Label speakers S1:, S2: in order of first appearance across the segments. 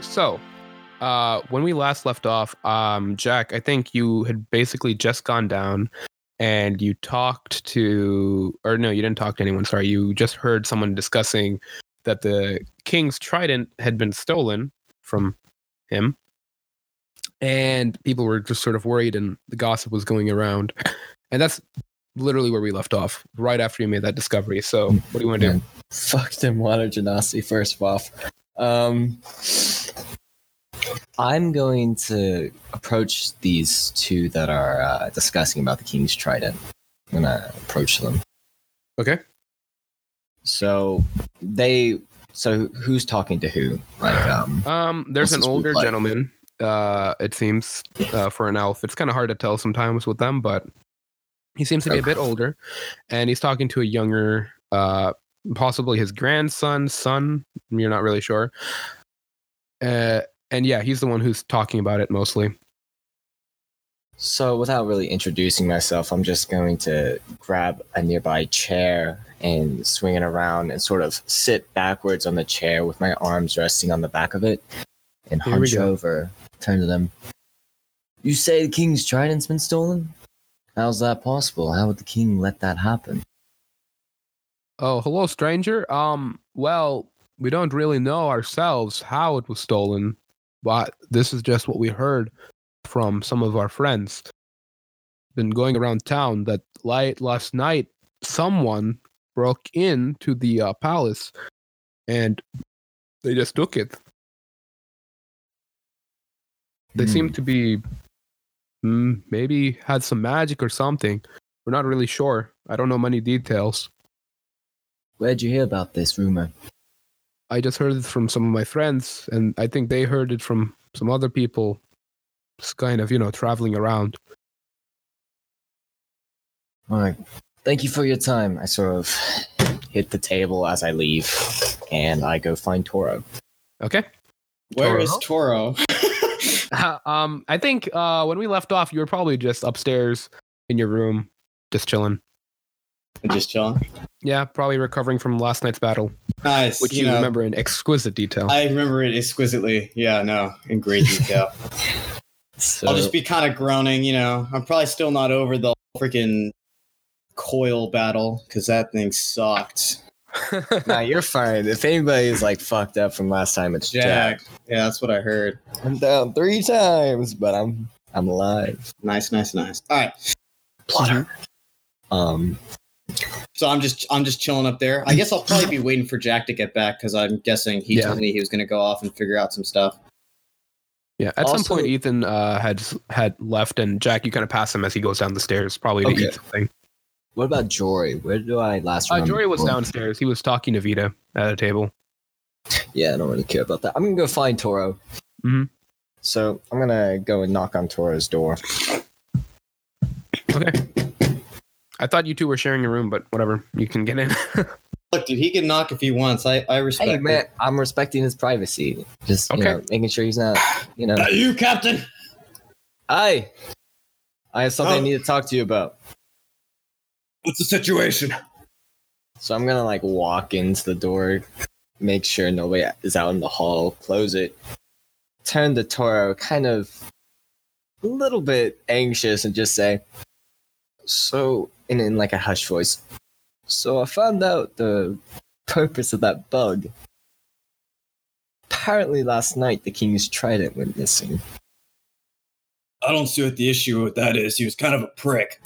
S1: So, uh, when we last left off, um, Jack, I think you had basically just gone down and you talked to, or no, you didn't talk to anyone. Sorry. You just heard someone discussing that the king's trident had been stolen from him. And people were just sort of worried, and the gossip was going around. And that's literally where we left off, right after you made that discovery. So, what do you want to do?
S2: Fuck them water genasi first off. Um I'm going to approach these two that are uh, discussing about the king's trident. I'm gonna approach them.
S1: Okay.
S2: So they so who's talking to who? Like um
S1: Um, there's
S2: What's
S1: an
S2: this
S1: older
S2: look like?
S1: gentleman. Uh, it seems uh, for an elf, it's kind of hard to tell sometimes with them, but he seems to be a bit older, and he's talking to a younger, uh, possibly his grandson, son. You're not really sure. Uh, and yeah, he's the one who's talking about it mostly.
S2: so without really introducing myself, I'm just going to grab a nearby chair and swing it around and sort of sit backwards on the chair with my arms resting on the back of it and
S1: Here we
S2: hunch
S1: go.
S2: over, turn to them. You say the king's trident's been stolen? How's that possible? How would the king let that happen?
S1: Oh, hello, stranger. Um, well, we don't really know ourselves how it was stolen, but this is just what we heard from some of our friends. Been going around town that light last night, someone broke in to the uh, palace, and they just took it. They seem to be mm, maybe had some magic or something. We're not really sure. I don't know many details.
S2: Where'd you hear about this rumor?
S1: I just heard it from some of my friends, and I think they heard it from some other people. Just kind of, you know, traveling around.
S2: All right. Thank you for your time. I sort of hit the table as I leave, and I go find Toro.
S1: Okay.
S3: Where is Toro?
S1: um, I think uh, when we left off, you were probably just upstairs in your room, just chilling.
S3: Just chilling.
S1: Yeah, probably recovering from last night's battle,
S3: Nice.
S1: which you,
S3: know,
S1: remember in exquisite detail.
S3: I remember it exquisitely. Yeah, no, in great detail.
S2: So,
S3: I'll just be kind of groaning, you know. I'm probably still not over the freaking coil battle because that thing sucked.
S2: nah, you're fine. If anybody's like fucked up from last time, it's Jack.
S3: Jack. Yeah, that's what I heard.
S2: I'm down three times, but I'm I'm alive.
S3: Nice, nice, nice. All right.
S2: Plotter. Um,
S3: So I'm just I'm just chilling up there. I guess I'll probably be waiting for Jack to get back because I'm guessing he
S1: Yeah.
S3: told me he was gonna go off and figure out some stuff.
S1: yeah, at some
S2: Also-
S1: point, Ethan uh, had had left, and Jack, you kind of pass him as he goes down the stairs, probably to
S2: Okay.
S1: eat something.
S2: what about Jory? Where do I last?
S1: Uh,
S2: remember
S1: Jory was
S2: Tor?
S1: downstairs. He was talking to Vita at a table.
S2: Yeah, I don't really care about that. I'm gonna go find Toro.
S1: Mhm.
S2: So I'm gonna go and knock on Toro's door.
S1: I thought you two were sharing a room, but whatever. You can get in.
S3: Look, dude, he can knock if he wants. I I respect.
S2: Hey
S3: it.
S2: man, I'm respecting his privacy. Just
S1: Okay.
S2: you know, making sure he's not, you know.
S3: Not you, Captain.
S2: Hi. I have something I
S3: Oh.
S2: need to talk to you about.
S3: What's the situation?
S2: So I'm gonna like walk into the door, make sure nobody is out in the hall, close it, turn to Toro, kind of a little bit anxious, and just say, "So," and in like a hushed voice. So I found out the purpose of that bug. Apparently, last night the king's trident went missing.
S3: I don't see what the issue with that is. He was kind of a prick.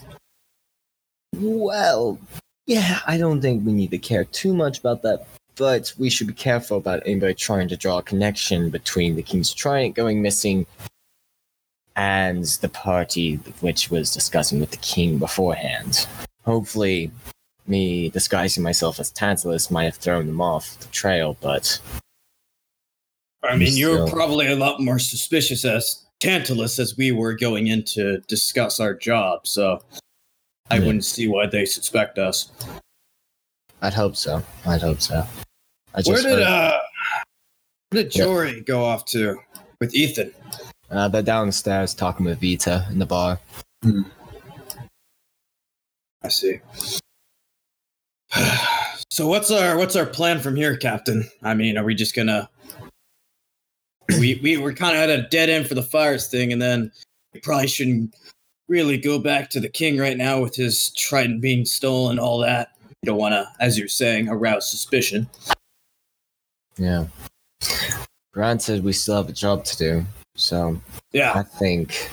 S2: Well, yeah, I don't think we need to care too much about that, but we should be careful about anybody trying to draw a connection between the King's Trident going missing and the party which was discussing with the King beforehand. Hopefully, me disguising myself as Tantalus might have thrown them off the trail, but
S3: I mean, you're
S2: So-
S3: probably a lot more suspicious as Tantalus as we were going in to discuss our job, so I
S2: Yeah.
S3: wouldn't see why they suspect us.
S2: I'd hope so. I'd hope so. I
S3: Where
S2: just
S3: did
S2: heard-
S3: uh where did
S2: Yeah.
S3: Jory go off to with Ethan?
S2: uh, they're downstairs talking with Vita in the bar.
S3: I see. so what's our what's our plan from here, Captain? I mean, are we just gonna we we were kind of at a dead end for the fires thing, and then we probably shouldn't really go back to the king right now with his trident being stolen, all that. You don't want to, as you're saying, arouse suspicion.
S2: Yeah. Grant said we still have a job to do, so
S3: Yeah,
S2: I think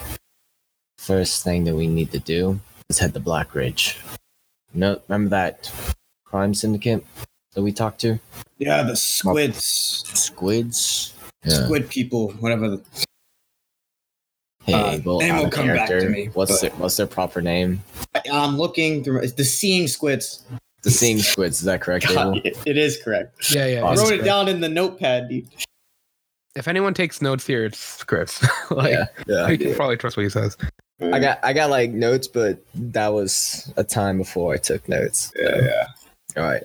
S2: first thing that we need to do is head to Black Ridge. No, remember that crime syndicate that we talked to?
S3: yeah, the squids,
S2: Squids. Yeah.
S3: squid people, whatever. the-
S2: Hey,
S3: Uh,
S2: well,
S3: name
S2: out
S3: will
S2: of
S3: come back to
S2: character,
S3: me,
S2: What's
S3: but-
S2: their, what's their proper name?
S3: I, I'm looking through it's the seeing squids.
S2: The Seeing Squids. Is that correct?
S3: God,
S2: Abel?
S3: it- it is correct.
S1: Yeah, yeah.
S3: I
S2: Awesome.
S1: it's
S3: wrote it
S1: Chris.
S3: down in the notepad. Dude.
S1: If anyone takes notes here, it's Chris. like,
S2: yeah.
S1: you can probably trust what he says.
S2: I got I got like notes, but that was a time before I took notes.
S3: Yeah, yeah.
S2: All right.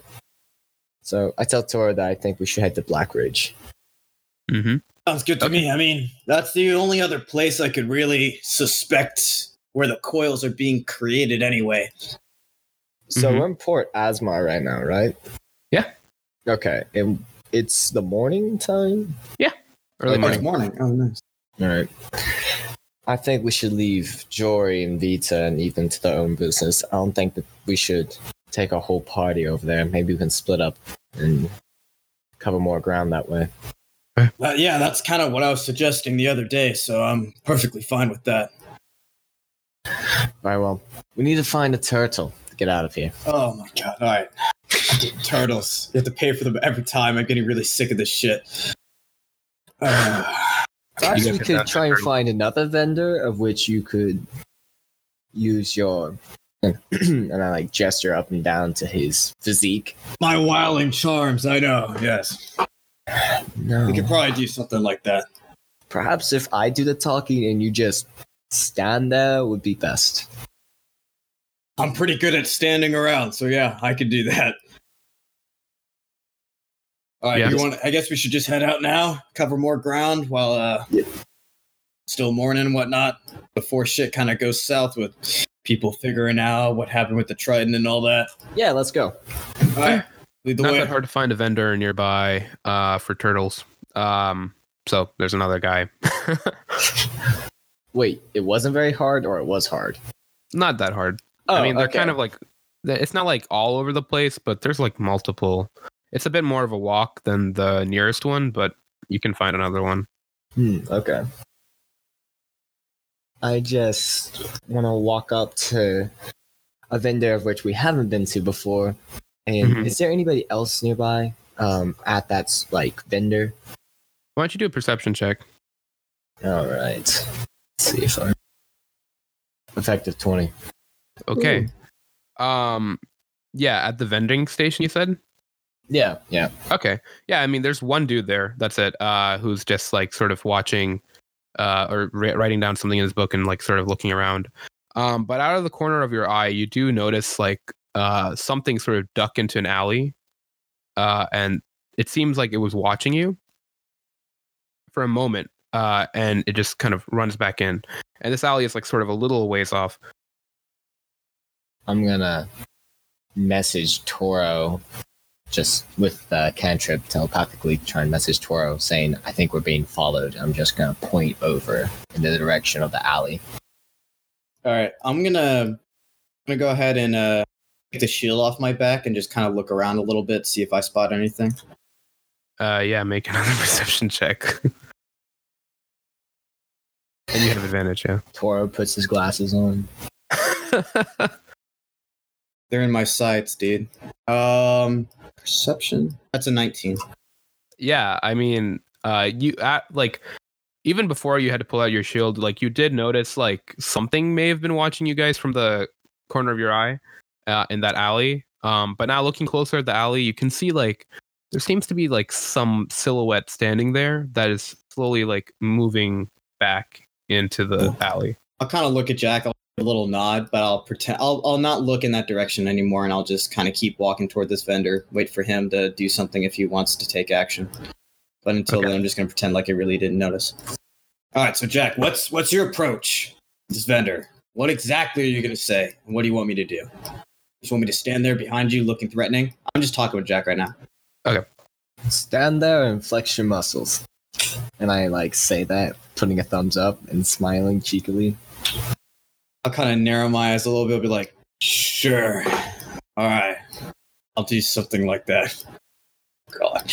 S2: So I tell Tora that I think we should head to Black Ridge.
S1: Mm-hmm.
S3: Sounds good to
S1: Okay.
S3: me. I mean, that's the only other place I could really suspect where the coils are being created anyway.
S2: So
S1: Mhm.
S2: we're in Port Asmar right now, right?
S1: Yeah.
S2: Okay. And it's the morning time.
S1: Early
S2: Okay.
S1: morning.
S3: morning. Oh, nice.
S2: All right. I think we should leave Jory and Vita and Ethan to their own business. I don't think that we should take our whole party over there. Maybe we can split up and cover more ground that way.
S3: Uh, yeah, that's kind of what I was suggesting the other day, so I'm perfectly fine with that.
S2: Very well. We need to find a turtle to get out of here.
S3: Oh my god! All right, I get turtles. You have to pay for them every time. I'm getting really sick of this shit. Uh,
S2: Perhaps
S1: guys
S2: we
S1: have
S2: could
S1: found
S2: try and
S1: turtle.
S2: find another vendor of which you could use your. and I like gesture up and down to his physique.
S3: my wilding charms. I know. Yes,
S2: No.
S3: we
S2: Oh.
S3: could probably do something like that.
S2: Perhaps if I do the talking and you just stand there would be best.
S3: I'm pretty good at standing around, so yeah, I could do that. All right,
S1: Yeah.
S3: you want? I guess we should just head out now, cover more ground while uh, still morning and whatnot. Before shit kind of goes south with people figuring out what happened with the Trident and all that.
S2: Yeah, let's go.
S3: All right, lead the
S1: Not
S3: way.
S1: that hard to find a vendor nearby uh, for turtles. Um, so there's another guy.
S2: Wait, it wasn't very hard or it was hard?
S1: Not that hard.
S2: Oh,
S1: I mean, they're
S2: okay.
S1: kind of like th- it's not like all over the place, but there's like multiple. It's a bit more of a walk than the nearest one, but you can find another one.
S2: Hmm, okay. I just want to walk up to a vendor of which we haven't been to before. And
S1: Mhm.
S2: is there anybody else nearby um, at that s- like vendor?
S1: Why don't you do a perception check?
S2: All right. Let's see if I effective twenty.
S1: Okay. Um, yeah, at the vending station, you said.
S2: Yeah, yeah.
S1: Okay. Yeah, I mean, there's one dude there. That's it. Uh, who's just like sort of watching, uh, or ri writing down something in his book and like sort of looking around. Um, but out of the corner of your eye, you do notice like uh something sort of duck into an alley, uh, and it seems like it was watching you for a moment. Uh, and it just kind of runs back in. And this alley is like sort of a little ways off.
S2: I'm gonna message Toro just with uh, cantrip telepathically. Try and message Toro saying, "I think we're being followed." I'm just gonna point over in the direction of the alley.
S3: All right, I'm gonna gonna go ahead and uh, take the shield off my back and just kind of look around a little bit, see if I spot anything.
S1: Uh, yeah, make another perception check. and you have advantage, yeah.
S2: Toro puts his glasses on.
S3: They're in my sights, dude. Um, perception. That's a 19.
S1: yeah, I mean, uh, you at, like even before you had to pull out your shield, like you did notice like something may have been watching you guys from the corner of your eye uh, in that alley. Um, but now looking closer at the alley, you can see like there seems to be like some silhouette standing there that is slowly like moving back into the alley.
S3: I'll kind of look at Jack. I'll give a little nod, but I'll pretend I'll I'll not look in that direction anymore, and I'll just kind of keep walking toward this vendor. Wait for him to do something if he wants to take action. But until
S1: Okay.
S3: then, I'm just gonna pretend like I really didn't notice. All right, so Jack, what's what's your approach, to this vendor? What exactly are you gonna say? And what do you want me to do? You just want me to stand there behind you, looking threatening? I'm just talking with Jack right now.
S2: Stand there and flex your muscles. And I like say that, putting a thumbs up and smiling cheekily.
S3: I'll kind of narrow my eyes a little bit, be like, sure. All right. I'll do something like that. God.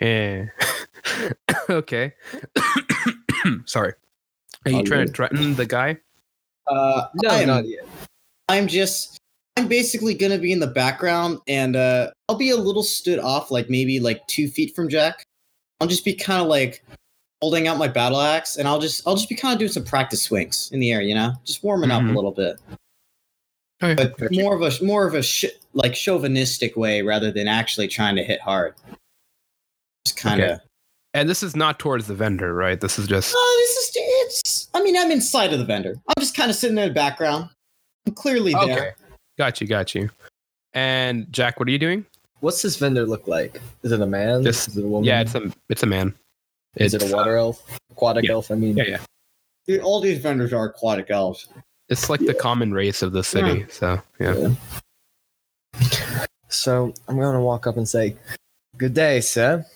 S1: Yeah. okay. Sorry. Are you
S2: Oh,
S1: trying to
S2: yeah.
S1: threaten the guy?
S3: Uh,
S2: No,
S3: I'm-
S2: not yet.
S3: I'm just I'm basically gonna be in the background and uh I'll be a little stood off, like maybe like two feet from Jack. I'll just be kind of like holding out my battle axe and I'll just I'll just be kind of doing some practice swings in the air, you know, just warming up
S1: Mhm.
S3: a little bit.
S1: Okay.
S3: But more of a more of a sh- like chauvinistic way rather than actually trying to hit hard. Just kind of.
S1: Okay. And this is not towards the vendor, right? This is just
S3: Oh, this is it's. I mean, I'm inside of the vendor. I'm just kind of sitting in the background. I'm clearly there.
S1: okay. Got you, got you. And Jack, what are you doing?
S2: What's this vendor look like? Is it a man?
S1: This-
S2: is it a woman?
S1: Yeah, it's a it's a man.
S2: is it
S1: It's,
S2: a water elf? Aquatic
S1: yeah.
S2: elf? I mean,
S1: Yeah, yeah.
S3: Dude, all these vendors are aquatic elves.
S1: It's like the common race of the city. So yeah.
S2: So I'm going to walk up and say, Good day, sir.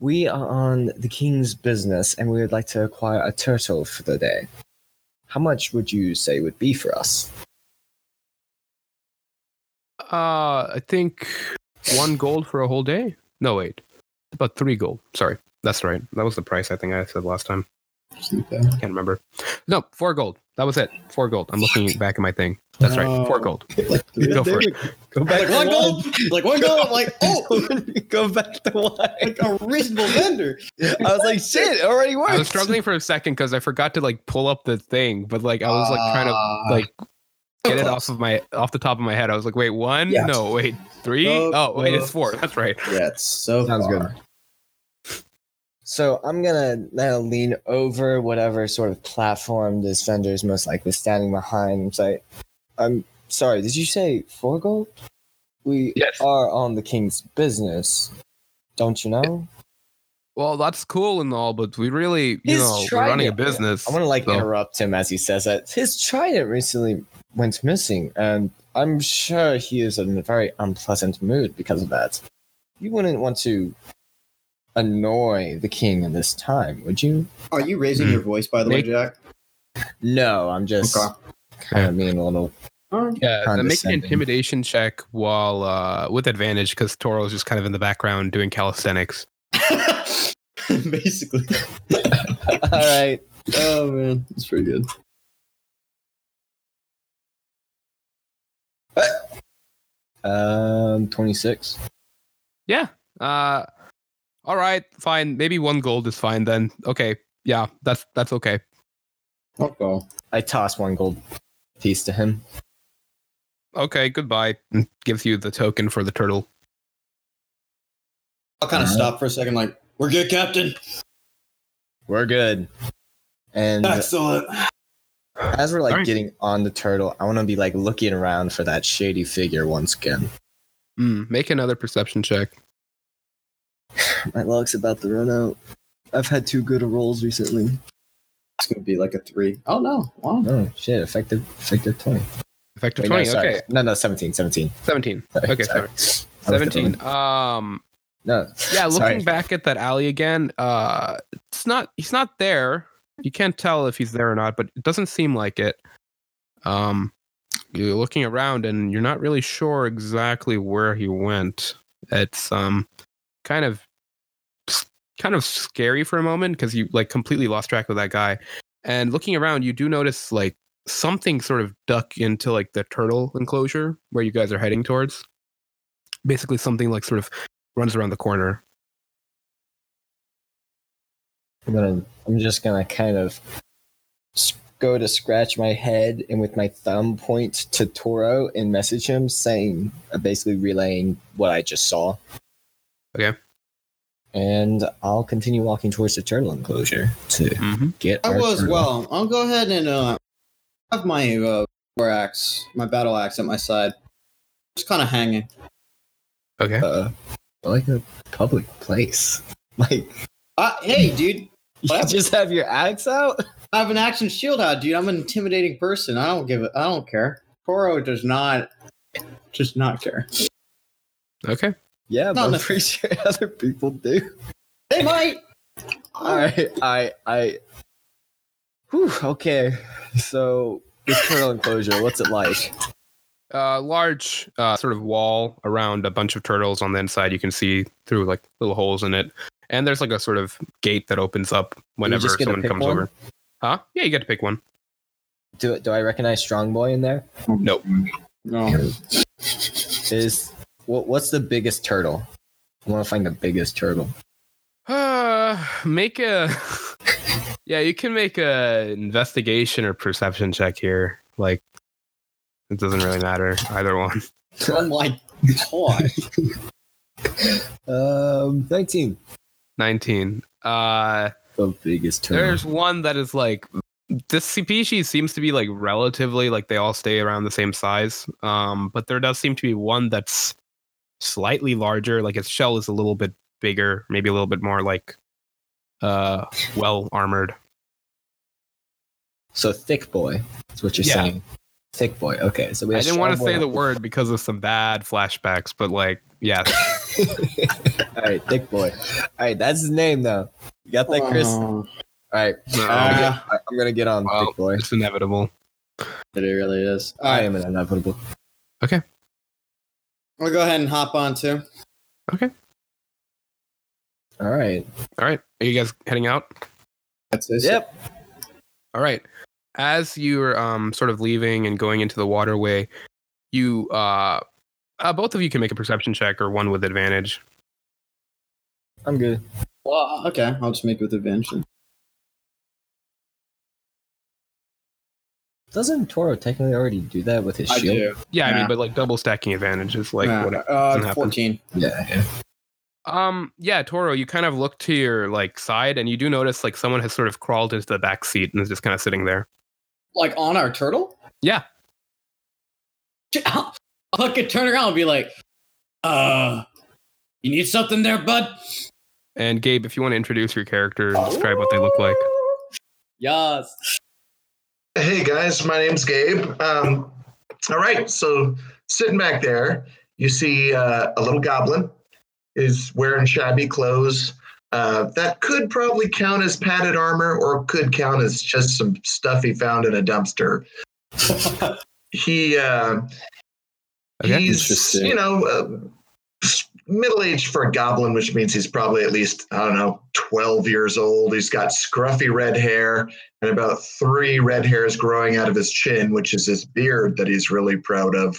S2: We are on the king's business and we would like to acquire a turtle for the day. How much would you say would be for us?
S1: Uh, I think one gold for a whole day. No, wait, about three gold. Sorry, that's right. That was the price I think I said last time. Can't remember. No, four gold. That was it. Four gold. I'm looking back at my thing. That's right. Four
S3: No.
S1: gold.
S2: like,
S1: Go for it.
S2: Oh. Go back
S3: Like one gold, like one gold. I'm like, oh,
S2: go back to
S3: like
S2: wine.
S3: a reasonable vendor.
S2: I was like, shit, it already worked.
S1: I was struggling for a second because I forgot to like pull up the thing, but like I was like trying to
S2: Ah.
S3: Ah,
S1: like get it off of my off the top of my head. I was like, wait, one?
S3: Yeah.
S1: No, wait, three?
S3: Oh,
S1: Oh, wait, it's
S3: no.
S1: four. That's right.
S3: Yeah, it's so
S2: Sounds
S3: far.
S2: good. So I'm gonna now lean over whatever sort of platform this vendor is most likely standing behind and say, I'm sorry, did you say four gold? We
S1: Yes.
S2: are on the king's business. Don't you know?
S1: Well, that's cool and all, but we really, you
S2: He's
S1: know, we're
S2: trying
S1: running a
S2: it.
S1: business.
S2: I wanna like
S1: so-
S2: interrupt him as he says that. His trident recently went missing, and I'm sure he is in a very unpleasant mood because of that. You wouldn't want to annoy the king in this time, would you?
S3: Are you raising
S1: Hmm.
S3: your voice, by the way,
S1: Make-
S3: Jack?
S2: No, I'm just
S3: Okay.
S2: kind of being a little
S1: Yeah, then make an
S2: condescending.
S1: intimidation check while uh, with advantage because Toro's just kind of in the background doing calisthenics.
S3: Basically.
S2: All right.
S3: Oh man, that's pretty good.
S2: Um, 26.
S1: Yeah. Uh, all right, fine. Maybe one gold is fine then. Okay. Yeah, that's that's okay.
S3: Okay.
S2: I toss one gold piece to him.
S1: Okay, goodbye. And Gives you the token for the turtle.
S3: I'll kind of
S2: Alright.
S3: stop for a second. Like, we're good, Captain.
S2: We're good. And
S3: Excellent.
S2: as we're like
S1: Alright.
S2: getting on the turtle, I want to be like looking around for that shady figure once again.
S1: Mm, make another perception check.
S2: My luck's about to run out. I've had two good rolls recently.
S3: It's gonna be like a three. Oh no! Wow.
S2: Oh shit! Effective, effective twenty.
S1: Effective
S2: Wait,
S1: twenty.
S2: no, sorry.
S1: okay,
S2: No, no, seventeen, seventeen.
S1: seventeen.
S2: Sorry,
S1: Okay,
S2: sorry. I was
S1: Seventeen.
S2: doing-
S1: Um,
S2: No.
S1: yeah. Looking
S2: Sorry.
S1: back at that alley again, uh, it's not. He's not there. You can't tell if he's there or not, but it doesn't seem like it. Um, you're looking around and you're not really sure exactly where he went. It's um, kind of, kind of scary for a moment because you like completely lost track of that guy. And looking around, you do notice like something sort of duck into like the turtle enclosure where you guys are heading towards. Basically, something like sort of runs around the corner.
S2: I'm gonna. I'm just gonna kind of s- go to scratch my head and with my thumb point to Toro and message him, saying, uh, basically relaying what I just saw.
S1: Okay.
S2: And I'll continue walking towards the turtle enclosure to
S1: Mm-hmm.
S2: get.
S3: I
S2: our
S3: will as
S2: turtle.
S3: well. I'll go ahead and uh, have my uh, war axe, my battle axe at my side. Just kind of hanging.
S1: Okay.
S2: Uh, like a public place. Like
S3: Uh, hey, dude.
S2: you just have your axe out.
S3: I have an action shield out, dude. I'm an intimidating person. I don't give it. I don't care. Toro does not, just not care.
S1: Okay.
S2: Yeah,
S3: Not
S2: but I'm
S3: necessarily.
S2: pretty sure other people do.
S3: They might.
S2: I, I, I. Whew, okay, so this turtle enclosure, what's it like?
S1: uh, large uh, sort of wall around a bunch of turtles on the inside. You can see through like little holes in it, and there's like a sort of gate that opens up whenever
S2: just get to
S1: someone
S2: pick
S1: comes
S2: one?
S1: over. Huh? Yeah, you get to pick one.
S2: Do do I recognize Strong Boy in there?
S1: Nope.
S4: No.
S2: Is what what's the biggest turtle? I want to find the biggest turtle.
S1: Uh, make a. yeah, you can make a investigation or perception check here. Like, it doesn't really matter either one.
S4: Oh my god.
S2: Um, nineteen.
S1: Nineteen. Uh,
S2: The biggest turtle.
S1: There's one that is like this species seems to be like relatively like they all stay around the same size. Um, but there does seem to be one that's slightly larger. Like its shell is a little bit bigger, maybe a little bit more like uh well armored.
S2: so thick boy. That's what you're
S1: Yeah.
S2: saying. Thick boy. Okay, so we.
S1: I
S2: Have
S1: didn't want to say the
S2: Strong
S1: word because of some bad flashbacks, but like yeah,
S2: Boy. All right, thick boy. All right, that's his name though. You got that, Chris? All
S4: Oh.
S2: right,
S1: no,
S2: I'm,
S4: Uh,
S2: gonna get, I'm gonna get on
S1: well,
S2: thick boy.
S1: it's inevitable.
S4: It really is. All
S2: I
S4: right.
S2: am an inevitable.
S4: I'll go ahead and hop on too.
S2: All right.
S1: All right. Are you guys heading out?
S4: That's it.
S2: Yep.
S1: All right. As you're um, sort of leaving and going into the waterway, you uh, uh, both of you can make a perception check or one with advantage.
S2: I'm good.
S4: Well, okay. I'll just make it with advantage. then.
S2: Doesn't Toro technically already do that with his shield?
S1: Yeah, I mean,
S4: Yeah.
S1: but like double stacking advantage is like
S4: Yeah.
S1: whatever. doesn't
S4: Uh,
S1: happen.
S4: 14.
S2: Yeah. yeah.
S1: Um, yeah, Toro, you kind of look to your like side and you do notice like someone has sort of crawled into the back seat and is just kind of sitting there.
S4: Like on our turtle?
S1: Yeah.
S4: I'll fucking turn around and be like, uh, you need something there, bud?
S1: And Gabe, if you want to introduce your character and describe what they look like.
S4: Yes.
S5: Hey guys, my name's Gabe. Um, all right, so sitting back there, you see uh, a little goblin is wearing shabby clothes. Uh, that could probably count as padded armor or could count as just some stuff he found in a dumpster. he uh,
S1: Okay.
S5: he's
S4: Interesting.
S5: you know uh, middle aged for a goblin, which means he's probably at least I don't know twelve years old. He's got scruffy red hair and about three red hairs growing out of his chin, which is his beard that he's really proud of.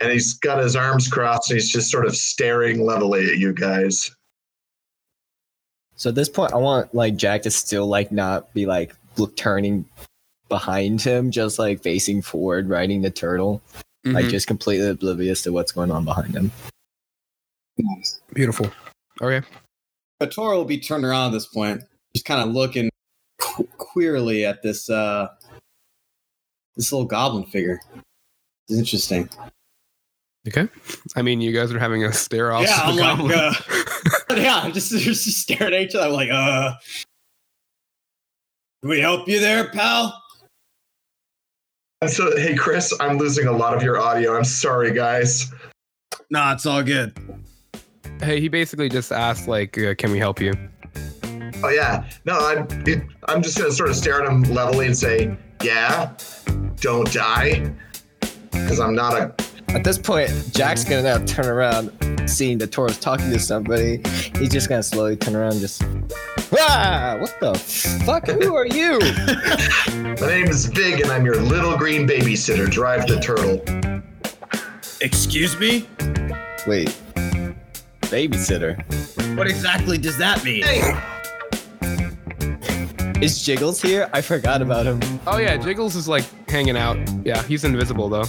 S5: And he's got his arms crossed and he's just sort of staring levelly at you guys.
S2: So at this point, I want like Jack to still like not be like look turning behind him, just like facing forward, riding the turtle,
S4: Mm-hmm.
S2: like
S1: Mm-hmm.
S2: just completely oblivious to what's going on behind him.
S1: Beautiful. Okay.
S4: But Toro will be turned around at this point, just kind of looking qu- queerly at this uh this little goblin figure. It's interesting.
S1: I mean, you guys are having a stare off.
S4: yeah,
S1: with
S4: I'm
S1: the
S4: like,
S1: goblin.
S4: uh, yeah, I'm just, just staring at each other. I'm like, uh, can we help you there, pal?
S5: And so, hey, Chris, I'm losing a lot of your audio. I'm sorry, guys.
S4: Nah, it's all good. uh,
S1: hey, he basically just asked like, uh, "Can we help you?"
S5: Oh, yeah. No, I'm, it, I'm just going to sort of stare at him levelly and say, yeah, don't die. Because I'm not a.
S2: At this point, Jack's gonna now turn around, seeing the Taurus talking to somebody. He's just gonna slowly turn around, and just ah, what the fuck? Who are you?
S5: My name is Vig and I'm your little green babysitter. Drive the turtle.
S6: Excuse me?
S2: Wait, babysitter.
S6: What exactly does that mean?
S5: Hey,
S2: Is Jiggles here? I forgot about him.
S1: Oh yeah, Jiggles is like hanging out. Yeah, he's invisible though.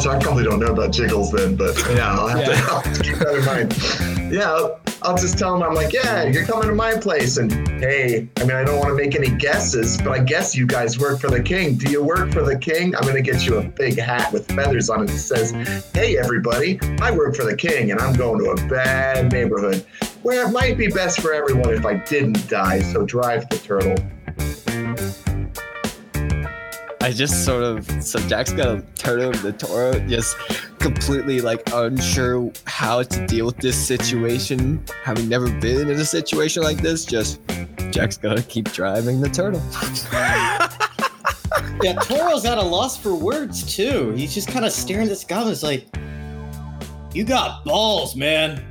S5: So I probably don't know about jiggles then, but yeah, I'll have, To, I'll have to keep that in mind. Yeah, I'll, I'll just tell him I'm like, yeah, you're coming to my place, and hey, I mean, I don't want to make any guesses, but I guess you guys work for the king. Do you work for the king? I'm gonna get you a big hat with feathers on it that says, "Hey, everybody, I work for the king, and I'm going to a bad neighborhood where it might be best for everyone if I didn't die. So drive the turtle."
S2: I just sort of so Jack's gonna turn over the Toro, just completely like unsure how to deal with this situation, having never been in a situation like this. Just Jack's gonna keep driving the turtle.
S7: Yeah, Toro's at a loss for words too. He's just kind of staring at this goblin. It's like,
S3: You got balls, man.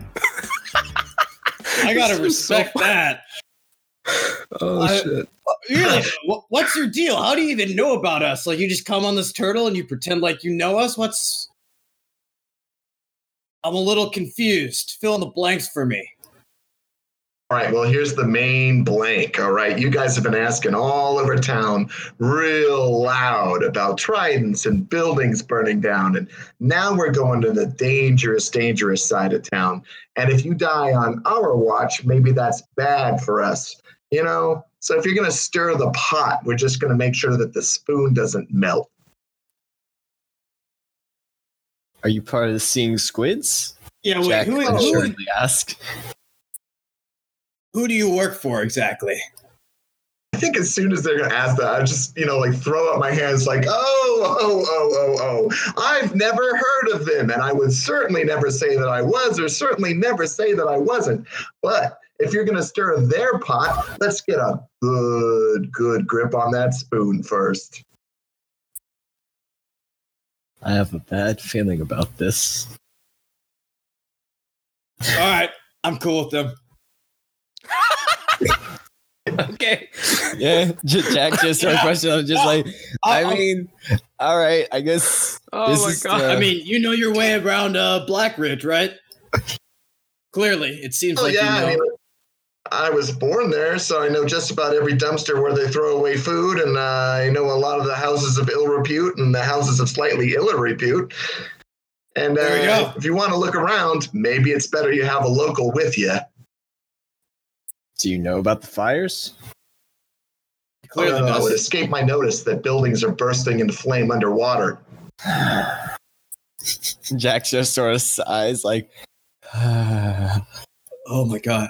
S3: I
S1: This
S3: gotta
S1: is so
S3: respect that.
S1: Oh
S3: I-
S1: shit!
S3: Really? wh- What's your deal? How do you even know about us? Like, you just come on this turtle and you pretend like you know us? What's. I'm a little confused. Fill in the blanks for me.
S5: All right, well, here's the main blank. All right, you guys have been asking all over town real loud about tridents and buildings burning down. And now we're going to the dangerous, dangerous side of town. And if you die on our watch, maybe that's bad for us, you know? So if you're going to stir the pot, we're just going to make sure that the spoon doesn't melt.
S2: Are you part of the Seeing Squids?
S3: Yeah, wait,
S2: Jack
S3: who,
S2: will
S3: who,
S2: assuredly ask.
S3: who do you work for exactly?
S5: I think as soon as they're gonna ask that, I just you know like throw up my hands like oh oh oh oh oh I've never heard of them, and I would certainly never say that I was, or certainly never say that I wasn't. But if you're gonna stir their pot, let's get a good good grip on that spoon first.
S2: I have a bad feeling about this.
S3: All right, I'm cool with them.
S1: Okay.
S2: Yeah, J- Jack just
S3: Yeah.
S2: yeah. question. I'm just like,
S3: I-
S2: I
S3: I'm-
S2: mean, all right, I guess.
S1: Oh
S2: This
S1: my
S2: is,
S1: god!
S2: uh,
S3: I mean, you know your way around uh, Black Ridge, right? Clearly, it seems
S5: Oh
S3: like
S5: yeah, I,
S3: you
S5: mean,
S3: know.
S5: I was born there, so I know just about every dumpster where they throw away food, and uh, I know a lot of the houses of ill repute and the houses of slightly ill repute. And
S3: There you
S5: uh,
S3: go.
S5: if you want to look around, maybe it's better you have a local with you.
S2: Do you know about the fires?
S3: Clearly
S5: Uh, it would
S3: does.
S5: escape my notice that buildings are bursting into flame underwater.
S2: Jack just sort of sighs, like,
S3: Oh my god.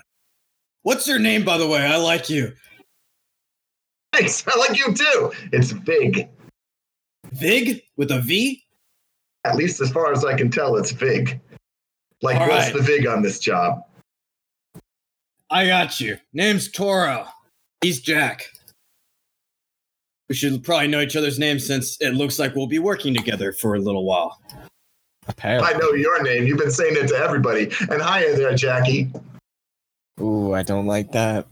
S3: What's your name, by the way? I like you.
S5: Thanks, I like you too. It's big.
S3: Vig with a V?
S5: At least as far as I can tell, it's big. Like,
S3: All
S5: what's
S3: right.
S5: the vig on this job?
S3: I got you. Name's Toro. He's Jack. We should probably know each other's names since it looks like we'll be working together for a little while.
S5: I
S2: apparently.
S5: know your name. You've been saying it to everybody. And hiya there, Jackie.
S2: Ooh, I don't like that.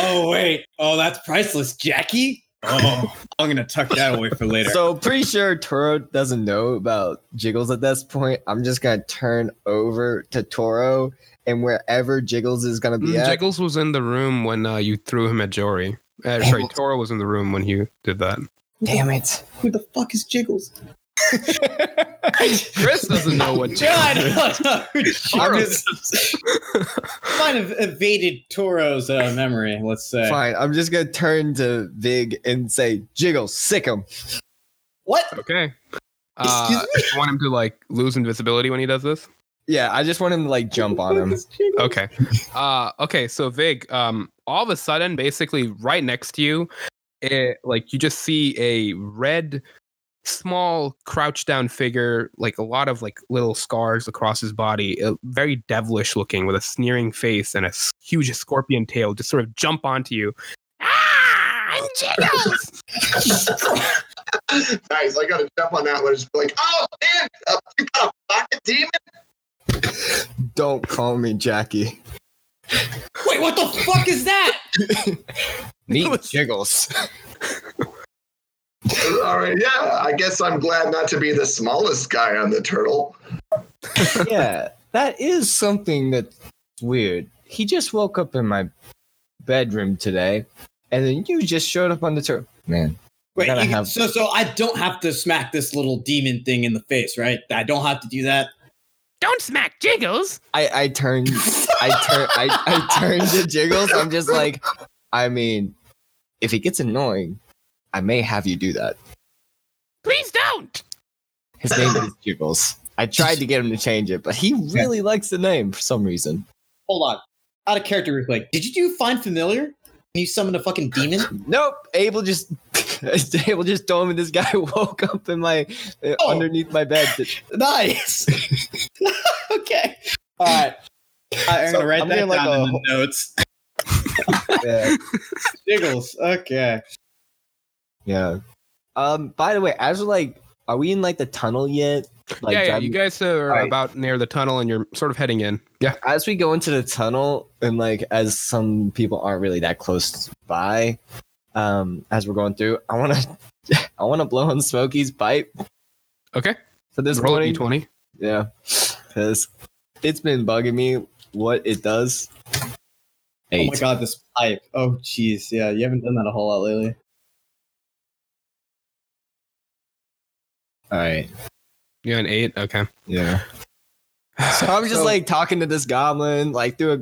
S3: Oh wait. Oh, that's priceless, Jackie. Oh, I'm gonna tuck that away for later.
S2: So pretty sure Toro doesn't know about Jiggles at this point. I'm just gonna turn over to Toro, and wherever Jiggles is gonna be
S1: Mm,
S2: at,
S1: Jiggles was in the room when uh, you threw him at Jory. Uh, sorry, Toro was in the room when you did that.
S2: damn it!
S3: Who the fuck is Jiggles?
S1: Chris doesn't know what.
S3: God,
S1: Jiggles is.
S3: Oh,
S2: I'm
S1: Toro
S2: just,
S3: kind of evaded Toro's uh, memory. Let's say.
S2: fine. I'm just gonna turn to Vig and say, "Jiggles, sick him."
S3: What?
S1: Okay. Uh, you want him to like lose invisibility when he does this?
S2: Yeah, I just want him to like jump on him.
S1: Okay. Uh, okay. So Vig, um, all of a sudden, basically right next to you, it, like you just see a red, small, crouched down figure, like a lot of like little scars across his body, uh, very devilish looking, with a sneering face and a s- huge scorpion tail, just sort of jump onto you. Ah, I'm Jiggles!
S5: nice. I gotta jump on that one. Just be like, oh man, uh, you got a pocket demon?
S2: Don't call me Jackie.
S3: Wait, what the fuck is that?
S2: Meet Jiggles.
S5: All right, yeah. I guess I'm glad not to be the smallest guy on the turtle.
S2: yeah, that is something that's weird. He just woke up in my bedroom today, and then you just showed up on the turf. Man,
S3: Wait,
S2: Gotta
S3: you-
S2: have-
S3: so so I don't have to smack this little demon thing in the face, right? I don't have to do that.
S1: Don't smack Jiggles!
S2: I I turned, I turn, I I turned to Jiggles. I'm just like, I mean, if it gets annoying, I may have you do that.
S1: Please don't!
S2: His name is Jiggles. I tried to get him to change it, but he really likes the name for some reason.
S7: hold on, out of character real quick. Did you do find familiar? Can you summon a fucking demon?
S2: Nope, Abel just Dave will just throw him, and this guy woke up in my uh,
S3: Oh.
S2: underneath my bed.
S3: Nice. okay. All right.
S4: I'm
S2: So,
S4: gonna write
S2: I'm
S4: that
S2: getting
S4: down
S2: like a
S4: in the notes.
S2: Yeah.
S3: Jiggles. Okay.
S2: yeah. Um. By the way, as we're like, are we in like the tunnel yet? Like,
S1: yeah, yeah.
S2: driving-
S1: You guys are
S2: Alright.
S1: about near the tunnel, and you're sort of heading in. Yeah.
S2: as we go into the tunnel and like as some people aren't really that close by um as we're going through i want to i want to blow on smokey's pipe
S1: Okay.
S2: for this
S1: Roll a
S2: morning
S1: d20.
S2: yeah because it's been bugging me what it does
S3: Oh
S2: Eight.
S3: my god, this pipe. Oh jeez. Yeah, you haven't done that a whole lot lately.
S2: all right
S1: You got an eight. Okay.
S2: yeah so i'm just
S3: So-
S2: like talking to this goblin like through a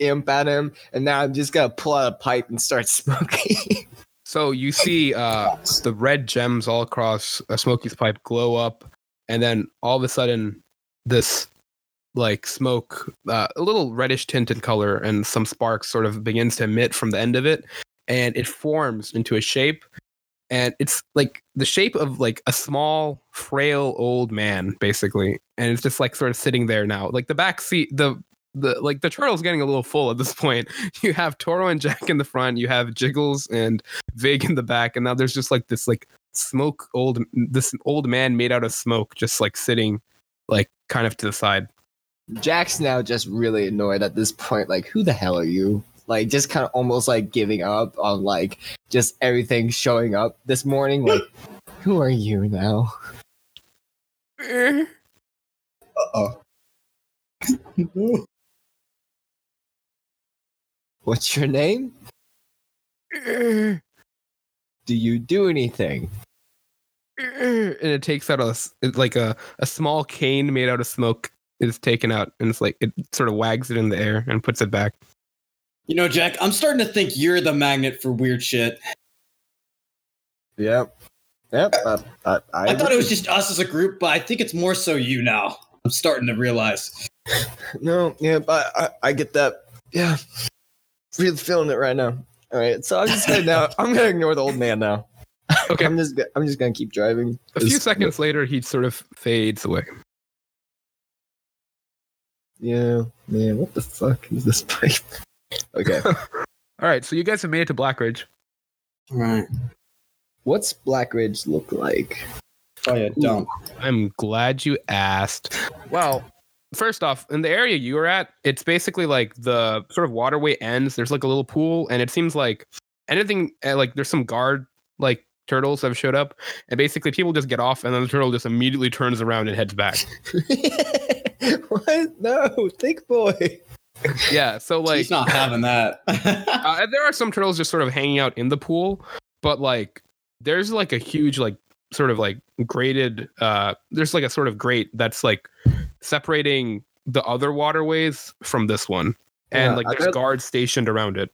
S2: imp at him and now i'm just gonna pull out a pipe and start smoking
S1: So you see uh, the red gems all across uh, Smokey's pipe glow up, and then all of a sudden, this like smoke, uh, a little reddish tint in color, and some sparks sort of begins to emit from the end of it, and it forms into a shape, and it's like the shape of like a small, frail old man, basically, and it's just like sort of sitting there now, like the back seat, the the like the turtle's getting a little full at this point. You have Toro and Jack in the front, you have Jiggles and Vig in the back, and now there's just like this like smoke old this old man made out of smoke just like sitting like kind of to the side.
S2: Jack's now just really annoyed at this point. Like, who the hell are you? Like, just kind of almost like giving up on like just everything showing up this morning. Like, who are you now? What's your name? Do you do anything?
S1: And it takes out a s- it's like a, a small cane made out of smoke is taken out and it's like it sort of wags it in the air and puts it back.
S4: You know, Jack, I'm starting to think you're the magnet for weird shit.
S2: Yep. Yep. Uh, uh, I,
S4: I thought it was just us as a group, but I think it's more so you now. I'm starting to realize.
S2: No, yeah, but I, I get that. Yeah. Really feeling it right now. All right. So I'm just gonna now I'm gonna ignore the old man now.
S1: Okay.
S2: I'm just go- I'm just gonna keep driving.
S1: A few
S2: It's-
S1: seconds later he sort of fades away.
S2: Yeah, man, what the fuck is this pipe? Okay.
S1: All right, so you guys have made it to Blackridge.
S4: Right.
S2: What's Black Ridge look like?
S3: Oh yeah, dump.
S1: I'm glad you asked. Well, first off, in the area you were at, it's basically like the sort of waterway ends. There's like a little pool, and it seems like anything uh, like there's some guard like turtles have showed up, and basically people just get off, and then the turtle just immediately turns around and heads back.
S2: what? No, thick boy.
S1: yeah, so like
S4: He's not having that.
S1: uh, there are some turtles just sort of hanging out in the pool, but like there's like a huge like sort of like graded uh there's like a sort of grate that's like separating the other waterways from this one. And
S2: Yeah,
S1: like
S2: I
S1: there's
S2: bet-
S1: guards stationed around it.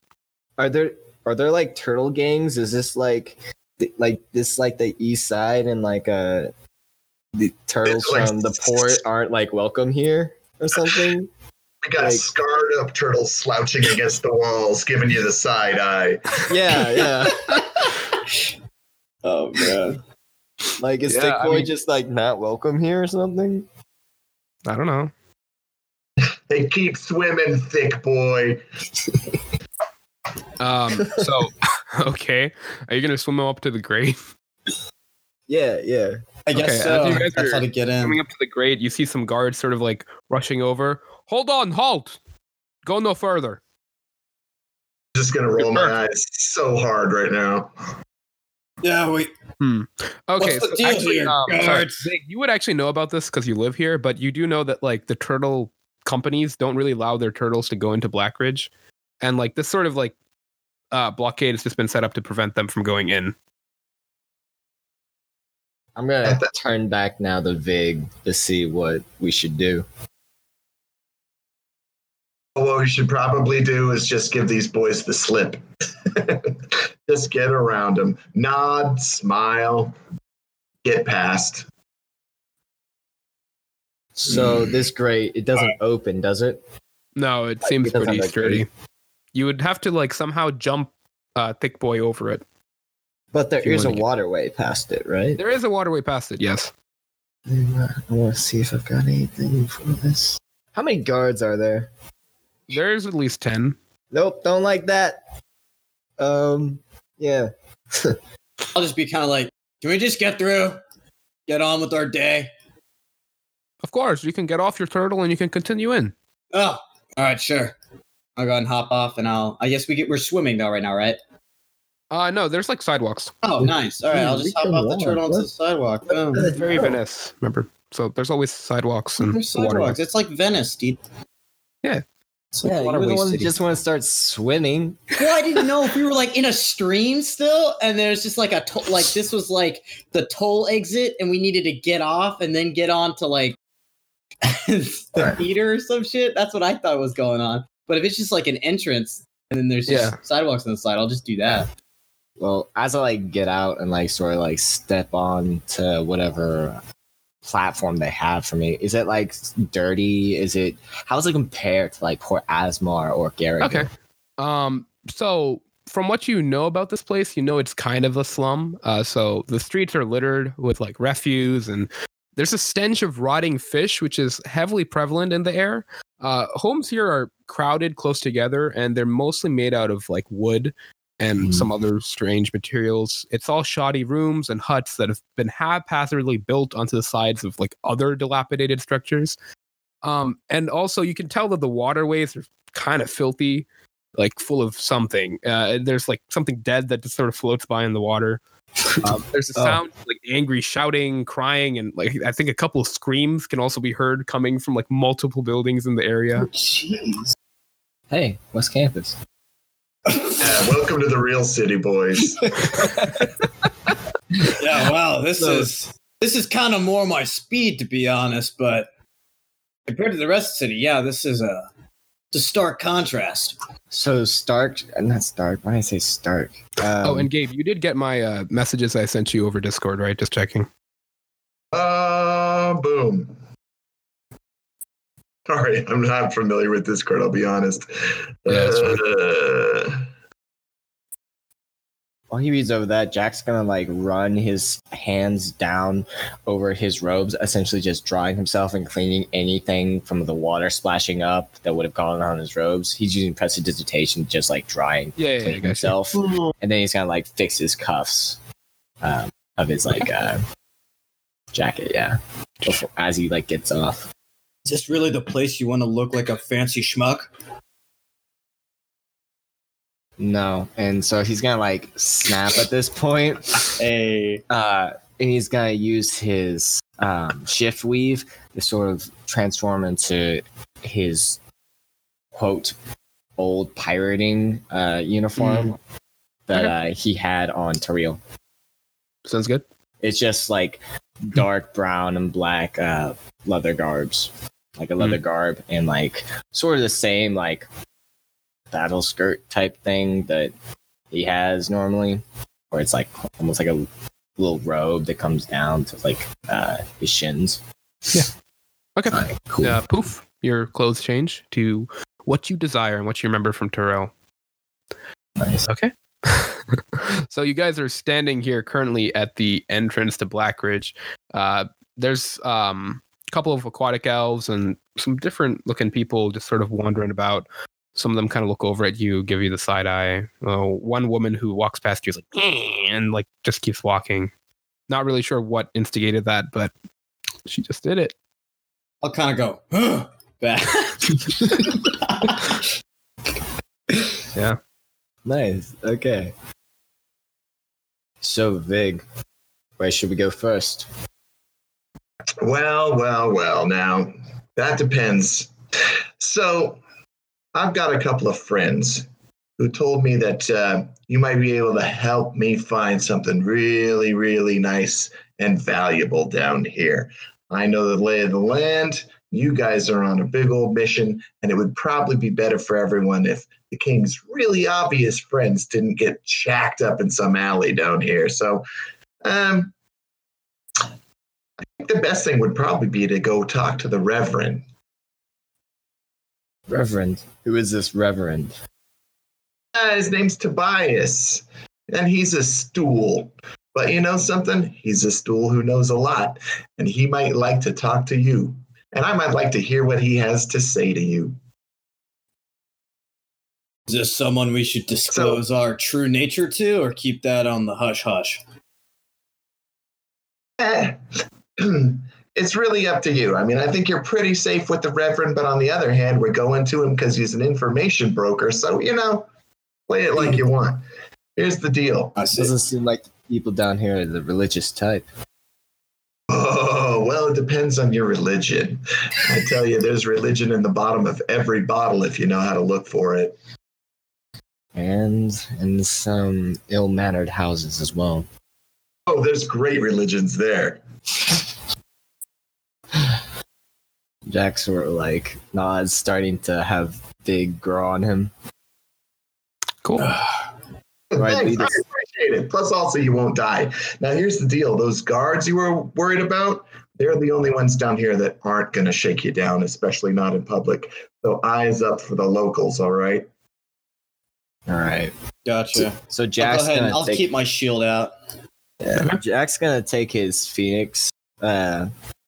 S2: Are there are there like turtle gangs? Is this like th- like this like the east side and like uh the turtles
S5: like-
S2: from the port aren't like welcome here or something?
S5: We got
S2: Like-
S5: scarred up turtles slouching against the walls, giving you the side eye.
S2: Yeah, yeah.
S3: Oh man.
S2: Like is
S1: Yeah,
S2: thick
S1: I
S2: boy
S1: mean-
S2: just like not welcome here or something?
S1: I don't know.
S5: They keep swimming, thick boy.
S1: Um so okay. Are you gonna swim up to the grate?
S2: Yeah, yeah.
S3: I guess
S1: Okay,
S3: so.
S1: as you guys
S3: That's
S1: are
S3: how to get in.
S1: Coming up to the grate, you see some guards sort of like rushing over. Hold on, halt. Go no further.
S5: Just gonna roll my eyes so hard right now.
S4: yeah, wait.
S1: Okay,
S4: What's the
S1: so
S4: deal
S1: actually,
S4: here,
S1: um, sorry,
S4: guards?
S1: Zig, you would actually know about this because you live here, but you do know that like the turtle companies don't really allow their turtles to go into Blackridge, and like this sort of like uh, blockade has just been set up to prevent them from going in.
S2: I'm gonna
S5: At the-
S2: turn back now to Vig to see what we should do.
S5: What we should probably do is just give these boys the slip. just get around them, nod, smile, get past.
S2: So this grate, it doesn't open, does it?
S1: No, it seems
S2: it doesn't
S1: pretty
S2: look
S1: sturdy. You would have to like somehow jump uh, Thick Boy over it.
S2: But there
S1: If you
S2: is a
S1: wanna get-
S2: waterway past it, right?
S1: There is a waterway past it. Yes.
S2: I want to see if I've got anything for this. How many guards are there?
S1: There's at least ten.
S2: Nope, don't like that. Um, yeah.
S4: I'll just be kind of like, can we just get through? Get on with our day?
S1: Of course, you can get off your turtle and you can continue in.
S4: Oh, all right, sure. I'll go and hop off, and I'll. I guess we get, we're swimming though right now, right?
S1: Uh no, there's like sidewalks.
S4: Oh, nice. All right,
S2: Hmm,
S4: I'll
S2: we
S4: just hop
S2: can
S4: off the
S2: walk.
S4: turtle onto
S2: What?
S4: the sidewalk. Boom.
S2: What the
S1: Very
S2: hell?
S1: Venice, remember? So there's always sidewalks and
S4: Oh. There's
S1: waterways.
S4: sidewalks. It's like Venice, dude.
S1: Yeah.
S4: It's like
S2: Yeah, you're the
S4: waterway
S2: one that
S4: city.
S2: just want to start swimming.
S4: well, I didn't know if we were like in a stream still, and there's just like a to- like this was like the toll exit, and we needed to get off and then get on to like the
S2: Alright.
S4: theater or some shit. That's what I thought was going on. But if it's just like an entrance, and then there's just
S1: Yeah.
S4: sidewalks on the side, I'll just do that.
S2: Well, as I like get out and like sort of like step on to whatever platform they have for me, is it like dirty? Is it how does it compare to like Port Asmar or Garrick?
S1: Okay. Um, so from what you know about this place, you know it's kind of a slum. Uh, so the streets are littered with like refuse, and there's a stench of rotting fish, which is heavily prevalent in the air. Uh, homes here are crowded close together, and they're mostly made out of like wood and
S2: Mhm.
S1: some other strange materials. It's all shoddy rooms and huts that have been haphazardly built onto the sides of like other dilapidated structures. Um, and also, you can tell that the waterways are kind of filthy like full of something. Uh, and there's like something dead that just sort of floats by in the water. Um, there's a
S2: Oh.
S1: sound of, like angry shouting, crying, and like I think a couple of screams can also be heard coming from like multiple buildings in the area.
S2: Jeez. Hey, West Campus.
S5: Yeah, Uh, welcome to the real city, boys.
S4: Yeah, wow, this is this is kind of more my speed to be honest, but compared to the rest of the city, yeah, this is a it's a stark contrast.
S2: So Stark, uh, not Stark. Why did I say Stark? Um,
S1: oh, and Gabe, you did get my uh, messages I sent you over Discord, right? Just checking.
S5: Uh, boom. Sorry, I'm not familiar with Discord. I'll be honest.
S1: Yeah, that's fine.
S5: Uh,
S2: while he reads over that, Jack's gonna like run his hands down over his robes, essentially just drying himself and cleaning anything from the water splashing up that would have gone on his robes. He's using prestidigitation, to just like drying
S1: Yeah, yeah, yeah,
S2: clean
S1: I got you.
S2: himself, and then he's gonna like fix his cuffs um, of his like uh, jacket. Yeah, before, as he like gets off.
S4: Is this really the place you want to look like a fancy schmuck?
S2: No, and so he's gonna like snap at this point.
S4: Hey,
S2: uh, and he's gonna use his um, shift weave to sort of transform into his quote old pirating uh, uniform that uh, he had on Taril.
S1: Sounds good.
S2: It's just like dark brown and black uh, leather garbs, like a
S1: Hmm.
S2: leather garb, and like sort of the same like battle skirt type thing that he has normally, where it's like almost like a little robe that comes down to like uh, his shins.
S1: Yeah. Okay.
S2: Alright, cool.
S1: Uh, poof, your clothes change to what you desire and what you remember from Terrell.
S2: Nice.
S1: Okay. so you guys are standing here currently at the entrance to Blackridge. Uh, there's um, a couple of aquatic elves and some different looking people just sort of wandering about. Some of them kind of look over at you, give you the side eye. Uh, one woman who walks past you is like, "Eh," and like just keeps walking. Not really sure what instigated that, but she just did it.
S4: I'll kind of go "Huh," back.
S2: Nice. Okay. So Vig, where should we go first?
S5: well, well, well. Now that depends. So, I've got a couple of friends who told me that uh, you might be able to help me find something really, really nice and valuable down here. I know the lay of the land. You guys are on a big old mission, and it would probably be better for everyone if the king's really obvious friends didn't get jacked up in some alley down here. So, um, I think the best thing would probably be to go talk to the Reverend.
S2: Reverend. Who is this Reverend?
S5: Uh, his name's Tobias. and he's a stool. But you know something? He's a stool who knows a lot, and he might like to talk to you. And I might like to hear what he has to say to you.
S4: Is this someone we should disclose our true nature to, or keep that on the hush hush?
S5: Eh, it's really up to you. I mean, I think you're pretty safe with the Reverend, but on the other hand, we're going to him because he's an information broker. So, you know, play it like you want. Here's the deal.
S4: I see.
S2: Doesn't seem like the people down here are the religious type.
S5: Oh, well, it depends on your religion. I tell you, there's religion in the bottom of every bottle if you know how to look for it.
S2: And in some ill mannered houses as well.
S5: Oh, there's great religions there.
S2: Jack sort of like nods, starting to have big grow on him.
S1: Cool.
S2: Right,
S5: Thanks,
S2: leaders.
S5: I appreciate it. Plus, also, you won't die. Now, here's the deal those guards you were worried about, they're the only ones down here that aren't going to shake you down, especially not in public. So, eyes up for the locals, all right?
S2: All right.
S4: Gotcha.
S2: So
S4: I'll
S2: Jack's
S4: go ahead
S2: gonna
S4: and I'll
S2: take
S4: keep my shield out.
S2: yeah, Jack's gonna take his phoenix uh,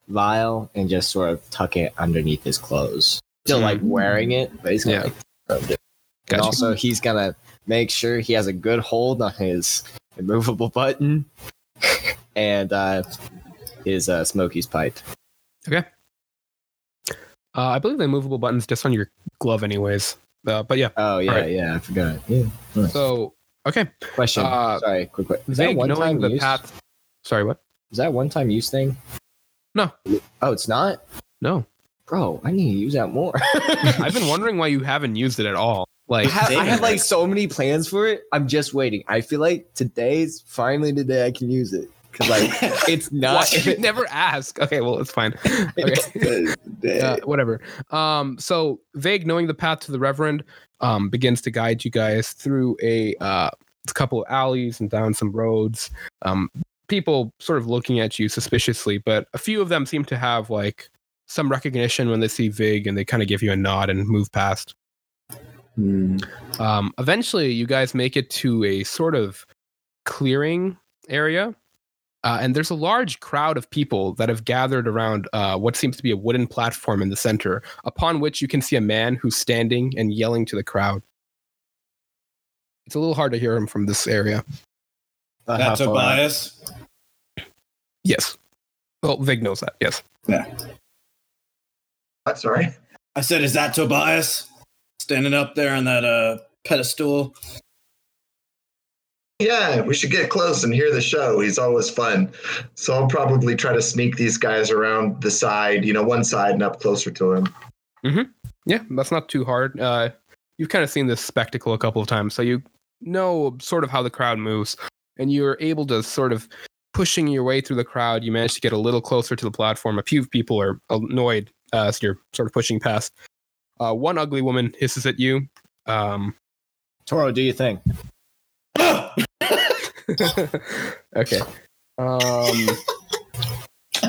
S2: vial and just sort of tuck it underneath his clothes. Still like
S4: Hmm.
S2: wearing it, but he's gonna
S1: Yeah.
S2: like, rub it. and
S1: Gotcha.
S2: also he's gonna make sure he has a good hold on his immovable button and uh, his uh, Smokey's pipe.
S1: Uh, I believe the movable button's just on your glove, anyways. Uh, but yeah,
S2: Oh yeah,
S1: Alright.
S2: yeah, I forgot. Yeah.
S1: so okay.
S2: Question.
S1: Uh,
S2: Sorry, quick question. Is that
S1: Vague
S2: one
S1: knowing
S2: time
S1: the
S2: use?
S1: path. Sorry, what?
S2: Is that one time use thing?
S1: No.
S2: Oh, it's not.
S1: No,
S2: Bro, I need to use that more.
S1: I've been wondering why you haven't used it at all.
S2: I
S1: Like,
S2: have, I
S4: Damn.
S2: have like so many plans for it. I'm just waiting. I feel like today's finally the day I can use it because like it's
S1: why
S2: not.
S1: did you never ask? Okay, well, it's fine. Okay. uh, whatever. Um, so vague, knowing the path to the Reverend, um, begins to guide you guys through a uh, couple of alleys and down some roads. Um, people sort of looking at you suspiciously, but a few of them seem to have like some recognition when they see Vig, and they kind of give you a nod and move past.
S2: Hmm.
S1: Um, eventually, you guys make it to a sort of clearing area. Uh, and there's a large crowd of people that have gathered around uh, what seems to be a wooden platform in the center, upon which you can see a man who's standing and yelling to the crowd. It's a little hard to hear him from this area.
S2: Uh,
S4: That's
S2: how
S4: a
S2: far out?
S4: bias.
S1: Yes. Well, Vig knows that. Yes.
S5: I'm sorry.
S4: I said, is that Tobias standing up there on that uh, pedestal?
S5: Yeah, we should get close and hear the show. He's always fun. So, I'll probably try to sneak these guys around the side, you know, one side and up closer to him.
S1: Yeah, that's not too hard. Uh, you've kind of seen this spectacle a couple of times, so you know sort of how the crowd moves, and you're able to sort of pushing your way through the crowd. You manage to get a little closer to the platform. A few people are annoyed uh, as you're sort of pushing past. Uh, one ugly woman hisses at you. Um,
S2: Toro, do your thing.
S1: okay. Um,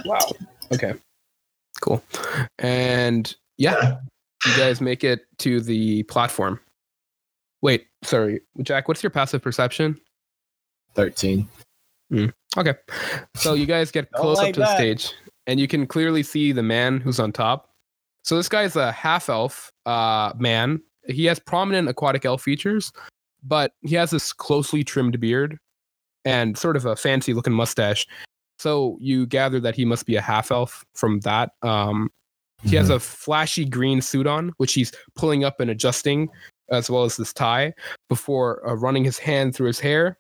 S1: wow. Okay. Cool. And yeah, you guys make it to the platform. Wait, sorry, Jack. What's your passive perception?
S2: Thirteen.
S1: Okay. So you guys get
S2: Don't
S1: close up
S2: like
S1: to the
S2: that.
S1: stage, and you can clearly see the man who's on top. So this guy's a half elf uh, man. He has prominent aquatic elf features, but he has this closely trimmed beard and sort of a fancy looking mustache. So you gather that he must be a half elf from that. Um, he
S2: Mm-hmm.
S1: has a flashy green suit on, which he's pulling up and adjusting, as well as this tie, before uh, running his hand through his hair.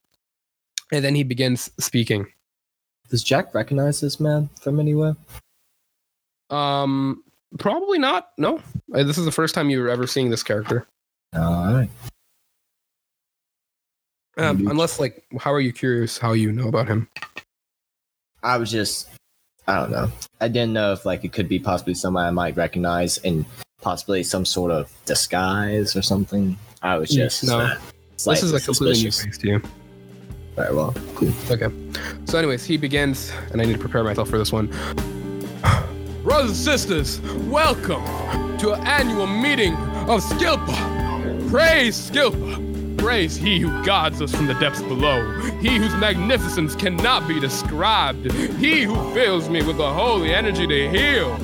S1: And then he begins speaking.
S2: Does Jack recognize this man from anywhere?
S1: Um, probably not. No, Uh, this is the first time you're ever seeing this character.
S2: All right.
S1: Um,
S2: Indeed.
S1: unless, like, how are you curious how you know about him?
S2: I was just, I don't know. I didn't know if like it could be possibly someone I might recognize and possibly some sort of disguise or something. I was just
S1: no,
S2: slightly
S1: this is a completely new
S2: suspicious.
S1: face to you.
S2: Very well, cool.
S1: So, anyways, he begins, and I need to prepare myself for this one. Brothers and sisters, welcome to our annual meeting of Skilpa. Praise Skilpa. Praise he who guards us from the depths below, he whose magnificence cannot be described, he who fills me with the holy energy to heal.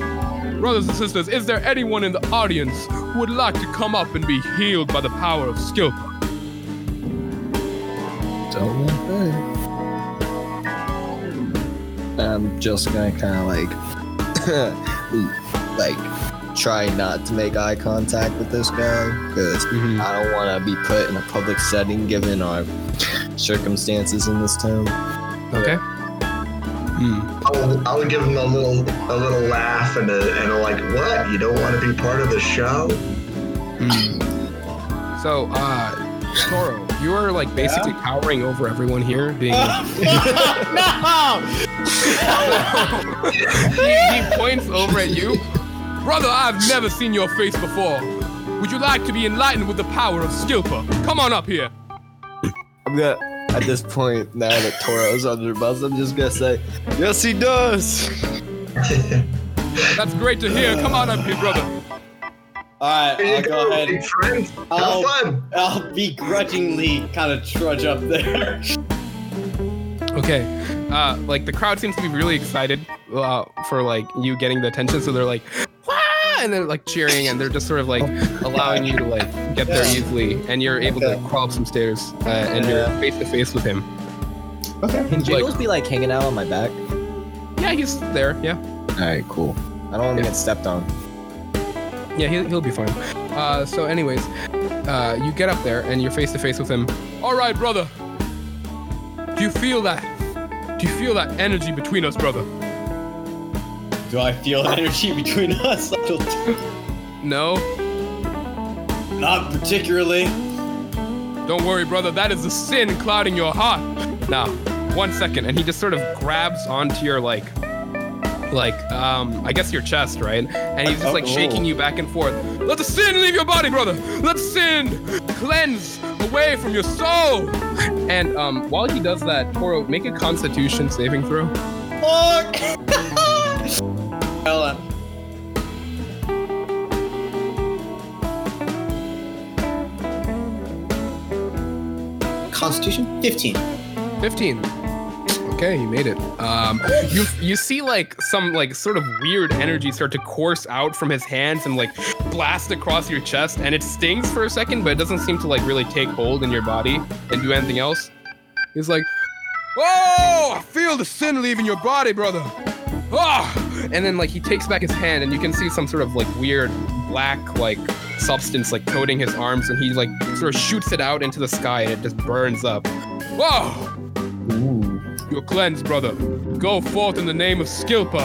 S1: Brothers and sisters, is there anyone in the audience who would like to come up and be healed by the power of Skilpa?
S2: Don't want that. I'm just gonna kind of like, like, try not to make eye contact with this guy because I don't want to be put in a public setting given our circumstances in this town.
S1: Okay. Hmm.
S5: I would, I would give him a little a little laugh and a, and a like, what? You don't want to be part of the show?
S1: So, uh, Toro, you are like basically towering over everyone here, being.
S3: no!
S1: he, he points over at you. Brother, I've never seen your face before. Would you like to be enlightened with the power of Skilpa? Come on up here.
S2: I'm gonna, at this point, now that Toro's under bus, I'm just gonna say, yes, he does.
S1: That's great to hear. Come on up here, brother.
S3: All right,
S5: Here
S3: I'll
S5: you
S3: go
S5: go,
S3: ahead.
S5: big friend. Have
S3: I'll-
S5: fun.
S3: I'll begrudgingly kind of trudge up there.
S1: Okay. Uh, like the crowd seems to be really excited uh, for like you getting the attention, so they're like, "Wah!" and they're like cheering, and they're just sort of like allowing you to like get there
S3: Yeah.
S1: easily, and you're able to crawl up some stairs, uh, and you're face to face with him.
S2: Okay. Can
S1: Jiggles
S2: Jiggles be like hanging out on my back?
S1: Yeah, he's there. Yeah.
S2: Alright, cool. I don't want to
S1: Yeah.
S2: get stepped on.
S1: Yeah, he'll, he'll be fine. Uh, so, anyways, uh, you get up there and you're face to face with him. All right, brother. Do you feel that? Do you feel that energy between us, brother?
S3: Do I feel energy between us? I don't-
S1: No?
S3: Not particularly.
S1: Don't worry, brother. That is the sin clouding your heart. Now, one second. And he just sort of grabs onto your, like, like, um, I guess your chest, right? And he's just like shaking you back and forth. Let the sin leave your body, brother. Let sin cleanse away from your soul. And um, while he does that, Toro, make a Constitution saving throw.
S3: Fuck! Ella. Constitution 15.
S1: 15 okay you made it um you you see like some like sort of weird energy start to course out from his hands and like blast across your chest and it stings for a second but it doesn't seem to like really take hold in your body and do anything else he's like oh i feel the sin leaving your body brother ah and then like he takes back his hand and you can see some sort of like weird black like substance like coating his arms and he like sort of shoots it out into the sky and it just burns up whoa you're cleansed, brother. Go forth in the name of Skilpa.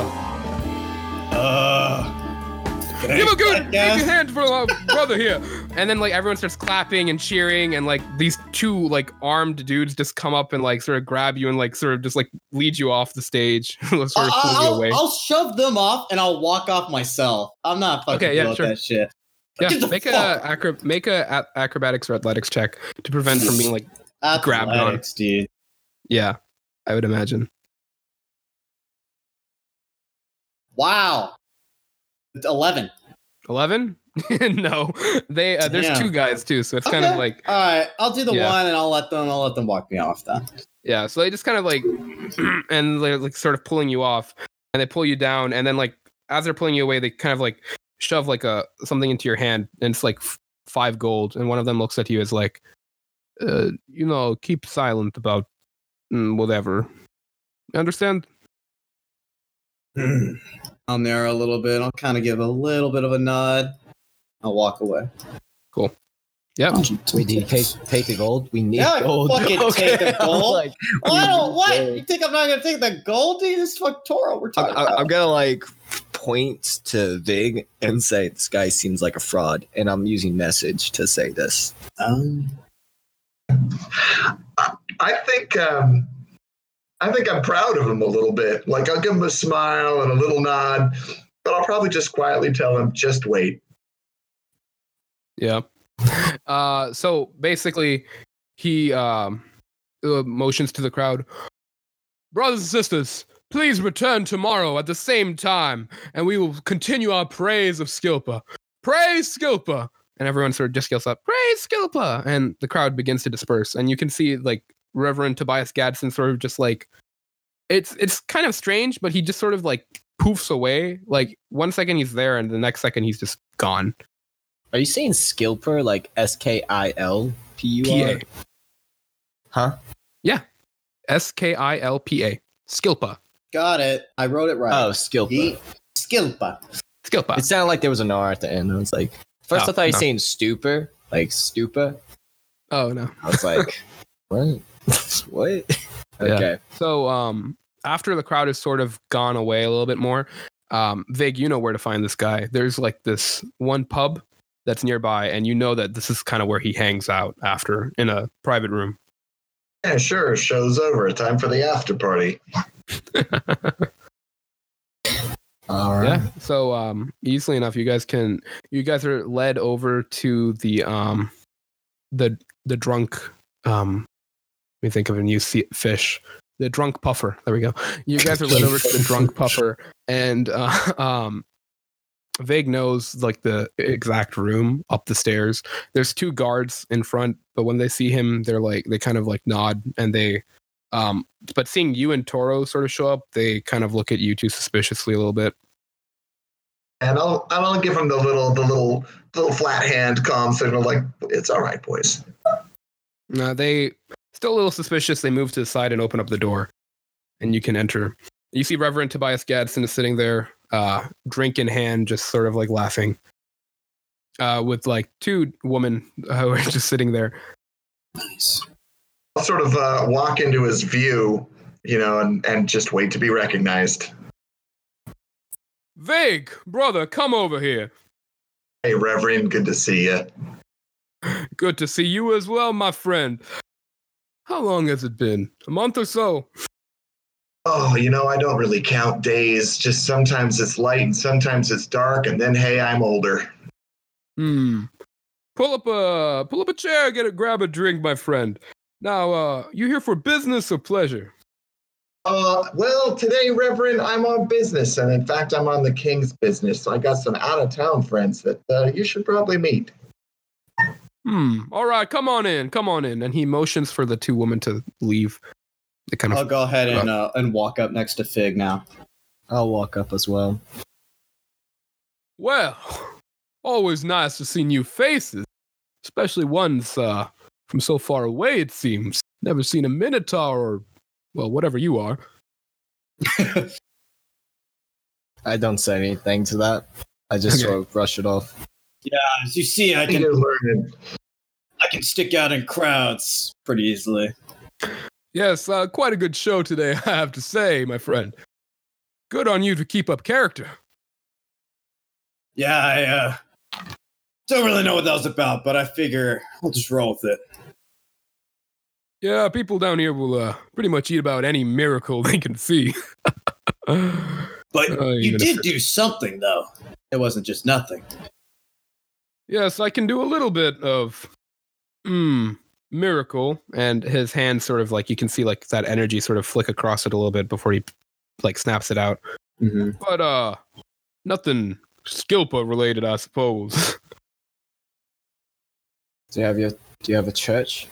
S3: Uh,
S1: Give a good,
S3: Yes.
S1: give a hand for our brother here. And then like everyone starts clapping and cheering, and like these two like armed dudes just come up and like sort of grab you and like sort of just like lead you off the stage, sort of pull
S3: I'll,
S1: you
S3: I'll,
S1: away.
S3: I'll shove them off and I'll walk off myself. I'm not fucking
S1: Okay, yeah,
S3: dealing with
S1: sure.
S3: that shit. Get
S1: yeah,
S3: the
S1: make
S3: fuck-
S1: a acro- make a, a- acrobatics or athletics check to prevent from being like Grab it on.
S3: Athletics, dude.
S1: yeah. I would imagine.
S3: Wow. 11.
S1: 11? no. They uh, there's
S3: Damn.
S1: two guys too, so it's kind of
S3: Okay.
S1: like
S3: All right, I'll do the
S1: Yeah.
S3: one and I'll let them. I'll let them walk me off then.
S1: Yeah, so they just kind of like, and they're like sort of pulling you off, and they pull you down, and then like as they're pulling you away, they kind of like shove like a something into your hand, and it's like f- five gold, and one of them looks at you as like, uh, you know, keep silent about mm, whatever. You understand?
S3: I'll narrow a little bit. I'll kind of give a little bit of a nod. I'll walk away.
S1: Yep.
S2: We need take take the gold. We need
S3: Yeah, I
S2: gold.
S3: fucking take the
S2: I'm
S3: gold.
S2: like,
S3: Oh, I don't. What?
S2: Yeah.
S3: You think I'm not gonna take the gold? Dude, this is fuck Toro. We're
S2: I'm,
S3: talking.
S2: I'm-
S3: about.
S2: I'm gonna like point to Vig and say this guy seems like a fraud, and I'm using message to say this.
S3: Um,
S5: I think um, I think I'm proud of him a little bit. Like I'll give him a smile and a little nod, but I'll probably just quietly tell him, just wait.
S1: Yeah. Uh, so basically, he um, uh, motions to the crowd Brothers and sisters, please return tomorrow at the same time, and we will continue our praise of Skilpa. Praise Skilpa! and everyone sort of just yells up, "Praise Skilpa!" and the crowd begins to disperse, and you can see like Reverend Tobias Gadsden sort of just like it's it's kind of strange, but he just sort of like poofs away. Like one second he's there, and the next second he's just gone.
S2: Are you saying Skilper like S K I L P U R? Huh?
S1: S K I L P A. Skilpa.
S3: Got it. I wrote it right.
S2: Oh, Skilper.
S3: He- Skilpa.
S1: Skilpa.
S2: It sounded like there was an R at the end. I was like, first I
S1: No,
S2: thought you were
S1: no.
S2: saying stupor, like stupa.
S1: oh no.
S2: I was like, what? what? Okay.
S1: So um after the crowd has sort of gone away a little bit more, um, Vig, you know where to find this guy. There's like this one pub that's nearby, and you know that this is kind of where he hangs out after in a private room.
S5: Yeah, sure. Show's over. Time for the after party.
S2: All right.
S1: Yeah. So um easily enough you guys can you guys are led over to the um the the drunk um let me think of a new sea- fish. The drunk puffer. There we go. You guys are led over to the drunk puffer and uh, um Vague knows like the exact room up the stairs. There's two guards in front, but when they see him, they're like they kind of like nod and they um but seeing you and Toro sort of show up, they kind of look at you two suspiciously a little bit.
S5: And I'll and I'll give him the little the little little flat hand calm signal like it's all right, boys.
S1: Uh, they still a little suspicious. They move to the side and open up the door, and you can enter. You see Reverend Tobias Gadsden is sitting there, uh, drink in hand, just sort of like laughing, uh, with like two women uh, who are just sitting there.
S4: Nice.
S5: I'll sort of uh, walk into his view, you know, and and just wait to be recognized.
S1: Vague brother, come over here.
S5: Hey, Reverend, good to see you.
S1: Good to see you as well, my friend. How long has it been? A month or so.
S5: Oh, you know, I don't really count days. Just sometimes it's light and sometimes it's dark, and then hey, I'm older.
S1: Hmm. Pull up a pull up a chair. Get a grab a drink, my friend. Now, uh, you here for business or pleasure?
S5: Uh, well, today, Reverend, I'm on business, and in fact, I'm on the King's business. So I got some out of town friends that uh, you should probably meet.
S1: Hmm. All right, come on in. Come on in. And he motions for the two women to leave. They kind
S3: I'll
S1: of
S3: go ahead and uh, and walk up next to Fig now.
S2: I'll walk up as well.
S1: well. Always nice to see new faces, especially ones uh, from so far away. It seems never seen a minotaur or well, whatever you are.
S2: I don't say anything to that. I just
S1: Okay.
S2: sort of brush it off.
S4: As you see, I can
S5: You're learning.
S4: I can stick out in crowds pretty easily.
S1: Yes, uh, quite a good show today, I have to say, my friend. Good on you to keep up character.
S4: Yeah, I uh, don't really know what that was about, but I figure I'll just roll with it.
S1: Yeah, people down here will uh, pretty much eat about any miracle they can see.
S4: But
S1: Oh, you're
S4: you
S1: gonna
S4: did do something, though. It wasn't just nothing.
S1: Yes, I can do a little bit of hmm miracle. And his hand sort of like you can see like that energy sort of flick across it a little bit before he like snaps it out.
S2: Mhm.
S1: But uh nothing Skilpa related, I suppose.
S2: Do you have your Do you have a church?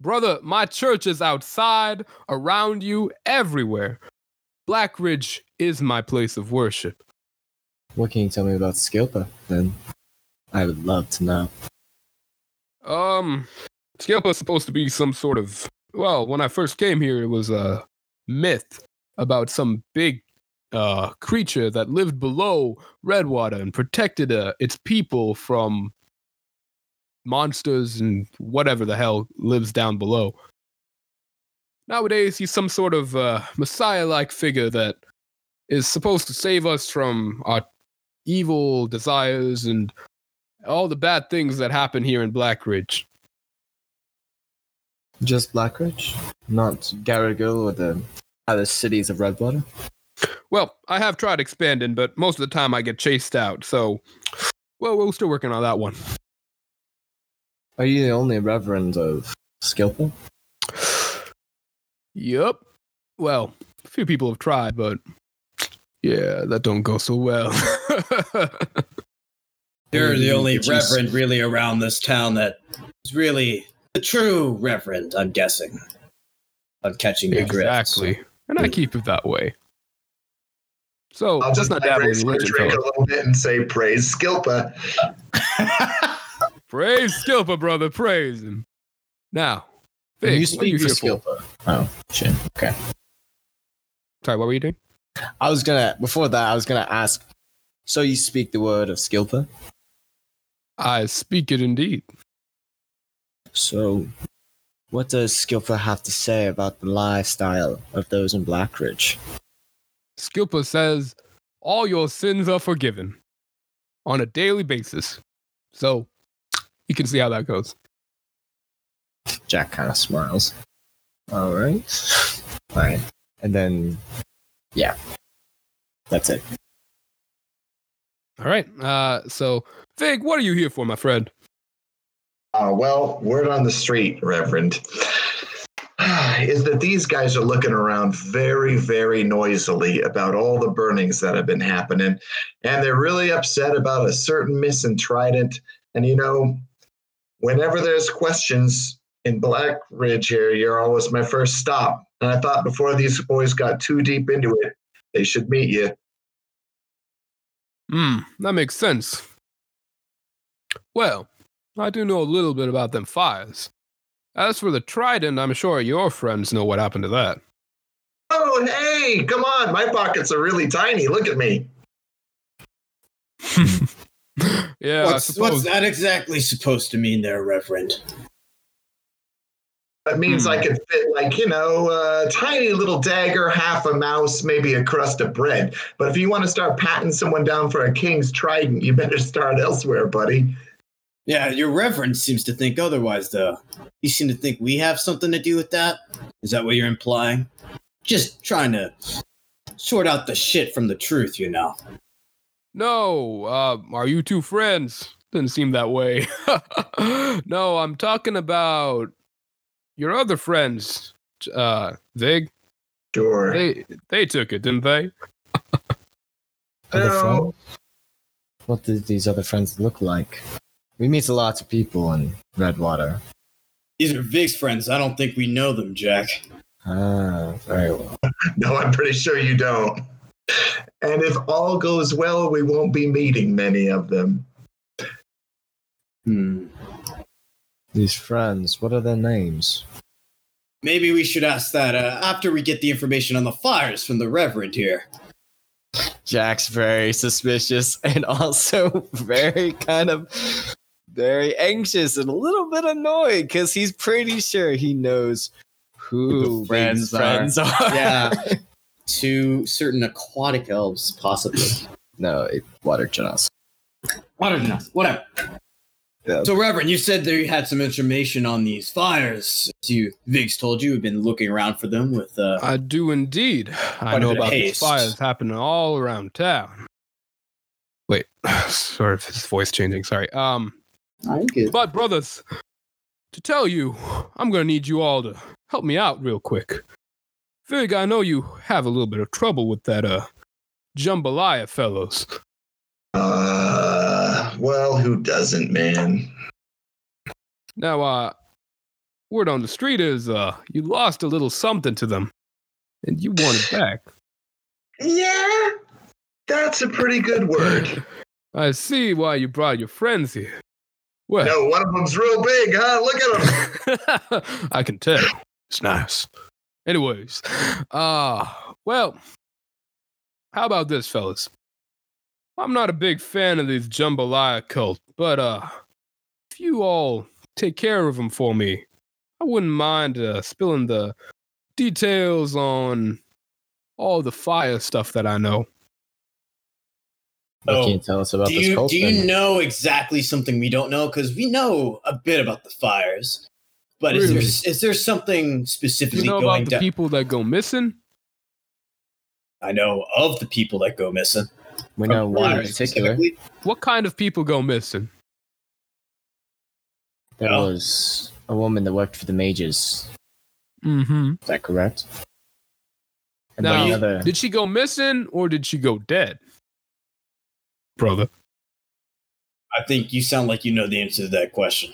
S1: Brother, my church is outside, around you, everywhere. Blackridge is my place of worship.
S2: What can you tell me about Skilpa? Then I would love to know.
S1: Um Skilpa's supposed to be some sort of well, when I first came here it was a myth about some big uh creature that lived below Redwater and protected uh, its people from monsters and whatever the hell lives down below. Nowadays he's some sort of uh, messiah-like figure that is supposed to save us from our evil desires and all the bad things that happen here in Blackridge.
S2: Just Blackridge, not Garrigal or the other cities of Redwater.
S1: Well, I have tried expanding, but most of the time I get chased out. So, well, we're still working on that one.
S2: Are you the only reverend of Skilpa?
S1: Yup. Well, a few people have tried, but yeah, that don't go so well.
S3: You're the only
S2: Which is-
S3: reverend really around this town that is really the true reverend, I'm guessing. I'm catching your drift.
S1: Exactly. And I keep it that way. So
S5: I'll
S1: let's
S5: just
S1: not dabble in
S5: raise my
S1: religion.
S5: drink a
S1: fellas.
S5: little bit and say praise Skilpa.
S1: Praise Skilpa, brother. Praise him. Now,
S2: When
S1: Fig,
S2: you
S1: what are you
S2: speak for
S1: here for?
S2: Skilpa. Oh shit. Okay.
S1: Sorry, what were you doing?
S2: I was gonna before that. I was gonna ask. So you speak the word of Skilpa.
S1: I speak it indeed.
S2: So, what does Skilpa have to say about the lifestyle of those in Blackridge?
S1: Skilpa says all your sins are forgiven on a daily basis. So you can see how that goes.
S2: Jack kind of smiles. All right. All right. And then, yeah, that's it.
S1: All right. Uh, so, Fig, what are you here for, my friend?
S5: Uh, well, word on the street, Reverend, is that these guys are looking around very, very noisily about all the burnings that have been happening. And they're really upset about a certain miss in Trident. And, you know, whenever there's questions in Black Ridge here, you're always my first stop. And I thought before these boys got too deep into it, they should meet you.
S1: Hmm, that makes sense. Well, I do know a little bit about them fires. As for the Trident, I'm sure your friends know what happened to that.
S5: Oh, hey, come on. My pockets are really tiny. Look at me.
S1: yeah, I
S3: what's, what's
S1: suppose.
S3: that exactly supposed to mean there, Reverend?
S5: That means
S1: Hmm.
S5: I could fit, like, you know, a tiny little dagger, half a mouse, maybe a crust of bread. But if you want to start patting someone down for a king's trident, you better start elsewhere, buddy.
S3: Yeah, your reverend seems to think otherwise, though. You seem to think we have something to do with that? Is that what you're implying? Just trying to sort out the shit from the truth, you know.
S1: No, uh, are you two friends? Didn't seem that way. no, I'm talking about your other friends. Uh, Vig,
S5: Sure.
S1: they they took it, didn't they?
S2: Other
S5: No.
S2: friends? What did these other friends look like? We meet a lot of people in Redwater.
S3: These are Vig's friends. I don't think we know them, Jack.
S2: Ah, very well.
S5: No, I'm pretty sure you don't. And if all goes well, we won't be meeting many of them.
S3: Hmm.
S2: These friends, what are their names?
S3: Maybe we should ask that uh, after we get the information on the fires from the Reverend here.
S2: Jack's very suspicious and also very kind of very anxious and a little bit annoyed because he's pretty sure he knows who
S8: Who the friends
S2: friends, friends are.
S8: Yeah. Two certain aquatic elves, possibly.
S2: no, it, water genos.
S3: Whatever. Whatever.
S2: Yeah.
S3: So, Reverend, you said that you had some information on these fires. As you, Vig's told you, you've been looking around for them with. Uh,
S1: I do indeed. I
S3: Quite a
S1: know
S3: bit of
S1: about these
S3: haste.
S1: fires happening all around town. Wait, sort of his voice changing. Sorry. Um,
S8: I get
S1: but brothers, to tell you, I'm gonna need you all to help me out real quick. Vig, I know you have a little bit of trouble with that uh jambalaya fellows.
S5: Uh, well, who doesn't, man?
S1: Now, uh, word on the street is uh you lost a little something to them, and you want it back.
S5: Yeah, that's a pretty good word.
S1: I see why you brought your friends here. Well.
S5: No, one of them's real big, huh? Look at him.
S1: I can tell. It's nice. Anyways, uh, well, how about this, fellas? I'm not a big fan of these jambalaya cult, but uh, if you all take care of them for me, I wouldn't mind uh, spilling the details on all the fire stuff that I know.
S2: What can
S3: oh,
S2: you tell us about
S3: do
S2: this
S3: you,
S2: cult
S3: do you
S2: thing?
S3: know exactly something we don't know? Because we know a bit about the fires. But is,
S1: Really?
S3: there, is there something
S1: You
S3: specifically
S1: know
S3: going
S1: about the
S3: down?
S1: people that go missing?
S3: I know of the people that go missing.
S2: we know one in
S3: Fires
S2: particular.
S3: specifically.
S1: What kind of people go missing?
S2: There
S3: Yeah.
S2: was a woman that worked for the mages.
S1: Mm-hmm.
S2: Is that correct? And
S1: Now,
S2: then
S1: you-
S2: another.
S1: Did she go missing or did she go dead? Brother.
S4: I think you sound like you know the answer to that question.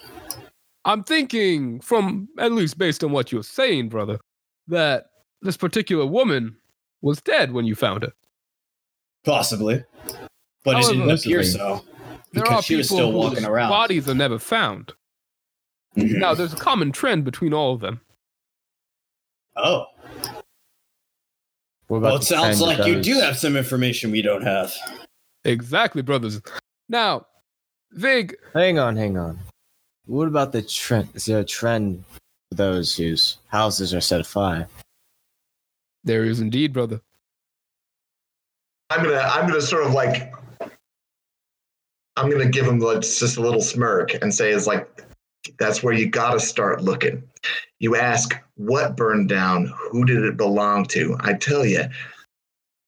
S1: I'm thinking, from at least based on what you're saying, brother, that this particular woman was dead when you found her.
S4: Possibly. But it didn't
S1: However,
S4: appear so.
S1: There
S4: Because
S1: are
S4: she
S1: people
S4: was still
S1: whose
S4: walking around.
S1: bodies are never found.
S4: Mhm.
S1: Now, there's a common trend between all of them.
S4: Oh.
S2: What about
S4: Well, it
S2: the
S4: sounds
S2: trend of
S4: like you
S2: those-
S4: do have some information we don't have.
S1: Exactly, brothers. Now, Vig,
S2: Hang on, hang on. What about the trend? Is there a trend for those whose houses are set afire?
S1: there is indeed, brother.
S5: I'm gonna I'm gonna sort of like I'm gonna give him like, just a little smirk and say it's like that's where you gotta start looking. You ask what burned down, who did it belong to? I tell you,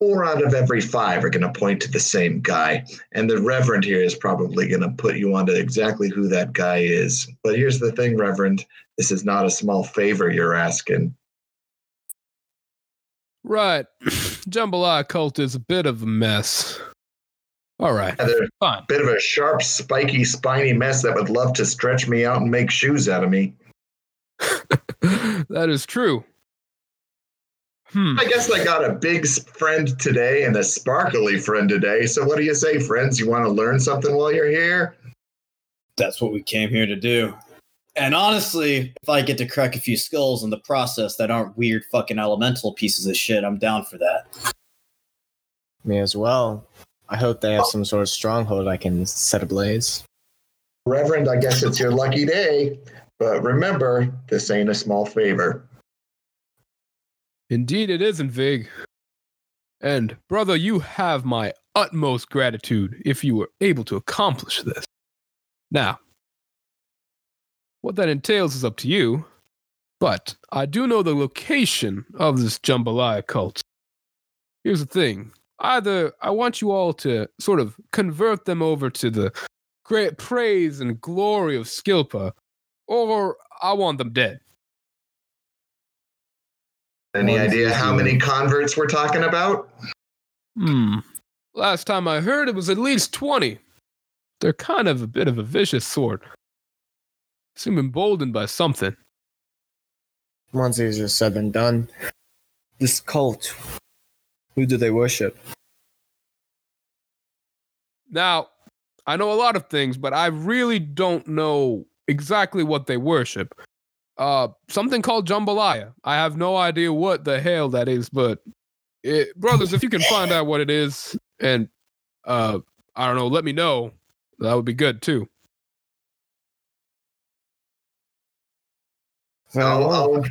S5: four out of every five are gonna point to the same guy, and the Reverend here is probably gonna put you onto exactly who that guy is. But here's the thing, Reverend, this is not a small favor you're asking.
S1: Right. Jambalaya cult is a bit of a mess. All right.
S5: Heather,
S1: Fine.
S5: bit of a sharp, spiky, spiny mess that would love to stretch me out and make shoes out of me.
S1: that is true. Hmm.
S5: I guess I got a big s- friend today and a sparkly friend today. So what do you say, friends? You want to learn something while you're here?
S4: That's what we came here to do. And honestly, if I get to crack a few skulls in the process that aren't weird fucking elemental pieces of shit, I'm down for that.
S2: Me as well. I hope they have some sort of stronghold I can set ablaze.
S5: Reverend, I guess it's your lucky day. But remember, this ain't a small favor.
S1: Indeed, it isn't, Vig. And, brother, you have my utmost gratitude if you were able to accomplish this. Now, what that entails is up to you, but I do know the location of this jambalaya cult. Here's the thing either I want you all to sort of convert them over to the great praise and glory of Skilpa, or I want them dead.
S5: Any
S2: Well, this
S5: idea
S2: is
S5: how
S2: you.
S5: many converts we're talking about?
S1: Hmm. Last time I heard, it was at least 20. They're kind of a bit of a vicious sort. Seem emboldened by something.
S2: Once easier said than done. This cult, who do they worship?
S1: Now, I know a lot of things, but I really don't know exactly what they worship. Uh, something called jambalaya. I have no idea what the hell that is, but it, brothers, if you can find out what it is, and uh, I don't know, let me know. That would be good too.
S5: I'll,
S2: Well,
S5: I'll,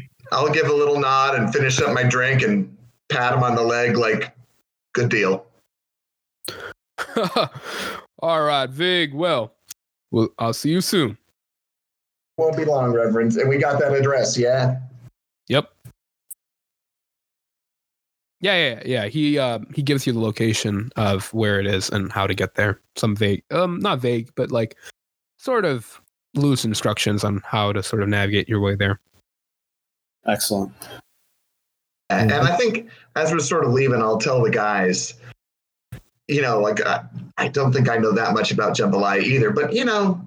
S5: I'll give a little nod and finish up my drink and pat him on the leg like, good deal.
S1: All right, Vig. Well, well, I'll see you soon.
S5: Won't be long, Reverends. And we got that address, yeah?
S1: Yep. Yeah, yeah, yeah. He uh, he gives you the location of where it is and how to get there. Some vague, um, not vague, but like sort of loose instructions on how to sort of navigate your way there.
S4: Excellent.
S2: Mm-hmm.
S5: And I think as we're sort of leaving, I'll tell the guys, you know, like I, I don't think I know that much about jambalaya either, but you know,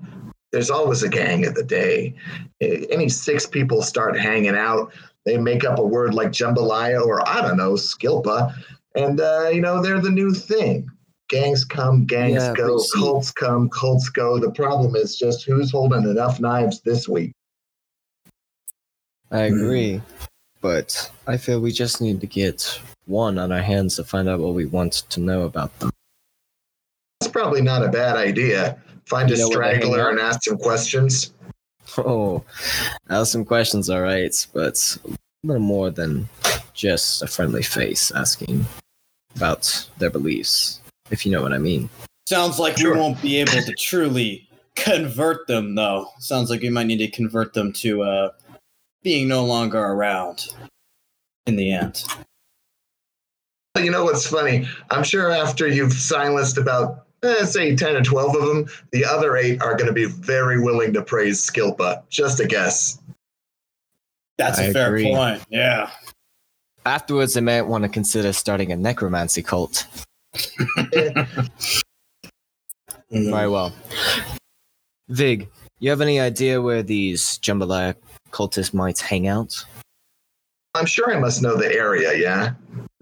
S5: there's always a gang of the day. Eh, Any six people start hanging out, they make up a word like jambalaya or I don't know, skilpa, and uh, you know, they're the new thing. Gangs come, gangs
S2: Yeah,
S5: go,
S2: but see-
S5: cults come, cults go. The problem is just who's holding enough knives this week.
S2: I agree, but I feel we just need to get one on our hands to find out what we want to know about them.
S5: That's probably not a bad idea. Find
S2: You
S5: a
S2: know where they hang
S5: straggler
S2: out?
S5: and ask some questions.
S2: Oh, I have some questions, all right, but a little more than just a friendly face asking about their beliefs, if you know what I mean.
S4: Sounds like
S5: Sure.
S4: we won't be able to truly convert them, though. Sounds like we might need to convert them to uh, being no longer around in the end.
S5: But you know what's funny? I'm sure after you've silenced about, eh, say, 10 or 12 of them, the other eight are going to be very willing to praise Skilpa. Just a guess.
S4: That's a
S2: I
S4: fair
S2: agree.
S4: point. Yeah.
S2: Afterwards, they might want to consider starting a necromancy cult.
S5: Eh,
S3: Mm-hmm.
S2: Very well. Vig, you have any idea where these jambalaya cultist mites hang out?
S5: I'm sure I must know the area, yeah?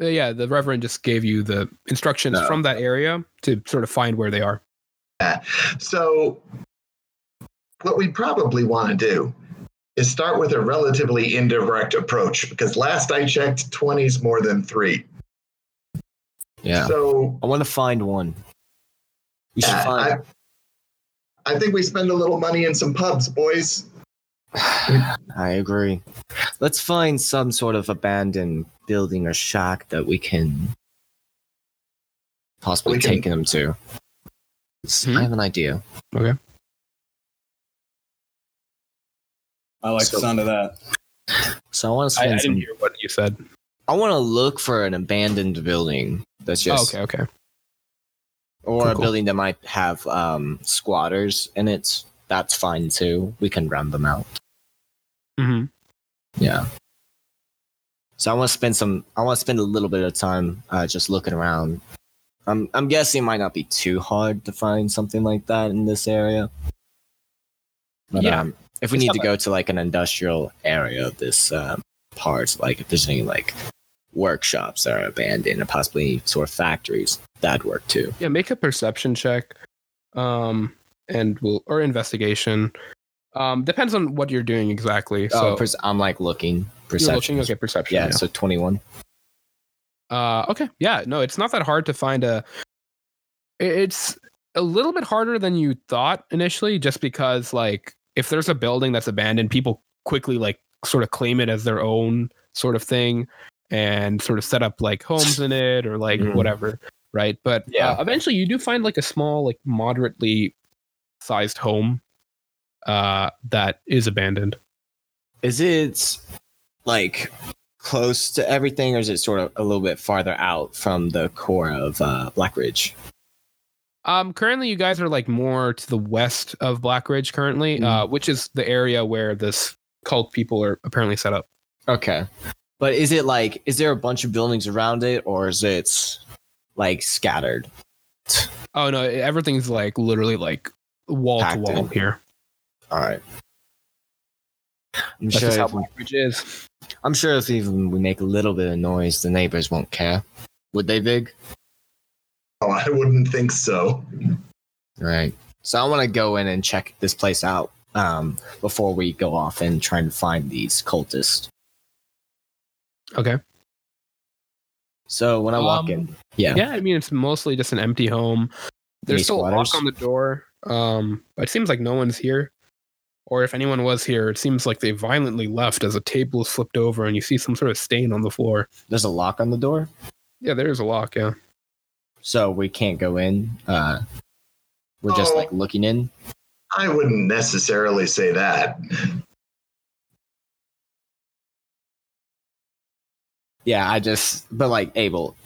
S1: Uh, yeah, the Reverend just gave you the instructions
S5: No.
S1: from that area to sort of find where they are.
S5: So, what we probably want to do is start with a relatively indirect approach because last I checked, 20 is more than three.
S2: Yeah.
S5: So,
S2: I want to find one. We should
S5: yeah,
S2: find.
S5: I, I think we spend a little money in some pubs, boys.
S2: I agree. Let's find some sort of abandoned building or shack that we can possibly
S5: We can-
S2: take them to. S-
S1: Hmm?
S2: I have an idea.
S4: I like
S2: So-
S4: the sound of that.
S2: So I want to
S1: I, I
S2: spend.
S1: didn't
S2: some,
S1: hear what you said.
S2: I want to look for an abandoned building that's just,
S1: Oh, okay, okay.
S2: or
S1: Cool,
S2: a
S1: cool.
S2: building that might have um, squatters in it. That's fine too. We can round them out.
S1: hmm
S2: Yeah. So I want to spend some. I want to spend a little bit of time uh, just looking around. I'm I'm guessing it might not be too hard to find something like that in this area. But
S1: Yeah.
S2: um, if we
S1: It's
S2: need
S1: not
S2: to go to like an industrial area of this um, part, like if there's any like workshops that are abandoned or possibly sort of factories, that'd work too.
S1: Yeah, make a perception check, um, and we'll or investigation. Um, depends on what you're doing exactly. So
S2: oh, pers- I'm like looking
S1: you're
S2: perception.
S1: looking. Okay, perception.
S2: yeah, so 21.
S1: Uh, okay. Yeah. No, it's not that hard to find a. i- It's a little bit harder than you thought initially, just because like if there's a building that's abandoned, people quickly like sort of claim it as their own sort of thing, and sort of set up like homes in it or like
S2: Mm.
S1: whatever, right? But yeah,
S2: Yeah.
S1: eventually you do find like a small, like moderately sized home uh that is abandoned
S2: Is it like close to everything, or is it sort of a little bit farther out from the core of uh, Blackridge?
S1: Um, currently, you guys are like more to the west of Blackridge currently, uh,
S2: Mm-hmm.
S1: which is the area where this cult people are apparently set up.
S2: Okay, but is it like is there a bunch of buildings around it, or is it like scattered?
S1: Oh no, everything's like literally like wall to
S2: Packed
S1: wall
S2: in.
S1: here.
S2: All right. I'm
S1: That's
S2: sure,
S1: just how
S2: if,
S1: Blackridge is.
S2: I'm sure if even we make a little bit of noise, the neighbors won't care. Would they, Big?
S5: Oh, I wouldn't think so.
S2: Right. So I want to go in and check this place out um, before we go off and try and find these cultists.
S1: Okay.
S2: So when I walk
S1: Um,
S2: in,
S1: Yeah.
S2: yeah,
S1: I mean it's mostly just an empty home. There's
S2: Any
S1: still a
S2: squatters?
S1: lock on the door. Um, but it seems like no one's here. Or if anyone was here, it seems like they violently left as a table is flipped over and you see some sort of stain on the floor.
S2: there's a lock on the door,
S1: Yeah, there's a lock. Yeah.
S2: so we can't go in. Uh, we're just
S5: Oh.
S2: like looking in.
S5: I wouldn't necessarily say that.
S2: Yeah, I just, but like Abel,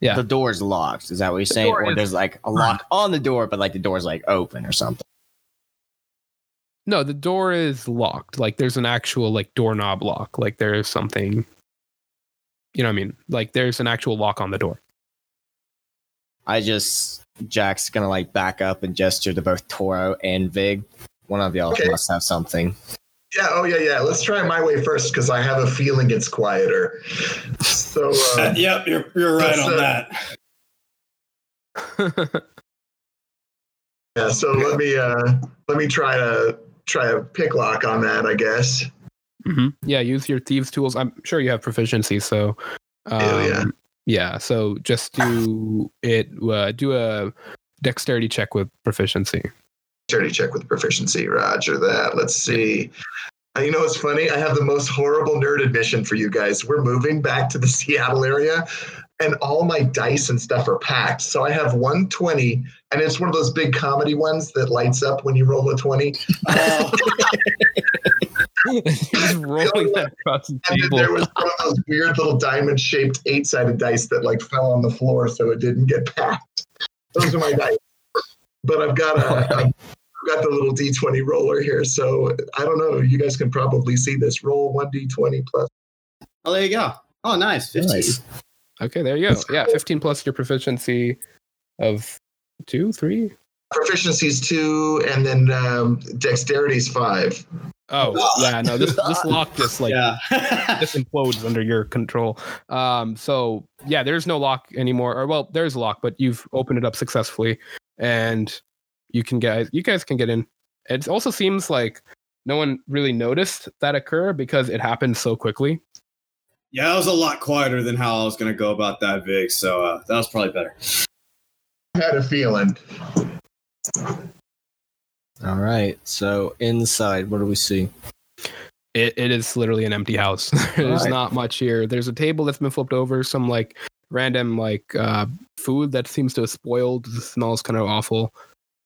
S1: Yeah.
S2: the door's locked. Is that what you're saying?
S1: door
S2: Or
S1: is-
S2: there's like a lock on the door, but like the door's like open or something.
S1: No, the door is locked. Like there's an actual like doorknob lock. Like there's something. You know what I mean? Like there's an actual lock on the door.
S2: I just, Jack's gonna like back up and gesture to both Toro and Vig. One of y'all
S5: Okay.
S2: must have something.
S5: Yeah, oh, yeah, yeah. Let's try my way first because I have a feeling it's quieter. So, uh,
S4: yep, you're, you're right
S5: that's,
S4: on
S5: uh,
S4: that.
S5: Mm-hmm. yeah, so let me uh, let me try to try a pick lock on that, I guess.
S1: hmm Yeah, use your thieves tools. I'm sure you have proficiency, so um,
S5: Hell yeah.
S1: yeah, So just do it. Uh, do a dexterity check with proficiency.
S5: Dirty check with proficiency. Roger that. Let's see. Uh, You know what's funny? I have the most horrible nerd admission for you guys. We're moving back to the Seattle area, and all my dice and stuff are packed. So I have 120, and it's one of those big comedy ones that lights up when you roll a 20.
S4: Oh,
S1: He's rolling that across the
S5: And then
S1: table.
S5: there was one of those weird little diamond shaped eight sided dice that like fell on the floor so it didn't get packed. Those are my dice. But I've got a, I've got the little d20 roller here. So I don't know. You guys can probably see this. Roll 1d20 plus.
S3: Oh, there you go. Oh, nice. 15.
S2: Nice.
S1: Okay, there you go. Yeah, 15 plus your proficiency of two, three.
S5: proficiency's two, and then um, dexterity's five.
S1: Oh yeah, no, this this lock just like
S3: yeah.
S1: this implodes under your control. Um, so yeah, there's no lock anymore. Or well, there's a lock, but you've opened it up successfully, and you can guys you guys can get in. It also seems like no one really noticed that occur because it happened so quickly.
S6: Yeah, it was a lot quieter than how I was gonna go about that, Vic. So uh, that was probably better.
S5: Had a feeling.
S2: All right. So inside, what do we see?
S1: It, it is literally an empty house. There's
S2: Alright.
S1: not much here. There's a table that's been flipped over. Some like random like uh, food that seems to have spoiled. The smells kind of awful.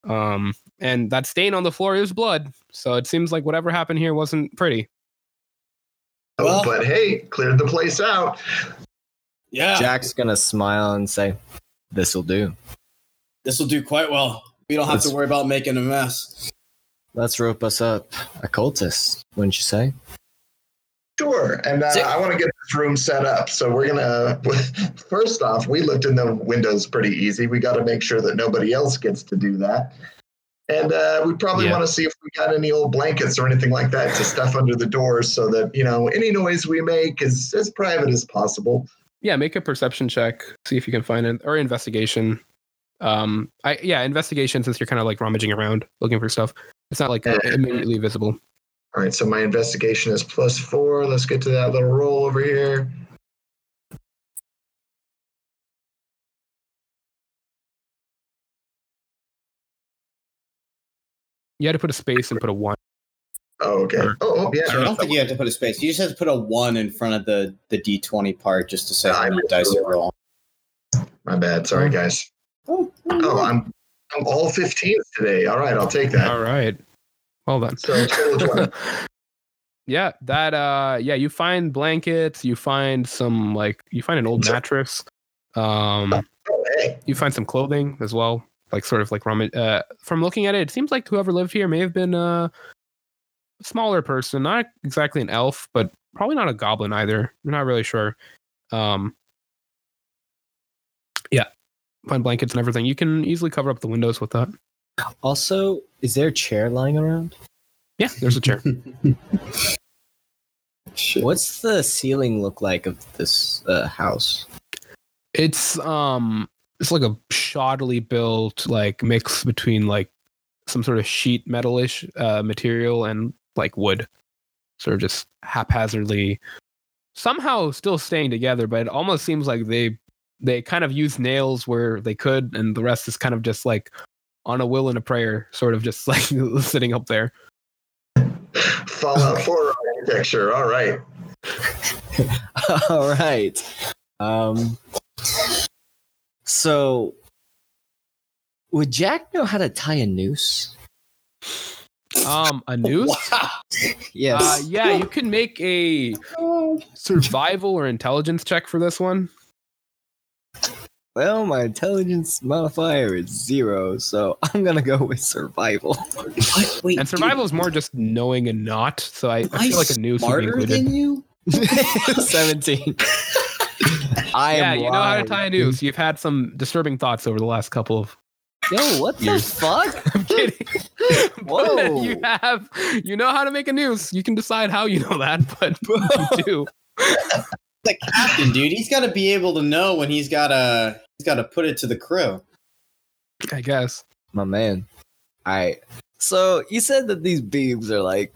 S1: Um, and that stain on the floor is blood. So it seems like whatever happened here wasn't pretty.
S5: Oh, but hey, cleared the place out.
S4: Yeah,
S2: Jack's gonna smile and say, "This'll do.
S4: this will do quite well. We don't have to worry about making a mess.
S2: Let's rope us up a cultist, wouldn't you say?"
S5: Sure, and uh, I want to get this room set up. So we're gonna. First off, we looked in the windows pretty easy. We got to make sure that nobody else gets to do that. And uh, we probably
S1: Yeah.
S5: want to see if we got any old blankets or anything like that to stuff under the doors, so that you know any noise we make is as private as possible.
S1: Yeah, make a perception check. See if you can find it or investigation. Um, I yeah, investigation since you're kind of like rummaging around looking for stuff. It's not like
S5: Yeah.
S1: immediately visible.
S5: All right, so my investigation is plus four. Let's get to that little roll over here.
S1: You had to put a space and put a one.
S5: Oh, okay. Oh, oh yeah.
S3: I don't think you have to put a space. You just have to put a one in front of the the d twenty part just to say how
S5: I
S3: many dice you roll.
S5: My bad. Sorry, guys. Oh, I'm I'm all 15s today. All right, I'll take that.
S1: All right. Well done.
S5: So total 20.
S1: yeah that uh yeah you find blankets you find some like you find an old
S5: So-
S1: mattress um
S5: Oh, hey,
S1: you find some clothing as well like sort of like rummage uh from looking at it it seems like whoever lived here may have been uh, a smaller person not exactly an elf but probably not a goblin either you're not really sure um yeah find blankets and everything you can easily cover up the windows with that
S2: Also, is there a chair lying around?
S1: yeah there's a chair
S2: What's the ceiling look like of this uh, house?
S1: It's um it's like a shoddily built like mix between like some sort of sheet metalish uh material and like wood. Sort of just haphazardly somehow still staying together, but it almost seems like they they kind of use nails where they could and the rest is kind of just like on a will and a prayer, sort of just like sitting up there.
S5: Fallout 4 architecture. All right.
S2: All right. Um. So, would Jack know how to tie a noose?
S1: Um a noose?
S2: Yes.
S1: Uh, yeah, you can make a
S3: Oh,
S1: survival or intelligence check for this one.
S2: Well, my intelligence modifier is zero, so I'm gonna go with survival.
S3: What? Wait,
S1: And survival is more just knowing and not. So I, I feel like a noose would be
S3: smarter
S1: included.
S3: than you?
S2: 17. I
S1: Yeah,
S2: am
S1: you know how to
S2: lying.
S1: tie a noose. You've had some disturbing thoughts over the last couple of.
S2: Yo, what the
S1: Years.
S2: fuck?
S1: I'm kidding.
S2: Whoa.
S1: But you have. You know how to make a noose. You can decide how you know that, but you do.
S3: The captain, dude. He's got to be able to know when he's got to he's got to put it to the crew.
S1: I guess.
S2: My man. Alright. So you said that these beams are like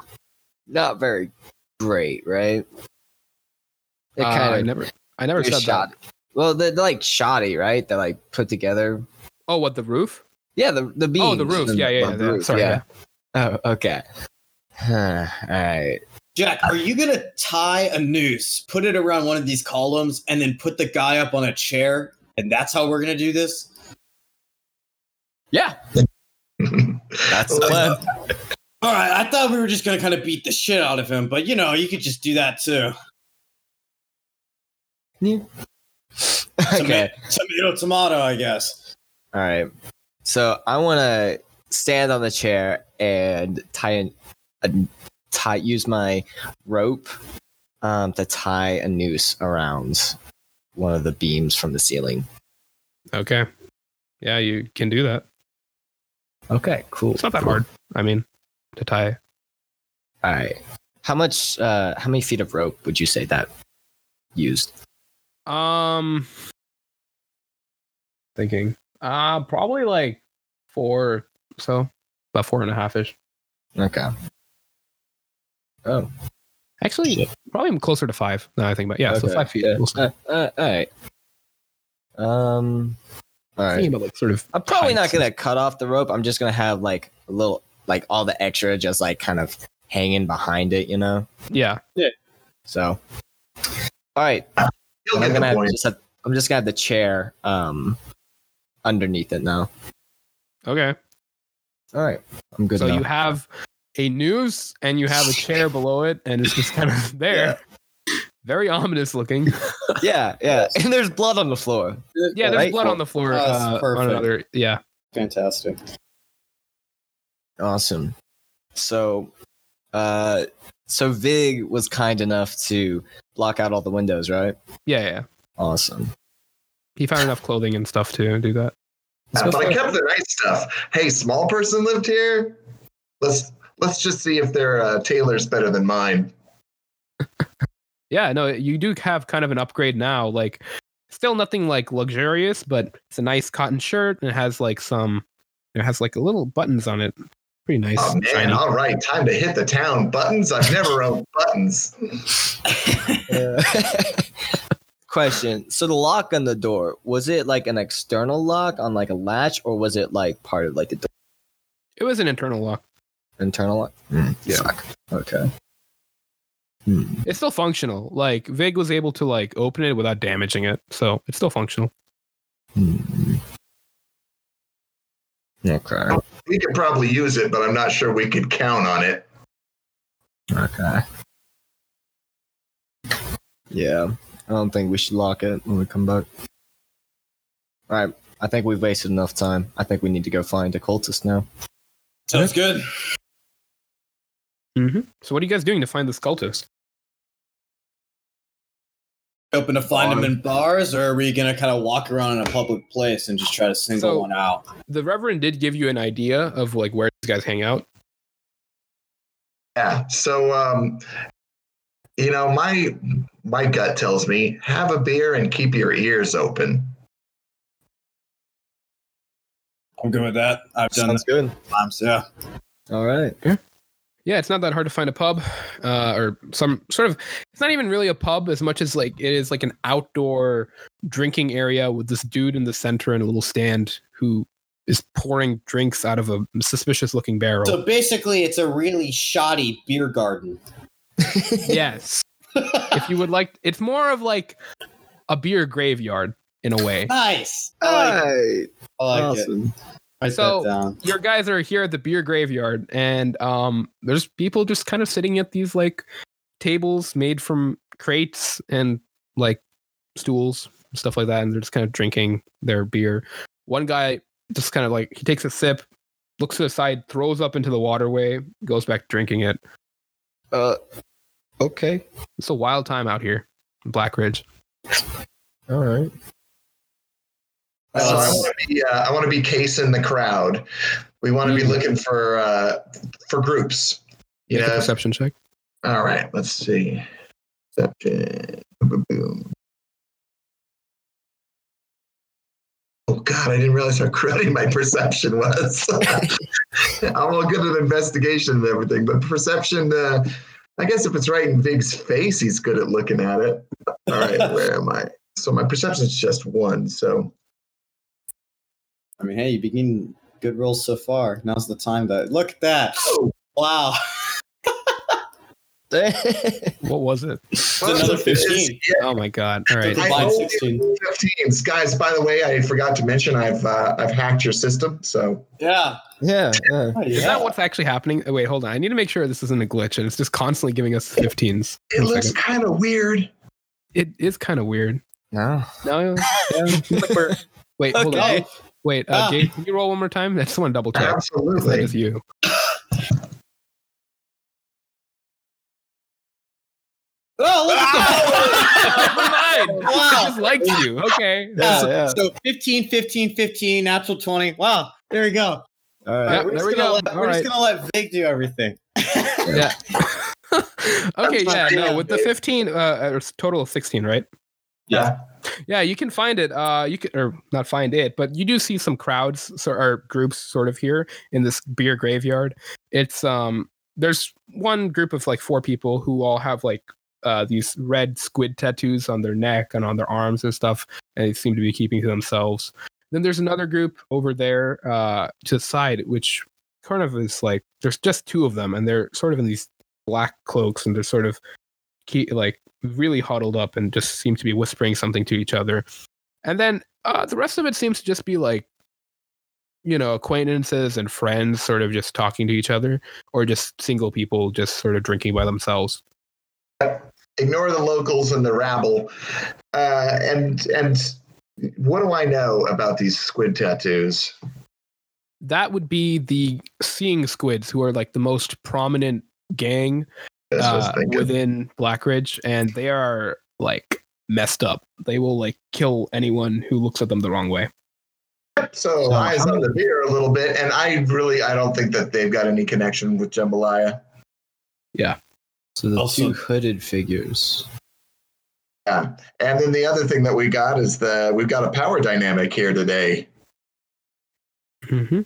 S2: not very great, right? They're
S1: Uh, I
S2: kind of
S1: never. I never
S2: they're
S1: said
S2: shoddy.
S1: that.
S2: Well, they're like shoddy, right? They're like put together.
S1: Oh, what the roof?
S2: Yeah, the the beams.
S1: Oh, the roof. Yeah, yeah, yeah.
S2: the
S1: yeah.
S2: roof,
S1: Sorry. Yeah.
S2: Oh, okay. Huh, all right.
S3: Jack, are you gonna tie a noose, put it around one of these columns, and then put the guy up on a chair? And that's how we're gonna do this.
S2: Yeah, that's the plan.
S3: All right, I thought we were just gonna kind of beat the shit out of him, but you know, you could just do that too.
S2: Okay.
S3: Tomato, tomato, I guess.
S2: All right. So I want to stand on the chair and tie an, a tie. Use my rope um, to tie a noose around one of the beams from the ceiling.
S1: Okay. Yeah, you can do that.
S2: Okay, cool.
S1: It's not that hard. I mean, to tie.
S2: All right. How much? Uh, how many feet of rope would you say that used?
S1: Um, thinking. Uh, probably like four or so, about four and a half ish.
S2: Okay. Oh,
S1: Actually,
S2: Shit.
S1: probably closer to five. Now that I think about it. yeah, so
S2: Okay,
S1: five feet.
S2: yeah.
S1: We'll see.
S2: Uh, uh, all right. Um. All right.
S1: Thinking about like sort of.
S2: I'm probably not
S1: heights.
S2: gonna cut off the rope. I'm just gonna have like a little, like all the extra, just like kind of hanging behind it, you know.
S1: Yeah,
S2: So, all right,
S5: You'll
S2: and I'm
S5: get
S2: gonna
S5: the
S2: have
S5: point.
S2: just have, I'm just gonna have the chair um underneath it now.
S1: okay.
S2: All right, I'm good.
S1: so
S2: now.
S1: you have a noose and you have a chair below it, and it's just kind of there. Very ominous looking.
S2: yeah, yeah, and there's blood on the floor.
S1: Yeah, there's
S2: Right.
S1: blood on the floor.
S3: Oh, that's
S1: uh, on
S3: perfect.
S1: another- yeah.
S3: Fantastic.
S2: Awesome. So, uh, so Vig was kind enough to block out all the windows, right?
S1: yeah, yeah.
S2: Awesome.
S1: He found enough clothing and stuff to do that.
S5: Yeah,
S1: So
S5: but I
S1: far-
S5: kept the nice stuff. Hey, small person lived here. Let's let's just see if their uh, tailor's better than mine.
S1: Yeah, no, you do have kind of an upgrade now. Like, still nothing like luxurious, but it's a nice cotton shirt and it has like some, it has like little buttons on it. Pretty nice.
S5: Oh man!
S1: shiny.
S5: All right, time to hit the town. Buttons. I've never owned buttons.
S2: Question. So the lock on the door, was it like an external lock on like a latch or was it like part of like the door-
S1: It was an internal lock.
S2: internal lock?
S1: Yeah.
S2: Fuck. Okay. Hmm.
S1: It's still functional. Like, Vig was able to like open it without damaging it. So it's still functional.
S2: Hmm. Okay.
S5: We could probably use it, but I'm not sure we could count on it.
S2: Okay. Yeah. I don't think we should lock it when we come back. All right. I think we've wasted enough time. I think we need to go find a cultist now.
S3: Sounds good.
S1: So, what are you guys doing to find this cultist?
S3: Open to find them in bars, or are we gonna kind of walk around in a public place and just try to single
S1: So-
S3: one out?
S1: The Reverend did give you an idea of like where these guys hang out.
S5: Yeah. So, um, you know, my my gut tells me have a beer and keep your ears open.
S3: I'm good with that. I've done
S2: Sounds good.
S3: that times. Yeah.
S2: All right.
S1: Yeah, it's not that hard to find a pub, uh, or some sort of. It's not even really a pub as much as like it is like an outdoor drinking area with this dude in the center and a little stand who is pouring drinks out of a suspicious looking barrel.
S3: So basically, it's a really shoddy beer garden.
S1: yes, if you would like, it's more of like a beer graveyard in a way.
S3: nice. I like it. I like it.
S2: awesome.
S3: Write
S1: So-
S3: that down.
S1: Your guys are here at the beer graveyard, and um, there's people just kind of sitting at these like tables made from crates and like stools and stuff like that, and they're just kind of drinking their beer. One guy just kind of like he takes a sip, looks to the side, throws up into the waterway, goes back drinking it.
S2: Uh, okay.
S1: It's a wild time out here, in Black Ridge.
S2: All right.
S3: Oh,
S5: So I
S2: Uh,
S5: want to be uh, I want to be casing the crowd. We want to be looking for uh, for groups. You
S1: Make a
S5: know,
S1: perception check.
S5: All right, let's see. Perception. Boom, boom. Oh God, I didn't realize how cruddy my perception was. I'm all good at investigation and everything, but perception. Uh, I guess if it's right in Vig's face, he's good at looking at it. All right, where am I? So my perception's just one. So
S3: I mean, hey, you begin good rolls so far. Now's the time to look at that. Wow.
S1: What was it?
S3: another
S5: It's-
S3: 15.
S5: yeah,
S1: Oh my god! All right,
S5: I
S3: Combined
S5: owe
S3: 16.
S5: you 15s. Guys, by the way, I forgot to mention I've uh, I've hacked your system. So
S3: Yeah.
S2: yeah. yeah.
S3: Oh,
S1: is
S3: yeah.
S1: that what's actually happening? Oh, wait, hold on. I need to make sure this isn't a glitch, and it's just constantly giving us 15s.
S5: it
S1: One
S5: looks
S1: second.
S5: kind of weird.
S1: It is kind of weird.
S2: No.
S1: No, yeah, it's like we're- wait, hold on.
S3: Okay.
S1: Wait, uh,
S3: Ah.
S1: Gabe, can you roll one more time? I just want to double check. It's not
S5: Absolutely.
S1: just you.
S3: Oh, look at
S1: Never mind.
S3: the
S1: I
S3: Ah! Wow.
S1: just liked you. Okay.
S3: Yeah,
S2: Yeah,
S3: So 15, 15, 15, natural 20. Wow. There you go. All right.
S1: Yeah,
S3: we're
S1: there
S3: just
S1: we
S3: gonna
S1: go.
S3: let-
S1: All
S3: we're
S1: right.
S3: just gonna let Vic do everything.
S1: yeah. okay, yeah, no, with the
S5: Yeah.
S1: 15, uh, it's a total of 16, right?
S5: Yeah.
S1: Yeah, you can find it. Uh, you can or not find it, but you do see some crowds so, or groups sort of here in this beer graveyard. It's um, there's one group of like four people who all have like uh these red squid tattoos on their neck and on their arms and stuff, and they seem to be keeping to themselves. Then there's another group over there uh to the side, which kind of is like there's just two of them, and they're sort of in these black cloaks, and they're sort of keep like really huddled up and just seem to be whispering something to each other. And then uh, the rest of it seems to just be like, you know, acquaintances and friends sort of just talking to each other or just single people just sort of drinking by themselves.
S5: Ignore the locals and the rabble. Uh, and and what do I know about these squid tattoos?
S1: That would be the seeing squids who are like the most prominent gang
S5: That's what I was
S1: uh,
S5: thinking.
S1: within Blackridge and they are like messed up. They will like kill anyone who looks at them the wrong way.
S5: So,
S2: So
S5: eyes
S2: how
S5: on the beer a little bit, and I really I don't think that they've got any connection with jambalaya.
S2: So the
S6: Also-
S2: two hooded figures.
S5: Yeah, and then the other thing that we got is the we've got a power dynamic here today.
S1: Mm-hmm.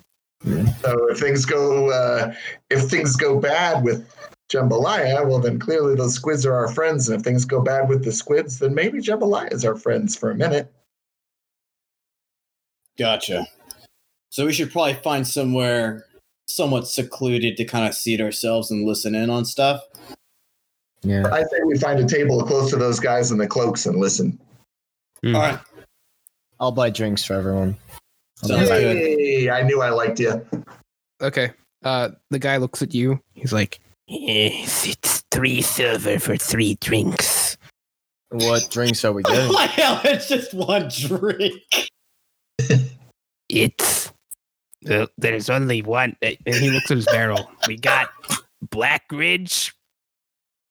S5: So if things go uh, if things go bad with jambalaya, well then clearly those squids are our friends, and if things go bad with the squids, then maybe jambalaya is our friends for a minute.
S3: Gotcha. So we should probably find somewhere somewhat secluded to kind of seat ourselves and listen in on stuff.
S2: Yeah.
S5: I think we find a table close to those guys in the cloaks and listen.
S3: All right.
S2: I'll buy drinks for everyone. I'll
S3: Sounds
S2: buy-
S3: good.
S5: Hey, I knew I liked you.
S1: Okay. Uh, the guy looks at you. He's like,
S9: Yes, it's three silver for three drinks.
S2: What drinks are we getting?
S3: What hell? It's just one drink.
S9: It's
S10: Well, there's only one. uh,
S1: and he looks at his barrel.
S10: We got Black Ridge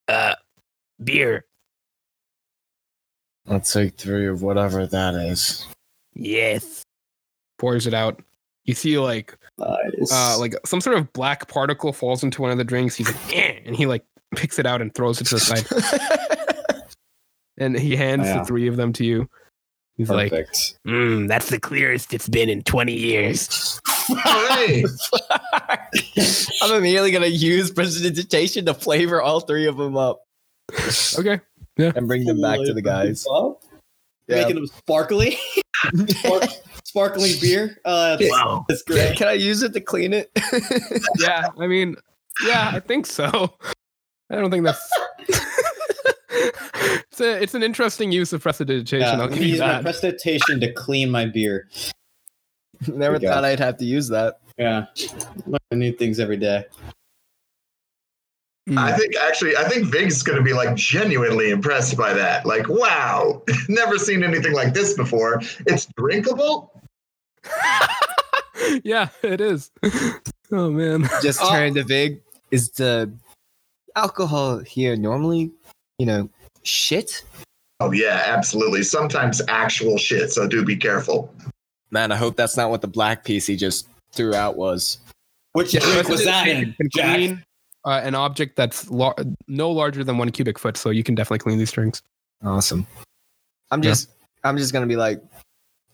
S10: uh, beer.
S2: I'll take three of whatever that is.
S10: Yes.
S1: pours it out. You see like uh like some sort of black particle falls into one of the drinks. He's like, "Eh," and he like picks it out and throws it to the side. and he hands
S6: Yeah.
S1: the three of them to you. He's like,
S6: Perfect.
S10: Mm, that's the clearest it's been in 20 years.
S5: Hey,
S2: I'm immediately gonna use prestidigitation to flavor all three of them up
S1: okay.
S2: and bring them back to the guys.
S3: Well,
S2: Yeah.
S3: Making them sparkly. Spark- sparkling beer. Uh, that's,
S10: Wow.
S3: that's
S2: Can
S3: great.
S2: can I use it to clean it?
S1: Yeah, I mean, yeah, I think so. I don't think that's. it's, a, it's an interesting use of prestidigitation.
S3: Yeah,
S1: I'll
S3: I'm
S1: give
S3: gonna
S1: you
S3: use my
S1: that.
S3: prestidigitation to clean my beer.
S2: Never
S3: There you
S2: thought I'd have to use that.
S3: Yeah, learning new things every day.
S1: Mm.
S5: I think actually I think Vig's gonna be like genuinely impressed by that. Like, wow, never seen anything like this before. It's drinkable.
S1: yeah, it is. oh man.
S2: Just
S3: Oh.
S2: turn to Vig. Is the alcohol here normally, you know, shit?
S5: Oh yeah, absolutely. Sometimes actual shit, so do be careful.
S2: Man, I hope that's not what the black piece he just threw out was.
S3: Which drink was that in,
S1: can
S3: Jack?
S1: clean uh, an object that's lar- no larger than one cubic foot, so you can definitely clean these drinks.
S2: Awesome. I'm
S1: Yeah.
S2: just I'm just gonna be like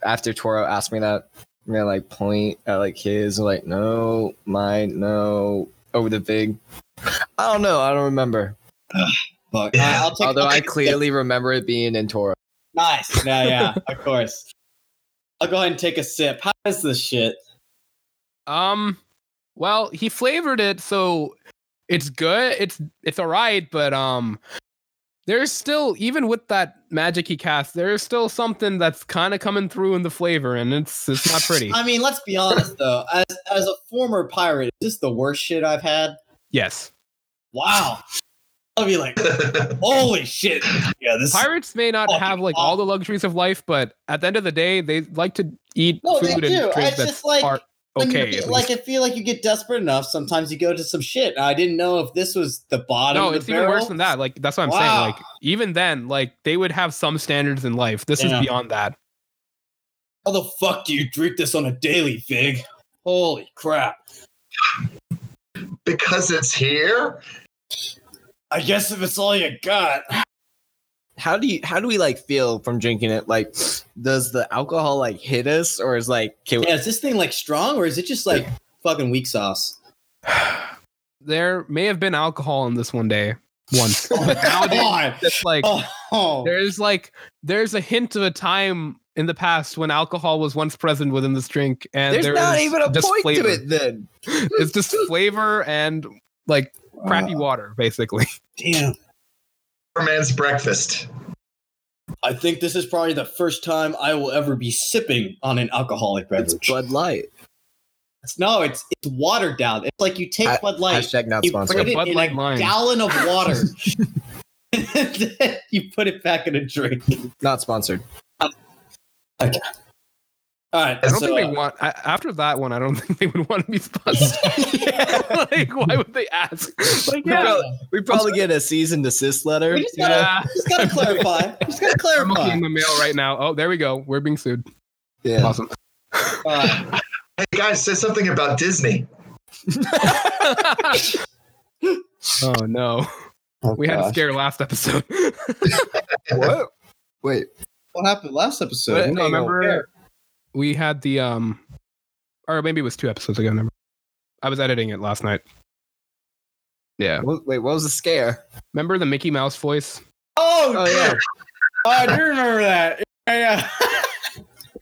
S2: after Toro asked me that, I'm gonna like point at like his like no, mine, no, over the big. I don't know, I don't remember.
S3: Fuck. Uh, I'll take,
S2: Although
S3: I'll
S2: I
S3: take-
S2: clearly remember it being in Toro.
S3: Nice. Yeah, yeah, of course. I'll go ahead and take a sip. How is this shit?
S1: Um, well, he flavored it, so it's good. It's it's all right, but um, there's still even with that magic he cast, there's still something that's kind of coming through in the flavor, and it's it's not pretty.
S3: I mean, let's be honest though. As as a former pirate, is this the worst shit I've had?
S1: yes,
S3: Wow. I'll be like, holy shit. Yeah, this.
S1: pirates may not
S3: Fucking
S1: have like all the luxuries of life, but at the end of the day, they like to eat
S3: No, they
S1: food
S3: do.
S1: and drink
S3: It's
S1: that's
S3: just like
S1: are
S3: when you
S1: okay.
S3: get-
S1: at
S3: like
S1: least.
S3: I feel like you get desperate enough. Sometimes you go to some shit. I didn't know if this was the bottom.
S1: No,
S3: of the
S1: it's even
S3: barrel.
S1: worse than that. Like that's what I'm
S3: Wow.
S1: saying. Like even then, like they would have some standards in life. This
S3: Yeah.
S1: is beyond that.
S3: How the fuck do you drink this on a daily, Fig? Holy crap.
S5: Because it's here?
S3: I guess if it's all you got.
S2: How do you how do we like feel from drinking it? Like, does the alcohol like hit us, or is like can we,
S3: Yeah, is this thing like strong or is it just like fucking weak sauce?
S1: There may have been alcohol in this one day. Once.
S2: Oh,
S1: That's like
S3: Oh,
S1: there's like there's a hint of a time in the past when alcohol was once present within this drink and
S2: there's
S1: there
S2: not
S1: is
S2: even a
S1: just
S2: point
S1: flavor.
S2: to it then?
S1: It's just flavor and like crappy
S2: Uh,
S1: water, basically.
S3: damn.
S5: Poor man's breakfast.
S3: I think this is probably the first time I will ever be sipping on an alcoholic
S2: It's
S3: beverage.
S2: Bud Light.
S3: no, it's it's watered down. It's like you take
S2: Ha-
S3: Bud Light,
S2: Hashtag not
S3: you
S2: sponsored.
S3: put it
S1: Bud
S3: in
S1: Light
S3: a
S1: lime.
S3: gallon of water, and then you put it back in a drink.
S2: Not sponsored.
S3: All right,
S1: I don't
S3: so,
S1: think they
S3: uh,
S1: want I, after that one. I don't think they would want to be sponsored. like, why would they ask? Like,
S2: We,
S1: yeah,
S2: probably, we probably get a cease and desist letter.
S3: we just gotta,
S1: yeah.
S3: just gotta clarify. We just gotta
S1: I'm looking
S3: clarify.
S1: in the mail right now. Oh, there we go. We're being sued.
S2: Yeah.
S1: Awesome.
S3: All right.
S5: Hey guys, say something about Disney.
S1: oh no,
S3: Oh,
S1: we had a
S2: gosh.
S1: scare last episode.
S2: What? Wait.
S3: What happened last episode?
S2: What?
S1: No,
S2: Hang on.
S1: remember we had the um, or maybe it was two episodes ago. Remember, I was editing it last night. Yeah,
S2: What- Wait. What was the scare?
S1: remember the Mickey Mouse voice?
S3: Oh,
S2: Oh yeah,
S3: oh, I do remember that. Yeah, yeah.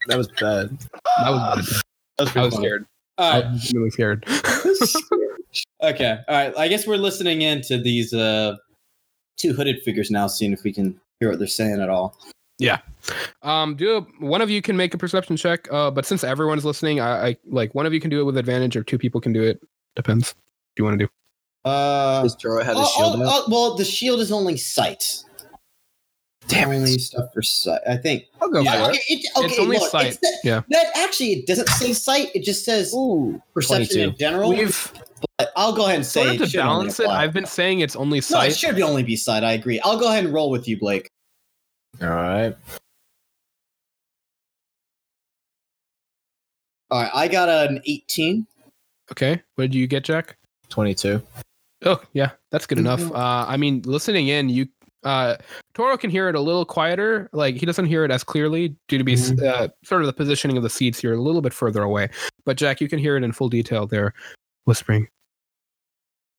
S2: that was bad.
S1: That was I was scared. I
S3: All right.
S1: was really scared.
S3: Okay. All right. I guess we're listening in to these uh, two hooded figures now, seeing if we can hear what they're saying at all.
S1: Um, do a, one of you can make a perception check, uh, but since everyone's listening, I, I like one of you can do it with advantage, or two people can do it. Depends. If you want to do?
S3: Uh,
S2: Does Joro have his
S3: oh,
S2: shield
S3: oh,
S2: out?
S3: oh, well, the shield is only sight. Damn only stuff for sight. I think.
S2: I'll go
S3: Yeah,
S2: for
S3: okay,
S2: it.
S3: it- okay,
S1: It's only
S3: look,
S1: sight,
S3: it's the-
S1: yeah.
S3: That actually, it doesn't say sight. It just says
S2: Ooh,
S3: perception in
S2: 22.
S3: general.
S2: we've
S3: but I'll go ahead and say
S1: Sort of
S3: it
S1: to
S3: should only
S1: balance it,
S3: apply.
S1: I've been saying it's only
S3: no,
S1: sight.
S3: it should only be sight. I agree. I'll go ahead and roll with you, Blake. oh.
S2: all right.
S3: All right, I got an eighteen.
S1: okay, what did you get, Jack?
S2: Twenty-two.
S1: Oh yeah, that's good enough. Uh, I mean, listening in, you uh, Toro can hear it a little quieter. Like he doesn't hear it as clearly due to be s uh, sort of the positioning of the seats. You're a little bit further away, but Jack, you can hear it in full detail. There, whispering.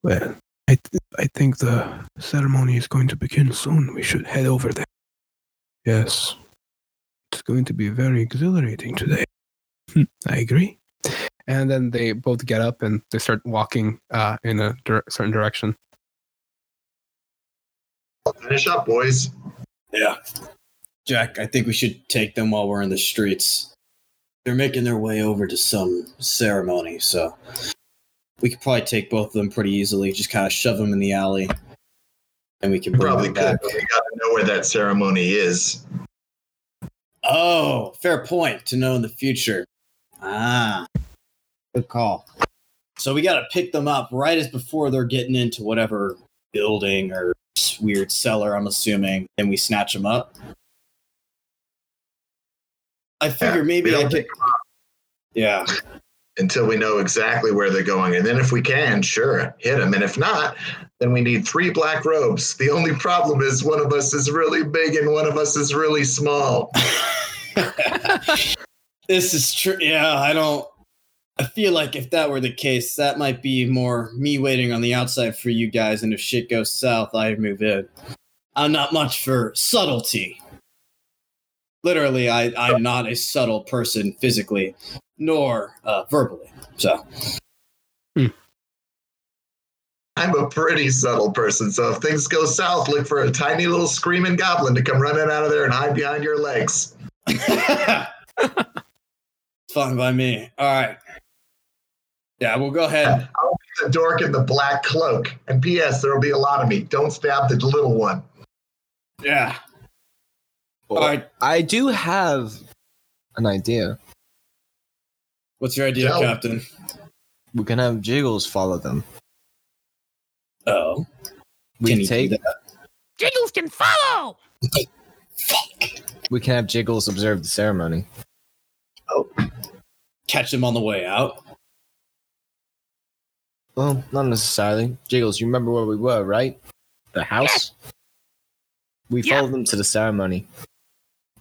S1: Well, I th- I think the ceremony is going to begin soon. We should head over there. Yes, it's going to be very exhilarating today. Hmm, I agree. And then they both get up and they start walking uh, in a dir- certain direction.
S5: Finish up, boys.
S4: Yeah.
S3: Jack, I think we should take them while we're in the streets. They're making their way over to some ceremony, so we could probably take both of them pretty easily. Just kind of shove them in the alley, and we can bring
S5: Probably
S3: them
S5: could,
S3: back.
S5: but we gotta know where that ceremony is.
S3: Oh, fair point. To know in the future. Ah, good call. So we got to pick them up right as before they're getting into whatever building or weird cellar. I'm assuming, and we snatch them up. I figure
S5: Yeah, we
S3: maybe
S5: don't
S3: I could.
S5: pick
S3: Yeah.
S5: Until we know exactly where they're going. And then if we can, sure, hit them. And if not, then we need three black robes. The only problem is one of us is really big and one of us is really small.
S3: This is true. Yeah, I don't. I feel like if that were the case, that might be more me waiting on the outside for you guys. And if shit goes south, I move in. I'm not much for subtlety. Literally, I, I'm not a subtle person physically, nor uh, verbally. So,
S5: I'm a pretty subtle person, so if things go south, look for a tiny little screaming goblin to come running out of there and hide behind your legs.
S3: it's fine by me. All right. Yeah, we'll go ahead.
S5: The dork in the black cloak. And P.S. There'll be a lot of me. Don't stab the little one.
S3: Yeah. All right.
S2: I do have an idea.
S3: What's your idea,
S5: Tell-
S3: Captain?
S2: We can have Jiggles follow them.
S3: Oh.
S2: We
S3: Can
S2: can
S3: you
S2: take.
S3: do
S9: Jiggles can follow.
S2: We can have Jiggles observe the ceremony.
S3: catch them on the way out.
S2: Well, not necessarily. Jiggles, you remember where we were, right? The house? We
S10: Yeah.
S2: followed them to the ceremony.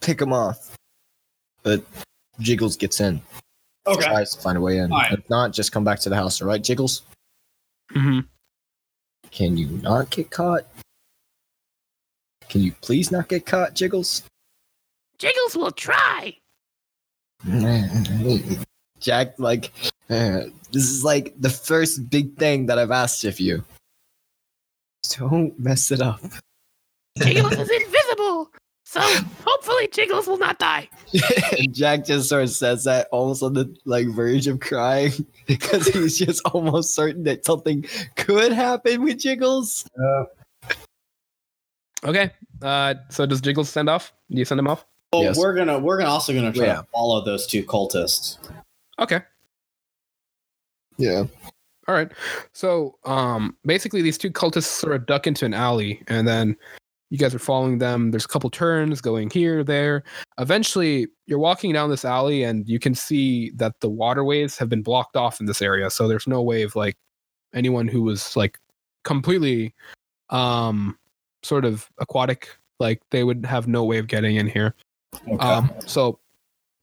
S2: Pick them off. But Jiggles gets in.
S3: Okay.
S2: Tries to find a way in.
S3: All right.
S2: If not, just come back to the house, alright, Jiggles?
S1: Mm-hmm.
S2: Can you not get caught? Can you please not get caught, Jiggles?
S9: Jiggles will try.
S2: Jack, like, uh, this is like the first big thing that I've asked of you. Don't mess it up.
S9: Jiggles is invisible. So hopefully Jiggles will not die.
S2: And Jack just sort of says that almost on the like verge of crying because he's just almost certain that something could happen with Jiggles.
S1: Okay. Uh, so does Jiggles send off? Do you send him off?
S3: Well,
S2: Yes.
S3: we're gonna we're gonna also gonna try
S2: Yeah.
S3: to follow those two cultists.
S1: Okay.
S2: Yeah.
S1: All right. So um, basically, these two cultists sort of duck into an alley, and then you guys are following them. There's a couple turns going here, there. Eventually, you're walking down this alley, and you can see that the waterways have been blocked off in this area. So there's no way of like anyone who was like completely um, sort of aquatic, like they would have no way of getting in here. Um, so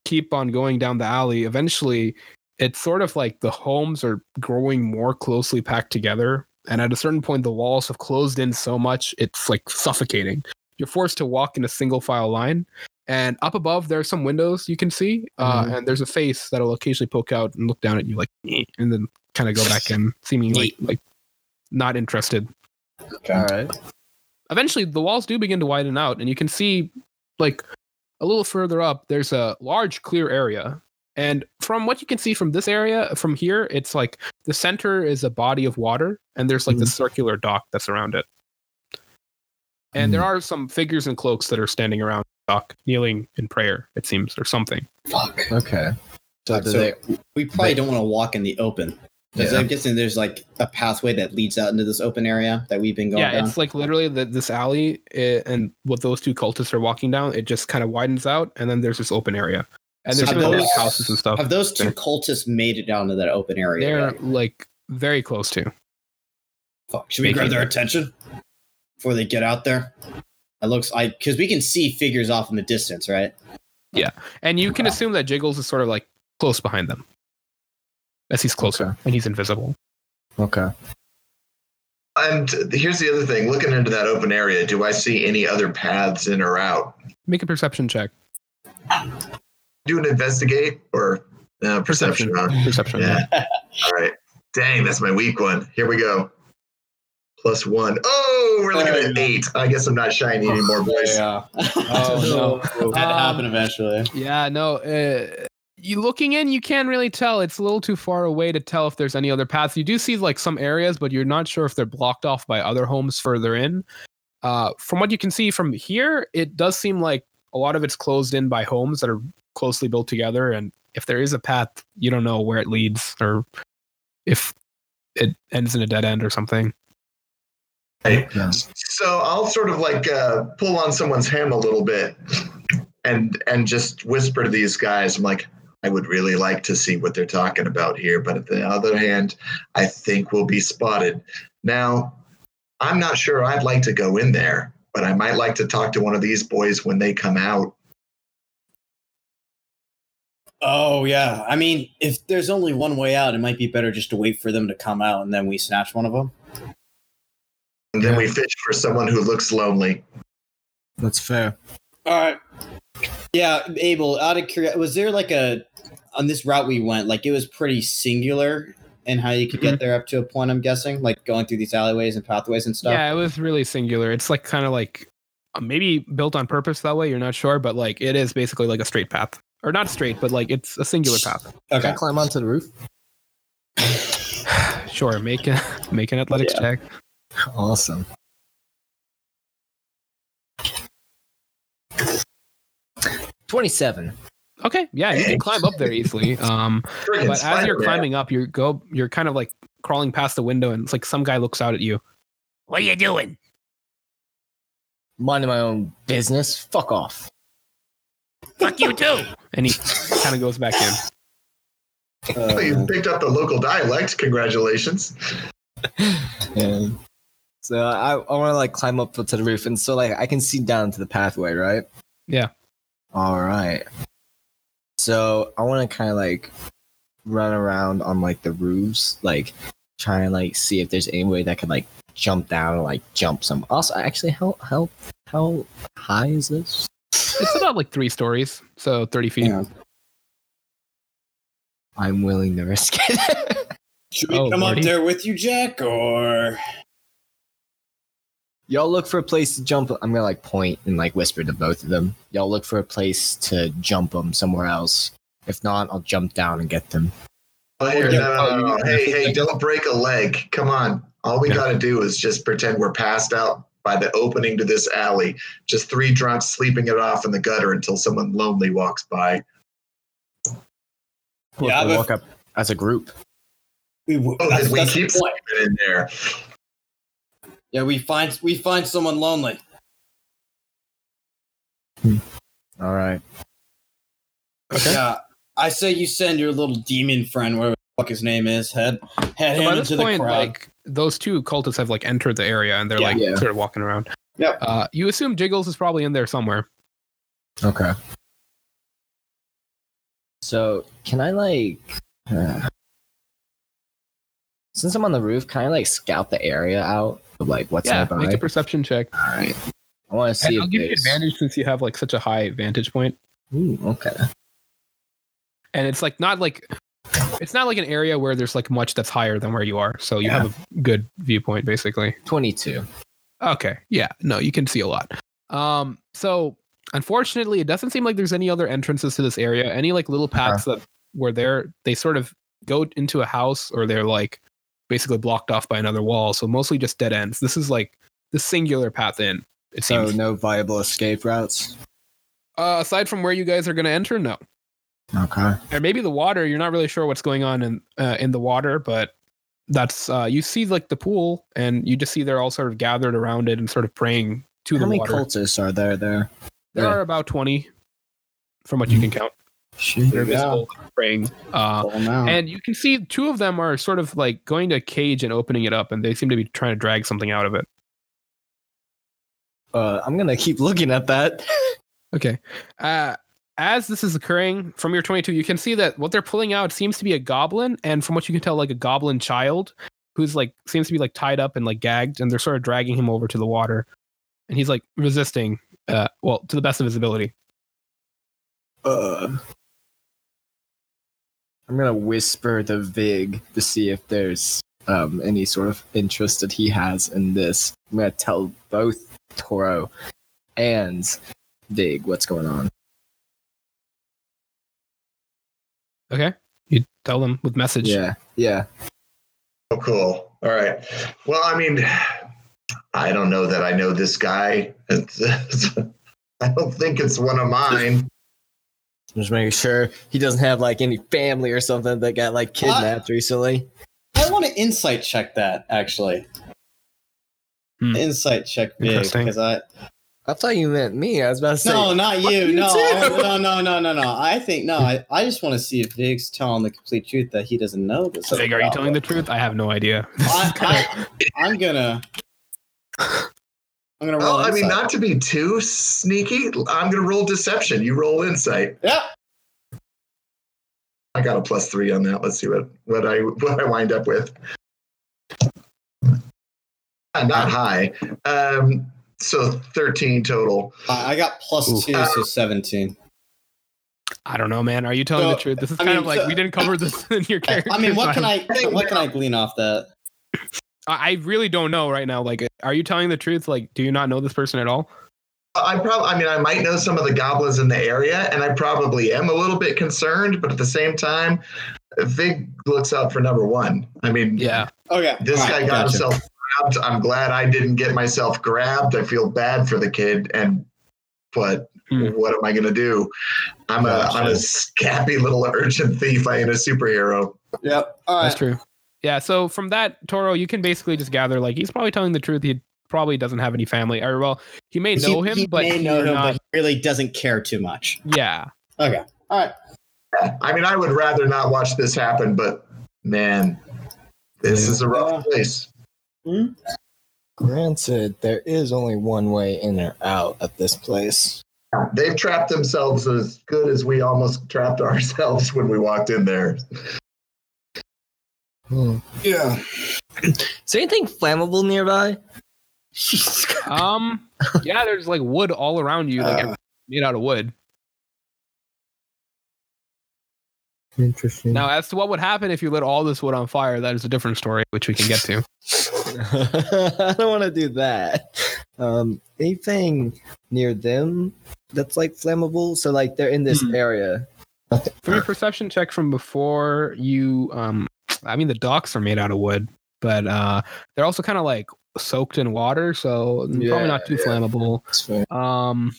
S1: keep on going down the alley. Eventually, it's sort of like the homes are growing more closely packed together. And at a certain point, the walls have closed in so much, it's like suffocating. You're forced to walk in a single file line. And up above, there are some windows you can see. Uh, And there's a face that'll occasionally poke out and look down at you, like, "Eh," and then kind of go back in, seeming like, like not interested
S2: All right.
S1: eventually the walls do begin to widen out and you can see like a little further up there's a large clear area and from what you can see from this area from here it's like the center is a body of water and there's like the circular dock that's around it and there are some figures in cloaks that are standing around the dock kneeling in prayer it seems or something
S3: Fuck.
S2: Okay. So, do
S3: So
S2: they,
S3: we probably
S2: they-
S3: don't want to walk in the open. 'Cause
S2: Yeah.
S3: I'm guessing there's like a pathway that leads out into this open area that we've been going
S1: yeah
S3: down.
S1: it's like literally the, this alley eh, and what those two cultists are walking down it just kind of widens out and then there's this open area and there's
S3: Have
S1: some of those
S3: those-
S1: houses and stuff
S3: Have those two cultists made it down to that open area?
S1: They're
S3: yet?
S1: like very close to.
S3: Fuck. Should we
S1: Make
S3: grab
S1: it-
S3: their attention before they get out there? It looks I because we can see figures off in the distance, right?
S1: And you can assume that Jiggles is sort of like close behind them. As he's closer
S2: Okay.
S1: and he's invisible.
S2: okay.
S5: And here's the other thing looking into that open area, do I see any other paths in or out?
S1: Make a perception check.
S5: Do an investigate or uh, perception? huh?
S1: Perception.
S5: Yeah. All right. Dang, that's my weak one. Here we go. Plus one. Oh, we're looking at eight. I guess I'm not shiny anymore, boys.
S3: Oh, Yeah.
S1: Oh,
S3: no. That
S1: Um,
S3: happened eventually.
S1: Yeah, no. Uh, you looking in, you can't really tell. It's a little too far away to tell if there's any other paths. You do see like some areas, but you're not sure if they're blocked off by other homes further in. Uh, from what you can see from here, it does seem like a lot of it's closed in by homes that are closely built together. And if there is a path, you don't know where it leads or if it ends in a dead end or something.
S5: So I'll sort of like uh, pull on someone's hem a little bit, and and just whisper to these guys. I'm like, I would really like to see what they're talking about here, but at the other hand, I think we'll be spotted. Now, I'm not sure. I'd like to go in there, but I might like to talk to one of these boys when they come out.
S3: Oh yeah. I mean, if there's only one way out, it might be better just to wait for them to come out and then we snatch one of them.
S5: And then
S2: Yeah.
S5: we fish for someone who looks lonely.
S2: That's fair.
S3: All right. Yeah, Abel. Out of curiosity, was there like a on this route we went? Like it was pretty singular in how you could get there up to a point. I'm guessing, like going through these alleyways and pathways and stuff.
S1: Yeah, it was really singular. It's like kind of like uh, maybe built on purpose that way. You're not sure, but like it is basically like a straight path, or not straight, but like it's a singular path.
S2: Can I
S3: Okay.
S2: climb onto the roof?
S1: Sure, make a, make an athletics check.
S2: Awesome. Twenty-seven.
S1: Okay, yeah, you can climb up there easily. Um,
S5: Friggin'
S1: but as you're
S5: Spider-Man.
S1: climbing up, you go, you're kind of like crawling past the window, and it's like some guy looks out at you.
S9: What are you doing?
S2: Minding my own business. Fuck off.
S9: Fuck you too.
S1: and he kind of goes back in.
S5: Well, you picked up the local dialect. Congratulations.
S2: Yeah. So I, I want to like climb up to the roof, and so like I can see down to the pathway, right?
S1: Yeah.
S2: All right. So I want to kind of like run around on like the roofs, like try and like see if there's any way that could like jump down or like jump some. Also, actually, how how how high is this?
S1: It's about like three stories, so thirty feet.
S2: Yeah. I'm willing to risk it.
S3: Should we
S1: Oh,
S3: come
S1: Marty?
S3: up there with you, Jack, or
S2: Y'all look for a place to jump. I'm gonna like point and like whisper to both of them. Y'all look for a place to jump them somewhere else. If not, I'll jump down and get them.
S5: Oh, here,
S2: Yeah.
S5: no, no, no, no. Hey, hey, don't break a leg. Come on. All we got to do is just pretend we're passed out by the opening to this alley. Just three drunks sleeping it off in the gutter until someone lonely walks by.
S2: Or if
S3: Yeah,
S2: we
S3: but-
S2: walk up as a group.
S3: we? w-
S5: Oh,
S3: that's-
S5: did we
S3: that's the
S5: keep
S3: point.
S5: sleeping in there?
S3: Yeah, we find we find someone lonely.
S2: All right.
S3: Yeah, I say you send your little demon friend, whatever the fuck his name is, head head
S1: So
S3: him
S1: by this
S3: into the
S1: point,
S3: crowd.
S1: like those two cultists have like entered the area and they're
S3: Yeah.
S1: like
S2: Yeah.
S1: sort of walking around.
S3: Yep.
S1: Uh, you assume Jiggles is probably in there somewhere.
S2: Okay. So can I like, uh, since I'm on the roof, can I like scout the area out of like what's
S1: yeah.
S2: nearby?
S1: Make a perception check.
S2: All right. I want to see
S1: And
S2: if
S1: I'll give you
S2: there's-
S1: advantage since you have like such a high vantage point.
S2: Ooh, okay.
S1: And it's like not like it's not like an area where there's like much that's higher than where you are. So you
S2: Yeah.
S1: have a good viewpoint basically.
S2: Twenty-two.
S1: Okay. Yeah. No, you can see a lot. Um, so unfortunately, it doesn't seem like there's any other entrances to this area. Any like little paths that were there, they sort of go into a house or they're like basically blocked off by another wall. So mostly just dead ends. This is like the singular path in, it
S2: So
S1: seems.
S2: Oh, no viable escape routes.
S1: uh, aside from where you guys are going to enter, no.
S2: Okay.
S1: Or maybe the water, you're not really sure what's going on in uh, in the water, but that's uh you see like the pool and you just see they're all sort of gathered around it and sort of praying to
S2: How
S1: the
S2: many
S1: water.
S2: cultists are there there?
S1: There
S2: Yeah.
S1: are about 20 from what you can count.
S2: Shit.
S1: They're visible praying. Uh, and you can see two of them are sort of like going to a cage and opening it up, and they seem to be trying to drag something out of it.
S2: Uh, I'm gonna keep looking at that.
S1: Okay. Uh, as this is occurring from your 22, you can see that what they're pulling out seems to be a goblin, and from what you can tell, like a goblin child who's like seems to be like tied up and like gagged, and they're sort of dragging him over to the water. And he's like resisting, uh, well, to the best of his ability.
S2: Uh, I'm gonna whisper to Vig to see if there's um, any sort of interest that he has in this. I'm gonna tell both Toro and Vig what's going on.
S1: Okay. You tell them with message.
S2: Yeah, yeah.
S5: Oh, cool. All right. Well, I mean, I don't know that I know this guy. It's- I don't think it's one of mine.
S2: Just making sure he doesn't have like any family or something that got like kidnapped recently.
S3: I want to insight check that actually.
S1: Hmm.
S3: Insight check big
S1: Interesting.
S3: because I
S2: I thought you meant me. I was about to say.
S3: no, not you.
S2: you
S3: no, I-
S2: too.
S3: no, no, no, no, no. I think no. I, I just want to see if Vig's telling the complete truth that he doesn't know this.
S1: Vig, are you telling the truth? I have no idea.
S3: I, I, I'm gonna. I'm gonna roll.
S5: Well, I mean,
S3: insight.
S5: not to be too sneaky. I'm going to roll deception. You roll insight.
S3: Yeah.
S5: I got a plus three on that. Let's see what, what I what I wind up with. Uh, Not high. Um, so 13 total.
S3: I I got plus
S1: Oof.
S3: two, so seventeen.
S1: I don't know, man. Are you telling the
S3: So,
S1: truth? This is
S3: I
S1: kind
S3: mean,
S1: of like
S3: so-
S1: we didn't cover this in your character.
S3: I mean, what can
S1: file.
S3: I what can I glean off that?
S1: I? I really don't know right now. Like, are you telling the truth? Like, do you not know this person at all?
S5: I probably, I mean, I might know some of the goblins in the area, and I probably am a little bit concerned, but at the same time, Vig looks out for number one. I mean,
S1: Yeah.
S3: Okay,
S5: this
S3: all
S5: guy
S3: right,
S5: got
S3: gotcha.
S5: himself grabbed. I'm glad I didn't get myself grabbed. I feel bad for the kid, and but
S1: Hmm.
S5: what am I gonna do? I'm a I'm a scabby little urchin thief. I ain't a superhero.
S3: Yep. All right.
S1: That's true. Yeah. So from that, Toro, you can basically just gather like he's probably telling the truth. He probably doesn't have any family, or well, he may know him, but
S3: may
S1: you're
S3: know him,
S1: not-
S3: but he really doesn't care too much.
S1: yeah.
S3: Okay. All right.
S5: I mean, I would rather not watch this happen, but man, this is a rough place.
S2: Granted, there is only one way in or out at this place.
S5: They've trapped themselves as good as we almost trapped ourselves when we walked in there.
S2: Hmm.
S6: Yeah.
S2: Is there anything flammable nearby?
S1: Um, yeah, there's like wood all around you, like
S6: Uh.
S1: made out of wood.
S2: Interesting.
S1: Now, as to what would happen if you lit all this wood on fire, that is a different story, which we can get to.
S2: I don't want to do that. Um, anything near them that's like flammable? So like they're in this
S1: Hmm.
S2: area.
S1: From your perception check from before, you, um, I mean, the docks are made out of wood, but uh, they're also kind of like soaked in water, so
S2: Yeah,
S1: probably not too flammable. Um,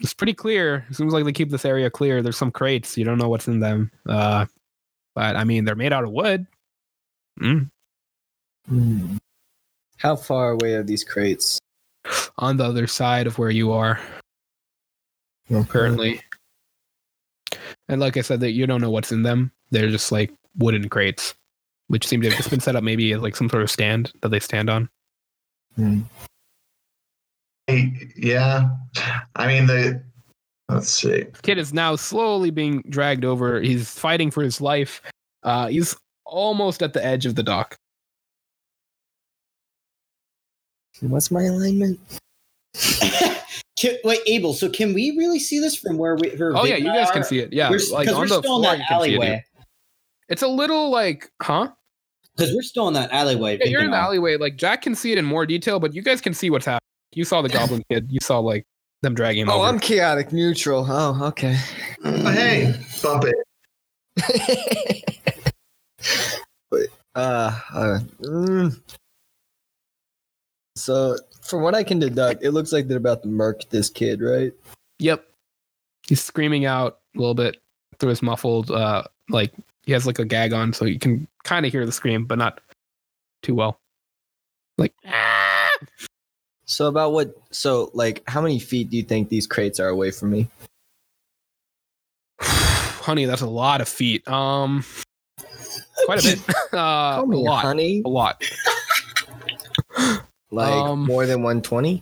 S1: it's pretty clear. It seems like they keep this area clear. There's some crates. You don't know what's in them. Uh, but I mean, they're made out of wood. Mm.
S2: Hmm. How far away are these crates?
S1: On the other side of where you are currently.
S3: Hmm.
S1: And like I said, that you don't know what's in them. They're just like wooden crates, which seem to have just been set up maybe as like some sort of stand that they stand on.
S5: Hey, Yeah. I mean, the. Let's see.
S1: Kid is now slowly being dragged over. He's fighting for his life. Uh, he's almost at the edge of the dock.
S2: What's my alignment?
S3: Can, wait, Abel. So can we really see this from where we? Her
S1: Oh yeah,
S3: big
S1: you guys can
S3: are?
S1: see it. Yeah,
S3: we're, s-
S1: like
S3: 'cause
S1: on
S3: we're
S1: the
S3: still in
S1: floor,
S3: that
S1: you can see it. dude.
S3: alleyway.
S1: It's a little like, huh?
S3: Because we're still in that alleyway.
S1: Yeah, you're in the
S3: thinking, oh,
S1: alleyway. Like Jack can see it in more detail, but you guys can see what's happening. You saw the Goblin Kid. You saw like them dragging him.
S2: Oh,
S1: over.
S2: I'm chaotic neutral. Oh, okay.
S5: Oh, hey, bump it.
S2: But, uh, uh, mm. So, from what I can deduct, it looks like they're about to murk this kid, right?
S1: Yep. He's screaming out a little bit through his muffled, uh, like he has like a gag on, so you can kind of hear the scream, but not too well.
S9: Ah!
S2: So, about what? So, like, how many feet do you think these crates are away from me?
S1: honey, that's a lot of feet. Um, quite a bit. Uh, a
S2: Call me
S1: lot.
S2: honey.
S1: A lot.
S2: Like,
S1: Um,
S2: more than 120?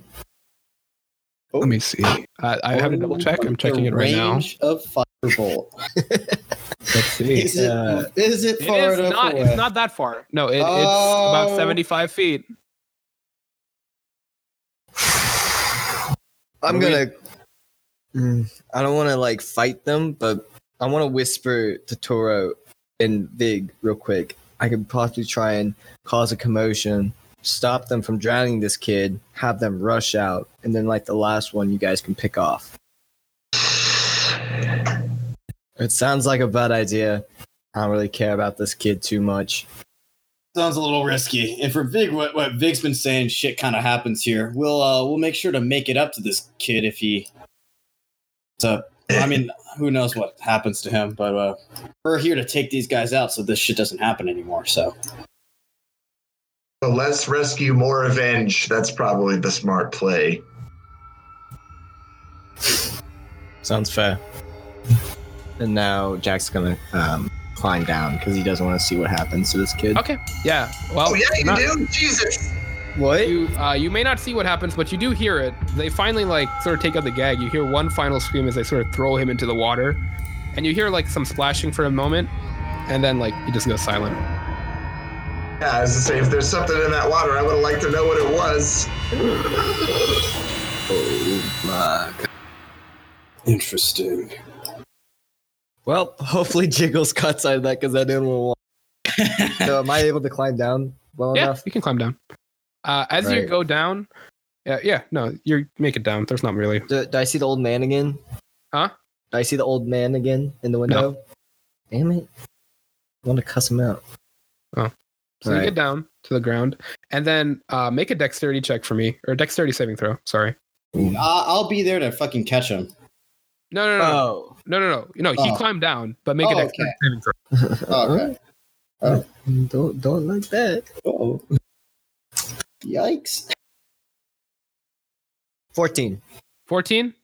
S1: Let me see. I, I have to double check. I'm checking it right now.
S3: range of firebolt.
S1: Let's see.
S3: Is it,
S2: Uh,
S3: is it
S1: It
S3: far
S1: is
S3: enough
S1: not.
S3: away?
S1: It's not that far. No, it, it's about
S3: Oh.
S1: 75 feet.
S2: I'm
S1: What do
S2: gonna. Mm, I don't want to like fight them, but I want to whisper to Toro and Vig real quick. I could possibly try and cause a commotion, stop them from drowning this kid, have them rush out, and then like the last one, you guys can pick off. It sounds like a bad idea. I don't really care about this kid too much.
S3: Sounds a little risky. And for Vig, what, what Vig's been saying, shit kind of happens here. We'll uh, we'll make sure to make it up to this kid if he. So I mean, who knows what happens to him? But uh, we're here to take these guys out, so this shit doesn't happen anymore. So
S5: So let's rescue more revenge. That's probably the smart play.
S2: Sounds fair. And now Jack's gonna um, climb down because he doesn't want to see what happens to this kid.
S1: Okay. Yeah. Well,
S5: Oh, yeah, you
S1: not-
S5: do? Jesus.
S2: What?
S1: You uh, you may not see what happens, but you do hear it. They finally like sort of take out the gag. You hear one final scream as they sort of throw him into the water, and you hear like some splashing for a moment, and then like he just goes silent.
S5: Yeah, I was to say, if there's something in that water, I would have liked to know what it was.
S3: interesting.
S2: Well, hopefully Jiggles cuts out of that because I didn't want to. so am I able to climb down well
S1: yeah,
S2: enough?
S1: you can climb down. Uh, as you
S2: Oh, Right.
S1: go down, uh, yeah, no, you make it down. There's not really.
S2: Do, do I see the old man again?
S1: Huh?
S2: Do I see the old man again in the window? Damn it. I want to cuss him out.
S1: So you
S2: Right.
S1: get down to the ground, and then uh, make a dexterity check for me or dexterity saving throw. Sorry.
S3: I- I'll be there to fucking catch him.
S1: No, no, no, no.
S2: Oh.
S1: no, no, no. No, he
S3: Oh.
S1: climbed down, but make a
S3: Oh,
S1: dexterity saving throw.
S3: Okay.
S2: Mm, Don't don't like that.
S3: Oh. Yikes.
S2: 14.
S1: Fourteen.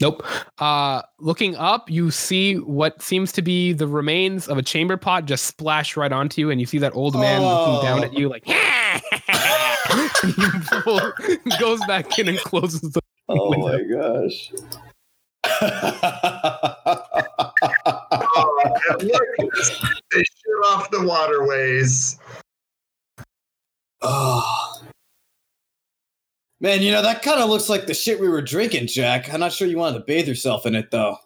S1: Nope. Uh, looking up, you see what seems to be the remains of a chamber pot just splash right onto you, and you see that old man
S3: Oh.
S1: looking down at you like. and he pull- goes back in and closes the.
S3: Oh my gosh.
S5: Oh, look, they shit off the waterways.
S3: oh. Man, you know, that kind of looks like the shit we were drinking, Jack. I'm not sure you wanted to bathe yourself in it, though.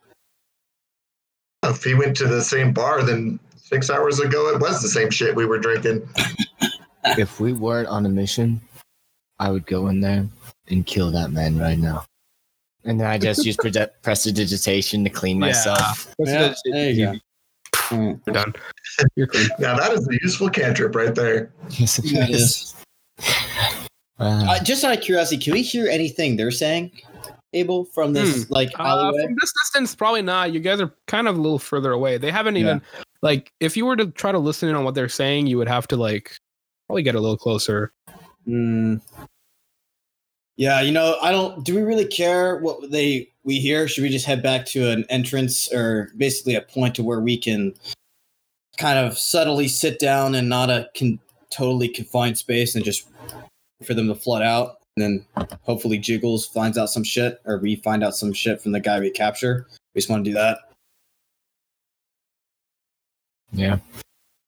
S5: If he went to the same bar, then six hours ago it was the same shit we were drinking.
S2: if we weren't on a mission, I would go in there and kill that man right now. And then I just use pre- prestidigitation to clean
S1: Yeah.
S2: myself.
S3: Yeah, there you go.
S1: You're done. You're clean.
S5: Now that is a useful cantrip right there.
S2: Yes, it
S3: Yeah, it
S2: is.
S3: is.
S2: Wow.
S3: Uh, just out of curiosity, can we hear anything they're saying, Abel, from this like
S1: Uh,
S3: alleyway?
S1: from this distance, probably not. You guys are kind of a little further away. They haven't even like if you were to try to listen in on what they're saying, you would have to like probably get a little closer.
S3: Hmm. Yeah, you know, I don't. Do we really care what they we hear? Should we just head back to an entrance or basically a point to where we can kind of subtly sit down and not a con- totally confined space and just for them to flood out? And then hopefully Jiggles finds out some shit or we find out some shit from the guy we capture. We just want to do that.
S2: Yeah.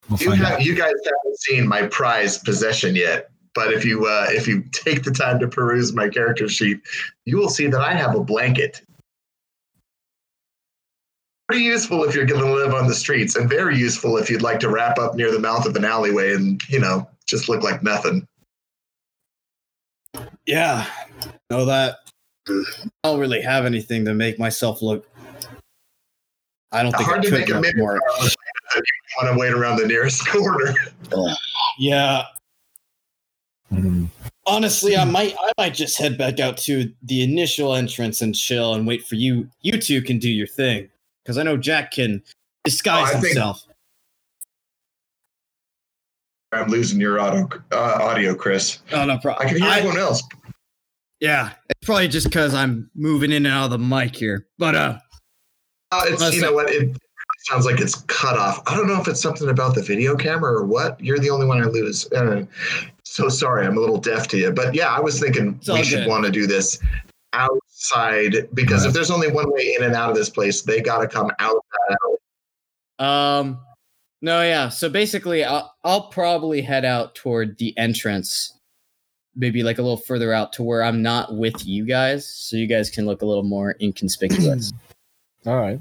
S2: We'll
S5: You,
S2: find out.
S5: have, you guys haven't seen my prized possession yet, but if you uh, if you take the time to peruse my character sheet, you will see that I have a blanket. Pretty useful if you're going to live on the streets, and very useful if you'd like to wrap up near the mouth of an alleyway and you know just look like nothing.
S3: Yeah. Know that. I don't really have anything to make myself look. I don't think
S5: Hard
S3: I
S5: to
S3: could
S5: make a
S3: look
S5: mid-
S3: more.
S5: want to wait around the nearest corner.
S3: Yeah.
S2: Mhm.
S3: Honestly, I might I might just head back out to the initial entrance and chill and wait for you. You two can do your thing. Because I know Jack can disguise
S5: Oh, I think-
S3: himself.
S5: I'm losing your auto, uh, audio, Chris.
S3: oh no
S5: I can
S3: problem.
S5: hear everyone else.
S3: yeah. It's probably just because I'm moving in and out of the mic here. But uh
S5: Uh, it's, you know what? It sounds like it's cut off. I don't know if it's something about the video camera or what. You're the only one I lose. Uh, so sorry, I'm a little deaf to you. But yeah, I was thinking
S3: It's all
S5: we should
S3: good.
S5: want to do this outside because if there's only one way in and out of this place, they got to come out. that alley.
S3: Um, no, yeah. So basically, I'll, I'll probably head out toward the entrance, maybe like a little further out to where I'm not with you guys, so you guys can look a little more inconspicuous.
S2: All right.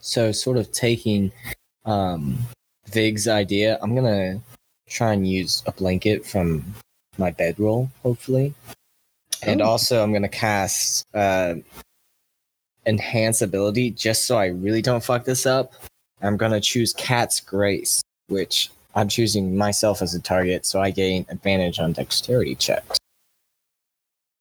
S2: So, sort of taking um, Vig's idea, I'm gonna try and use a blanket from my bedroll, hopefully, and also I'm gonna cast uh, enhance ability just so I really don't fuck this up. I'm gonna choose Cat's Grace, which I'm choosing myself as a target, so I gain advantage on dexterity checks.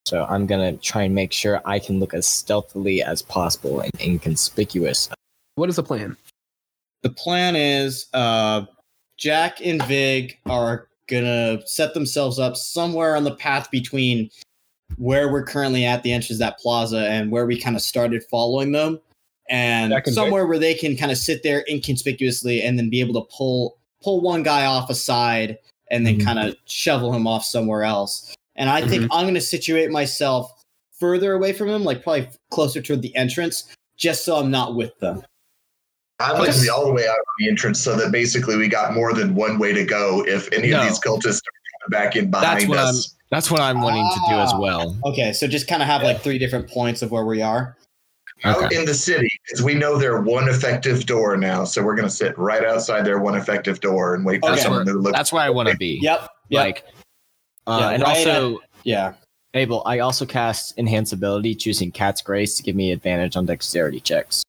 S2: So I'm gonna try and make sure I can look as stealthily as possible and inconspicuous.
S1: What is the plan?
S3: the plan is, uh, Jack and Vig are gonna set themselves up somewhere on the path between where we're currently at the entrance of that plaza and where we kind of started following them and
S1: Jack and Vig.
S3: somewhere where they can kind of sit there inconspicuously and then be able to pull pull one guy off a side and then
S1: Mm-hmm.
S2: Mhm.
S3: kind of shovel him off somewhere else and i think i'm going to situate myself further away from him like probably closer toward the entrance just so i'm not with them
S5: I'd like to be all the way out of the entrance so that basically we got more than one way to go if any
S2: No.
S5: of these cultists are coming back in
S2: That's
S5: behind
S2: what
S5: us.
S2: That's what I'm wanting to do as
S3: Ah.
S2: well.
S3: okay so just kind of have like three different points of where we are
S5: out in the city because we know their one effective door now. So we're going to sit right outside their one effective door and wait for
S3: Okay.
S5: someone to look.
S2: That's where I want to be.
S3: yep yep
S2: Like, uh,
S3: Yeah,
S2: and
S3: right
S2: also
S3: yeah
S2: Abel, I also cast Enhance Ability, choosing Cat's Grace to give me advantage on dexterity checks.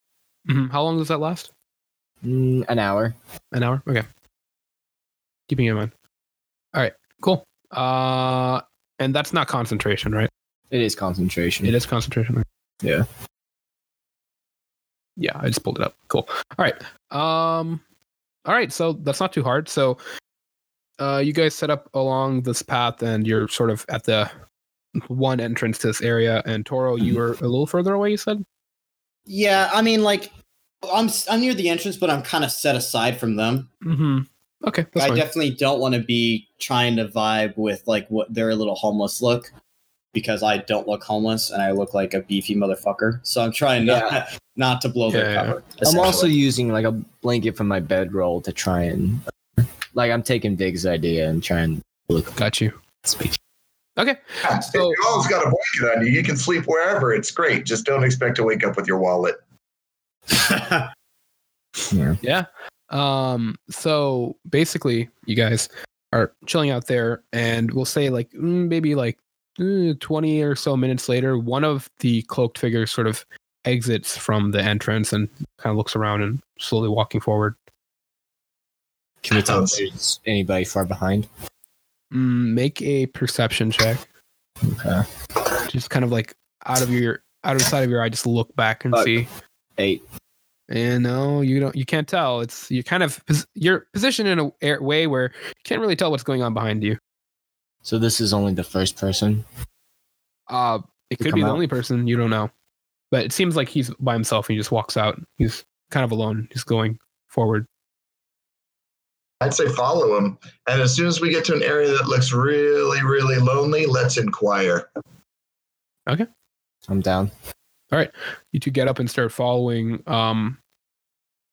S1: Mhm. How long does that last?
S2: Mm, an hour.
S1: An hour? Okay. Keeping in mind. All right, cool. Uh and that's not concentration, right?
S2: It is concentration.
S1: It is concentration, right?
S2: Yeah.
S1: Yeah, I just pulled it up. Cool. All right. Um all right, so that's not too hard. So uh you guys set up along this path and you're sort of at the one entrance to this area. And Toro, you were a little further away. You said.
S3: Yeah, I mean, like, I'm s- I'm near the entrance, but I'm kind of set aside from them.
S1: Mm-hmm. Okay, that's
S3: I
S1: fine.
S3: definitely don't want to be trying to vibe with like what their little homeless look because I don't look homeless and I look like a beefy motherfucker. So I'm trying not not to blow their
S1: Yeah.
S3: cover.
S2: I'm also
S3: essentially.
S2: using like a blanket from my bedroll to try and like I'm taking Dig's idea and trying to look
S1: Got you.
S2: speak.
S5: Yeah,
S1: So-
S5: you always got a blanket on you. You can sleep wherever. It's great. Just don't expect to wake up with your wallet.
S1: Um, so basically, you guys are chilling out there, and we'll say like mm, maybe like mm, twenty or so minutes later, one of the cloaked figures sort of exits from the entrance and kind of looks around and slowly walking forward.
S2: Can we tell
S5: Um,
S2: if there's anybody far behind?
S1: Mm, make a perception check.
S2: Okay.
S1: Just kind of like out of your out of the side of your eye, just look back and
S2: Fuck.
S1: see.
S2: Eight.
S1: And no, you don't. You can't tell. It's you're kind of pos- you're positioned in a air- way where you can't really tell what's going on behind you.
S2: So this is only the first person.
S1: Uh, it
S2: To
S1: could
S2: come
S1: be the
S2: out.
S1: only person you don't know, but it seems like he's by himself and he just walks out. He's kind of alone. He's going forward.
S5: I'd say follow him. And as soon as we get to an area that looks really, really lonely, let's inquire.
S2: I'm down.
S1: You two get up and start following. Um,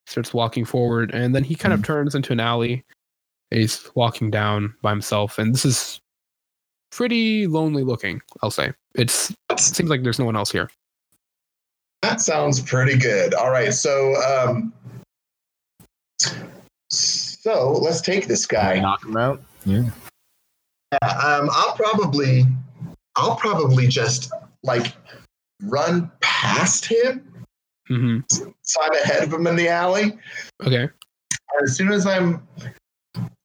S1: starts walking forward, and then he kind
S2: Hmm.
S1: of turns into an alley. He's walking down by himself, and this is pretty lonely looking. I'll say it's it seems like there's no one else here.
S5: That sounds pretty good. All right, so um, so let's take this guy.
S2: Knock him out.
S5: Yeah, um, I'll probably, I'll probably just like run past him,
S1: hmm
S5: so I'm ahead of him in the alley.
S1: Okay.
S5: And as soon as I'm,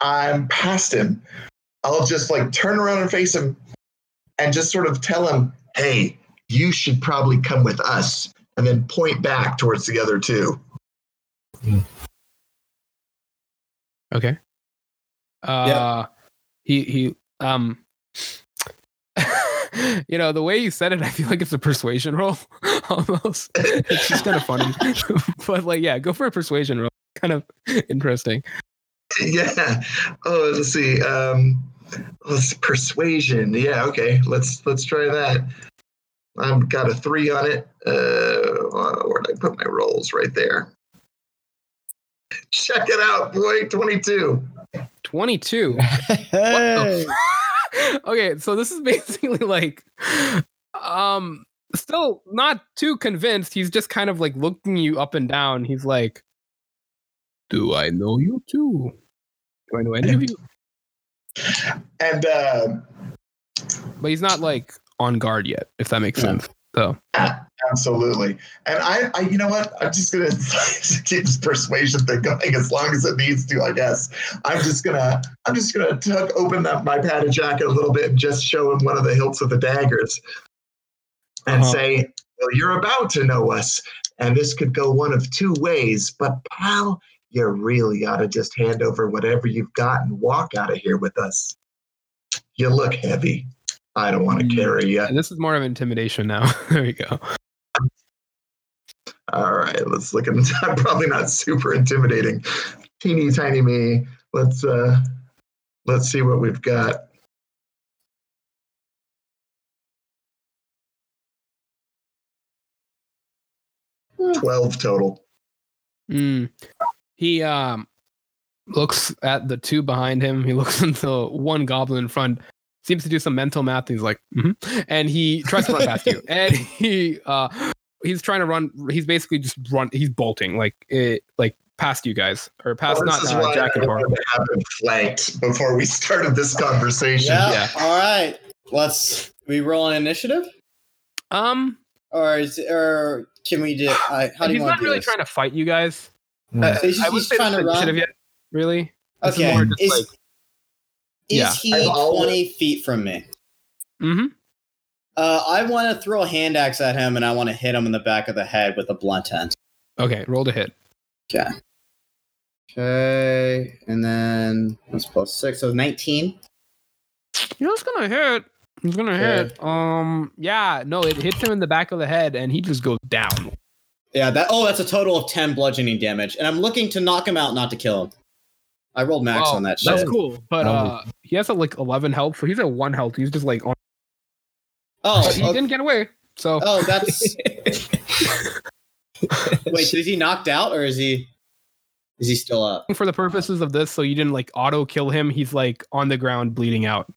S5: I'm past him, I'll just like turn around and face him, and just sort of tell him, "Hey, you should probably come with us," and then point back towards the other two.
S1: Okay. Uh he he um you know the way you said it I feel like it's a persuasion roll almost. It's just kind of funny. but like yeah, go for a persuasion roll. Kind of interesting.
S5: yeah. Oh, let's see. Um, let's persuasion. Yeah. Okay. Let's let's try that. I've got a three on it. Uh, where'd I put my rolls? Right there. Check it out, boy. Twenty-two.
S1: 22. okay, so this is basically like um still not too convinced. He's just kind of like looking you up and down. He's like, Do I know you too? Do I know any of you?
S5: And uh,
S1: But he's not like on guard yet, if that makes sense. So
S5: absolutely. And I, I, you know what? I'm just gonna keep this persuasion thing going as long as it needs to. I guess. I'm just gonna, I'm just gonna tuck open up my padded jacket a little bit and just show him one of the hilts of the daggers, and
S1: Uh-huh.
S5: say, "Well, you're about to know us, and this could go one of two ways. But pal, you really ought to just hand over whatever you've got and walk out of here with us. You look heavy. I don't want to carry you."
S1: and this is more of intimidation now. there we go.
S5: All right, let's look at. I'm probably not super intimidating. Teeny tiny me. Let's uh, let's see what we've got. Twelve total.
S3: Hmm.
S1: Mm. He um looks at the two behind him. He looks at the one goblin in front. Seems to do some mental math. He's like, "Mhm." and he tries to run past you. And he uh he's trying to run. He's basically just run. He's bolting like it like past you guys or past
S5: Well,
S1: not
S5: Oh, this is
S1: uh,
S5: why
S1: Jack
S5: I
S1: and Bar.
S5: wanted to have him flanked before we started this conversation.
S3: yeah.
S1: Yeah.
S3: All right. Let's we roll an initiative,
S1: Um,
S3: or is or can we do? I, how do
S1: he's
S3: you want
S1: not
S3: to do
S1: really
S3: this?
S1: trying to fight you guys.
S2: Uh,
S3: So he's just-
S1: I wouldn't
S3: he's
S1: say
S3: trying
S1: that's
S3: to run.
S1: initiative yet, really. This is
S3: Okay.
S1: more just
S3: is
S1: like-
S3: is
S1: Yeah.
S3: he
S5: I've always-
S3: twenty feet from me?
S1: Mm-hmm.
S3: Uh, I want to throw a hand axe at him, and I want to hit him in the back of the head with a blunt end.
S1: Okay, roll to hit.
S3: Okay, and then that's plus six, so nineteen.
S1: You know what's gonna hit? It's gonna hit. Um, yeah, no, it hits him in the back of the head, and he just goes down.
S3: Yeah, that oh, that's a total of ten bludgeoning damage, and I'm looking to knock him out, not to kill him. I rolled max
S1: Wow,
S3: on that shit. Um,
S1: That's cool, but uh, he has a, like eleven health, so he's at one health. He's just like, on,
S3: Oh,
S1: but he
S3: oh,
S1: didn't get away. So
S3: oh, that's. Wait, so is he knocked out or is he? Is he still up?
S1: for the purposes of this, so you didn't like auto kill him. He's like on the ground bleeding out.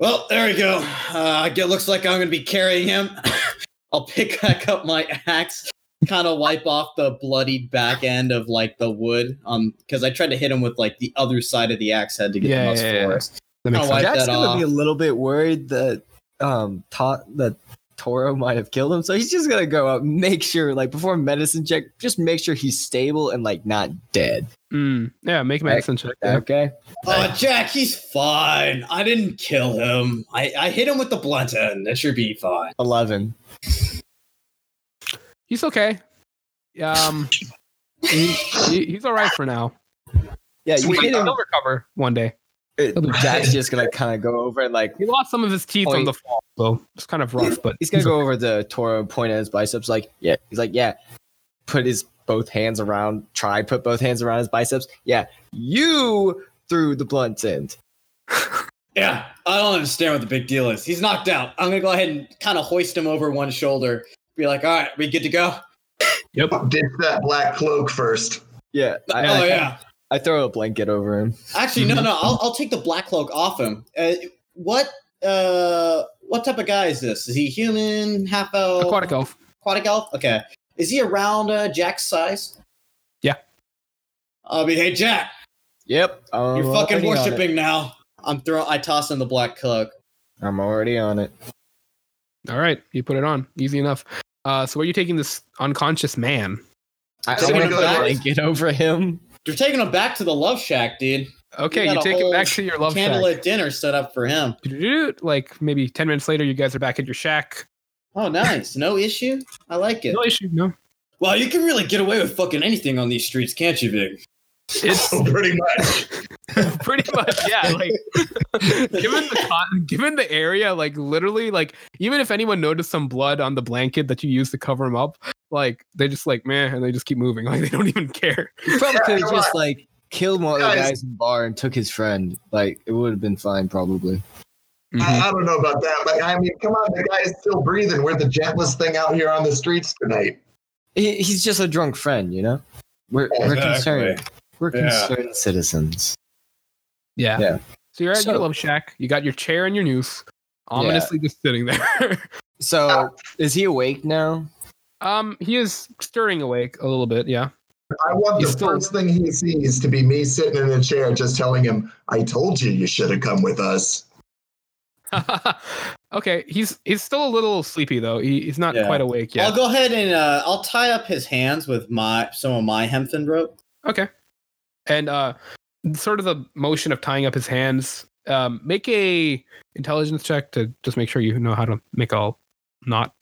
S3: Well, there we go. Uh, it looks like I'm going to be carrying him. I'll pick back up my axe, kind of wipe off the bloodied back end of like the wood, um, because I tried to hit him with like the other side of the axe head to get
S1: Yeah,
S3: the most
S1: yeah, yeah.
S3: force.
S1: That makes
S3: Oh,
S1: sense.
S3: I-
S2: Jack's
S3: that
S2: gonna
S3: off.
S2: be a little bit worried that um taught that Toro might have killed him, so he's just gonna go up, make sure, like before a medicine check, just make sure he's stable and like not dead.
S1: Mm, yeah, make a
S2: Right.
S1: medicine check. yeah.
S2: Okay.
S3: Oh, Jack, he's fine. I didn't kill him. I, I hit him with the blunt end. That should be fine.
S2: Eleven.
S1: He's okay. Um, he, he- he's all right for now.
S2: Yeah, you
S1: He'll
S2: hit him.
S1: recover one day.
S2: it- Jack's just gonna kind of go over and like
S1: He lost some of his
S3: Oh,
S1: teeth on the fall, so it's kind of rough. But
S2: he's gonna go over to Toro, point at his biceps, like yeah. He's like yeah. Put his both hands around. Try put both hands around his biceps. Yeah, you threw the blunt end.
S3: Yeah, I don't understand what the big deal is. He's knocked out. I'm going to go ahead and kind of hoist him over one shoulder. Be like, all right, we good to go?
S5: Ditch that black cloak first.
S2: Yeah. I,
S3: oh,
S2: I-
S3: yeah.
S2: I throw a blanket over him.
S3: Actually, no, no. I'll, I'll take the black cloak off him. Uh, what uh, what type of guy is this? Is he human, half elf,
S1: aquatic elf.
S3: aquatic elf? Okay. Is he around uh, Jack's size?
S1: Yeah.
S3: I'll be. Hey, Jack,
S2: Yep. I'm
S3: you're fucking
S2: already Oh, on it.
S3: worshiping now. I'm throw. I toss in the black cloak.
S2: I'm already on it.
S1: All right, you put it on. Easy enough. Uh, so where are you taking this unconscious man?
S2: I,
S3: So
S2: I
S3: we
S2: want to
S3: go
S2: put a
S3: back?
S2: blanket over him.
S3: You're taking him back to the love shack, dude.
S1: Okay,
S3: got
S1: you
S3: a
S1: take it
S3: whole
S1: back to your love shack.
S3: Candlelit dinner set up for him.
S1: Doo-doo-doo. Like maybe ten minutes later, you guys are back at your shack.
S3: Oh, nice. No issue. I like it.
S1: No issue. No,
S3: Well, you can really get away with fucking anything on these streets, can't you, Vic?
S1: it's
S5: Pretty much.
S1: pretty much yeah. Like given the con- given the area, like literally, like even if anyone noticed some blood on the blanket that you used to cover him up, like they just like man, and they just keep moving. Like they don't even care.
S2: You probably
S5: Yeah,
S2: could have
S5: come
S2: just like killed one of the
S5: Guys.
S2: guys in the bar and took his friend. Like it would have been fine, probably.
S1: Mm-hmm.
S5: I, I don't know about that. Like, I mean, come on, the guy is still breathing. We're the gentlest thing out here on the streets tonight.
S2: He, he's just a drunk friend, you know. We're we're concerned. We're
S6: Yeah.
S2: concerned citizens.
S1: Yeah.
S2: Yeah.
S1: So you're at your
S2: So-
S1: love shack. You got your chair and your noose, ominously just sitting there.
S2: So is he awake now?
S1: um, he is stirring awake a little bit. Yeah.
S5: I want
S1: He's
S5: the
S1: still-
S5: first thing he sees to be me sitting in a chair just telling him, I told you you should have come with us.
S1: okay. He's he's still a little sleepy though. He, he's not
S3: Yeah.
S1: quite awake yet.
S3: I'll go ahead and uh, I'll tie up his hands with my some of my hempen rope.
S1: okay. And uh, sort of the motion of tying up his hands. Um, make a intelligence check to just make sure you know how to make a knot.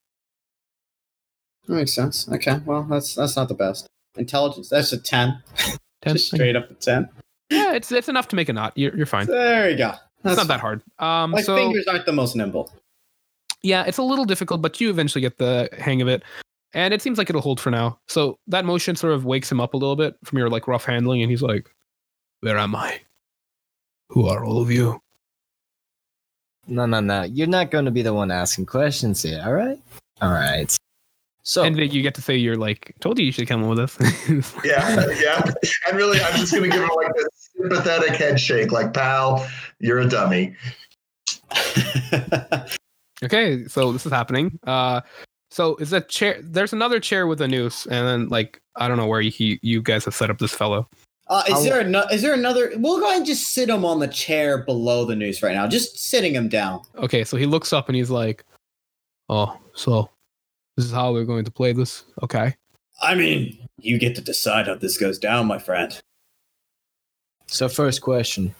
S3: That makes sense. Okay, well that's that's not the best intelligence. That's a ten, just
S1: Okay.
S3: straight up a ten.
S1: Yeah, it's it's enough to make a knot. You're you're fine.
S3: There you go.
S1: It's
S3: That's
S1: not that hard. Um,
S3: My
S1: so,
S3: fingers aren't the most nimble.
S1: yeah, it's a little difficult, but you eventually get the hang of it. And it seems like it'll hold for now. So that motion sort of wakes him up a little bit from your like rough handling, and he's like, Where am I? Who are all of you?
S2: No, no, no. You're not going to be the one asking questions here. All right. All right. So
S1: And then you get to say you're like, told you you should come with us.
S5: Yeah, yeah. And really, I'm just going to give him like a sympathetic head shake, like, pal, you're a dummy.
S3: Uh,
S1: okay, so this is happening. Uh so is that chair there's another chair with a noose, and then like I don't know where he you guys have set up this fellow.
S3: Uh, is
S2: I'll-
S3: there ano- is there another? We'll go ahead and just sit him on the chair below the noose right now. Just sitting him down.
S1: Okay, so he looks up and he's like, Oh, so this is how we're going to play this. Okay.
S3: I mean, you get to decide how this goes down, my friend.
S2: so first question.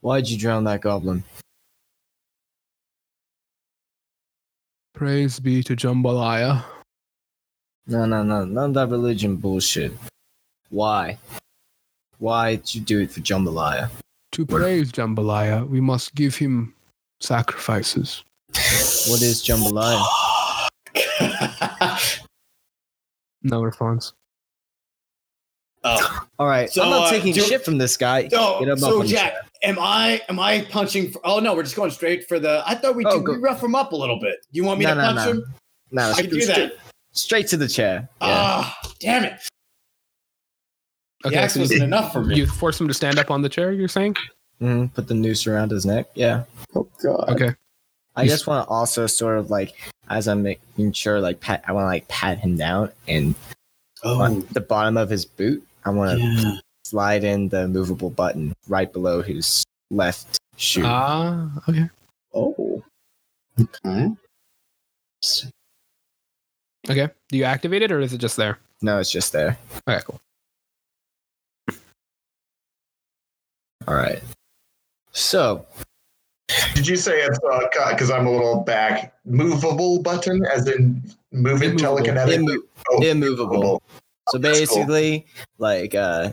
S2: Why'd you drown that goblin?
S1: Praise be to Jambalaya.
S2: No, no, no. None of that religion bullshit. Why? Why did you do it for Jambalaya?
S1: To praise Jambalaya, we must give him sacrifices.
S2: What is jambalaya?
S1: No response.
S3: Oh,
S2: All right,
S3: So,
S2: I'm not
S3: uh,
S2: taking
S3: do-
S2: shit from this guy.
S3: So,
S2: Get him up
S3: so
S2: on the
S3: Jack, am I am I punching? For, oh no, we're just going straight for the. I thought we
S2: Oh,
S3: could
S2: go-
S3: we rough him up a little bit. You want me
S2: No,
S3: to
S2: no,
S3: punch
S2: no.
S3: him?
S2: No,
S3: I can do that.
S2: straight to the chair. Yeah.
S3: Ah, damn it!
S1: Okay,
S3: the axe
S1: so
S3: wasn't enough for me.
S1: you force him to stand up on the chair. You're saying?
S2: Mhm, Put the noose around his neck. Yeah.
S3: oh god.
S1: Okay.
S2: I
S1: He's-
S2: just want to also sort of like, as I'm making sure, like pat, I want to like pat him down and
S3: Oh
S2: on the bottom of his boot, I want to
S3: yeah.
S2: slide in the movable button right below his left shoe.
S3: Uh.
S1: Ah, okay.
S3: Oh. Okay.
S1: Okay. Do you activate it or is it just there?
S2: no, it's just there.
S1: Okay, cool.
S2: All right. So
S5: Did you say it's because I'm a little back movable button as in moving
S1: Immovable.
S5: telekinetic?
S2: immo-
S5: Oh,
S2: immovable. So
S5: That's cool.
S2: basically, like uh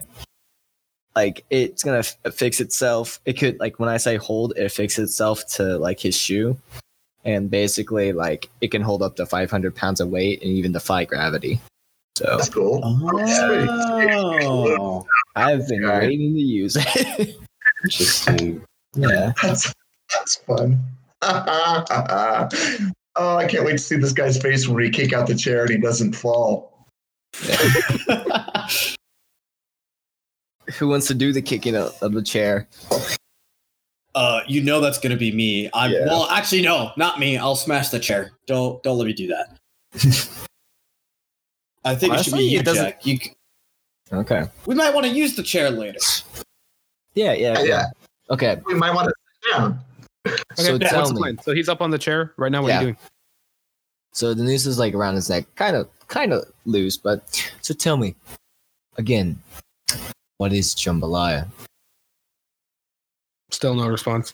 S2: like it's gonna f- fix itself. It could like when I say hold, it fixes itself to like his shoe, and basically like it can hold up to 500 pounds of weight and even defy gravity. So
S5: That's cool.
S3: Oh.
S2: I've been
S5: Okay.
S2: waiting to use it.
S3: Interesting.
S2: yeah,
S5: That's, that's fun. oh, I can't wait to see this guy's face when we kick out the chair and he doesn't fall.
S2: who wants to do the kicking of, of the chair?
S3: Uh, you know that's gonna be me. I am
S2: Yeah.
S3: well, actually no, not me. I'll smash the chair. Don't don't let me do that. I think it should
S2: Honestly,
S3: be you,
S2: it doesn't-
S3: Jack. You, c-
S2: Okay.
S3: we might want to use the chair later.
S2: Yeah, yeah,
S5: Yeah.
S2: yeah. Okay.
S5: We might want to sit down.
S1: Okay,
S2: so
S1: yeah,
S2: tell
S1: what's the
S2: me.
S1: plan? So he's up on the chair right now. What are
S2: Yeah.
S1: you doing?
S2: So the noose is like around his neck, kind of, kind of loose. But so tell me again, what is jambalaya?
S1: Still no response.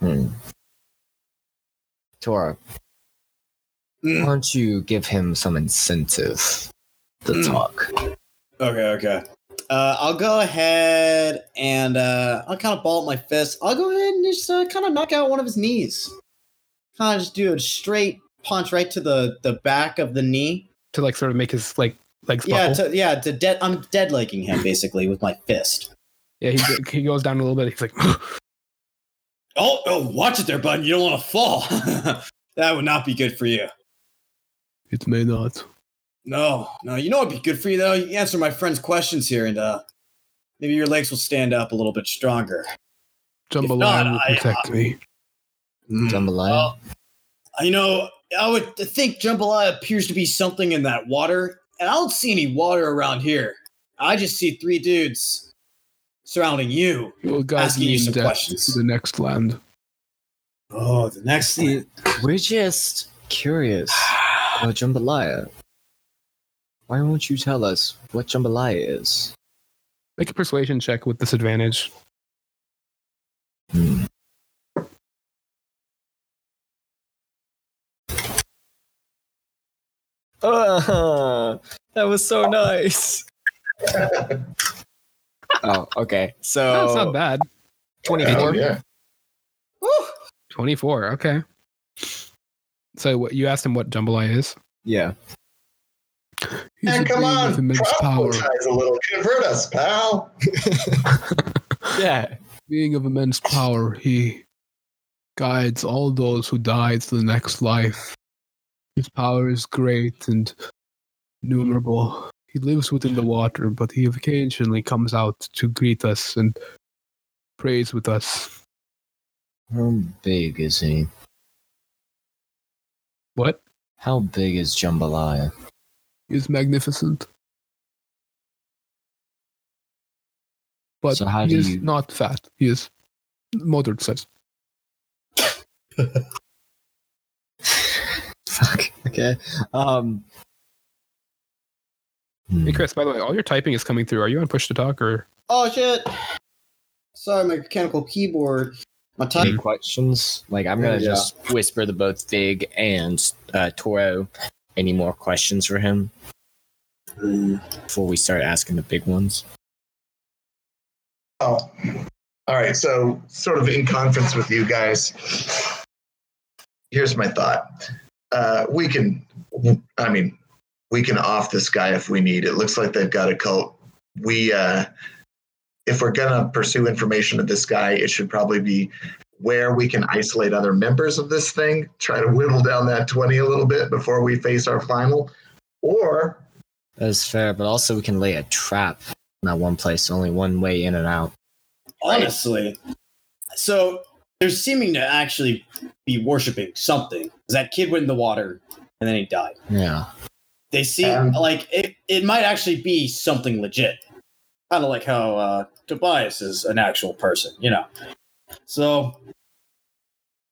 S2: Hmm. Tora,
S3: Mm.
S2: why don't you give him some incentive to
S3: Mm.
S2: talk?
S3: Okay, okay. Uh, I'll go ahead and uh, I'll kind of ball up my fist. I'll go ahead and just uh, kind of knock out one of his knees. Kind of just do a straight punch right to the the back of the knee.
S1: To like sort of make his like legs
S3: Yeah,
S1: buckle.
S3: to, yeah. To dead, I'm dead legging him basically with my fist.
S1: yeah, he, he goes down a little bit. He's like,
S3: Oh, oh, watch it there, bud. You don't want to fall. that would not be good for you.
S1: it may not.
S3: No, no. You know what'd be good for you though? You answer my friend's questions here, and uh, maybe your legs will stand up a little bit stronger. If not,
S1: Jambalaya will
S3: I- uh,
S1: protect me.
S3: Mm.
S2: Jambalaya?
S3: Well, I know I would think jambalaya appears to be something in that water, and I don't see any water around here. I just see three dudes surrounding you.
S1: He will guide
S3: asking you
S1: me in
S3: some
S1: death
S3: questions.
S1: to the next land.
S3: Oh, the next
S2: See,
S3: Oh.
S2: we're just curious about jambalaya. Why won't you tell us what jambalaya is?
S1: Make a persuasion check with disadvantage.
S2: Hmm. Ah, that was so nice. oh, okay. So
S1: That's not bad.
S5: Oh,
S2: 24.
S5: yeah.
S1: Twenty-four. Okay. So what, you asked him what jambalaya is.
S2: Yeah.
S1: He's
S5: And
S1: a
S5: come
S1: being
S5: on,
S1: with immense power.
S5: proselytize a little. Convert us, pal.
S2: Yeah.
S1: Being of immense power, he guides all those who die to the next life. His power is great and innumerable. He lives within the water, but he occasionally comes out to greet us and praise with us.
S2: How big is he?
S1: What?
S2: How big is Jambalaya?
S1: He is magnificent. But
S2: So how
S1: he
S2: do
S1: is
S2: you-
S1: not fat. He is moderate size.
S2: Fuck. Okay. Um. hmm.
S1: Hey Chris, by the way, all your typing is coming through. Are you on push to talk or
S3: Oh shit! Sorry, my mechanical keyboard. My
S2: Any
S3: type.
S2: questions? Like, I'm gonna
S3: Yeah.
S2: just whisper to both Big and uh, Toro. Any more questions
S3: Mm-hmm.
S2: for him before we start asking the big ones?
S5: Oh. All right. So, sort of in conference with you guys, here's my thought. Uh, we can, I mean, we can off this guy if we need. It looks like they've got a cult. We, uh, if we're going to pursue information of this guy, it should probably be where we can isolate other members of this thing, try to whittle down that 20 a little bit before we face our final, or
S2: That's fair, but also we can lay a trap. Not one place, only one way in and out.
S3: honestly. So they're seeming to actually be worshiping something. 'Cause That kid went in the water and then he died.
S2: Yeah.
S3: They seem
S5: Um,
S3: like it, it might actually be something legit. Kind of like how uh, Tobias is an actual person, you know. So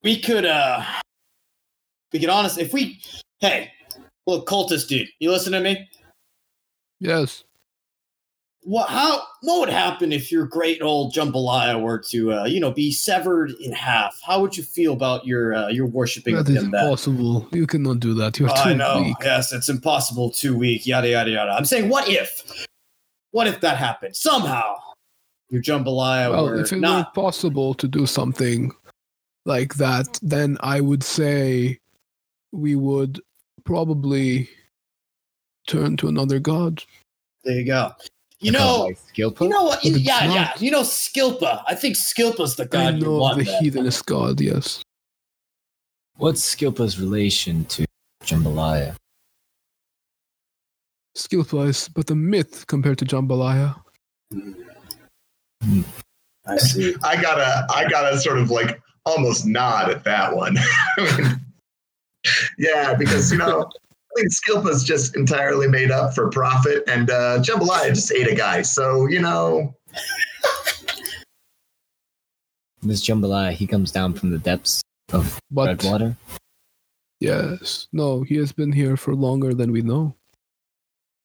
S3: we could uh we could honestly if we hey, look cultist dude, you listen to me?
S1: Yes.
S3: what how what would happen if your great old jambalaya were to uh, you know be severed in half? How would you feel about your uh, your worshiping of them? That Oh,
S1: impossible. You cannot do that. You're
S3: I know. Yes, it's impossible. Too weak. Yada yada yada. I'm saying, what if? What if that happened somehow? Your jambalaya were not.
S1: were possible to do something like that, then I would say we would probably turn to another god.
S3: There you go. You
S2: Kinda
S3: know.
S2: like skill
S3: You
S2: poke?
S3: know what?
S1: But it's
S3: yeah,
S1: not.
S3: yeah. You know Skilpa. I think Skilpa's the
S1: I
S3: god you
S1: know
S3: want.
S1: the
S3: then.
S1: heathenist god, yes.
S2: What's Skilpa's relation to Jambalaya?
S1: Skill wise, but a myth compared to Jambalaya.
S3: I see.
S5: I gotta, I gotta sort of like almost nod at that one. I mean, yeah, because you know, I mean, Skilpa's just entirely made up for profit, and uh, Jambalaya just ate a guy. So you know,
S2: This Jambalaya, he comes down from the depths of
S1: But
S2: Redwater.
S1: yes, no, he has been here for longer than we know.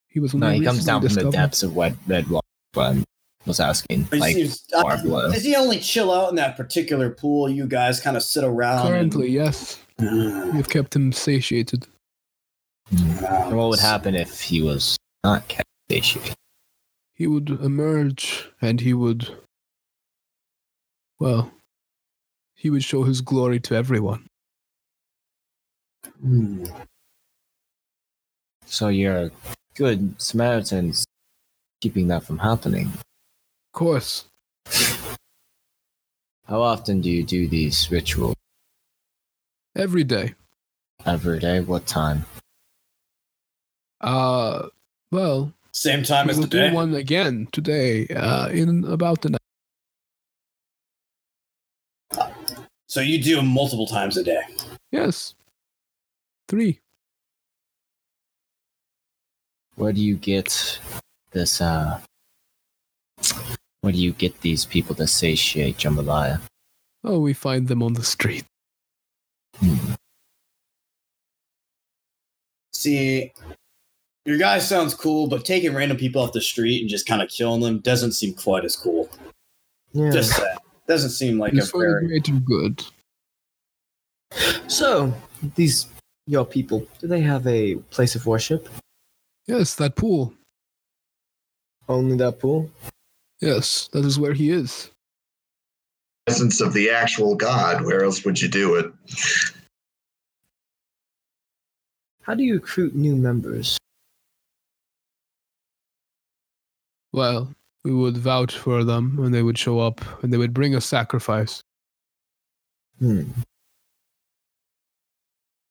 S1: He was
S2: No,
S1: only
S2: he comes
S1: recently
S2: down from the
S1: discovered.
S2: depths of wet Redwater. But I was asking,
S3: He
S2: like,
S3: seems- uh,
S2: far below.
S3: Does he only chill out in that particular pool? You guys kind of sit around.
S1: Currently, yes,
S3: and-
S1: we've kept him satiated.
S2: and what would happen if he was not kept satiated?
S1: He would emerge, and he would, well, he would show his glory to everyone.
S3: Hmm.
S2: So you're good Samaritans keeping that from happening.
S1: Of course,
S2: How often do you do these rituals?
S1: every day.
S2: Every day? What time?
S1: Uh, well,
S3: Same time
S1: we
S3: as
S1: will
S3: the
S1: do
S3: day.
S1: one again today. Uh, in about an
S3: So you do them multiple times a day.
S1: yes, three.
S2: Where do you get this, uh, where do you get these people to satiate jambalaya?
S1: Oh, we find them on the street.
S3: See, your guy sounds cool, but taking random people off the street and just kind of killing them doesn't seem quite as cool.
S2: Yeah.
S3: Just saying. Doesn't seem like
S1: it's
S3: a
S1: for the
S3: very.
S1: greater good.
S2: So, these, your people, do they have a place of worship?
S1: Yes, that pool.
S2: Only that pool?
S1: Yes, that is where he is.
S5: presence of the actual god. Where else would you do it?
S2: How do you recruit new members?
S1: Well, we would vouch for them, and they would show up, and they would bring a sacrifice.
S2: Hmm.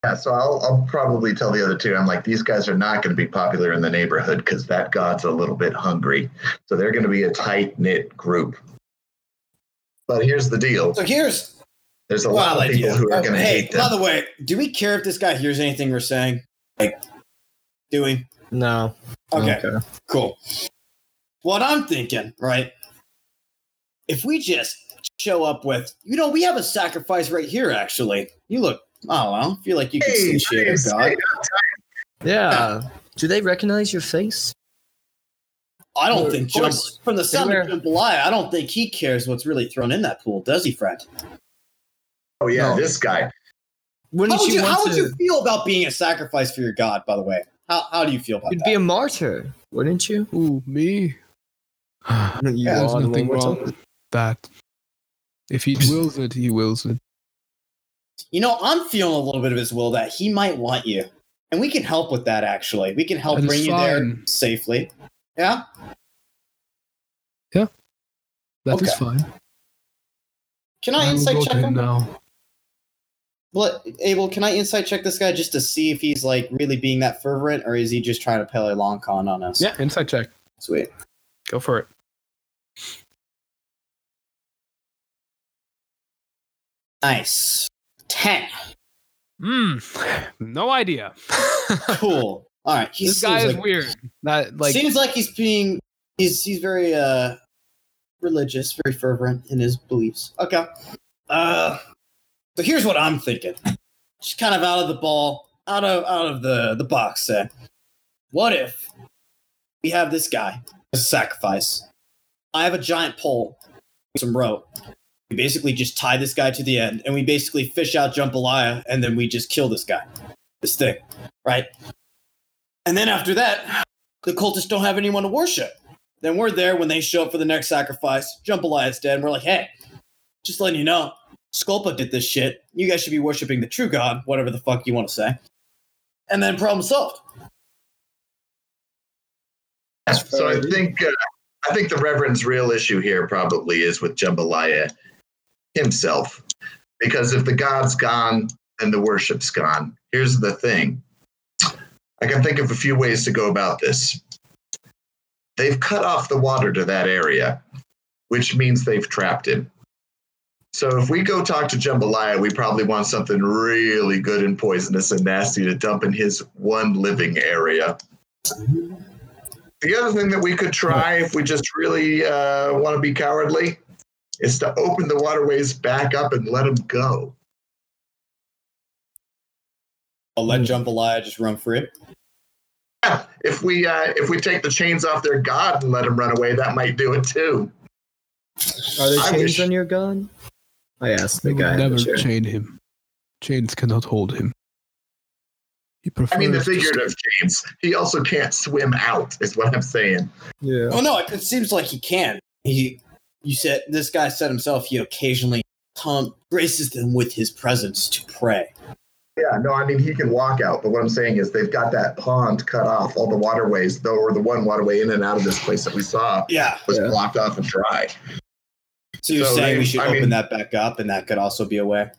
S5: Yeah, so I'll, I'll probably tell the other two. I'm like, these guys are not going to be popular in the neighborhood because that god's a little bit hungry. So they're going to be a tight knit group. But here's the deal:
S3: So here's
S5: there's a
S3: a
S5: lot
S3: wild
S5: of people
S3: idea.
S5: who are
S3: Oh,
S5: going to
S3: hey,
S5: hate
S3: by
S5: them.
S3: the way, do we care if this guy hears anything we're saying? Like, do we?
S2: No.
S3: Okay.
S2: Okay.
S3: Cool. What I'm thinking, right? If we just show up with, you know, we have a sacrifice right here, actually. You look, I don't know, feel like you could
S5: Hey,
S3: satiate a
S5: nice.
S3: god.
S2: Yeah. Do they recognize your face?
S3: I don't
S2: Of
S3: think Jump,
S2: course.
S3: from the sound of
S2: Anywhere.
S3: Jambalaya, I don't think he cares what's really thrown in that pool, does he, friend?
S5: Oh yeah,
S2: No.
S5: this guy.
S2: Wouldn't
S3: How would you,
S2: want
S3: how would
S2: to-
S3: you feel about being a sacrifice for your god, by the way? How, how do you feel about
S2: You'd
S3: that?
S2: be a martyr, wouldn't you?
S1: Ooh, me?
S2: You
S1: Yeah, there's
S2: on
S1: nothing
S2: one more
S1: wrong
S2: time?
S1: with that. If he wills it, he wills it.
S3: You know, I'm feeling a little bit of his will that he might want you. And we can help with that, actually. We can help
S1: That is
S3: bring you there
S1: fine.
S3: safely. Yeah?
S1: That is
S3: Okay.
S1: fine.
S3: Can I,
S1: will
S3: Uh, insight
S1: go to
S3: check
S1: him
S3: him?
S1: now.
S3: Well, Abel, can I insight check this guy just to see if he's like really being that fervent or is he just trying to play a long con on us?
S1: Yeah, inside check.
S3: Sweet.
S1: Go for it.
S3: Nice. 10.
S1: Mm, no idea.
S3: Cool. All right. He
S1: this
S3: seems
S1: guy is
S3: like,
S1: weird. Not like
S3: seems like he's being he's he's very uh religious, very fervent in his beliefs. Okay. Uh so here's what I'm thinking. Just kind of out of the ball, out of out of the the box set. What if we have this guy as a sacrifice? I have a giant pole, some rope. We basically just tie this guy to the end, and we basically fish out jambalaya, and then we just kill this guy, this thing, right? And then after that, the cultists don't have anyone to worship. Then we're there when they show up for the next sacrifice. Jambalaya is dead. And we're like, hey, just letting you know, Sculpa did this shit. You guys should be worshiping the true God, whatever the fuck you want to say. And then problem solved.
S5: So I think uh, I think the Reverend's real issue here probably is with Jambalaya himself, because if the God's gone, then the worship's gone. Here's the thing: I can think of a few ways to go about this. They've cut off the water to that area, which means they've trapped him. So if we go talk to Jambalaya, we probably want something really good and poisonous and nasty to dump in his one living area. The other thing that we could try, if we just really uh, want to be cowardly, is to open the waterways back up and let them go.
S3: I'll
S5: Hmm.
S3: let Jambalaya just run free.
S5: Yeah, if we uh, if we take the chains off their god and let them run away, that might do it too.
S2: Are
S5: I
S2: there chains
S5: wish-
S2: on your gun? I asked
S1: we
S2: the guy.
S1: will
S2: in
S1: never
S2: the chair.
S1: chain him. Chains cannot hold him. He prefers.
S5: I mean, the
S1: to
S5: figurative chains. He also can't swim out, is what I'm saying.
S2: Yeah.
S3: Oh no, it, it seems like he can. He, you said this guy said himself. He occasionally come graces them with his presence to pray.
S5: Yeah, no, I mean he can walk out, but what I'm saying is they've got that pond cut off. All the waterways, though, or the one waterway in and out of this place that we saw
S3: Yeah.
S5: was
S2: Yeah.
S5: blocked off and dry.
S3: So you're
S5: So
S3: saying
S5: they-
S3: we should
S5: I
S3: open
S5: mean-
S3: that back up, and that could also be a way.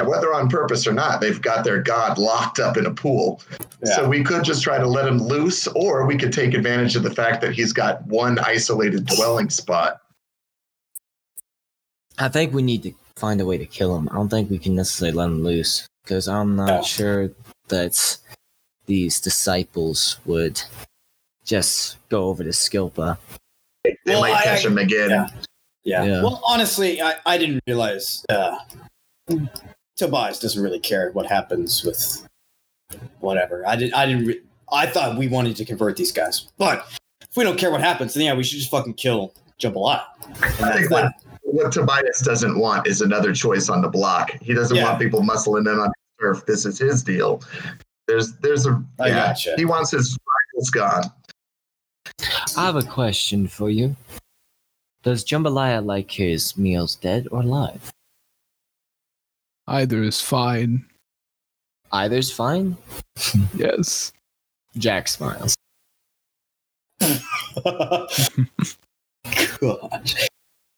S5: And whether on purpose or not, they've got their god locked up in a pool. So we could just try to let him loose, or we could take advantage of the fact that he's got one isolated dwelling spot.
S2: I think we need to find a way to kill him. I don't think we can necessarily let him loose because I'm not
S3: No.
S2: sure that these disciples would just go over to Skilpa.
S5: They
S3: Well,
S5: might
S3: I-
S5: catch him again.
S3: yeah. Yeah.
S2: Yeah.
S3: Well, honestly, I, I didn't realize uh, Tobias doesn't really care what happens with whatever. I did. I didn't. Re- I thought we wanted to convert these guys, but if we don't care what happens, then yeah, we should just fucking kill Jambalaya. And
S5: I
S3: that's
S5: think
S3: that.
S5: what, what Tobias doesn't want is another choice on the block. He doesn't
S3: Yeah.
S5: want people muscling in on his turf. This is his deal. There's there's a
S3: I
S5: yeah.
S3: gotcha.
S5: He wants his rivals gone.
S2: I have a question for you. Does Jambalaya like his meals dead or alive?
S1: Either is fine.
S2: Either's fine.
S1: Yes.
S2: Jack smiles.
S3: God.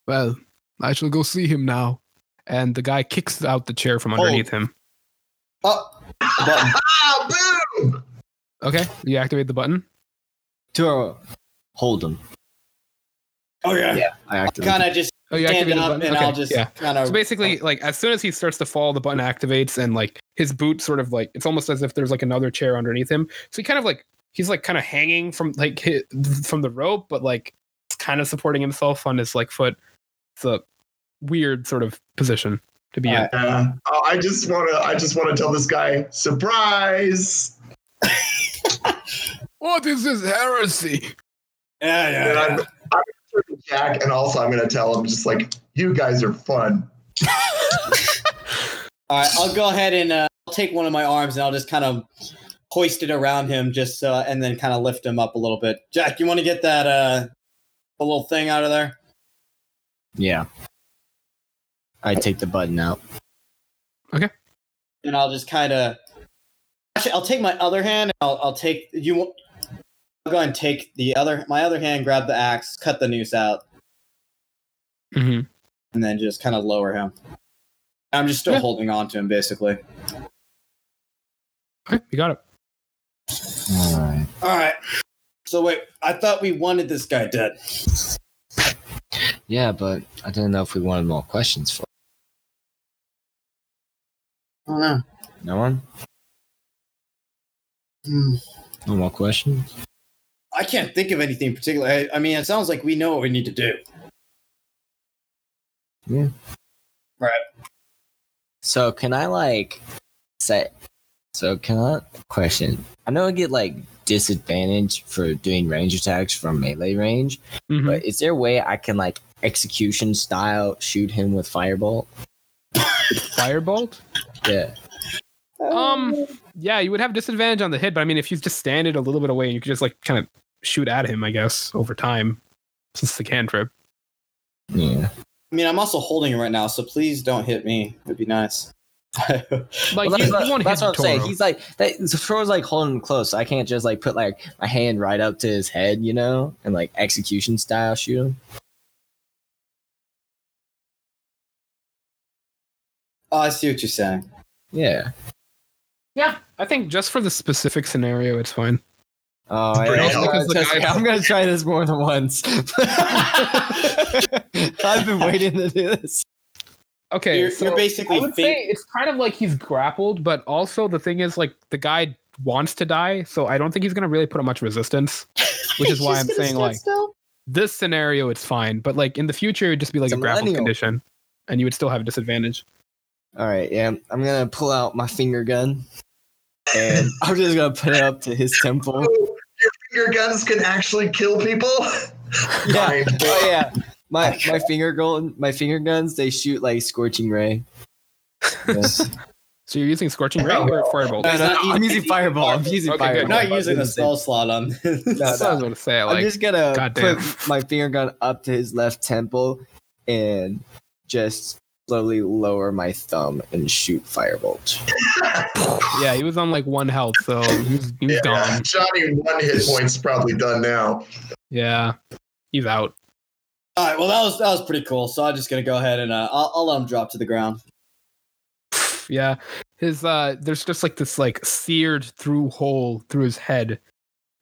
S1: Well, I shall go see him now. And the guy kicks out the chair from underneath him.
S3: Oh, the button.
S5: Ah, boom!
S1: Okay, you activate the button.
S2: Turo, hold him.
S3: Oh yeah.
S2: I activate.
S3: Kind of just
S1: Oh, you
S3: stand
S1: activate the
S3: up, and
S1: button.
S3: I'll
S1: Okay,
S3: just
S1: yeah.
S3: kind of
S1: So basically, like as soon as he starts to fall, the button activates, and like his boot sort of like it's almost as if there's like another chair underneath him. So he kind of like he's like kind of hanging from like hi from the rope, but like kind of supporting himself on his like foot. It's a weird sort of position to be in.
S3: Alright.
S5: Uh, oh, I just wanna I just wanna tell this guy surprise.
S1: What is this heresy?
S3: yeah, yeah,
S5: And
S3: yeah.
S5: I'm, I'm turning Jack, and also I'm going to tell him just like you guys are fun.
S3: All right, I'll go ahead and uh, I'll take one of my arms and I'll just kind of hoist it around him, just uh, and then kind of lift him up a little bit. Jack, you want to get that uh, a little thing out of there?
S2: Yeah. I take the button out.
S3: And I'll just kind of. Actually, I'll take my other hand. And I'll I'll take you. wa- I'll go and take the other my other hand, grab the axe, cut the noose out,
S1: Mm-hmm.
S3: and then just kind of lower him. I'm just still
S1: Yeah.
S3: holding on to him, basically.
S1: Okay, you got it.
S2: All right.
S3: All right. So wait, I thought we wanted this guy dead.
S2: Yeah, but I don't know if we wanted more questions for
S3: I don't know.
S2: no one.
S3: Hmm.
S2: No more questions.
S3: I can't think of anything in particular. I, I mean, it sounds like we know what we need to do.
S2: So can I like set? So can I question? I know I get like disadvantage for doing range attacks from melee range,
S1: Mhm.
S2: but is there a way I can like execution style shoot him with firebolt?
S1: Firebolt.
S2: Yeah.
S1: Um. Yeah, you would have disadvantage on the hit, but I mean, if you just stand it a little bit away, you could just like kind of shoot at him, I guess, over time, since it's the cantrip.
S2: Yeah.
S3: I mean, I'm also holding it right now, so please don't hit me. It'd be nice. Oh,
S1: Like you,
S2: Well, that's
S1: you
S2: what,
S1: won't hit
S2: that's what I'm saying.
S1: Toro.
S2: He's like that. Zoro's like holding him close. I can't just like put like my hand right up to his head, you know, and like execution style shoot him.
S3: oh, I see what you're saying.
S2: Yeah.
S1: I think just for the specific scenario, it's fine.
S2: Oh, I,
S5: Bring it
S2: am
S5: on.
S1: Because
S2: gonna
S1: the
S2: test-
S1: guy-
S2: I'm gonna try this more than once. I've been waiting to do this.
S1: Okay,
S3: you're,
S1: so
S3: you're
S1: I
S3: basically
S1: would
S3: fake.
S1: say it's kind of like he's grappled, but also the thing is like the guy wants to die, so I don't think he's gonna really put up much resistance, which is why I'm saying like this scenario it's fine, but like in the future it'd just be like
S2: It's
S1: a
S2: a
S1: grappled
S2: millennial.
S1: condition, and you would still have a disadvantage.
S2: All right, yeah, I'm gonna pull out my finger gun, and I'm just gonna put it up to his temple.
S5: Oh, your finger guns can actually kill people.
S2: Yeah.
S5: Fine.
S2: Oh yeah, my my finger gun, my finger guns, they shoot like scorching ray.
S1: So you're using scorching ray or firebolt?
S3: No, no,
S2: I'm using fireball. I'm using
S1: Okay,
S2: fireball.
S1: good.
S3: You're not using the
S2: the
S3: spell slot on this.
S1: That's what I was gonna say.
S2: I'm
S1: Like,
S2: just gonna
S1: goddamn.
S2: put my finger gun up to his left temple and just slowly lower my thumb and shoot firebolt.
S1: yeah, he was on like one health, so he's, he's
S5: Yeah.
S1: gone.
S5: Johnny, one hit point's probably done now.
S1: Yeah, he's out.
S3: All right. Well, that was that was pretty cool. So I'm just gonna go ahead and uh, I'll, I'll let him drop to the ground.
S1: Yeah. His uh there's just like this like seared through hole through his head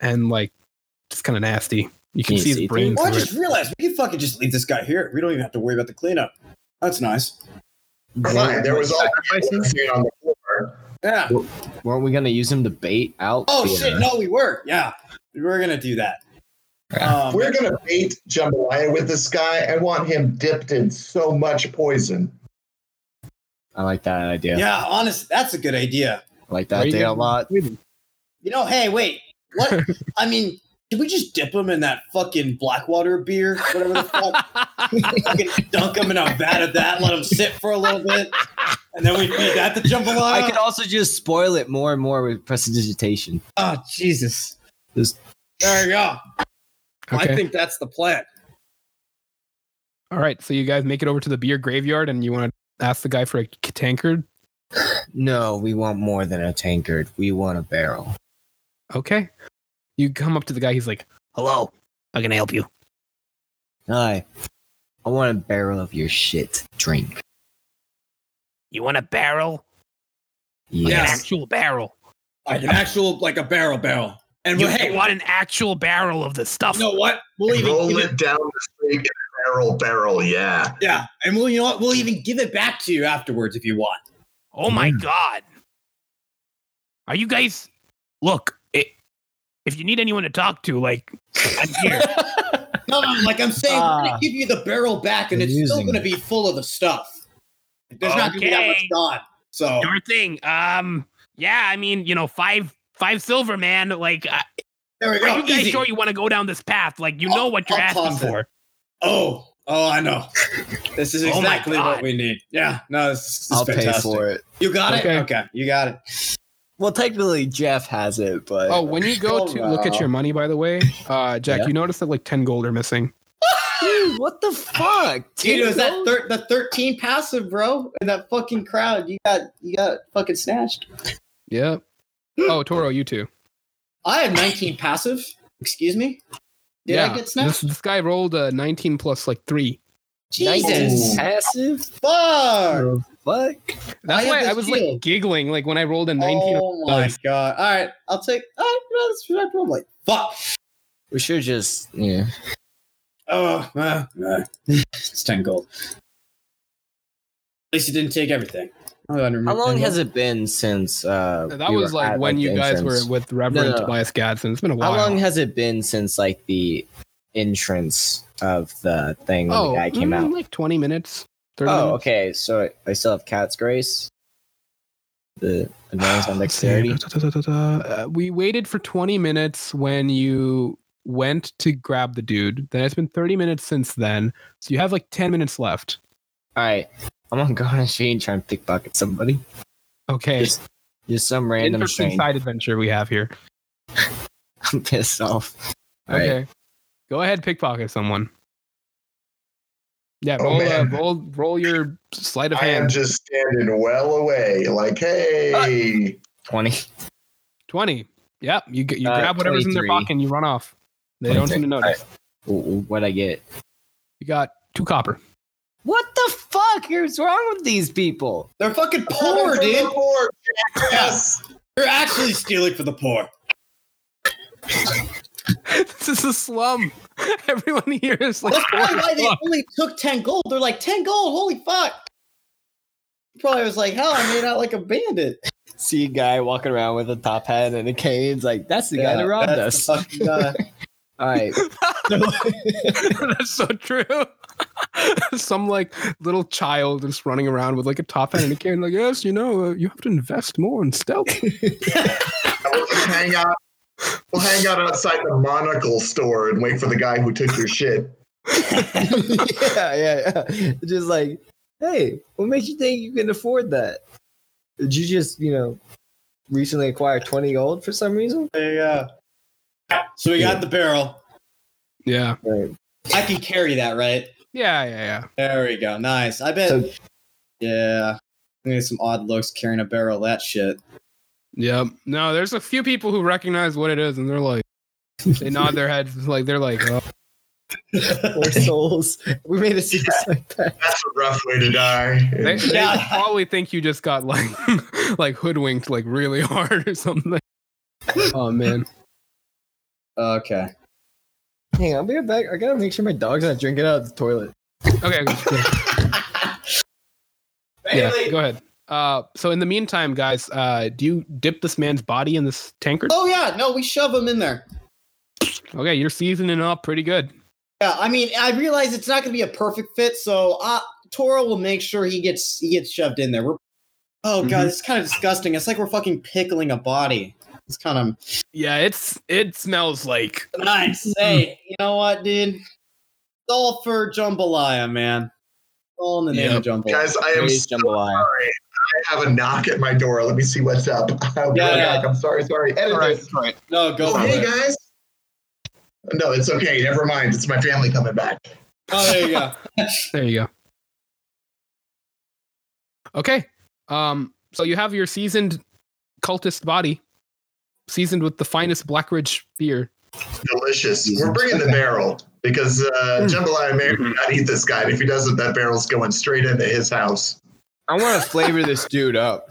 S1: and like just kind of nasty. You can
S2: Can you
S1: see
S2: see
S1: his brain
S3: Well, I
S1: through
S3: just
S1: it.
S3: realized we can fucking just leave this guy here. We don't even have to worry about the cleanup. That's nice.
S5: Fine. There was all
S2: Sacrificing?
S5: on the floor.
S3: Yeah.
S2: Weren't we gonna use him to bait out?
S3: Oh
S2: the,
S3: shit!
S2: uh,
S3: No, we were. Yeah, we were gonna do that.
S2: Yeah.
S3: Um,
S5: We're gonna bait jambalaya with this guy. I want him dipped in so much poison.
S2: I like that idea.
S3: yeah, honestly, that's a good idea.
S2: I like
S1: Are
S2: that
S1: you
S2: idea a
S1: gonna-
S2: lot.
S3: You know, hey, wait, what? I mean, did we just dip him in that fucking Blackwater beer, whatever the fuck? fucking dunk him in a vat of that, let him sit for a little bit, and then we feed that to jambalaya.
S2: I could also just spoil it more and more with prestidigitation.
S3: oh Jesus!
S2: This-
S3: There you go. I
S1: Okay.
S3: think that's the plan.
S1: all right. So you guys make it over to the beer graveyard and you want to ask the guy for a k- tankard.
S2: No, we want more than a tankard. We want a barrel.
S1: Okay. You come up to the guy, he's like,
S10: Hello. How can I help you?
S2: Hi. I want a barrel of your shit drink.
S10: You want a barrel? Like An
S2: Yes.
S10: actual barrel.
S3: Like an actual, like a barrel barrel. And
S10: You,
S3: we're, hey,
S10: you want an actual barrel of the stuff?
S3: you know what? We'll even,
S5: Roll
S3: give it-
S5: it down the street in a barrel, barrel. Yeah.
S3: yeah, and we'll you know what? We'll even give it back to you afterwards if you want.
S10: Oh my
S3: Mm.
S10: god. Are you guys look, it, if you need anyone to talk to, like I'm here.
S3: No, no, like I'm saying, we're
S2: Ah.
S3: gonna give you the barrel back, and it's still
S2: Using
S3: gonna
S2: it.
S3: be full of the stuff. There's not gonna be that much
S10: Okay.
S3: gone. So
S10: Sure thing. Um yeah, I mean, you know, five five silver, man. Like uh,
S3: there we
S10: are
S3: go.
S10: you guys
S3: Easy.
S10: sure you want to go down this path? Like you know what you're
S3: I'll
S10: asking
S3: toss it.
S10: for.
S3: oh, oh, I know. This is
S10: Oh my
S3: exactly
S10: God.
S3: what we need. Yeah, no, this, is- this is
S2: I'll
S3: fantastic.
S2: pay for it.
S3: You got
S1: Okay.
S3: it. Okay, you got it.
S2: Well, technically, Jeff has it, but
S1: "Oh, when you go
S3: Oh,
S1: to look at
S3: wow.
S1: your money, by the way, uh, Jack,
S2: Yeah.
S1: you notice that like ten gold are missing.
S2: Dude, what the fuck?
S3: Dude, it was that
S2: Tito?
S3: thir- the thirteen passive, bro, and that fucking crowd. You got you got fucking snatched.
S1: Yep. Oh, Toro, you too.
S3: I had nineteen passive. Excuse me. Did I get
S1: This,
S3: snatched?
S1: this guy rolled a 19 plus like three.
S3: Jesus,
S2: passive?
S3: fuck!
S2: Oh, fuck?
S1: That's
S3: I
S1: why I
S3: have this
S1: was
S3: shield.
S1: like giggling like when I rolled a 19.
S3: Oh my
S1: Nice.
S3: god! All right, I'll take. All right, well, that's respectable. I'm like, fuck.
S2: We should just yeah.
S3: Oh, uh, uh, it's ten gold. At least you didn't take everything. Oh, I remember-
S2: How long has it been since uh
S1: That
S2: we
S1: was
S2: were
S1: like
S2: at,
S1: when you
S2: the
S1: guys
S2: entrance?
S1: were with Reverend
S2: no.
S1: Tobias Gadsden. It's been a
S2: How
S1: while.
S2: long has it been since like the entrance of the thing when the guy came
S1: mm,
S2: out?
S1: like 20 minutes. 30
S2: Oh,
S1: minutes.
S2: okay. So I still have Cat's Grace. The advance on dexterity.
S1: Let's see. Da, da, da, da, da. Uh, we waited for 20 minutes when you went to grab the dude. Then it's been 30 minutes since then. So you have like 10 minutes left.
S2: Alright. I'm on Garnish Sheen trying to pickpocket somebody.
S1: Okay.
S2: Just- Just some random
S1: Interesting
S2: stranger.
S1: side adventure we have here.
S2: I'm pissed off. Alright.
S1: Okay. Go ahead, pickpocket someone. Yeah,
S5: Oh,
S1: roll, uh,
S5: man.
S1: roll, roll your sleight of
S5: I am
S1: hand.
S5: just standing well away, like, hey,
S2: 20.
S1: 20. Yep. You, g- you
S2: Uh,
S1: grab whatever's in their
S2: 23.
S1: pocket and you run off. They don't seem to
S2: 23.
S1: notice.
S2: Wh- What'd I get?
S1: You got two copper.
S2: What the fuck is wrong with these people?
S3: They're fucking poor, Uh, dude.
S5: Poor, yes.
S3: They're actually stealing for the poor.
S1: this is a slum. Everyone here is like,
S3: That's probably why they
S1: fuck.
S3: only took 10 gold. They're like, 10 gold, holy fuck. Probably was like, hell, I made out like a bandit.
S2: See a guy walking around with a top hat and a cane. It's like, that's the guy that robbed us. Alright.
S1: that's so true. Some like little child just running around with like a top hat and a cane, like, yes, you know, uh, you have to invest more in stealth.
S5: We'll hang out. We'll hang out outside the monocle store and wait for the guy who took your shit.
S2: yeah, yeah, yeah. Just like, hey, what makes you think you can afford that? Did you just, you know, recently acquire 20 gold for some reason?
S3: yeah.
S6: So we got the barrel.
S1: yeah.
S2: Right.
S3: I can carry that, right?
S1: Yeah, yeah, yeah.
S3: There we go. Nice. I bet.
S2: So-
S3: yeah. I'm gonna get some odd looks carrying a barrel of that shit.
S1: Yep. No, there's a few people who recognize what it is and they're like, they nod their heads, like, they're like, oh,
S2: Four souls. We made a suicide pact.
S5: That's a rough way to die.
S1: They, they
S3: Yeah.
S1: probably think you just got like like hoodwinked like really hard or something. Oh man.
S3: Okay.
S2: Hang on, I'll be right back. I gotta make sure my dog's not drinking out of the toilet.
S1: Okay. okay. Yeah. Go ahead. Uh, so in the meantime, guys, uh, do you dip this man's body in this tankard?
S3: Oh yeah, no, we shove him in there.
S1: Okay, you're seasoning up pretty good.
S3: Yeah, I mean, I realize it's not gonna be a perfect fit, so uh, Toro will make sure he gets he gets shoved in there. We're oh
S2: Mm-hmm.
S3: god, it's kind of disgusting. It's like we're fucking pickling a body. It's kind of
S1: Yeah, it's it smells like
S3: nice. Hey, you know what, dude? It's all for jambalaya, man. All in the name of jambalaya.
S5: Guys, I am
S2: Raised
S5: so
S2: jambalaya.
S5: sorry. I have a knock at my door. Let me see what's up. I'll be
S3: Yeah,
S5: right
S3: yeah.
S5: back. I'm sorry, sorry. Edit this.
S3: no, go
S5: Oh,
S3: for
S5: hey
S3: it.
S5: guys. No, it's okay. Never mind. It's my family coming back.
S3: Oh, there you go.
S1: there you go. Okay. Um, so you have your seasoned cultist body, seasoned with the finest Blackridge beer.
S5: Delicious.
S1: Mm-hmm.
S5: We're bringing the barrel because uh,
S1: Mm.
S5: Jambalaya may or may not eat this guy. And if he doesn't, that barrel's going straight into his house.
S2: I wanna flavor this dude up.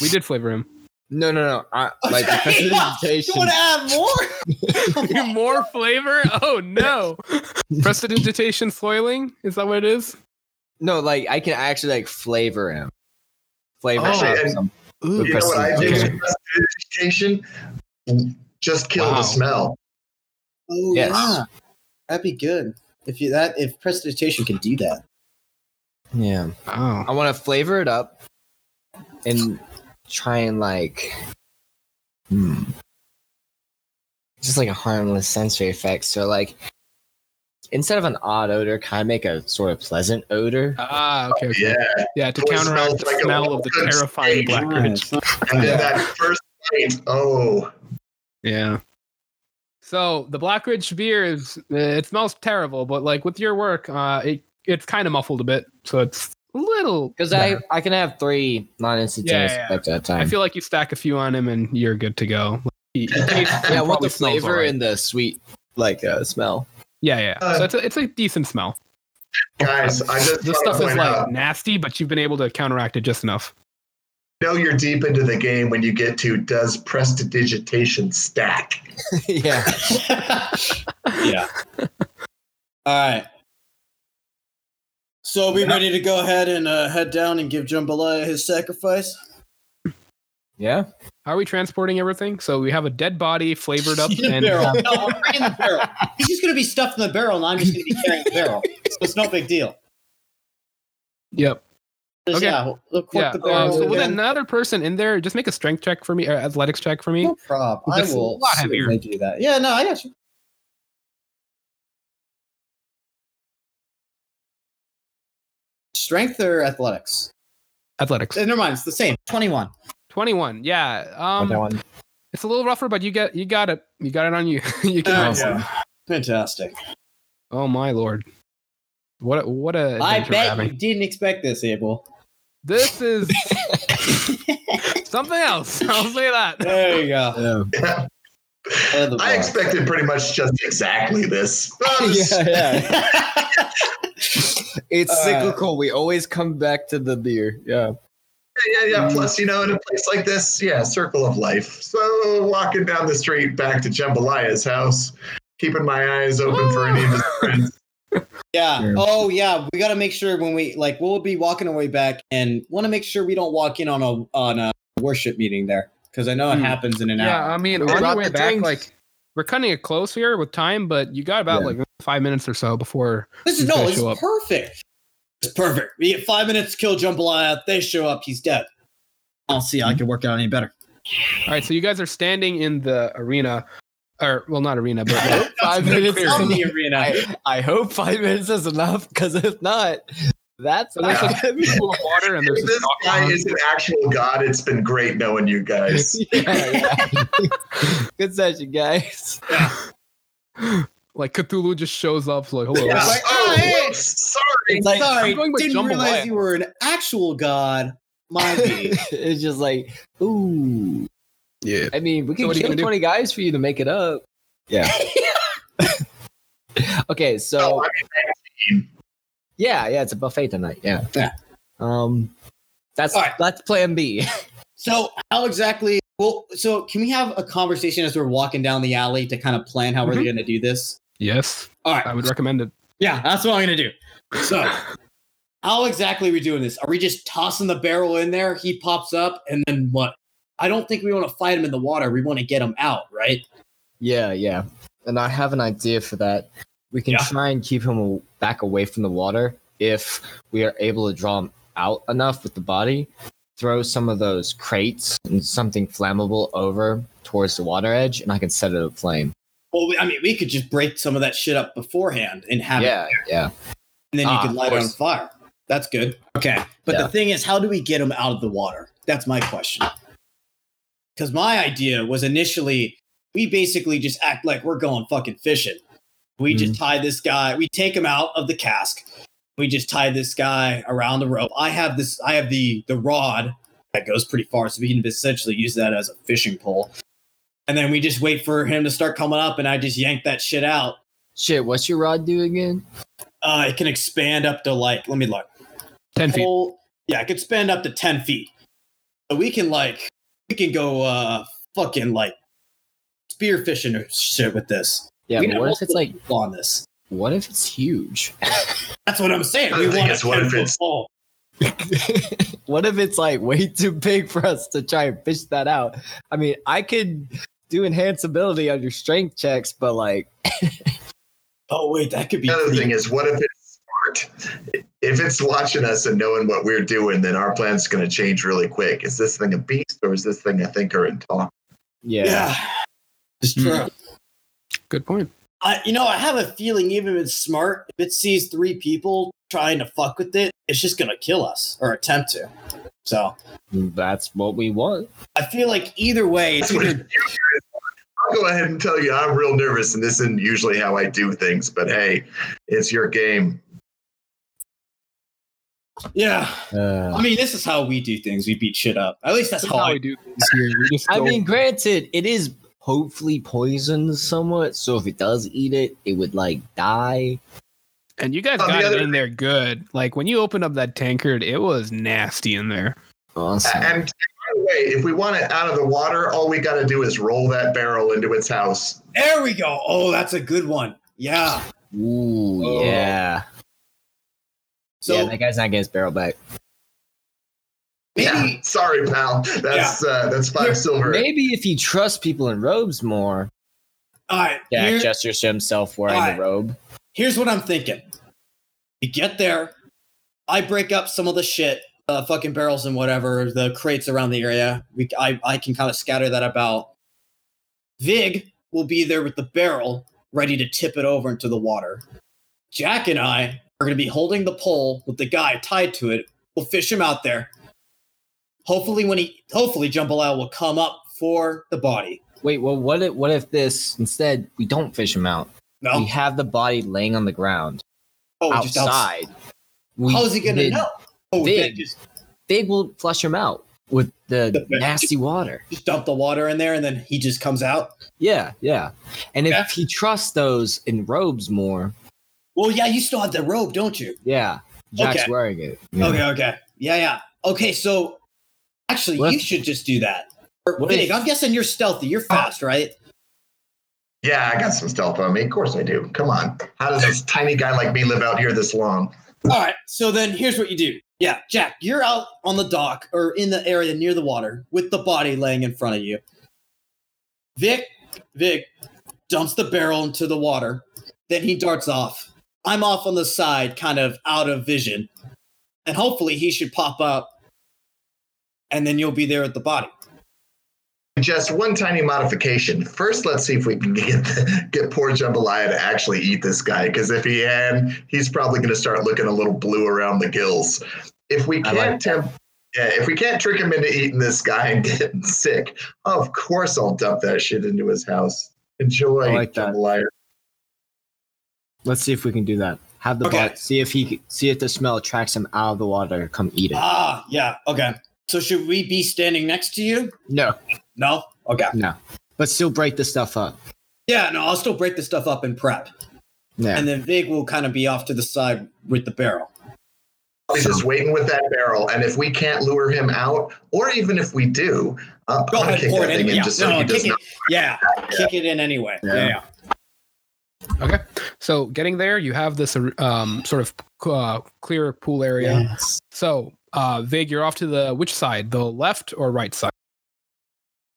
S1: We did flavor him.
S2: No, no, no. I, like, the
S3: You
S2: presentation.
S3: want to add more?
S1: More flavor? Oh no! Prestidigitation soiling? Is that what it is?
S2: No, like, I can actually, like, flavor him. Flavor
S1: Oh.
S2: him.
S5: And-
S2: some-
S1: Ooh,
S5: You know what I do?
S1: Okay.
S5: with prestidigitation? Just kill
S1: Wow.
S5: the smell.
S3: Oh
S2: Yes.
S3: yeah, that'd be good. If you that if prestidigitation can do that.
S2: Yeah.
S1: Oh.
S2: I want to flavor it up and try and like, hmm, just like a harmless sensory effect. So like, instead of an odd odor, kind of make a sort of pleasant odor.
S1: Ah, okay. okay.
S5: Yeah.
S1: Yeah, to
S5: It always
S1: counteract
S5: smells
S1: the
S5: like a
S1: smell of the
S5: good
S1: terrifying
S5: steak.
S1: blackridge.
S5: And then that first bite, oh,
S1: Yeah. So the Blackridge beer is uh, it smells terrible, but like with your work, uh, it it's kind of muffled a bit, so it's a little.
S2: Because
S1: better.
S2: I, I can have three non instantaneous
S1: Yeah, yeah, yeah.
S2: effects at a time.
S1: I feel like you stack a few on him and you're good to go. Like, he- he tastes- it
S2: yeah, with
S1: probably
S2: the
S1: smells
S2: flavor
S1: alright.
S2: and the sweet like uh, smell.
S1: yeah, yeah.
S3: Uh,
S1: so it's a, it's a decent smell.
S5: Guys, I just
S1: this
S5: wanna
S1: stuff is
S5: point
S1: like
S5: out,
S1: nasty, but you've been able to counteract it just enough.
S5: know you're deep into the game when you get to does prestidigitation stack?
S2: yeah.
S3: All right. So are we ready to go ahead and uh, head down and give Jambalaya his sacrifice?
S2: Yeah.
S1: Are we transporting everything? So we have a dead body flavored up
S3: In the
S1: and uh,
S3: barrel. No, we're bringing the barrel. He's just going to be stuffed in the barrel, and I'm just going to be carrying the barrel. So it's no big deal.
S1: yep,
S3: Just,
S1: Okay.
S3: Yeah, we'll cork
S1: yeah.
S3: the
S1: Um,
S3: barrel.
S1: so with
S3: again.
S1: another person in there, just make a strength check for me, or athletics check for me.
S3: no problem. I
S1: uh, That's a
S3: will
S1: lot
S3: certainly
S1: heavier.
S3: do that. Yeah, no, I got you. Strength or athletics?
S1: Athletics.
S3: Uh, Never mind, it's the same. Twenty-one.
S1: Twenty-one. Yeah. Um,
S2: that one.
S1: It's a little rougher, but you get you got it. You got it on you. you can.
S3: Alright, Fantastic.
S1: Oh my lord. What a, what a
S3: I
S1: adventure we're
S3: bet
S1: having.
S3: you didn't expect this, Abel.
S1: This is something else. I'll say that.
S3: There you go.
S5: Yeah.
S3: Another
S5: I
S3: bar.
S5: expected pretty much just exactly this.
S2: yeah, yeah. It's
S3: Uh,
S2: cyclical. We always come back to the beer. Yeah.
S5: Yeah, yeah, yeah. Plus, you know, in a place like this, yeah, circle of life. So walking down the street back to Jambalaya's house, keeping my eyes open for any of his friends.
S3: Yeah.
S2: Yeah.
S3: Oh, yeah. We got to make sure when we like we'll be walking our way back, and want to make sure we don't walk in on a on a worship meeting there because I know it
S1: Hmm.
S3: happens in an
S1: Yeah,
S3: hour.
S1: I mean, on
S2: We
S1: your
S2: brought
S1: way
S2: the
S1: back,
S2: drinks.
S1: like we're cutting it close here with time, but you got about
S2: Yeah.
S1: like five minutes or so before.
S3: This is
S1: He's
S3: no,
S1: gonna
S3: it's
S1: show up.
S3: perfect. It's perfect. We get five minutes to kill Jambalaya. They show up. He's dead. I'll see. how I can work out any better.
S1: All right, so you guys are standing in the arena, or well, not arena, but
S2: Five minutes.
S1: clear.
S2: is-
S3: arena.
S2: I, I hope five minutes is enough. Because if not, that's
S1: So there's
S2: not-
S1: a pool of water and there's
S5: If
S1: this
S5: this guy
S1: rock.
S5: is an actual god, it's been great knowing you guys.
S2: yeah, yeah. Good session, guys.
S1: like Cthulhu just shows up. Like, hello.
S5: Yeah.
S3: Like,
S5: Oh,
S3: oh, hey.
S5: whoops, sorry.
S2: It's like
S3: Sorry,
S1: I'm going with
S3: didn't
S1: Jambalaya.
S3: realize you were an actual god. My bad.
S2: it's just like, ooh.
S1: Yeah.
S2: I mean, we can
S1: what are you
S2: kill
S1: gonna do?
S2: 20 guys for you to make it up. Yeah. okay,
S5: Oh,
S2: so
S5: I
S2: yeah, yeah, it's a buffet tonight. Yeah.
S3: Yeah.
S2: Um that's
S3: All right.
S2: that's plan B.
S3: So how exactly? Well, so can we have a conversation as we're walking down the alley to kind of plan how we're
S1: Mhm.
S3: going to do this?
S1: Yes,
S3: All right.
S1: I would recommend it.
S3: Yeah, that's what I'm going to do. So how exactly are we doing this? Are we just tossing the barrel in there? He pops up, and then what? I don't think we want to fight him in the water. We want to get him out, right?
S2: yeah, yeah. And I have an idea for that. We can
S3: Yeah.
S2: try and keep him a- back away from the water if we are able to draw him out enough with the body. Throw some of those crates and something flammable over towards the water edge, and I can set it aflame.
S3: Well, we, I mean, we could just break some of that shit up beforehand and have it,
S2: Yeah, yeah.
S3: and then you
S2: Ah,
S3: can
S2: of
S3: light it on
S2: course.
S3: fire. That's good. Okay, but
S2: Yeah.
S3: the thing is, how do we get him out of the water? That's my question. Because my idea was initially, we basically just act like we're going fucking fishing. We
S2: Mm-hmm.
S3: just tie this guy. We take him out of the cask. We just tie this guy around the rope. I have this. I have the the rod that goes pretty far, so we can essentially use that as a fishing pole. And then we just wait for him to start coming up, and I just yank that shit out.
S2: Shit, what's your rod do again?
S3: Uh, it can expand up to like. Let me look.
S1: Ten feet.
S3: Whole- yeah, it could span up to ten feet. So we can like we can go uh fucking like spear fishing or shit with this.
S2: Yeah,
S3: we
S2: but
S3: got
S2: what if it's
S3: multiple
S2: like,
S3: people on this?
S2: what if it's huge?
S3: That's what I'm saying.
S5: I
S3: We
S5: think
S3: want
S5: it's
S3: a
S5: what
S3: 10
S5: if
S3: foot
S5: it's-
S3: pole.
S2: what if it's like way too big for us to try and fish that out? I mean, I could do enhanceability on your strength checks, but like,
S3: Oh wait, that could be.
S5: The other
S3: pretty-
S5: thing is, what if it's smart? If it's watching us and knowing what we're doing, then our plan's going to change really quick. Is this thing a beast or is this thing a thinker and talk?
S2: yeah. Hmm.
S3: yeah. it's true.
S1: Good point.
S3: I, you know, I have a feeling even if it's smart, if it sees three people trying to fuck with it, it's just gonna kill us or attempt to. So
S2: That's what we want.
S3: I feel like either way, it's
S5: That's what
S3: either
S5: it's I'll go ahead and tell you I'm real nervous, and this isn't usually how I do things, but hey, it's your game.
S3: Yeah.
S2: Uh,
S3: I mean, this is how we do things. We beat shit up. At least that's how
S1: how
S3: I
S1: we do things here. We just
S2: I
S1: go-
S2: mean, granted, it is hopefully poisoned somewhat, so if it does eat it, it would like die.
S1: and you guys
S5: On the
S1: got it
S5: other-
S1: in there good. Like when you opened up that tankard, it was nasty in there.
S2: Awesome.
S5: And by the way, if we want it out of the water, all we got to do is roll that barrel into its house.
S3: There we go. Oh, that's a good one. Yeah.
S2: Ooh,
S3: Oh.
S2: yeah.
S3: So
S2: yeah, that guy's not getting his barrel back.
S3: maybe
S5: Yeah, sorry, pal. That's uh, that's five
S3: Here,
S5: silver.
S2: Maybe if he trusts people in robes more.
S3: all right.
S2: Jack
S3: here-
S2: gestures to himself wearing
S3: Alright.
S2: the robe.
S3: here's what I'm thinking. You get there, I break up some of the shit, uh, fucking barrels and whatever, the crates around the area. We, I, I can kind of scatter that about. Vig will be there with the barrel, ready to tip it over into the water. Jack and I are going to be holding the pole with the guy tied to it. We'll fish him out there. Hopefully, when he, hopefully, Jambalaya will come up for the body.
S2: Wait, well, what if, what if this instead we don't fish him out?
S3: No,
S2: We have the body laying on the ground
S3: oh, just outs-
S2: outside. We-
S3: How is he going to
S2: then
S3: know? Oh,
S2: Vig.
S3: then just
S2: They will flush him out with the
S3: The-
S2: nasty water.
S3: just dump the water in there and then he just comes out.
S2: Yeah, yeah. And if
S3: Yeah.
S2: he trusts those in robes more,
S3: Well, yeah, you still have the robe, don't you?
S2: yeah, Jack's
S3: Okay.
S2: wearing it.
S3: Okay, okay. Yeah, yeah. Okay, so actually,
S2: What
S3: you
S2: if-
S3: should just do that. Or
S2: what
S3: Vig,
S2: if- Oh.
S3: I'm guessing you're stealthy. You're fast, right?
S5: Yeah, I got some stealth on me. Of course I do. Come on. How does this tiny guy like me live out here this long?
S3: All right. So then here's what you do. Yeah, Jack, you're out on the dock or in the area near the water with the body laying in front of you. Vic, Vic dumps the barrel into the water. Then he darts off. I'm off on the side, kind of out of vision. And hopefully he should pop up. And then you'll be there at the body.
S5: Just one tiny modification. First, let's see if we can get get poor Jambalaya to actually eat this guy. Because if he can, he's probably going to start looking a little blue around the gills. If we
S2: I
S5: can't
S2: like
S5: temp- yeah, if we can't trick him into eating this guy and getting sick, of course I'll dump that shit into his house. Enjoy,
S2: I like that.
S5: Jambalaya.
S2: Let's see if we can do that. Have the
S3: Okay.
S2: body. See if he. See if the smell attracts him out of the water. Come eat it.
S3: Ah, yeah. Okay. So should we be standing next to you?
S2: no,
S3: No? Okay.
S2: but still break the stuff up.
S3: Yeah, no, I'll still break this stuff up and prep.
S2: Yeah.
S3: And then Vig will kind of be off to the side with the barrel.
S5: He's just waiting with that barrel, and if we can't lure him out, or even if we do,
S3: Go
S5: uh, I'm gonna
S3: ahead,
S5: kick
S3: pour
S5: that
S3: it in.
S5: thing in
S3: Yeah,
S5: just so
S3: no,
S5: he
S3: kick
S5: does
S3: it.
S5: not.
S3: Yeah, kick it in anyway.
S2: Yeah.
S3: Yeah. yeah.
S1: Okay, so getting there, you have this uh, um, sort of uh, clear pool area. So, uh, Vig, you're off to the which side, the left or right side?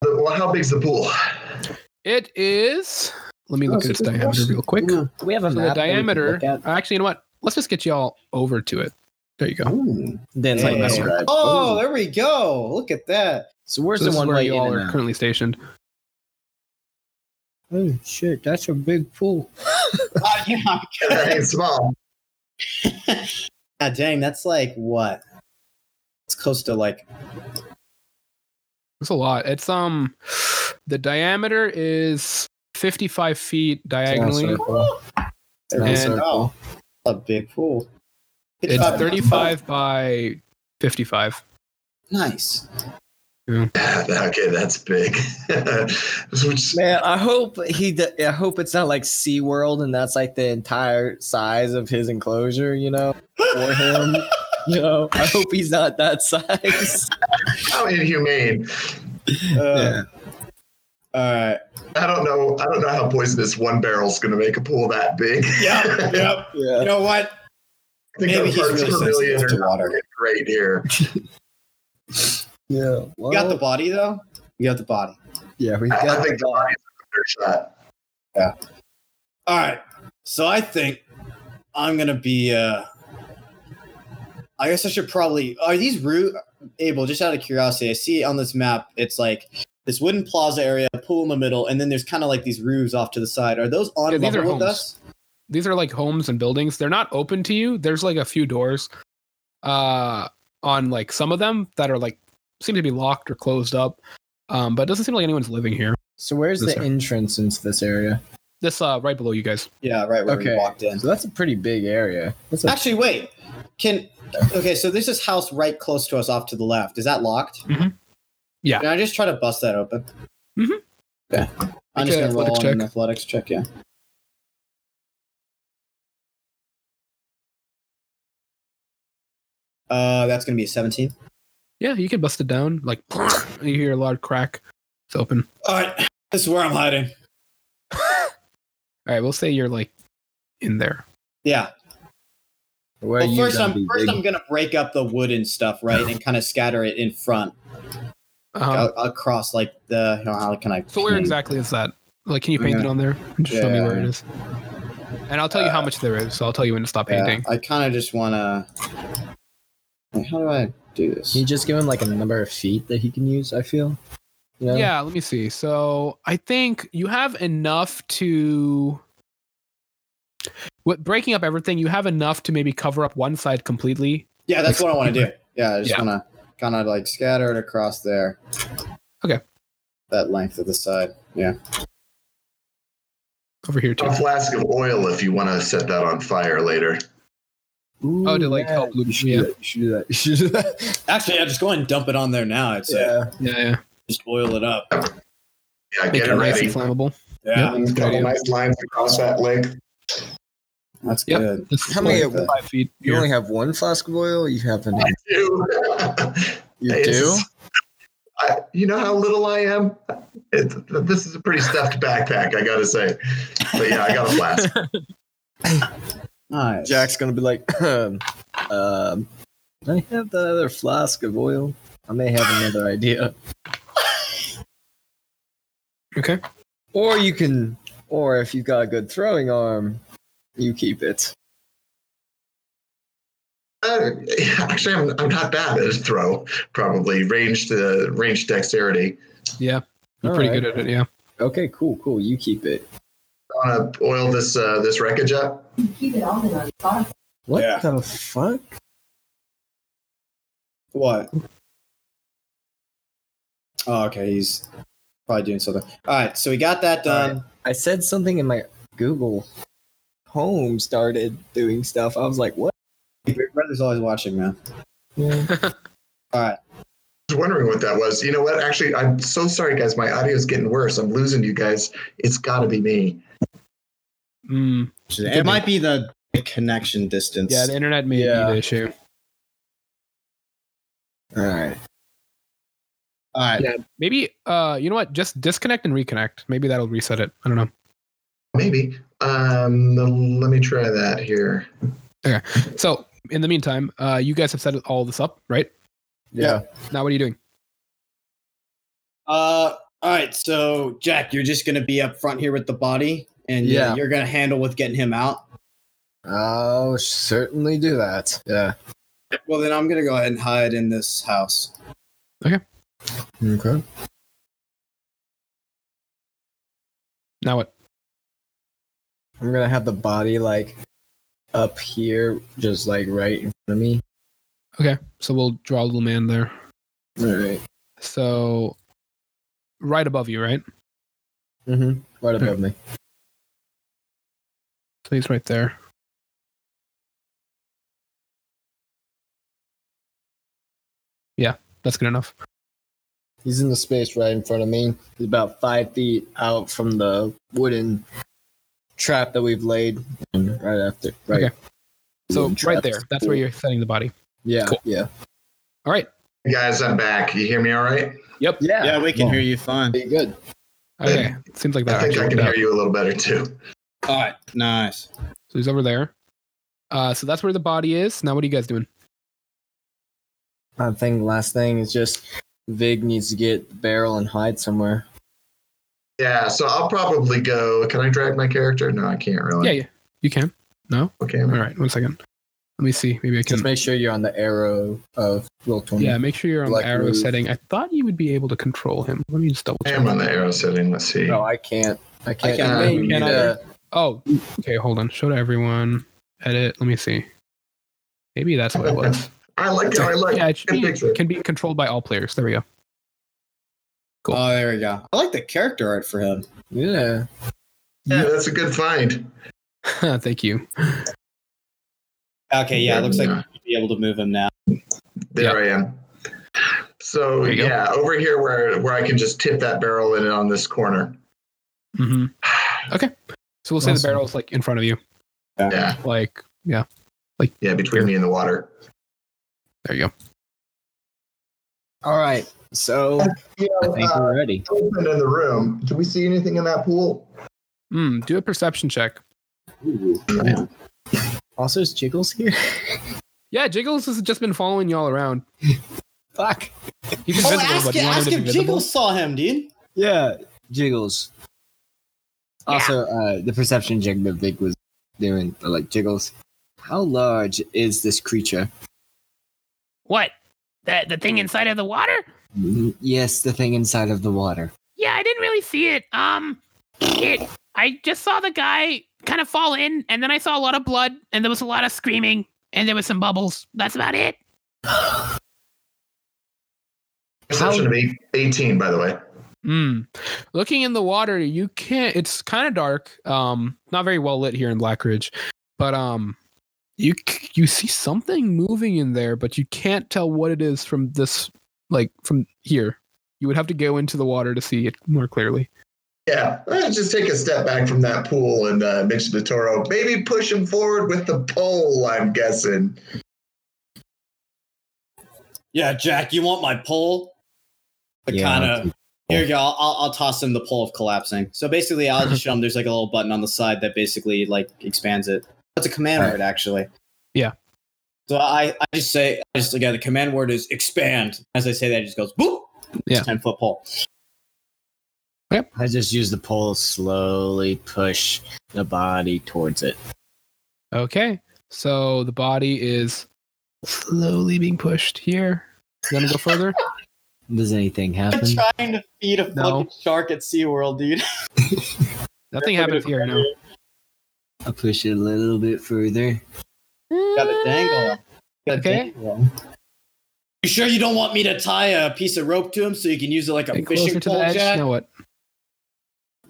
S5: Well, how big's the pool?
S1: It is. Let me look
S2: Oh, That's
S1: at its
S2: a good
S1: diameter
S2: question.
S1: real quick.
S2: Ooh, we have a
S1: So the
S2: map that we can
S1: diameter.
S2: look at?
S1: Actually, you know what? Let's just get y'all over to it. There you go.
S2: Ooh. Then
S1: It's like
S2: like
S1: this
S2: this.
S3: Oh, there we go. Look at that.
S2: So where's
S1: So this
S2: the
S1: is
S2: one
S1: where
S2: way
S1: you
S2: in
S1: all
S2: and
S1: are
S2: out?
S1: currently stationed.
S2: Oh shit, that's a big pool.
S3: Ah, yeah.
S5: that ain't small.
S3: Ah, dang, that's like what? It's close to like
S1: It's a lot. It's um, the diameter is 55 feet diagonally. And-
S3: oh, a big pool.
S1: It's 35 by 55.
S3: Nice.
S5: Yeah, okay, that's big. Which,
S2: Man, I hope he. d- I hope it's not like SeaWorld and that's like the entire size of his enclosure, you know, for him. you know, I hope he's not that size.
S5: how inhumane!
S3: Uh, All right.
S5: I don't know. I don't know how poisonous one barrel's gonna make a pool that big.
S3: Yep.
S5: I
S3: Yep. You know what?
S5: think
S3: Maybe
S5: the
S3: he's
S5: parts
S3: really
S5: per million
S3: sensitive to
S5: are not
S3: water.
S5: great here.
S2: yeah. Well,
S3: You got the body though. You got the body.
S2: yeah, we
S5: I, I
S2: got
S5: think the body's a better shot.
S3: All right. So I think I'm gonna be. uh I guess I should probably. Are these root able? Just out of curiosity, I see on this map it's like this wooden plaza area, a pool in the middle, and then there's kind of like these roofs off to the side. Are those on
S1: Yeah, these
S3: level
S1: are homes.
S3: with us?
S1: These are like homes and buildings. They're not open to you. There's like a few doors, uh, on like some of them that are like seem to be locked or closed up. Um, but it doesn't seem like anyone's living here.
S2: So where's
S1: Yes,
S2: the
S1: sir.
S2: entrance into this area?
S1: This uh right below you guys.
S3: Yeah, right where
S2: Okay.
S3: we walked in.
S2: So that's a pretty big area. That's a,
S3: Actually, wait. Can okay, so there's this house right close to us, off to the left. Is that locked?
S6: Mm-hmm.
S1: Mhm. Yeah.
S3: Can I just try to bust that open?
S1: Mhm.
S3: Yeah.
S1: Make
S3: I'm just
S1: an
S3: gonna roll
S1: athletics
S3: an
S1: check.
S3: athletics check. Yeah. Uh, that's gonna be a 17.
S1: Yeah, you can bust it down. Like you hear a loud crack. It's open.
S6: All right, this is where I'm hiding.
S1: All right, we'll say you're like in there.
S3: Yeah.
S2: where
S3: Well,
S2: you
S3: first,
S2: gonna
S3: I'm
S2: be
S3: first
S2: big?
S3: I'm gonna break up the wood and stuff, right, and kind of scatter it in front
S1: Uh,
S6: Uh-huh.
S3: a- across like the. You know, how can I? Hmm.
S1: so where
S3: paint?
S1: exactly is that? Like, can you paint it on there? And just show me where it is. And I'll tell you how much there is. So I'll tell you when to stop
S3: Yeah,
S1: painting.
S3: I kind of just want to. How do I do this?
S2: Can you just give him like a number of feet that he can use? I feel. You know?
S1: Yeah, let me see. So I think you have enough to. With breaking up everything, you have enough to maybe cover up one side completely.
S3: Yeah, that's what I want to do. Yeah, I just
S1: Yeah.
S3: want to kind of like scatter it across there.
S1: Okay.
S3: That length of the side.
S1: Over here too.
S5: A flask of oil if you want to set that on fire later.
S2: Ooh,
S1: Oh, to, like, help
S2: You should,
S1: yeah.
S2: do that. you should do that. You should do that.
S6: Actually, I just go ahead and dump it on there now. I'd say
S2: yeah.
S1: Yeah, yeah.
S6: just oil it up.
S5: Yeah,
S1: Make
S5: get
S1: it
S5: it
S1: nice
S5: ready.
S1: and flammable.
S6: Yeah,
S5: A couple nice lines across that length.
S3: That's
S1: Yep.
S3: good.
S1: This
S2: How
S1: is
S2: many?
S1: like five feet.
S2: You
S1: here.
S2: only have one flask of oil. You have an.
S5: Two.
S2: You
S5: It's-
S2: do.
S5: I, you know how little I am? It, this is a pretty stuffed backpack, I gotta say. But yeah, I got a flask.
S3: Nice.
S2: Jack's gonna be like, um, um, I have that other flask of oil. I may have another idea.
S1: Okay.
S2: Or you can, or if you've got a good throwing arm, you keep it.
S5: Uh, actually, I'm, I'm not bad at a throw. Probably range to range dexterity
S1: Yeah, you're
S2: All
S1: pretty
S2: right.
S1: good at it. Yeah.
S2: Okay, cool, cool. You keep it.
S5: want to oil this uh, this wreckage up.
S11: Keep it all in on fire.
S2: What
S6: Yeah.
S2: the fuck?
S3: What? Oh, okay. He's probably doing something. All right. So we got that done.
S2: Uh, I said something in my Google Home started doing stuff. I was like, what?
S3: Your brother's always watching, man. All right.
S5: I was wondering what that was. You know what? Actually, I'm so sorry, guys. My audio's getting worse. I'm losing you guys. It's got to be me.
S1: Mm.
S3: It might be the connection distance.
S1: Yeah, the internet may
S2: Yeah.
S1: be the issue.
S2: All right.
S3: All right.
S1: Maybe uh you know what? Just disconnect and reconnect. Maybe that'll reset it. I don't know.
S5: Maybe. Um, let me try that here.
S1: So in the meantime, uh you guys have set all this up, right?
S2: Yeah.
S1: Now what are you doing?
S3: Uh, all right. So Jack, you're just gonna be up front here with the body, and yeah,
S2: Yeah.
S3: you're gonna handle with getting him out.
S2: I'll certainly do that. Yeah.
S3: Well, then I'm gonna go ahead and hide in this house.
S2: Okay.
S1: Now what?
S2: I'm gonna have the body like up here, just like right in front of me.
S1: So we'll draw a little man there.
S2: All right.
S1: So right above you, right?
S2: Mm-hmm. Right above me.
S1: So he's right there. Yeah, that's good enough.
S2: He's in the space right in front of me. He's about five feet out from the wooden trap that we've laid. And right after. Right.
S1: Okay. So
S2: Wooden
S1: right
S2: trap.
S1: there. Mm, That's where you're setting the body.
S2: Yeah.
S1: Cool.
S2: Yeah.
S1: All right.
S5: Guys, I'm back. You hear me all right?
S2: Yeah. Well,
S3: you fine.
S2: Pretty good.
S1: Okay. Seems like that.
S5: I think
S1: actually
S5: I can
S1: worked out.
S5: hear you a little better too.
S3: All right. Nice.
S1: So he's over there. Uh, so that's where the body is. Now, what are you guys doing?
S2: I think the last thing is just Vig needs to get the barrel and hide somewhere.
S5: Yeah, so I'll probably go. Can I drag my character? No, I can't really.
S1: Yeah, yeah, you can.
S5: Okay.
S1: All right, one second. Let me see. Maybe I can.
S2: Just make sure you're on the arrow of roll twenty.
S1: yeah, make sure you're on
S2: Like
S1: the arrow
S2: move.
S1: setting. I thought you would be able to control him. Let me just double
S5: I
S1: check.
S5: am on the arrow setting. Let's see.
S2: No, I can't. I can't.
S5: can't
S2: I
S5: either.
S2: need a-
S1: Oh, okay. Hold on. Show to everyone. Edit. Let me see. Maybe that's what it was.
S5: I like how I look.
S1: Yeah, it should
S5: Good
S1: be,
S5: picture.
S1: can be controlled by all players. There we go. Cool.
S3: Oh, there we go. I like the character art for him.
S2: Yeah.
S5: Yeah, that's a good find.
S1: Thank you.
S3: Okay, yeah, it looks like
S5: Yeah.
S3: you'd be able to move him now.
S5: There I am. So
S1: There you go.
S5: yeah, over here where where I can just tip that barrel in on this corner.
S1: hmm Okay. So we'll say the
S2: Awesome.
S1: barrel's like in front of you.
S5: Yeah,
S1: Like,
S5: yeah, between me and the water.
S1: there you go.
S2: All right. So I
S5: You know,
S2: think
S5: uh,
S2: we're ready.
S5: elephant in the room. Can we see anything in that pool?
S1: Mm, do a perception check.
S2: Also, is Jiggles here?
S1: Yeah, Jiggles has just been following y'all around.
S2: Fuck.
S1: He's
S3: Oh,
S1: invisible, but you want him to be visible?
S3: saw him, dude.
S2: Yeah, Jiggles. Also, uh, the perception check that Vic was doing, but like Jiggles, how large is this creature?
S9: What? The the thing inside of the water?
S2: Mhm. Yes, the thing inside of the water.
S9: Yeah, I didn't really see it. Um, it. I just saw the guy kind of fall in, and then I saw a lot of blood, and there was a lot of screaming, and there was some bubbles. That's about it.
S5: Perception of eight, 18, by the way.
S1: Mm. Looking in the water, you can't. It's kind of dark. Um, not very well lit here in Blackridge, but um, you c- you see something moving in there, but you can't tell what it is from this. Like from here, you would have to go into the water to see it more clearly.
S5: Yeah, let's just take a step back from that pool and uh, Mitch Toro. Maybe push him forward with the pole. I'm guessing.
S3: Yeah, Jack, you want my pole? But
S2: Yeah,
S3: kind
S2: I'll
S3: of. Here you go. I'll, I'll, I'll toss him the pole of collapsing. So basically, I'll just show him there's like a little button on the side that basically like expands it. That's a command word, actually.
S1: Yeah.
S3: So I, I just say, I just, again, the command word is expand. As I say that, it just goes boop.
S1: Yeah.
S3: 10 foot pole.
S2: I just use the pole, slowly push the body towards it.
S1: Okay, so the body is slowly being pushed here. You want to go further?
S2: Does anything happen?
S3: trying to feed a
S1: No.
S3: fucking shark at SeaWorld, dude.
S1: Nothing happens here. No.
S2: I push it a little bit further.
S3: Gotta dangle him. Gotta
S1: Okay.
S3: dangle him. You sure you don't want me to tie a piece of rope to him so you can use it like a
S1: Get
S3: fishing
S1: closer to the
S3: pole,
S1: edge.
S3: Jack?
S1: Now what?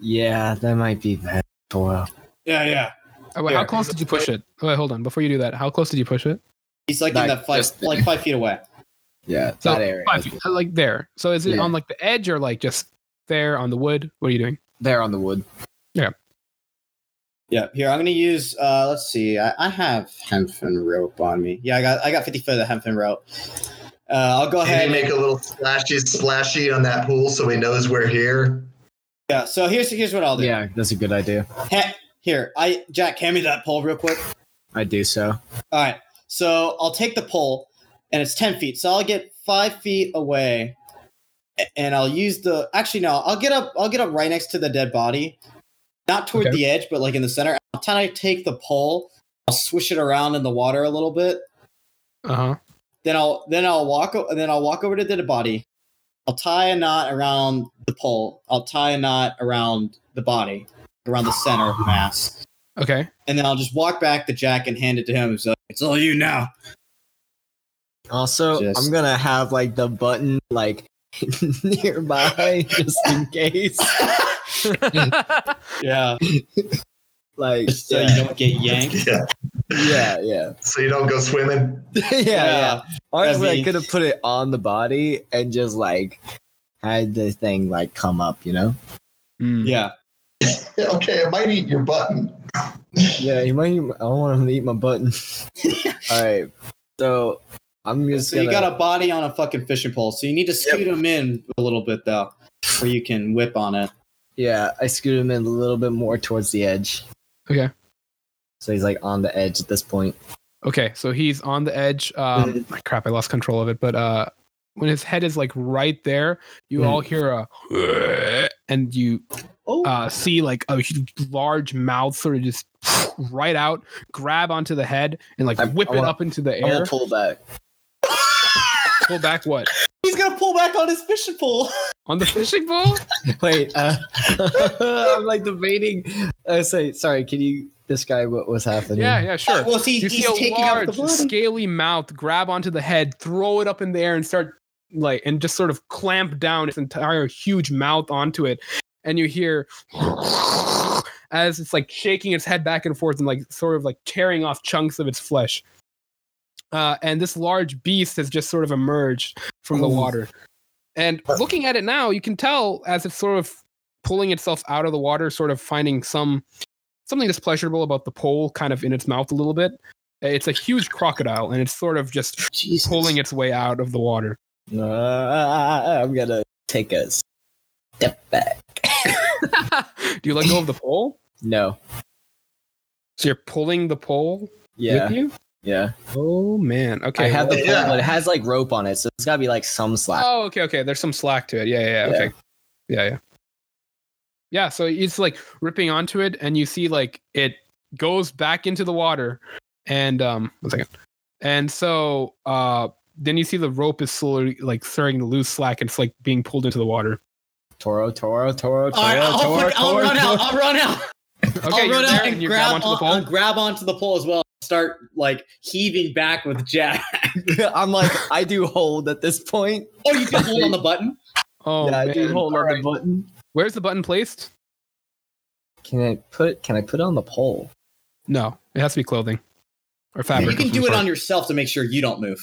S2: Yeah, that might be bad for a while.
S3: Yeah, yeah.
S1: Oh, wait, how
S3: Here.
S1: close did you push it? Oh, wait, hold on. Before you do that, how close did you push it?
S3: He's like,
S2: Like
S3: in that five,
S2: this thing.
S3: like five feet away.
S2: Yeah,
S1: So,
S2: that area.
S1: Five feet, uh, like there. So is it
S2: Yeah.
S1: on like the edge or like just there on the wood? What are you doing?
S2: There on the wood.
S3: Yeah. Here, I'm gonna use. uh Let's see. I, I have hempen rope on me. Yeah, I got. I got 50 foot of hempen rope. Uh, I'll go
S5: Can
S3: ahead.
S5: you make a little splashy, splashy on that pool so he knows we're here?
S3: yeah. So here's here's what I'll do.
S2: Yeah, that's a good idea.
S3: Ha- here, I Jack, hand me that pole real quick.
S2: I do so.
S3: All right. So I'll take the pole, and it's ten feet. So I'll get five feet away, a- and I'll use the. Actually, no. I'll get up. I'll get up right next to the dead body, not toward
S1: Okay.
S3: the edge, but like in the center. I'll kind of take the pole. I'll swish it around in the water a little bit.
S1: Uh huh.
S3: Then I'll then I'll walk o- then I'll walk over to the dead body. I'll tie a knot around the pole. I'll tie a knot around the body, around the center of the mass
S1: Okay.
S3: and then I'll just walk back to Jack and hand it to him. It's, like, it's all you now.
S2: Also,
S3: Just-
S2: I'm gonna have like the button like nearby just in case.
S3: Yeah.
S2: Like
S3: So
S2: yeah,
S3: you don't get yanked.
S5: Yeah.
S2: yeah, yeah,
S5: So you don't go swimming.
S2: yeah, yeah. Honestly,
S3: that'd
S2: I
S3: be-
S2: could have put it on the body and just like had the thing like come up, you know?
S1: Mm.
S3: Yeah.
S5: Yeah, okay, it might eat your button.
S2: Yeah, you might. I don't want him to eat my button. All right, so I'm just
S3: So
S2: gonna.
S3: you got a body on a fucking fishing pole. So you need to scoot him in a little bit though, where you can whip on it.
S2: Yeah, I scoot him in a little bit more towards the edge.
S1: Okay.
S2: So he's like on the edge at this point.
S1: Okay. So he's on the edge. Um, my crap, I lost control of it. But uh, when his head is like right there, you
S3: Hmm.
S2: Mm.
S1: all hear a and you
S3: Oh.
S1: uh, see like a huge, large mouth sort of just right out, grab onto the head, and like
S2: I-
S1: whip
S2: I
S1: it
S2: wanna-
S1: up into the
S2: I'm
S1: air.
S2: gonna pull back.
S1: Pull back what
S3: He's gonna pull back on his fishing pole.
S1: on the fishing pole?
S2: Wait, uh, I'm like debating. I say, sorry, can you describe what was happening?
S1: Yeah. Yeah. Sure.
S3: Well, see,
S1: You
S3: he's
S1: see a
S3: taking out
S1: large,
S3: the body.
S1: scaly mouth grab onto the head, throw it up in the air, and start like and just sort of clamp down its entire huge mouth onto it and you hear as it's like shaking its head back and forth and like sort of like tearing off chunks of its flesh uh, and this large beast has just sort of emerged from the water and looking at it now you can tell as it's sort of pulling itself out of the water sort of finding some something that's pleasurable about the pole kind of in its mouth a little bit it's a huge crocodile and it's sort of just
S2: Jesus.
S1: pulling its way out of the water.
S2: Uh, I'm gonna take a step back.
S1: Do you let go of the pole?
S2: No.
S1: So you're pulling the pole
S2: Yeah.
S1: with you?
S2: Yeah.
S1: Oh man. Okay.
S2: I have the pole,
S5: Yeah.
S2: but it has like rope on it, so it's gotta be like some slack.
S1: Oh, okay, okay. There's some slack to it. Yeah, yeah, yeah.
S2: Yeah.
S1: Okay. Yeah, yeah. Yeah, so it's like ripping onto it and you see like it goes back into the water and um one second. And so uh then you see the rope is slowly like starting to lose slack and it's like being pulled into the water.
S2: Toro, Toro, Toro, Toro,
S3: All
S1: Oh,
S3: right, I'll,
S2: Toro,
S3: fuck- I'll
S2: Toro,
S3: run
S2: Toro.
S3: out. I'll run out.
S1: Okay,
S3: I'll
S1: you're
S3: run
S1: there
S3: out and,
S1: and you
S3: grab,
S1: grab onto the
S3: on-
S1: pole.
S3: I'll grab onto the pole as well. Start like heaving back with Jack.
S2: I'm like, I do hold at this point.
S3: Oh, you can hold on the button.
S1: Oh,
S2: yeah, I
S1: man.
S2: do hold on the button.
S1: Where's the button placed?
S2: Can I put? Can I put it on the pole?
S1: No, it has to be clothing or fabric.
S3: You can
S1: of
S3: do
S1: some
S3: it
S1: sort.
S3: on yourself to make sure you don't move.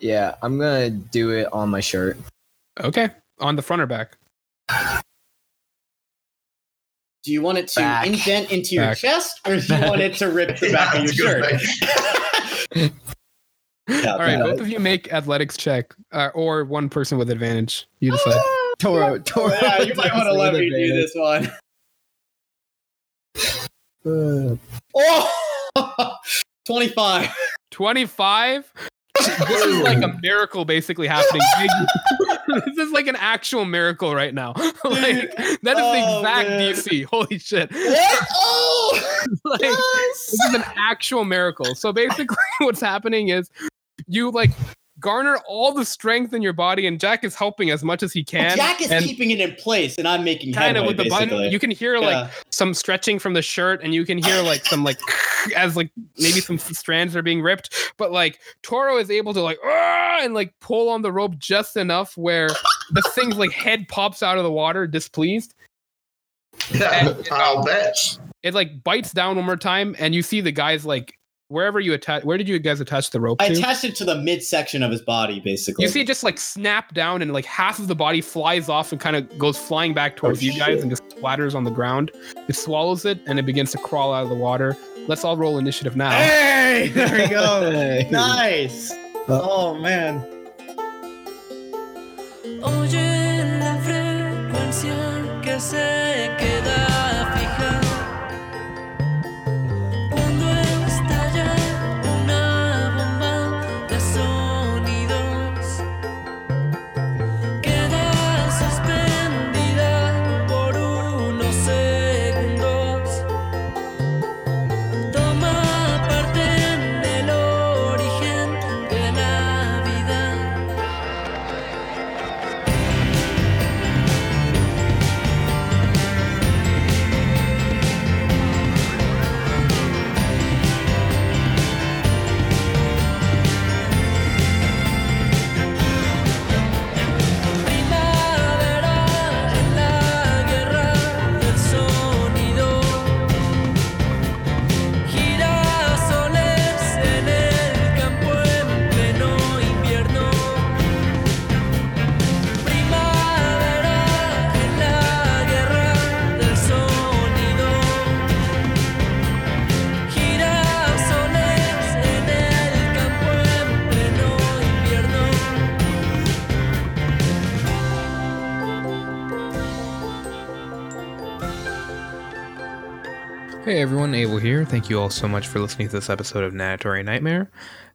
S2: Yeah, I'm gonna do it on my shirt.
S1: Okay, on the front or back.
S3: Do you want it to
S2: Back.
S3: indent into your
S1: Back.
S3: chest, or do you want it to rip the back of your
S5: that's a good
S3: shirt?
S5: thing.
S1: All right,
S2: yeah.
S1: both of you make athletics check, uh, or one person with advantage. You decide.
S2: Toro, Toro.
S3: Yeah, you might want to let me do this one.
S2: Uh,
S3: Oh, 25.
S1: Twenty-five. this is like a miracle basically happening. Big- this is like an actual miracle right now. like that is the
S3: Oh,
S1: exact
S3: man.
S1: DC. Holy shit!
S3: What? Oh,
S1: Like,
S3: yes.
S1: this is an actual miracle. So basically, what's happening is you like garner all the strength in your body, and Jack is helping as much as he can.
S3: Jack is
S1: and
S3: keeping it in place, and I'm making
S1: kind of
S3: headway,
S1: with the
S3: basically.
S1: button, you can hear like
S3: Yeah.
S1: some stretching from the shirt, and you can hear like some like as like maybe some strands are being ripped. But like Toro is able to like "Ah," and like pull on the rope just enough where the thing's like head pops out of the water, displeased.
S5: Yeah, I'll bet.
S1: It like bites down one more time, and you see the guys like wherever you attach. Where did you guys attach the rope?
S3: I
S1: to?
S3: attached it to the midsection of his body, basically.
S1: You see it just like snap down and like half of the body flies off and kind of goes flying
S3: Oh,
S1: back towards you guys and just splatters on the ground. It swallows it and it begins to crawl out of the water. Let's all roll initiative now.
S3: Hey, there we
S2: Hey.
S3: go. nice.
S2: Uh,
S3: Oh man.
S11: Oye la frecuencia que se queda fija Cuando estalla una bomba de sonidos Queda suspendida por unos segundos Toma parte en el origen de la vida Primavera en la guerra del sonido Girasoles en el campo en pleno invierno Primavera en la guerra del sonido Girasoles en el campo en pleno invierno
S1: Hey everyone, Abel here. Thank you all so much for listening to this episode of Natatory Nightmare.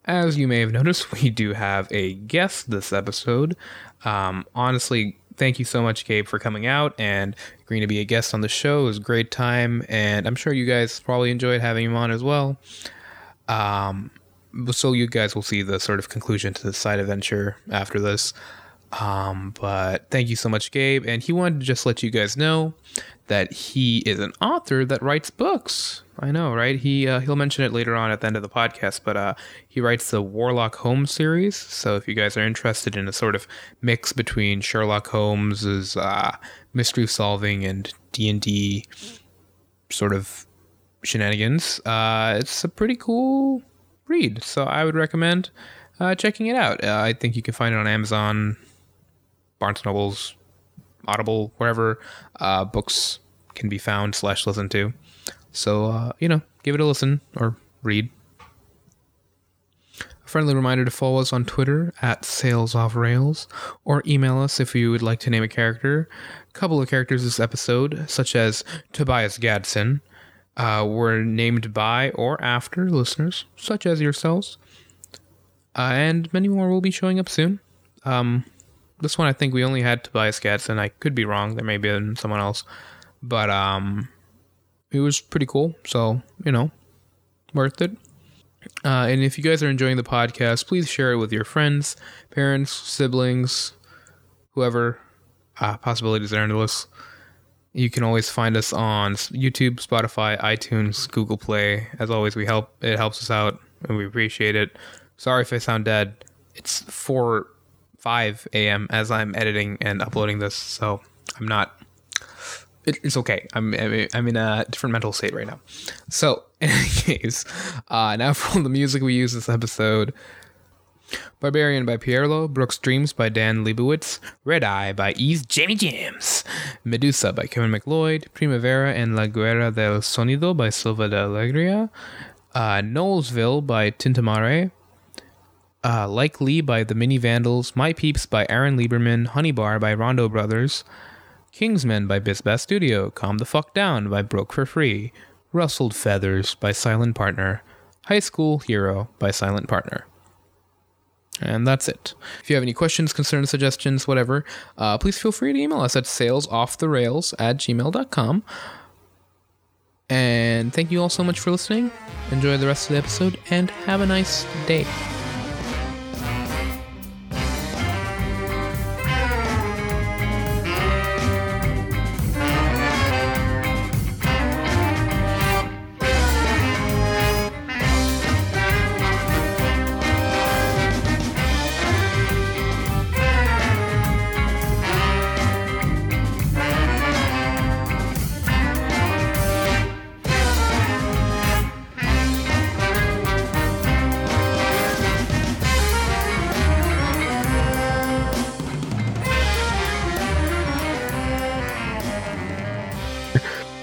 S1: As you may have noticed, we do have a guest this episode. Um, honestly, thank you so much, Gabe, for coming out and agreeing to be a guest on the show. It was a great time, and I'm sure you guys probably enjoyed having him on as well. Um, so you guys will see the sort of conclusion to the side adventure after this. Um, but thank you so much, Gabe. And he wanted to just let you guys know that he is an author that writes books. I know, right? He uh, he'll mention it later on at the end of the podcast, but uh, he writes the Warlock Holmes series. So if you guys are interested in a sort of mix between Sherlock Holmes's uh, mystery solving and D and D sort of shenanigans, uh, it's a pretty cool read. So I would recommend uh, checking it out. Uh, I think you can find it on Amazon, Barnes and Nobles, Audible, wherever uh, books can be found slash listened to. So uh, you know, give it a listen or read. A friendly reminder to follow us on Twitter at Sales Off Rails, or email us if you would like to name a character. A couple of characters this episode, such as Tobias Gadsden, uh, were named by or after listeners such as yourselves, uh, and many more will be showing up soon. Um, this one I think we only had Tobias Gadsden. I could be wrong. There may be someone else, but um, it was pretty cool. So you know, worth it. Uh, and if you guys are enjoying the podcast, please share it with your friends, parents, siblings, whoever. Uh, possibilities are endless. You can always find us on s- YouTube, Spotify, iTunes, Google Play. As always, we help. It helps us out, and we appreciate it. Sorry if I sound dead. It's four, five a.m. as I'm editing and uploading this, so I'm not. It, it's okay. I'm I'm I'm in a different mental state right now. So, in any case, uh, now for the music we use this episode. Barbarian by Pierlo, Brooks Dreams by Dan Leibowitz, Red Eye by Ease Jamie Jams, Medusa by Kevin McLeod, Primavera and La Guerra del Sonido by Silva de Alegria, uh, Knowlesville by Tintamare, uh, Like Lee by The Mini Vandals, My Peeps by Aaron Lieberman, Honey Bar by Rondo Brothers, Kingsman by Bizbath Studio, Calm the Fuck Down by Broke for Free, Rustled Feathers by Silent Partner, High School Hero by Silent Partner. And that's it. If you have any questions, concerns, suggestions, whatever, uh, please feel free to email us at salesofftherails at gmail.com. And thank you all so much for listening. Enjoy the rest of the episode and have a nice day.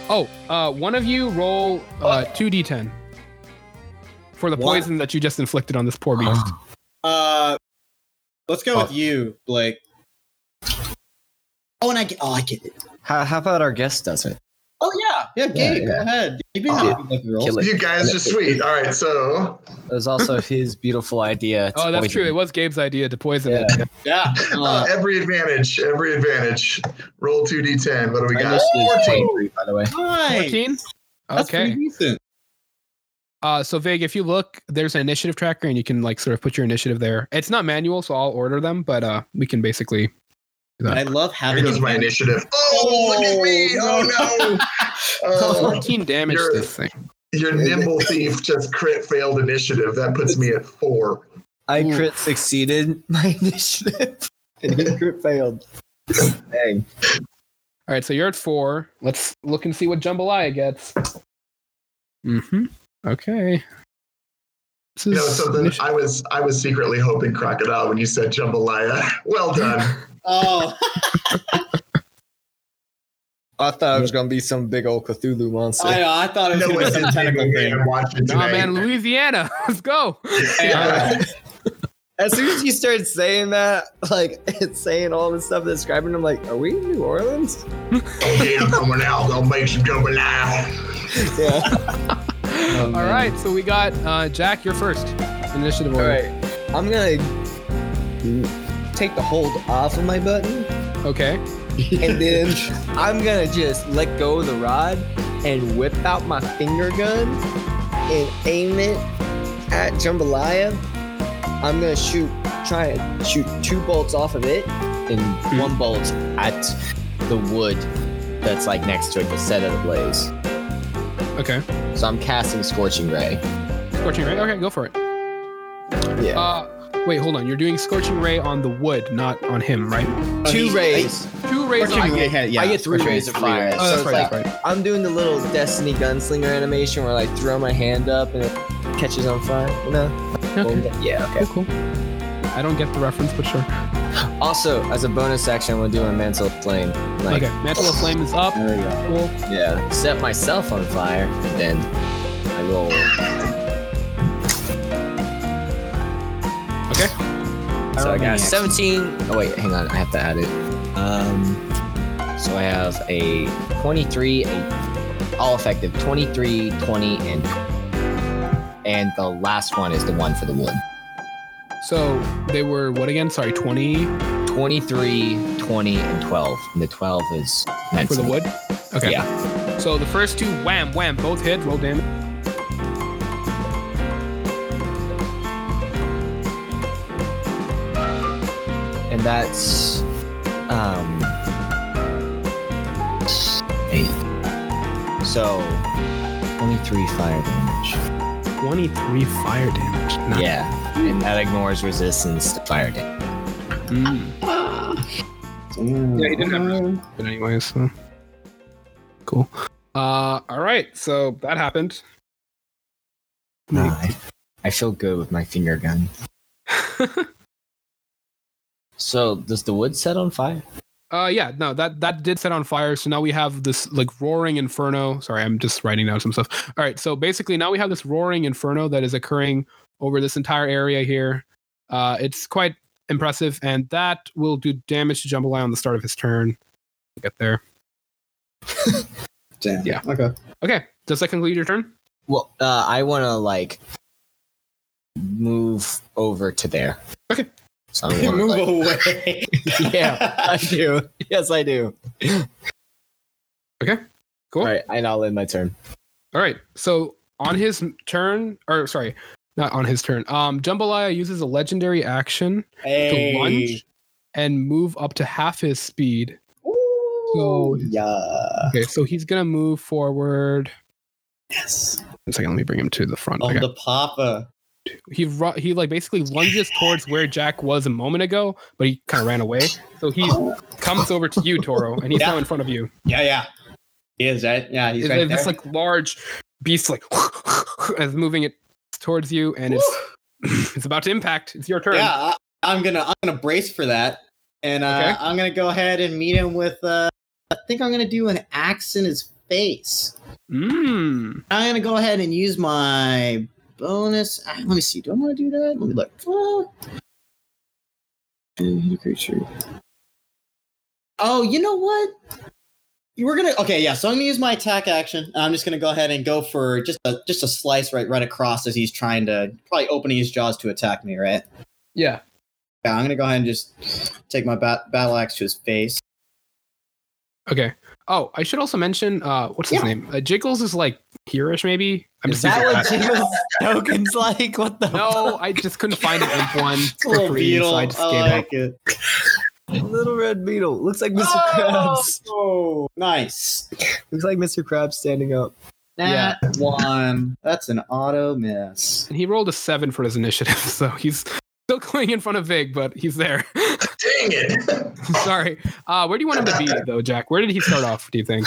S1: Oh, uh, one of you roll uh, 2d10 for the
S6: What?
S1: poison that you just inflicted on this poor beast.
S6: Uh, let's go with you, Blake.
S3: Oh, and I get. Oh, I get it.
S2: How, how about our guest doesn't?
S3: Oh yeah, yeah.
S2: Yeah,
S3: Gabe,
S2: yeah.
S3: go ahead. You've been
S5: Oh,
S3: doing lucky rolls.
S2: Kill it.
S5: You guys are sweet. All right, so uh,
S2: It was also his beautiful idea. to
S1: Oh, that's
S2: poison
S1: true. It was Gabe's idea to poison it.
S3: Yeah.
S5: uh,
S3: Uh,
S5: every advantage, every advantage. Roll 2d10. What do we
S2: I
S5: got?
S2: missed it.
S5: 14.
S2: By the way,
S3: nice.
S1: 14?
S3: That's pretty
S1: Okay.
S3: decent.
S1: Uh, so Vig, if you look, there's an initiative tracker, and you can like sort of put your initiative there. It's not manual, so I'll order them, but uh, we can basically.
S2: Uh,
S3: I love having
S5: Here goes
S3: you
S5: my
S3: back.
S5: initiative. Oh, look at me. Oh, no. Oh,
S1: 14 damage
S5: You're-
S1: this thing.
S5: your nimble thief just crit failed initiative. That puts me at four.
S2: I crit succeeded my initiative, and he crit failed. Dang.
S1: All right, so you're at four. Let's look and see what Jambalaya gets. Mm-hmm. Okay. This
S5: You know
S1: is
S5: something?
S1: initi-
S5: I was I was secretly hoping crocodile when you said jambalaya. Well done.
S3: Oh,
S2: I thought it was gonna be some big old Cthulhu monster.
S3: I know. I thought it was
S5: No
S3: gonna be
S5: one's
S3: some
S5: in
S3: technical
S5: Jambalaya.
S3: thing.
S5: I'm watching
S1: Nah,
S5: tonight.
S1: man, Louisiana. Let's go.
S5: Yeah.
S2: As soon as you started saying that, like it's saying all this stuff describing, I'm like, are we in New Orleans?
S5: Don't get them coming out. They'll make some jambalaya.
S2: Yeah.
S1: All right, so we got uh, Jack. You're first. Initiative
S2: all
S1: order.
S2: right. I'm gonna take the hold off of my button,
S1: Okay.
S2: and then I'm gonna just let go of the rod and whip out my finger gun and aim it at Jambalaya. I'm gonna shoot, try and shoot two bolts off of it, in one bolt at the wood that's like next to it that's set at ablaze.
S1: Okay.
S2: So I'm casting Scorching Ray.
S1: Scorching ray. Okay, go for it.
S2: Yeah.
S1: Uh, wait, hold on. You're doing scorching ray on the wood, not on him, right?
S2: Two rays.
S1: Two rays
S2: Scorching
S1: on
S2: Ray.
S1: him.
S2: I,
S3: yeah,
S2: get three
S3: Scorching
S2: rays of
S3: Ray.
S2: fire.
S1: Oh,
S2: so
S1: that's
S2: it's
S1: right.
S2: like
S1: That's right.
S2: I'm doing the little Destiny gunslinger animation where I like, throw my hand up and it catches on fire. You know?
S1: Okay.
S2: Yeah. Okay.
S1: Cool, cool. I don't get the reference, but sure.
S2: Also, as a bonus action, I'm gonna do a mantle of flame. Like,
S1: Okay, mantle of flame is up.
S2: There we go.
S1: Cool.
S2: Yeah. Set myself on fire, and then I roll.
S1: Okay.
S2: So I got 17. Oh wait, hang on. I have to add it. Um. So I have a 23, a all effective 23, 20, and and the last one is the one for the wood.
S1: So they were what again? Sorry, twenty
S2: 23, 20, and 12. And the 12 is meant
S1: for the
S2: to be-
S1: wood. Okay.
S2: Yeah.
S1: So the first two, wham, wham, both hit. Roll damage.
S2: And that's um eight. So 23 fire damage.
S1: Twenty-three fire damage. Nice.
S2: Yeah, and that ignores resistance to fire damage.
S1: Mm. Yeah, he didn't have resistance, but anyway, so cool. Uh, all right, so that happened.
S2: Nah, I, I feel good with my finger gun. so, does the wood set on fire?
S1: Uh, yeah, no, that that did set on fire. So now we have this like roaring inferno. Sorry, I'm just writing down some stuff. All right, so basically now we have this roaring inferno that is occurring over this entire area here. Uh, it's quite impressive, and that will do damage to Jambalaya on the start of his turn. Get there.
S6: Damn.
S1: Yeah.
S6: Okay.
S1: Okay, does that conclude your turn?
S2: Well, uh, I want to like move over to there.
S1: Okay.
S2: So I'm gonna,
S3: Move
S2: like-
S3: away.
S2: yeah, I do. Yes, I do.
S1: Cool.
S2: All right, and I'll end my turn.
S1: All right. So on his turn, or sorry, not on his turn. Um, Jambalaya uses a legendary action
S3: Hey.
S1: to lunge and move up to half his speed. So
S3: Yeah.
S1: okay, so he's gonna move forward.
S3: Yes.
S1: One second, let me bring him to the front.
S3: On
S1: Okay.
S3: the papa.
S1: He ru- he like basically lunges towards where Jack was a moment ago, but he kind of ran away. So he comes over to you, Toro, and he's now in front of you.
S3: Yeah, yeah. He is right. Yeah, he's
S1: It's
S3: right there.
S1: this like large beast, like is moving it towards you, and it's it's about to impact. It's your turn.
S3: Yeah, I, I'm gonna I'm gonna brace for that, and uh,
S1: Okay.
S3: I'm gonna go ahead and meet him with. Uh, I think I'm gonna do an axe in his face.
S1: Mm.
S3: I'm gonna go ahead and use my bonus. ah, Let me see. Do I want to do that? Let me look. Uh, and hit a creature. Oh, you know what? You were gonna okay, yeah. So I'm gonna use my attack action. I'm just gonna go ahead and go for just a just a slice right right across as he's trying to probably opening his jaws to attack me, right?
S1: Yeah.
S3: Yeah, I'm gonna go ahead and just take my bat- battle axe to his face.
S1: Okay. Oh, I should also mention uh what's his
S3: Yeah.
S1: name? Uh, Jiggles is like hereish maybe. I'm
S2: Is
S1: just using
S2: that what
S1: that.
S2: Jacob's token's like? What the
S1: No, I just couldn't find an imp one
S3: It's a
S1: for
S3: little
S1: free,
S3: beetle. Uh,
S1: so
S3: I,
S1: I just gave up.
S3: like it.
S2: little red beetle looks like Mr. Krabs.
S3: Oh, nice.
S2: Looks like Mr. Krabs standing up.
S3: That one. That's an auto miss.
S1: And he rolled a seven for his initiative, so he's still going in front of Vig, but he's there.
S5: Dang it!
S1: Sorry. Uh where do you want him to be though, Jack? Where did he start off, do you think?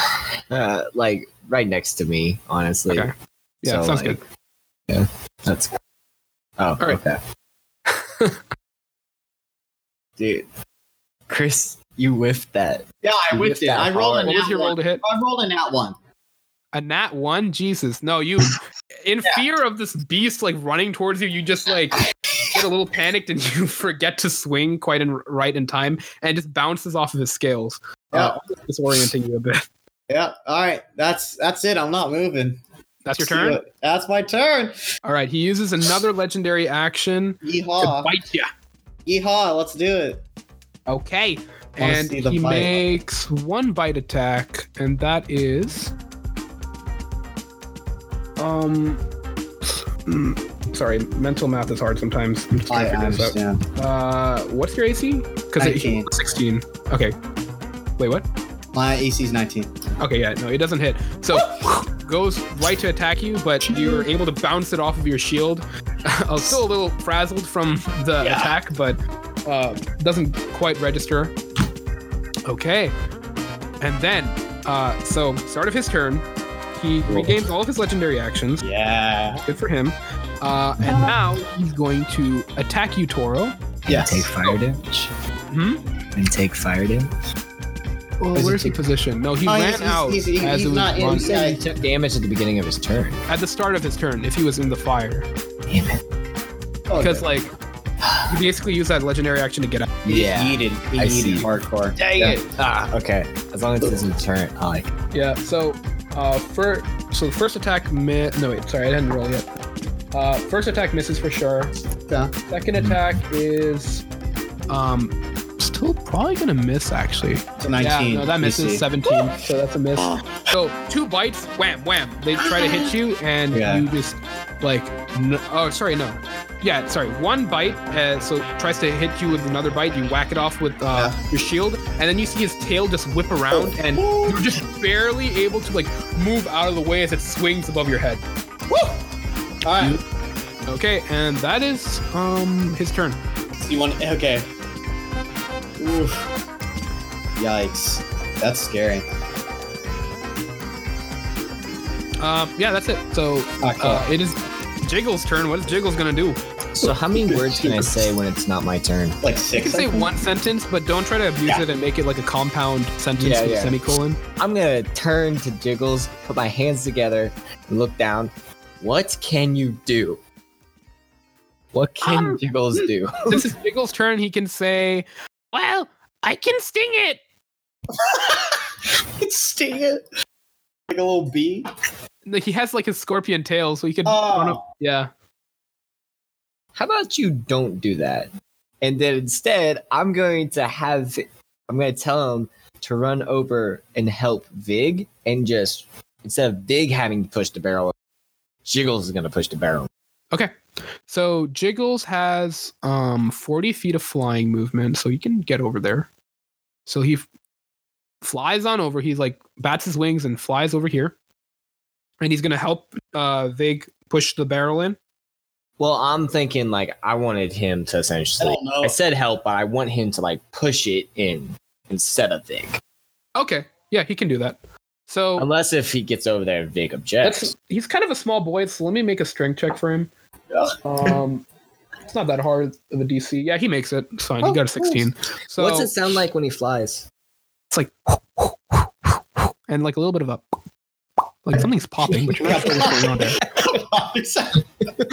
S2: Uh, like right next to me, honestly.
S1: Okay. Yeah,
S2: So,
S1: sounds
S2: like-
S1: good.
S2: That's. Oh,
S1: right.
S2: okay. Dude, Chris, you whiffed that.
S3: Yeah, I
S2: You
S3: whipped
S2: whiffed
S3: it.
S2: that
S3: I rolled
S2: hard.
S3: an
S1: What was
S3: out
S1: your
S3: one.
S1: roll to hit?
S3: I rolled an out one.
S1: A nat one? Jesus. No, you in fear of this beast like running towards you, you just like get a little panicked and you forget to swing quite in right in time and it just bounces off of his scales. Uh,
S3: Yeah.
S1: Disorienting you a bit.
S3: Yeah. All right. That's that's it. I'm not moving.
S1: That's your turn.
S3: That's my turn.
S1: All right, he uses another legendary action to
S3: Yeehaw.
S1: bite you.
S3: Yeehaw. Let's do it.
S1: Okay.
S3: Wanna
S1: And
S3: see the
S1: he
S3: bite.
S1: makes one bite attack, and that is um mm, Sorry, mental math is hard sometimes. I'm just trying to figure this out. Uh, what's your AC? Because it's
S3: 19.
S1: 16. Okay. Wait, what?
S3: My AC's 19.
S1: Okay, yeah, no, it doesn't hit. So goes right to attack you, but you're able to bounce it off of your shield. Uh, still a little frazzled from the attack, but uh, doesn't quite register. Okay, and then uh, so start of his turn, he regains all of his legendary actions.
S3: Yeah.
S1: Good for him. Uh, and now he's going to attack you, Toro.
S2: Take
S3: Yes.
S2: fire damage.
S1: Hmm?
S2: And take fire damage.
S1: Well,
S2: Is it
S1: where's he positioned? No, he
S3: Oh,
S1: ran
S3: he's- he's-
S1: out
S3: he's- he's
S1: as it was
S3: not in-
S1: run-
S2: He said he took damage at the beginning of his turn.
S1: at the start of his turn if he was in the fire.
S2: Damn it.
S3: Oh,
S1: because like he basically used that legendary action to get out.
S2: Yeah.
S3: Yeeted. He
S2: I
S3: yeeted
S2: see.
S3: hardcore.
S2: Dang it. Ah, okay. As long as it doesn't turn, I like.
S1: Yeah. So, uh, for so the first attack mi- No, wait. Sorry, I didn't roll yet. Uh, first attack misses for sure.
S3: Yeah.
S1: Second attack is um still probably gonna miss actually.
S3: It's a 19.
S1: Yeah, no, that misses
S3: AC.
S1: 17. So that's a miss. So two bites, wham, wham. They try to hit you, and
S3: Yeah.
S1: you just like, n oh, sorry, no. Yeah, sorry. One bite, uh, so tries to hit you with another bite. You whack it off with uh, your shield, and then you see his tail just whip around, and you're just barely able to like move out of the way as it swings above your head.
S3: All right.
S1: Okay, and that is um his turn.
S3: You want okay. Oof. Yikes. That's scary.
S1: Uh, yeah, that's it. So uh, it is Jiggle's turn. What is Jiggle's gonna do?
S2: So how many words can I say when it's not my turn?
S3: like
S1: You
S3: six.
S1: can say one sentence, but don't try to abuse
S3: Yeah.
S1: it and make it like a compound sentence
S2: Yeah,
S1: with a
S2: yeah.
S1: semicolon.
S2: I'm gonna turn to Jiggles, put my hands together, and look down. What can you do? What can
S9: Um,
S2: Jiggles do?
S1: this is Jiggle's turn. He can say,
S9: Well, I can sting it.
S3: Sting it. Like a little bee.
S1: he has like his scorpion tail, so he could.
S3: Oh.
S1: Yeah.
S2: How about you don't do that? And then instead, I'm going to have I'm going to tell him to run over and help Vig and just instead of Vig having to push the barrel, Jiggles is going to push the barrel.
S1: Okay. So Jiggles has um 40 feet of flying movement, so he can get over there. So he f- flies on over. He's like bats his wings and flies over here. And he's gonna help uh Vig push the barrel in.
S2: Well, I'm thinking like I wanted him to
S3: I
S2: essentially
S3: don't know.
S2: I said help, but I want him to like push it in instead of Vig.
S1: Okay. Yeah, he can do that. So
S2: Unless if he gets over there and Vig objects.
S1: That's he's kind of a small boy, so let me make a strength check for him.
S3: Yeah.
S1: Um, it's not that hard of a DC. Yeah, he makes it. It's fine. he
S2: Oh,
S1: got a
S2: nice.
S1: sixteen. So
S2: What's it sound like when he flies?
S1: it's like and like a little bit of a like something's popping, but you're not sure what's going on there.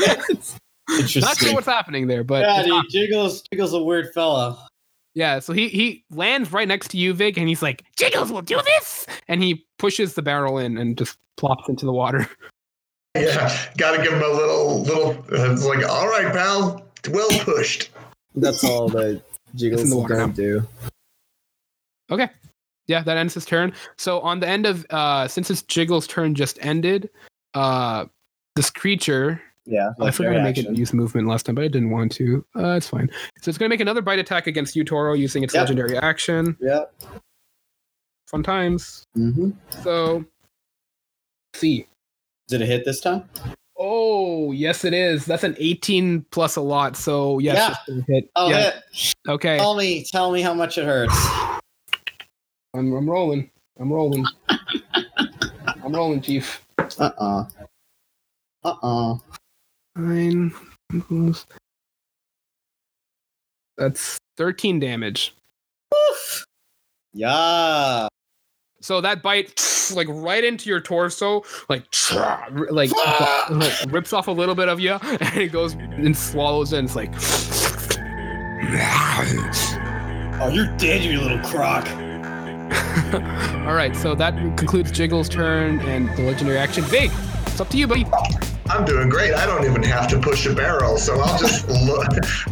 S1: Not sure
S3: Interesting.
S1: what's happening there, but
S3: Yeah,
S1: it's
S3: dude,
S1: not-
S3: Jiggles, Jiggles, a weird fella.
S1: yeah. So he he lands right next to you, Vic, and he's like, "Jiggles will do this," and he pushes the barrel in and just plops into the water.
S5: Yeah, gotta give him a little, little. uh, It's like, all right, pal, well pushed.
S2: That's all that Jiggles
S1: It's in
S2: is
S1: the water
S2: going
S1: now.
S2: to do.
S1: yeah, that ends his turn. So on the end of uh since it's Jiggle's turn just ended, uh this creature
S3: Yeah.
S1: I forgot to make it use movement last time, but I didn't want to. Uh it's fine. So it's gonna make another bite attack against you, Toro, using its
S3: Yep.
S1: legendary action.
S3: Yeah.
S1: Fun times.
S3: Mm-hmm.
S1: So see.
S3: Did it hit this time?
S1: Oh yes it is. That's an 18 plus a lot. So yes,
S3: Yeah.
S1: it's gonna hit.
S3: Oh,
S1: yeah.
S3: hit.
S1: Okay.
S3: Tell me, tell me how much it hurts.
S1: I'm I'm rolling. I'm rolling. I'm rolling, Chief.
S3: Uh-uh. Uh-uh.
S1: Nine. plus- That's 13 damage.
S3: Yeah.
S1: So that bite, like right into your torso, like, like, like rips off a little bit of you, and it goes and swallows, and it's like,
S6: Oh, you're dead, you little croc.
S1: all right. So that concludes Jiggle's turn and the legendary action. Big, it's up to you, buddy.
S5: I'm doing great. I don't even have to push a barrel, so I'll just lo-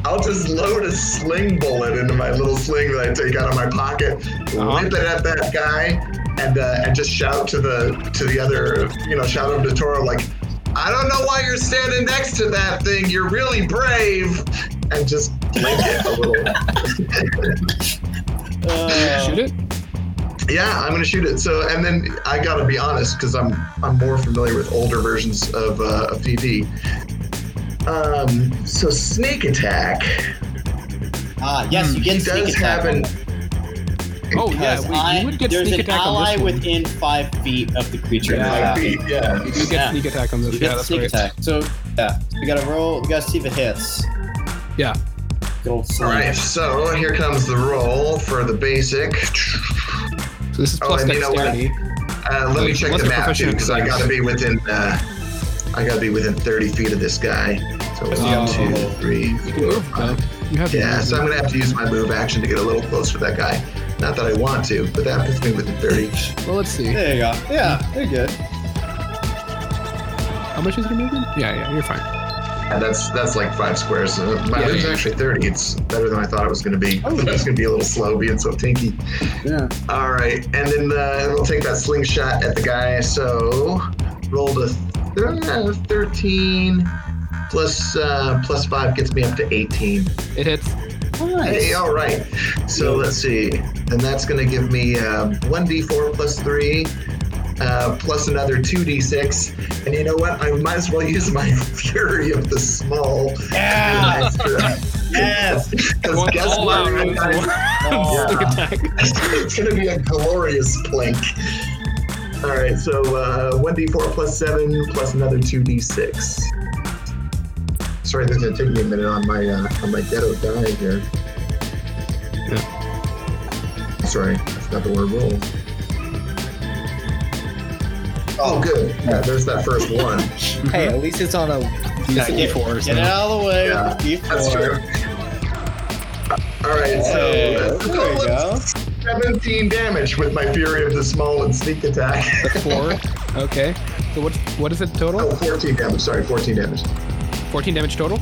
S5: I'll just load a sling bullet into my little sling that I take out of my pocket,
S1: Uh-huh.
S5: whip it at that guy, and uh, and just shout to the to the other, you know, shout him to Toro like, I don't know why you're standing next to that thing. You're really brave. And just lick it a little.
S3: Oh,
S1: Shoot it.
S5: yeah, I'm gonna shoot it. So, and then I gotta be honest because I'm I'm more familiar with older versions of uh, of DD. Um, so sneak attack
S3: Ah, yes, you get sneak
S5: does
S3: attack.
S5: have an
S1: Oh yeah,
S3: because
S1: we,
S3: I-
S1: you would get
S3: there's
S1: sneak
S3: an
S1: attack on
S3: ally
S1: this one.
S3: within five feet of the creature.
S5: yeah. yeah.
S1: You do get
S3: Yeah.
S1: sneak attack on this.
S3: You
S1: Yeah,
S3: get
S1: that's
S3: sneak
S1: right.
S3: attack. So yeah, we gotta roll. We gotta see if it hits.
S1: Yeah.
S3: Gold
S5: All
S3: slam.
S5: right, so here comes the roll for the basic.
S1: So this is
S5: Oh,
S1: plus
S5: and you know what?
S1: dexterity.
S5: Uh, let me
S1: Wait,
S5: check
S1: what's
S5: the
S1: the
S5: map too,
S1: proficient
S5: because I
S1: class?
S5: gotta be within. Uh, I gotta be within 30 feet of this guy. So one, two, three,
S1: You can
S5: four,
S1: move,
S5: five.
S1: though. You have to
S5: Yeah,
S1: move.
S5: so I'm gonna have to use my move action to get a little closer to that guy. Not that I want to, but that puts me within 30.
S1: Well, let's see.
S3: There you go. Yeah, you're good.
S1: How much is your movement? Yeah, yeah, you're fine.
S5: And that's that's like five squares. Uh, my
S1: Yeah, Oh,
S5: move's
S1: yeah.
S5: actually 30. It's better than I thought it was gonna be. I thought it was gonna be a little slow being so tinky.
S3: Yeah.
S5: All right, and then uh, we'll take that slingshot at the guy. So rolled a th- uh, 13 plus uh, plus five gets me up to 18.
S1: It hits.
S5: Hey, all right. So let's see, and that's going to give me um, 1d4 plus three. Uh, plus another 2d6, and you know what? I might as well use my fury of the small.
S3: Yeah. yes.
S5: Because guess
S1: all
S5: what?
S1: out.
S5: I got it.
S1: Sneak
S5: Yeah.
S1: attack.
S5: it's gonna be a glorious plank. All right, so uh, 1d4 plus 7 plus another 2d6. Sorry, this is gonna take me a minute on my uh, on my ghetto die here. Sorry, that's not the word roll. Oh, good. Yeah, there's that first one.
S2: Hey, at least it's on a
S3: Yeah,
S2: decent
S3: get-
S2: four.
S3: Get it out of the way.
S5: Yeah,
S3: with the
S5: That's
S3: D4.
S5: true. All right,
S3: Hey,
S5: so that's a
S3: there
S5: total
S3: you
S5: of
S3: go.
S5: 17 damage with my Fury of the Small and Sneak Attack.
S1: The four. Okay. So what? What is it total?
S5: Oh, 14 damage. Sorry, 14 damage.
S1: 14 damage total.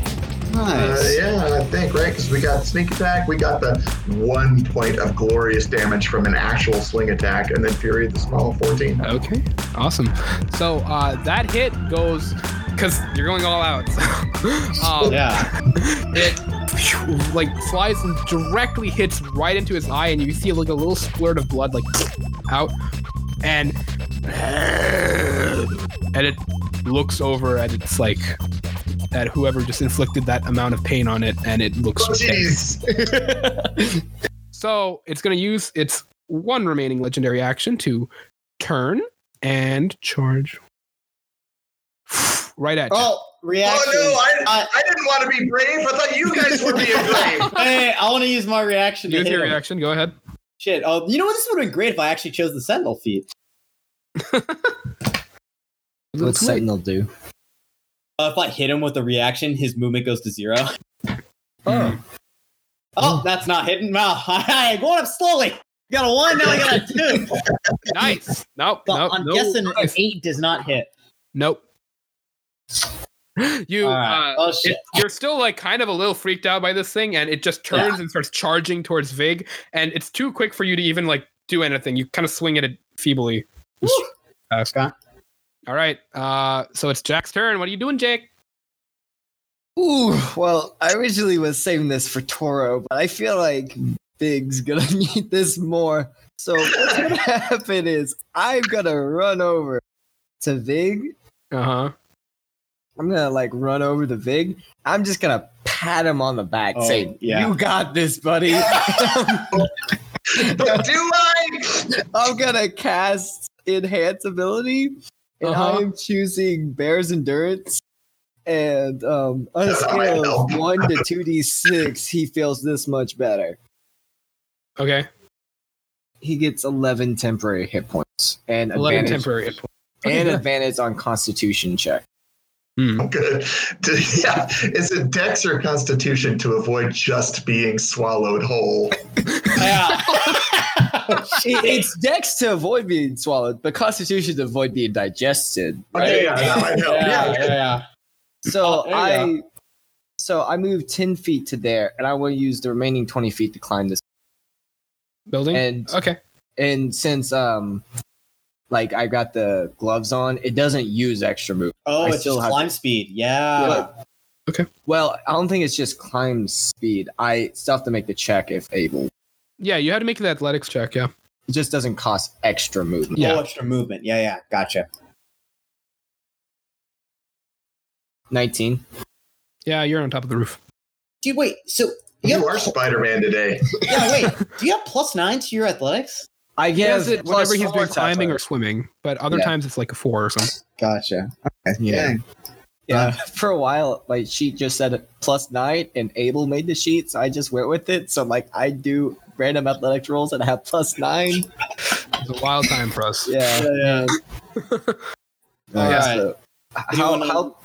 S5: Uh,
S3: Nice.
S5: yeah, I think, right? Because we got sneak attack, we got the one point of glorious damage from an actual sling attack, and then Fury of the Small 14.
S1: Okay. Awesome. So uh, that hit goes because you're going all out. um,
S3: Yeah.
S1: it phew, like flies and directly hits right into his eye, and you see like a little splurt of blood like out, and and it looks over at its like at whoever just inflicted that amount of pain on it, and it looks.
S5: Oh, jeez.
S1: So it's going to use its one remaining legendary action to turn and charge right at you.
S3: Oh, reaction.
S5: Oh, no, I,
S3: I-
S5: I didn't want to be brave. I thought you guys were being brave.
S3: Hey, I want to use my reaction. To
S1: Use
S3: hit
S1: your
S3: him.
S1: reaction. Go ahead.
S3: Shit. Oh, you know what? This would have been great if I actually chose the Sentinel feat.
S2: What's
S1: Too late.
S2: Sentinel do?
S3: Uh, if I hit him with a reaction, his movement goes to zero.
S1: Oh.
S3: Oh, that's not hitting. Wow, I'm going up slowly. Got a one, now I got a two.
S1: Nice. Nope.
S3: But
S1: nope.
S3: I'm
S1: no
S3: guessing an
S1: dice.
S3: eight does not hit.
S1: Nope. You,
S3: All right.
S1: uh,
S3: oh shit.
S1: it- you're still like kind of a little freaked out by this thing, and it just turns and starts charging towards Vig, and it's too quick for you to even like do anything. You kind of swing at it feebly. Just pass.
S3: Okay.
S1: All right. Uh, so it's Jack's turn. What are you doing, Jake?
S2: Ooh, well, I originally was saving this for Toro, but I feel like Big's gonna need this more. So what's gonna happen is I'm gonna run over to Vig.
S1: Uh huh.
S2: I'm gonna like run over to Vig. I'm just gonna pat him on the back,
S3: Oh,
S2: say,
S3: yeah.
S2: "You got this, buddy."
S5: But do I?
S2: I'm gonna cast enhance ability, and
S1: Uh-huh.
S2: I'm choosing Bear's endurance. And um, on a
S5: That's how I
S2: scale of
S5: know.
S2: one to two d six, he feels this much better.
S1: Okay.
S2: He gets eleven temporary hit points and
S1: 11
S2: advantage,
S1: temporary hit points.
S2: and
S1: Okay.
S2: advantage on Constitution check.
S5: I'm good. Do- yeah, it's a dex or constitution to avoid just being swallowed whole.
S3: Yeah.
S2: It- it's Dex to avoid being swallowed, but Constitution to avoid being digested.
S5: Okay, yeah, that might help.
S3: yeah,
S5: Yeah,
S3: yeah, yeah.
S2: So
S3: Oh, there
S2: I,
S3: you
S2: so I move ten feet to there, and I want to use the remaining twenty feet to climb this.
S1: Building.
S2: And
S1: okay.
S2: and since um like I got the gloves on, it doesn't use extra move.
S3: Oh,
S2: I
S3: it's
S2: still
S3: just
S2: have-
S3: climb speed. Yeah.
S2: But-
S1: Okay.
S2: Well, I don't think it's just climb speed. I still have to make the check if able.
S1: Yeah, you had to make the athletics check. Yeah.
S2: It just doesn't cost extra movement.
S1: Yeah.
S3: Oh, extra movement. Yeah, yeah. Gotcha.
S2: 19.
S1: Yeah, you're on top of the roof.
S3: Dude, wait. So you,
S5: You
S3: have,
S5: are Spider Man today.
S3: yeah, wait. Do you have plus nine to your athletics?
S2: I guess
S1: Yes, it, whenever he's doing climbing or swimming, but other
S3: Yeah.
S1: times it's like a four or something.
S3: Gotcha.
S2: Yeah. Yeah.
S3: Uh,
S2: for a while, my sheet just said plus nine, and Abel made the sheet, so I just went with it. So, like, I do random athletics rolls and I have plus nine.
S1: It's a wild time for us.
S2: Yeah.
S3: yeah. All
S2: Yeah,
S3: right.
S2: so
S3: Do you
S2: How,
S3: wanna-
S2: how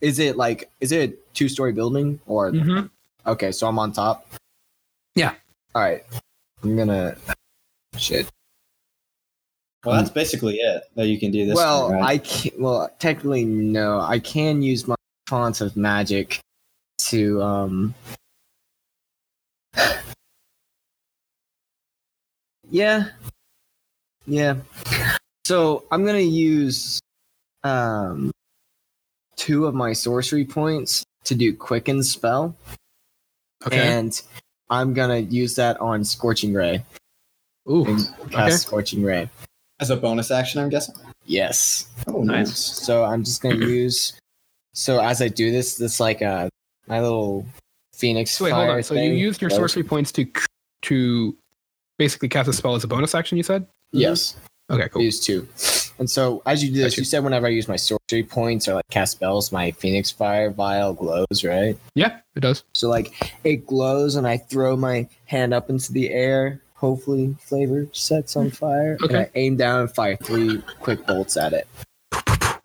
S2: is it like, is it a two story building or?
S1: Mm-hmm.
S2: Okay, so I'm on top.
S1: Yeah.
S2: All right. I'm gonna. Shit.
S3: Well, that's basically it that you can do this.
S2: Hmm. well,
S3: time, right?
S2: I can Well, technically, no. I can use my font of magic to um. yeah. Yeah. So I'm gonna use um two of my sorcery points to do quicken spell.
S1: Okay.
S2: And I'm gonna use that on Scorching Ray.
S1: Ooh.
S2: And cast
S1: Okay.
S2: Scorching Ray.
S3: as a bonus action, I'm guessing.
S2: Yes.
S3: Oh,
S2: So I'm just gonna use. So as I do this, this like uh my little phoenix.
S1: So wait, hold
S2: fire
S1: on. So you
S2: thing
S1: used your
S2: goes-
S1: sorcery points to to basically cast a spell as a bonus action. You said.
S2: Yes,
S1: Okay. Cool.
S2: use two. And so as you do this,
S1: Gotcha.
S2: you said whenever I use my sorcery points or like cast spells, my phoenix fire vial glows, right?
S1: Yeah, it does.
S2: So like it glows, and I throw my hand up into the air. Hopefully, flavor sets on fire. And
S1: Okay.
S2: I aim down and fire three quick bolts at it.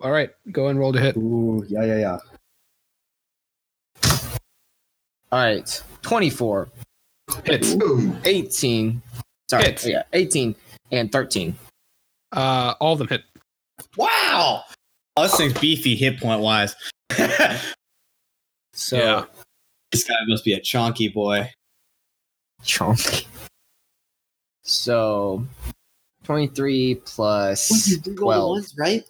S1: All right. Go and roll to hit.
S3: Ooh, yeah, yeah, yeah.
S2: All right, twenty-four.
S1: Hits.
S5: Ooh,
S2: 18. Sorry.
S1: Hits.
S2: Yeah, 18 and 13.
S1: Uh, all of them hit.
S3: Wow. Oh, this thing's beefy hit point wise. this
S2: So
S1: Yeah.
S3: guy must be a chonky boy.
S2: chunk. So 23 plus 12.
S3: right?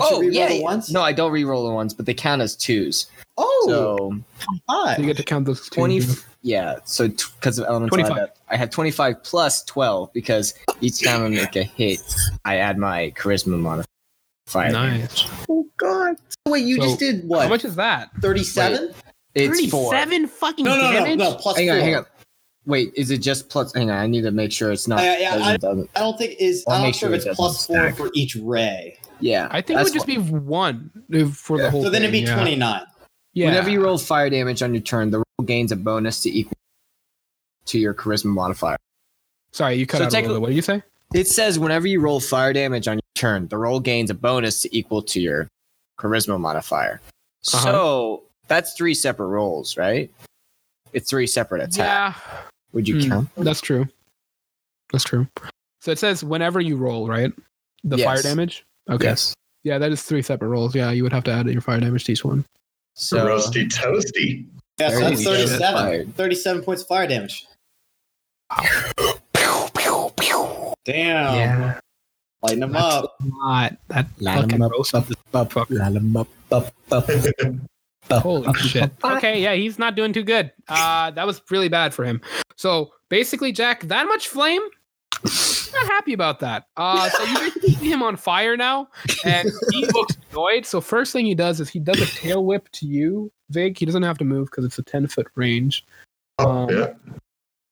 S2: Oh, yeah. yeah.
S3: ones?
S2: No, I don't re-roll the ones, but they count as twos.
S3: Oh,
S2: So
S1: So you
S3: hi.
S1: get to count those. two.
S2: 20 yeah, so because of elements
S1: 25.
S2: I had, I had 25 plus 12 because each time I make a hit, I add my charisma modifier.
S1: Nice.
S3: Oh, God. Wait, you
S1: So,
S3: just did
S1: How
S3: what?
S1: much is that?
S3: 37?
S2: It's
S9: 37
S2: four.
S9: fucking
S3: No, no, no,
S9: damage?
S3: no. Plus
S2: Hang on,
S3: four.
S2: hang on. Wait, is it just plus? Hang on, I need to make sure it's not.
S3: Uh, Yeah, yeah,
S2: doesn't-
S3: I-
S2: doesn't-
S3: I don't think is.
S2: I'll
S3: I'm
S2: make
S3: not sure
S2: sure
S3: if
S2: it
S3: it's plus four
S2: doesn't
S3: for each ray.
S2: yeah.
S1: I think it
S2: that's
S1: would just
S2: fine.
S1: be one if- for the whole.
S3: So then it'd be
S1: thing, yeah.
S3: 29.
S1: Yeah.
S2: Whenever you roll fire damage on your turn, the roll gains a bonus to equal to your charisma modifier.
S1: Sorry, you cut
S2: So
S1: out a little
S2: technically-
S1: bit. What did you say?
S2: It says whenever you roll fire damage on your turn, the roll gains a bonus to equal to your charisma modifier.
S1: Uh-huh.
S2: So that's three separate rolls, right? It's three separate attacks. Would you
S1: Hmm.
S2: count?
S1: That's true. That's true. So it says whenever you roll, right? The fire
S2: Yes.
S1: damage. Okay.
S2: Yes.
S1: Yeah, that is three separate rolls. Yeah, you would have to add your fire damage to each one.
S2: So
S5: roasty toasty.
S3: Yeah, so
S2: There
S3: that's
S2: you go.
S3: 37.
S2: Fired.
S3: 37 points of fire damage. Damn.
S1: yeah.
S3: Lighten them
S1: That's
S3: up.
S1: Not that
S2: Light 'em
S1: fucking
S2: up,
S1: roast
S2: up,
S1: of the
S2: up,
S1: Fuck.
S2: la, la, up, up, up, up,
S1: holy
S2: up,
S1: shit.
S2: up, up.
S1: Okay, yeah, he's not doing too good. Uh that was really bad for him. So basically, Jack, that much flame. Not happy about that. Uh so you basically see him on fire now, and he looks annoyed. So first thing he does is he does a tail whip to you, Vig. He doesn't have to move because it's a ten foot range.
S5: Oh,
S1: Um,
S5: yeah.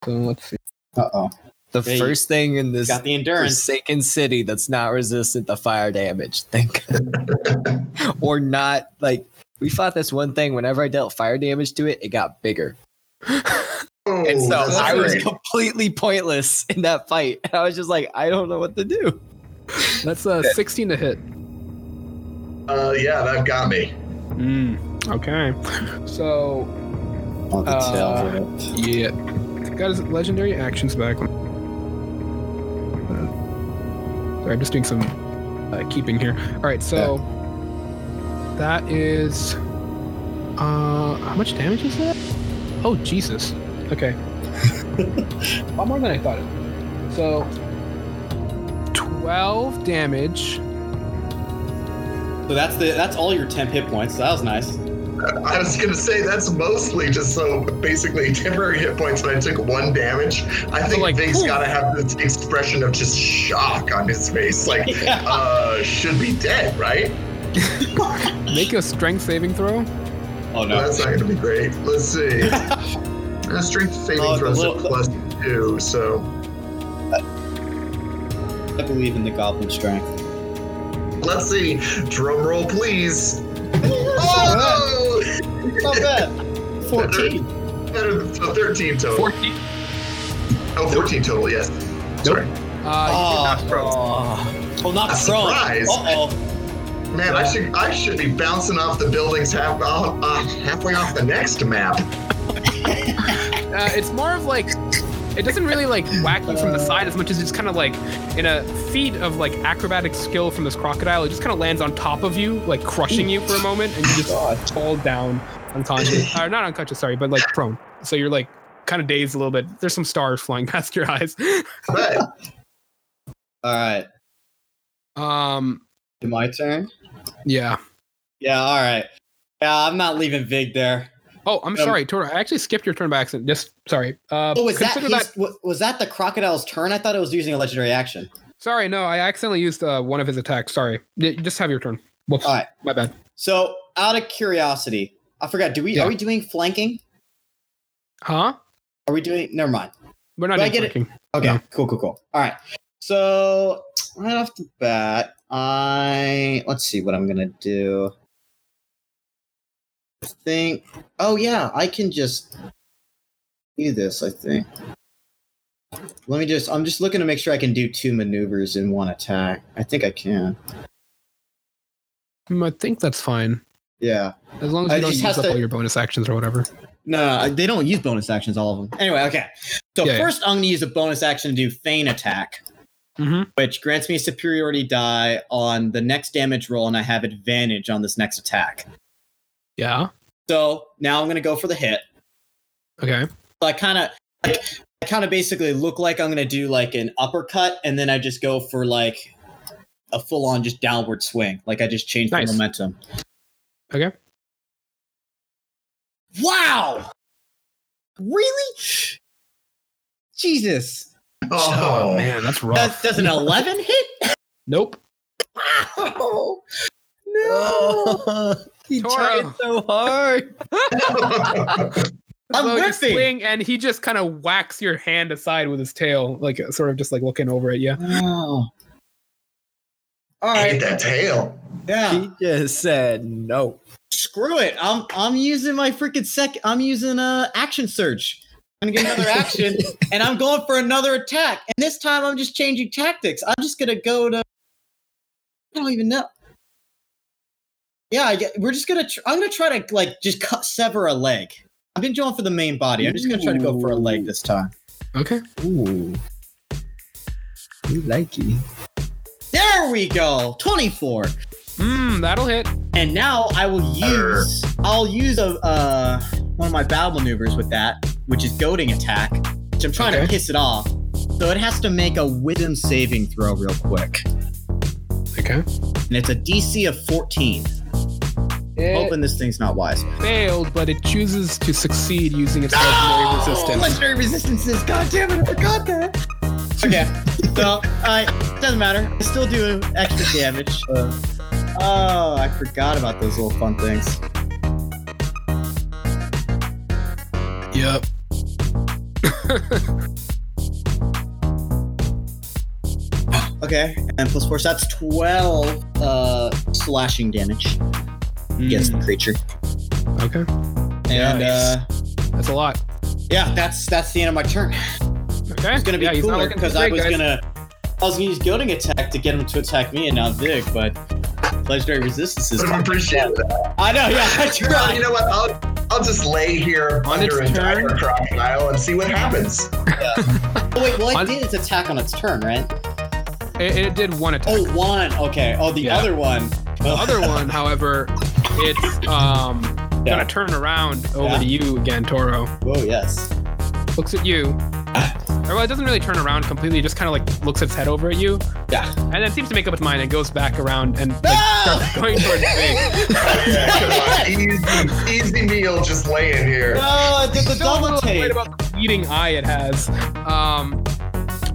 S1: So let's see.
S3: Uh oh.
S2: The
S3: Hey,
S2: first thing in this
S3: Got the endurance.
S2: forsaken city that's not resistant to fire damage. Thank God. or not like we fought this one thing. Whenever I dealt fire damage to it, it got bigger,
S5: Oh,
S2: and so
S5: that's
S2: I was
S5: great.
S2: completely pointless in that fight. And I was just like, I don't know what to do.
S1: That's a sixteen to hit.
S5: Uh, yeah, that got me.
S1: Okay. So
S3: On the
S1: Uh,
S3: tail for it.
S1: yeah, got his legendary actions back. Uh, Sorry, I'm just doing some uh, keeping here. All right, so that is uh, how much damage is that? Oh Jesus. Okay. A lot more than I thought it. So. tw- 12 damage.
S3: So that's the that's all your temp hit points. So that was nice.
S5: I was gonna say that's mostly just so basically temporary hit points, but I took one damage. I think
S1: like,
S5: Vig's
S1: poof.
S5: gotta have this expression of just shock on his face, like uh, should be dead, right?
S1: Make a strength saving throw.
S3: Oh
S5: Well,
S3: no.
S5: that's not gonna be great. Let's see. Uh, strength saving
S3: Oh, the
S5: throws
S3: little-
S5: at plus two, so
S3: I believe in the goblin strength.
S5: let's see. Drum roll, please. Oh
S3: Not bad. Fourteen.
S5: no! Better than so 13 total.
S1: 14.
S5: Oh, 14 total, yes. Sorry.
S1: Uh,
S5: Not pro.
S3: Oh, oh Ah. not
S5: A
S3: strong.
S5: surprise.
S3: Uh-oh.
S5: Man, I should I should be bouncing off the buildings half uh, uh, halfway off the next map.
S1: uh, it's more of like it doesn't really like whack you from the side as much as it's kind of like in a feat of like acrobatic skill from this crocodile. It just kind of lands on top of you, like crushing you for a moment, and you just fall down unconscious or not unconscious, sorry, but like prone. So you're like kind of dazed a little bit. There's some stars flying past your eyes.
S5: But
S3: Alright.
S1: Um,
S3: My turn?
S1: yeah.
S3: Yeah, alright. Yeah, I'm not leaving Vig there.
S1: Oh, I'm sorry, Tora. I actually skipped your turn by accident. Just sorry. Uh,
S3: Um, Oh, was that,
S1: consider
S3: his- wa- was that the crocodile's turn? I thought it was using a legendary action.
S1: Sorry, no, I accidentally used uh, one of his attacks. Sorry. Y- Just have your turn. Whoops.
S3: All right.
S1: My bad.
S3: So, out of curiosity, I forgot. Do we
S1: Yeah.
S3: are we doing flanking?
S1: Huh?
S3: Are we doing? Never mind.
S1: We're not
S3: Do I
S1: doing
S3: get
S1: flanking.
S3: Okay,
S1: No.
S3: cool, cool, cool. All right. So right off the bat, I let's see what I'm gonna do. I think. Oh yeah, I can just do this. I think. Let me just. I'm just looking to make sure I can do two maneuvers in one attack. I think I can.
S1: Mm, I think that's fine.
S3: Yeah.
S1: As long as
S3: Uh,
S1: you
S3: it
S1: don't
S3: just
S1: use
S3: has
S1: up
S3: to-
S1: all your bonus actions or whatever.
S3: No, no, they don't use bonus actions, all of them. Anyway, okay. So
S1: Yeah, yeah.
S3: first, I'm going to use a bonus action to do feign attack,
S1: Mhm.
S3: which grants me a superiority die on the next damage roll, and I have advantage on this next attack.
S1: Yeah.
S3: So now I'm going to go for the hit.
S1: Okay.
S3: So I kind of, I kind of basically look like I'm going to do like an uppercut, and then I just go for like a full on just downward swing, like I just change
S1: Nice.
S3: the momentum.
S1: Okay.
S3: Wow. Really? Jesus.
S5: oh man,
S1: that's
S3: Does, does an 11 hit?
S1: Nope.
S3: Wow. No. he
S1: Toro.
S3: tried so hard. I'm
S1: So you
S3: whiffing.
S1: swing and he just kind of whacks your hand aside with his tail, like uh, sort of just like looking over at you.
S3: Wow. All
S5: I hate
S3: right.
S5: that tail.
S3: Yeah.
S2: He just said no.
S3: Screw it. I'm I'm using my freaking sec. I'm using uh action search. I'm gonna get another action, and I'm going for another attack. And this time, I'm just changing tactics. I'm just gonna go to. I don't even know. Yeah, I get, we're just gonna. Tr- I'm gonna try to like just cut sever a leg. I've been going for the main body. I'm just gonna try to go for a leg this time.
S1: Okay.
S2: Ooh. You like it.
S3: There we go. 24.
S1: Mm, that'll hit.
S3: And now I will use I'll use a uh, one of my battle maneuvers with that, which is goading attack, which I'm trying to
S1: Okay.
S3: piss it off. So it has to make a wisdom saving throw real quick.
S1: Okay.
S3: And it's a DC of 14.
S1: It
S3: Hoping this thing's not wise.
S1: failed, but it chooses to succeed using its legendary resistance.
S3: Legendary resistances. God damn it, I forgot that. Okay. so I doesn't matter. I still do extra damage. Uh, oh, I forgot about those little fun things.
S1: Yep.
S3: Okay, and plus four, so that's 12 uh, slashing damage against the creature.
S1: Hmm, Okay.
S3: And uh,
S1: That's a lot.
S3: yeah, that's that's the end of my turn.
S1: Okay.
S3: It's gonna be
S1: yeah, he's not
S3: cooler
S1: looking
S3: because
S1: too
S3: I
S1: great,
S3: was
S1: guys.
S3: gonna I was gonna use goading attack to get him to attack me and not Vic, but legendary resistance is.
S5: But I appreciate that.
S3: I know, yeah, I
S5: Well, you
S3: tried.
S5: know what? I'll I'll just lay here
S1: On
S5: under
S1: its
S5: a dire
S1: turn?
S5: crocodile and see what happens.
S3: Oh, wait, well,
S1: On-
S3: it did its attack on its turn, right?
S1: It, it did one attack.
S3: Oh, one. Okay. Oh, the
S1: Yeah.
S3: other one. Oh,
S1: The other one, however, it's um
S3: Yeah.
S1: gonna turn around over
S3: Yeah.
S1: to you again, Toro.
S3: Whoa, oh, yes.
S1: Looks at you
S3: Ah.
S1: Or well, it doesn't really turn around completely. It just kind of like looks its head over at you.
S2: Yeah.
S1: And then seems to make up its mind and goes back around and like, starts going towards me.
S5: Yeah, come on. easy, easy meal just laying here.
S3: No, it Oh, did the
S1: Still a
S3: double
S1: little
S3: take.
S1: worried about the eating eye it has. Um,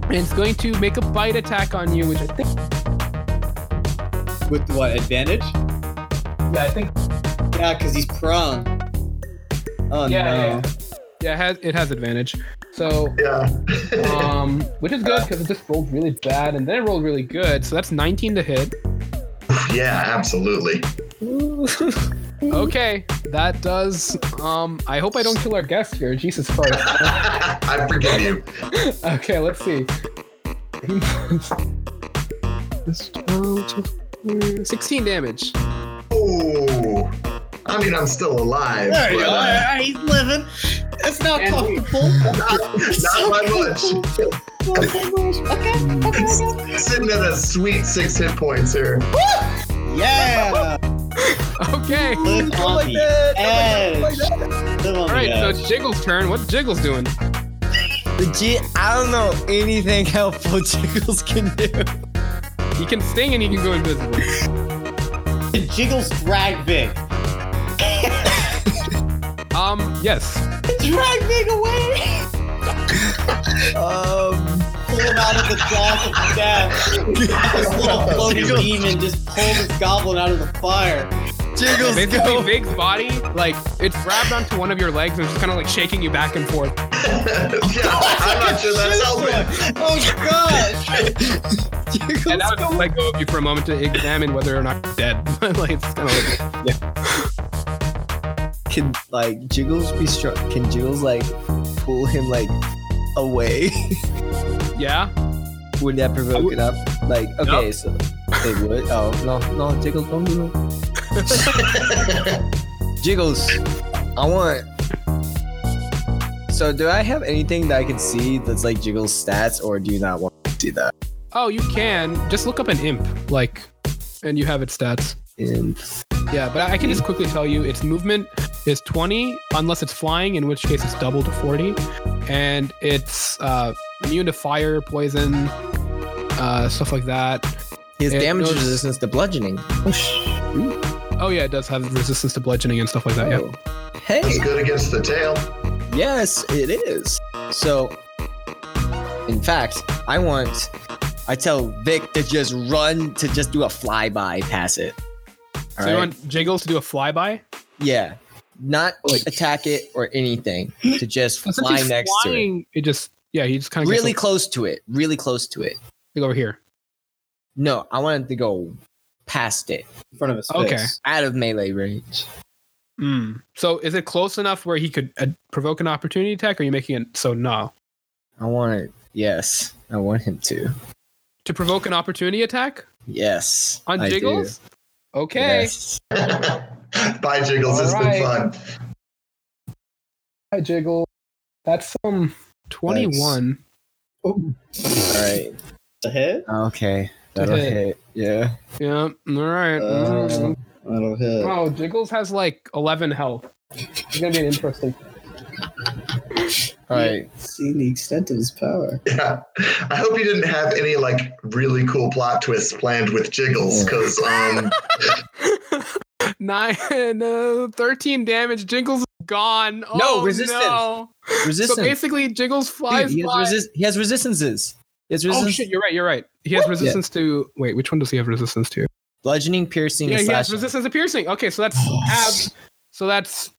S1: and it's going to make a bite attack on you, which I think
S3: With what advantage?
S1: yeah, I think
S3: Yeah, because he's prone. Oh
S1: Yeah,
S3: no.
S1: yeah. yeah, it has it has advantage. So
S5: Yeah.
S1: um, which is good because it just rolled really bad and then it rolled really good. So that's 19 to hit.
S5: yeah, absolutely.
S1: Okay, that does. Um, I hope I don't kill our guest here. Jesus Christ.
S5: I forgive you.
S1: okay, let's see. This 12, 12, 16 damage.
S5: Oh, I mean, I'm still alive.
S3: There you
S5: but,
S3: go.
S5: uh,
S3: Alright, He's living. That's not
S1: And we-
S3: comfortable.
S5: Not by much. Sitting at a sweet six hit points here.
S3: Yeah.
S1: Okay.
S3: Live on
S2: like
S3: the
S2: that.
S3: edge. Live on
S1: All right,
S3: the
S1: so
S3: edge.
S1: it's Jiggle's turn. What's Jiggle's doing?
S2: Legit, I don't know anything helpful Jiggles can do.
S1: He can sting and he can go invisible.
S3: It jiggles drag Vic.
S1: Um, yes.
S3: Drag Vic away!
S2: Um,
S3: Pull him out of the jaws of death. This little floating demon just pulled his goblin out of the fire.
S2: Jiggles,
S1: Basically,
S2: go.
S1: Vig's body, like, it's grabbed onto one of your legs and it's just kind of like shaking you back and forth.
S5: yeah, I'm not sure that's helping.
S3: Oh gosh!
S1: And now it just
S2: Jiggles,
S1: let go of you for a moment to examine whether or not you're dead. like, it's kind of like,
S2: can like Jiggles be struck? Can Jiggles like pull him like away?
S1: yeah.
S2: Would that provoke it up? Like, okay, so they would. Oh no, no, Jiggles, don't do it. Jiggles, I want. So, do I have anything that I can see that's like Jiggles' stats, or do you not want to see that?
S1: Oh, you can. Just look up an imp, like, and you have its stats.
S2: And
S1: Yeah, but I can just quickly tell you its movement is 20, unless it's flying, in which case it's double to 40. And it's uh, immune to fire, poison, uh, stuff like that.
S2: his
S1: It
S2: damage
S1: goes-
S2: resistance to bludgeoning.
S1: Oh, yeah, it does have resistance to bludgeoning and stuff like that. Yeah.
S2: Oh. Hey,
S5: It's good against the tail.
S2: Yes, it is. So, in fact, I want. I tell Vic to just run to just do a flyby, pass it.
S1: So
S2: Alright?
S1: you want Jiggles to do a flyby?
S2: yeah, not attack it or anything. To just
S1: Since
S2: fly
S1: he's
S2: next to
S1: flying, it. just, yeah, he just kind
S2: it,
S1: of
S2: really
S1: gets
S2: close to it, really close to it.
S1: like, over here.
S2: No, I want it to go past it,
S3: In front of his face.
S1: Okay.
S2: out of melee range. Hmm.
S1: Mm. So is it close enough where he could uh, provoke an opportunity attack? Or are you making it so no?
S2: I want it. Yes, I want him to.
S1: To provoke an opportunity attack
S2: Yes,
S1: on
S2: I do.
S1: Jiggles? Okay.
S2: Yes.
S5: Bye, Jiggles. It's been
S1: Alright.
S5: fun.
S1: I jiggle. That's um twenty-one.
S2: All right.
S3: The head?
S2: Okay. That'll
S1: hit.
S2: hit. Yeah.
S1: Yeah. All right.
S3: Uh, That'll hit.
S1: oh, Um, Jiggles has like eleven health. It's gonna be interesting.
S2: All right.
S3: Seeing the extent of his power.
S5: Yeah. I hope you didn't have any like really cool plot twists planned with Jiggles, because um,
S1: Nine, uh, 13 damage. Jiggles is gone. Oh,
S2: No, resistance.
S1: no. So
S2: Resistance.
S1: basically, Jiggles
S2: Dude,
S1: flies.
S2: he, has
S1: by-
S2: resist- he has resistances. He has
S1: oh
S2: resistance.
S1: shit! You're right. You're right. He has resistance to. Wait, which one does he have resistance to?
S2: Bludgeoning, piercing,
S1: Yeah,
S2: and
S1: he has
S2: slash.
S1: resistance to piercing. Okay, so that's abs. So that's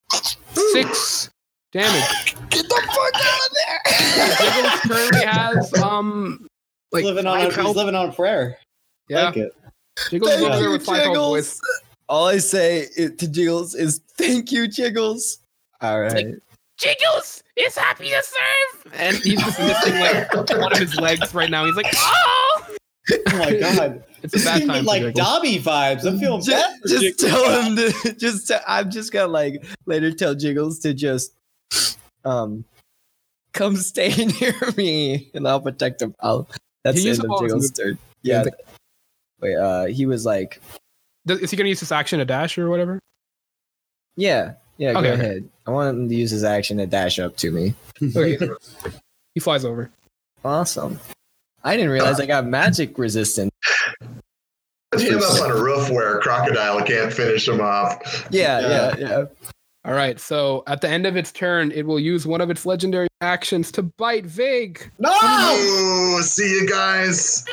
S1: six damage.
S2: Get the fuck out of
S1: Jiggles currently has um like
S3: He's living on, a,
S1: five
S3: he's
S1: health.
S3: living on a prayer.
S1: Yeah,
S3: Like it.
S1: Jiggles is over there with five health, boys.
S2: Jiggles. All I say i- to Jiggles is thank you, Jiggles. All right.
S9: Jiggles is happy to serve.
S1: and he's just missing like one of his legs right now. He's like, oh,
S3: Oh my god.
S1: it's a
S3: This
S1: bad time.
S3: is giving
S1: for
S3: me like
S1: Jiggles.
S3: Dobby vibes. I'm feeling bad.
S2: Just, just tell him to just. Tell, I'm just gonna like later tell Jiggles to just um come stay near me and I'll protect him. I'll, that's
S1: He
S2: the
S1: used
S2: end
S1: all
S2: of
S1: his
S2: Jiggles'
S1: moves.
S2: turn.
S1: Yeah,
S2: Yeah. Wait. Uh, he was like
S1: Does- is he gonna use this action to dash or whatever?
S2: Yeah, yeah,
S1: Okay,
S2: go
S1: okay.
S2: ahead. I want him to use his action to dash up to me.
S1: Okay. He flies over.
S2: Awesome. I didn't realize I got magic resistant.
S5: Put him up on a roof where a crocodile can't finish him off.
S2: Yeah, yeah, yeah.
S1: All right. So at the end of its turn, it will use one of its legendary actions to bite Vig.
S5: No! See you guys.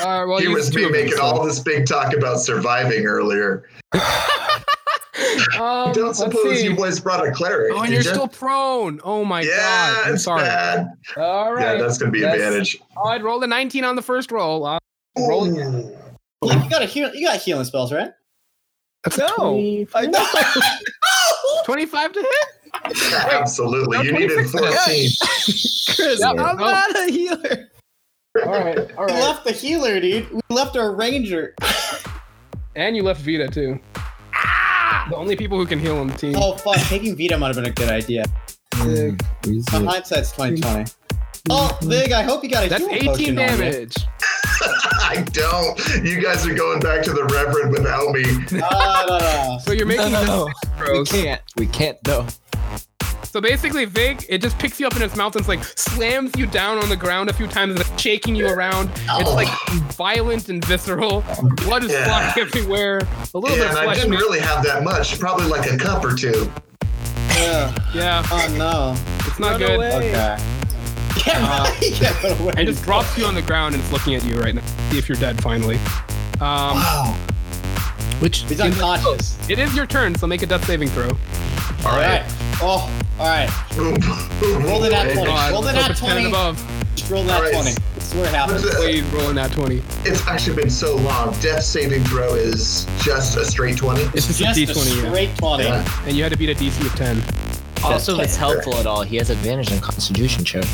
S1: Uh, well,
S5: Here
S1: use
S5: was
S1: two
S5: me
S1: of them,
S5: making
S1: so-
S5: all this big talk about surviving earlier.
S1: Um,
S5: I don't
S1: let's
S5: suppose
S1: see.
S5: you boys brought a cleric.
S1: Oh,
S5: did
S1: and you're
S5: ya?
S1: still prone. Oh my
S5: yeah,
S1: god. I'm
S5: it's
S1: sorry.
S5: bad.
S1: All right.
S5: Yeah, that's going to be
S1: That's-
S5: advantage.
S1: I'd roll a 19 on the first roll. Uh, roll again.
S5: Ooh.
S3: You got a heal. You got healing spells, right?
S1: That's
S2: No.
S1: a 20
S2: I know.
S1: 25 to hit.
S5: Yeah, absolutely.
S1: No,
S5: you needed
S1: 26 minutes.
S5: 14.
S2: Chris,
S1: Yeah.
S2: I'm
S1: Oh.
S2: not a healer.
S1: All right. All
S3: We
S1: right.
S3: left the healer, dude. We left our ranger.
S1: And you left Vita too. The only people who can heal on the team.
S3: Oh fuck, taking Vita might have been a good idea.
S1: Sick.
S3: But hindsight's twenty twenty. Oh, Vig, I hope you got a
S1: That's
S3: healing
S1: 18
S3: potion on you.
S1: damage.
S5: I don't. You guys are going back to the Reverend without me.
S3: No, no, no.
S1: So you're making
S2: No, no,
S1: this
S2: We
S1: throws.
S2: can't. We can't though.
S1: So basically, Vig, it just picks you up in its mouth and it's like slams you down on the ground a few times, and shaking you around. It's
S5: Oh,
S1: like violent and visceral. Blood is
S5: Yeah.
S1: flying everywhere. A little
S5: Yeah,
S1: bit
S5: and
S1: of
S5: I
S1: flesh.
S5: didn't
S1: man.
S5: really have that much. Probably like a cup or two.
S3: Yeah.
S1: yeah,
S3: Oh no.
S1: it's not good.
S3: Okay.
S2: Uh,
S3: Yeah, right. yeah, but away.
S1: And just drops you on the ground and it's looking at you right now. See if you're dead finally. Um,
S3: Wow.
S1: Which
S3: He's unconscious.
S1: it is your turn, so make a death saving throw.
S5: All
S3: All right.
S5: right.
S3: Oh, all right.
S5: Boom, boom,
S3: Roll the nat
S5: boom.
S3: 20. Roll the
S1: Hope
S3: nat
S1: it's 10 and
S3: 20.
S1: above.
S3: Just roll
S5: All
S3: that
S5: right.
S3: twenty. That's what happens.
S1: Please
S5: Wait,
S1: roll a nat 20.
S5: It's actually been so long. Death saving throw is just a straight 20.
S1: It's just,
S3: Just
S1: a
S3: a
S1: d20, yeah.
S3: straight twenty.
S5: Yeah.
S1: And you had to beat a DC of 10.
S2: Also, if it's helpful at all, he has advantage on Constitution check.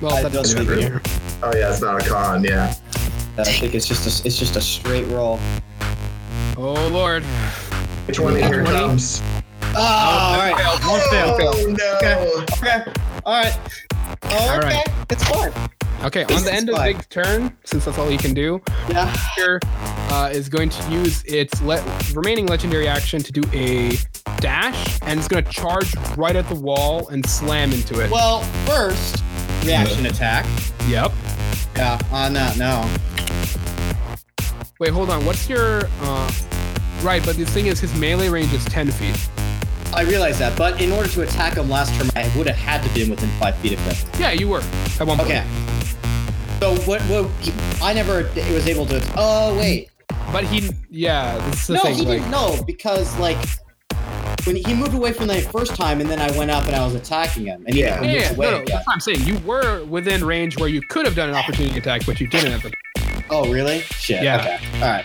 S1: Well,
S3: I
S1: that
S3: don't
S1: doesn't
S3: agree.
S1: matter.
S5: Oh, yeah, it's not a con, yeah.
S3: I think it's just a, it's just a straight roll.
S1: Oh, Lord.
S5: 20, here
S1: 20?
S5: comes.
S3: Oh, all right.
S5: One fail. Oh, no.
S3: Okay. All right. Oh,
S1: All
S3: okay.
S1: right.
S3: It's hard.
S1: Okay,
S3: This
S1: on the
S3: is
S1: end of
S3: fine.
S1: Big's turn, since that's all you can do,
S3: Yeah.
S1: here uh, is going to use its le- remaining legendary action to do a dash, and it's going to charge right at the wall and slam into it.
S3: Well, first reaction attack.
S1: Yep.
S3: Yeah. On that, no.
S1: Wait, hold on. What's your. Uh, right, but the thing is, his melee range is 10 feet.
S3: I realize that, but in order to attack him last turn, I would have had to been within five feet of him.
S1: Yeah, you were at one point.
S3: Okay. So what? What? He, I never was able to. Oh wait.
S1: But he, yeah, this is the
S3: no,
S1: thing.
S3: he
S1: like,
S3: didn't know because like when he moved away from the first time, and then I went up and I was attacking him, and he
S5: Yeah.
S3: never
S1: yeah,
S3: moved
S1: yeah,
S3: away.
S1: no, no,
S3: again.
S1: that's what I'm saying. You were within range where you could have done an opportunity attack, but you didn't. At the,
S3: Oh really? Shit.
S1: Yeah.
S3: Okay. All right.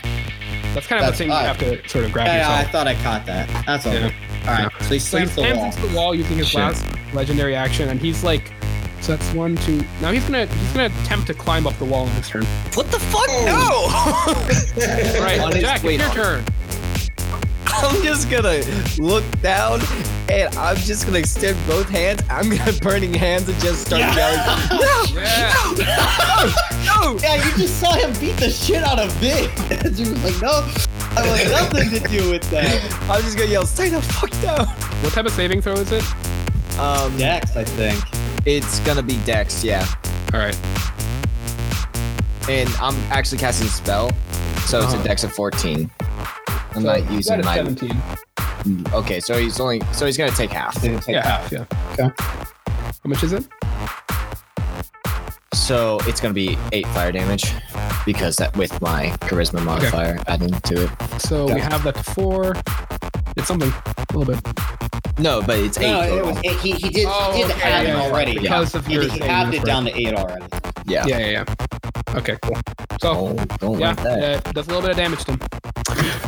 S1: that's kind of
S3: That's
S1: a thing
S3: fine.
S1: you have to sort of grab
S3: Yeah, I
S1: yourself.
S3: thought I caught that. That's all.
S1: Yeah.
S3: All right. So he
S1: So he
S3: slams the wall.
S1: slams into the wall using his
S3: Shit.
S1: last legendary action, and he's like, so that's one, two. Now he's gonna he's gonna attempt to climb up the wall in his turn.
S12: What the fuck? No!
S1: All right,
S2: On his
S1: Jack,
S2: way
S1: it's your turn.
S2: up. I'm just gonna look down and I'm just gonna extend both hands. I'm gonna burning hands and just start yelling.
S3: Oh,
S2: No!
S1: Yeah.
S2: No!
S3: Yeah, you just saw him beat the shit out of Vic. And you was like, no, I want nothing to do with that.
S2: I'm just gonna yell, stay the fuck down!
S1: What type of saving throw is it?
S2: Um,
S3: Dex, I think.
S2: It's gonna be Dex, yeah.
S1: All right.
S2: And I'm actually casting a spell, so it's a
S1: Uh-huh.
S2: Dex of 14. I'm
S1: So
S2: not
S1: you got
S2: using
S1: a
S2: my.
S1: 17.
S2: Okay, so he's only. So he's gonna take half.
S1: Yeah, half. Yeah. How much is it?
S2: So it's gonna be eight fire damage because that with my charisma modifier adding to it.
S1: So we have that to four. It's something a little bit.
S2: No, but it's eight.
S3: No, it
S2: total.
S3: was, it, he, he did,
S1: Oh,
S3: he did
S1: okay,
S3: add
S1: yeah,
S3: it
S1: yeah,
S3: already.
S2: yeah.
S1: Because of
S3: He,
S1: your
S3: he
S1: saving
S3: halved it
S1: throw.
S3: down to eight already.
S2: yeah.
S1: Yeah, yeah, yeah. Okay, cool. So,
S2: Don't, don't
S1: yeah,
S2: like that.
S1: yeah, does a little bit of damage to him.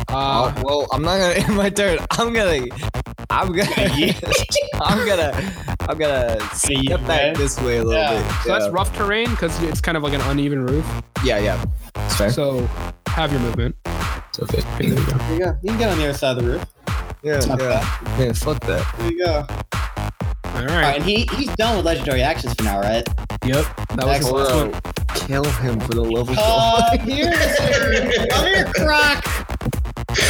S1: Uh,
S2: Oh, well, I'm not gonna end my turn. I'm gonna, I'm gonna, I'm gonna, I'm gonna
S3: See,
S2: step back
S3: right?
S2: this way a little
S3: Yeah.
S2: bit.
S1: so that's rough terrain because it's kind of like an uneven roof.
S2: yeah, yeah. That's fair. So,
S1: So have your movement. Okay, there you go.
S3: There you go. You can get on the other side of the roof.
S2: Yeah,
S3: It's not
S2: yeah. yeah. Fuck that.
S3: There you go. All
S1: All
S3: right,
S1: right.
S3: and he, he's done with legendary actions for now, right?
S1: Yep. That was his
S3: Excellent.
S1: last one.
S2: Kill him for the love of
S3: Uh, here, come here, Croc.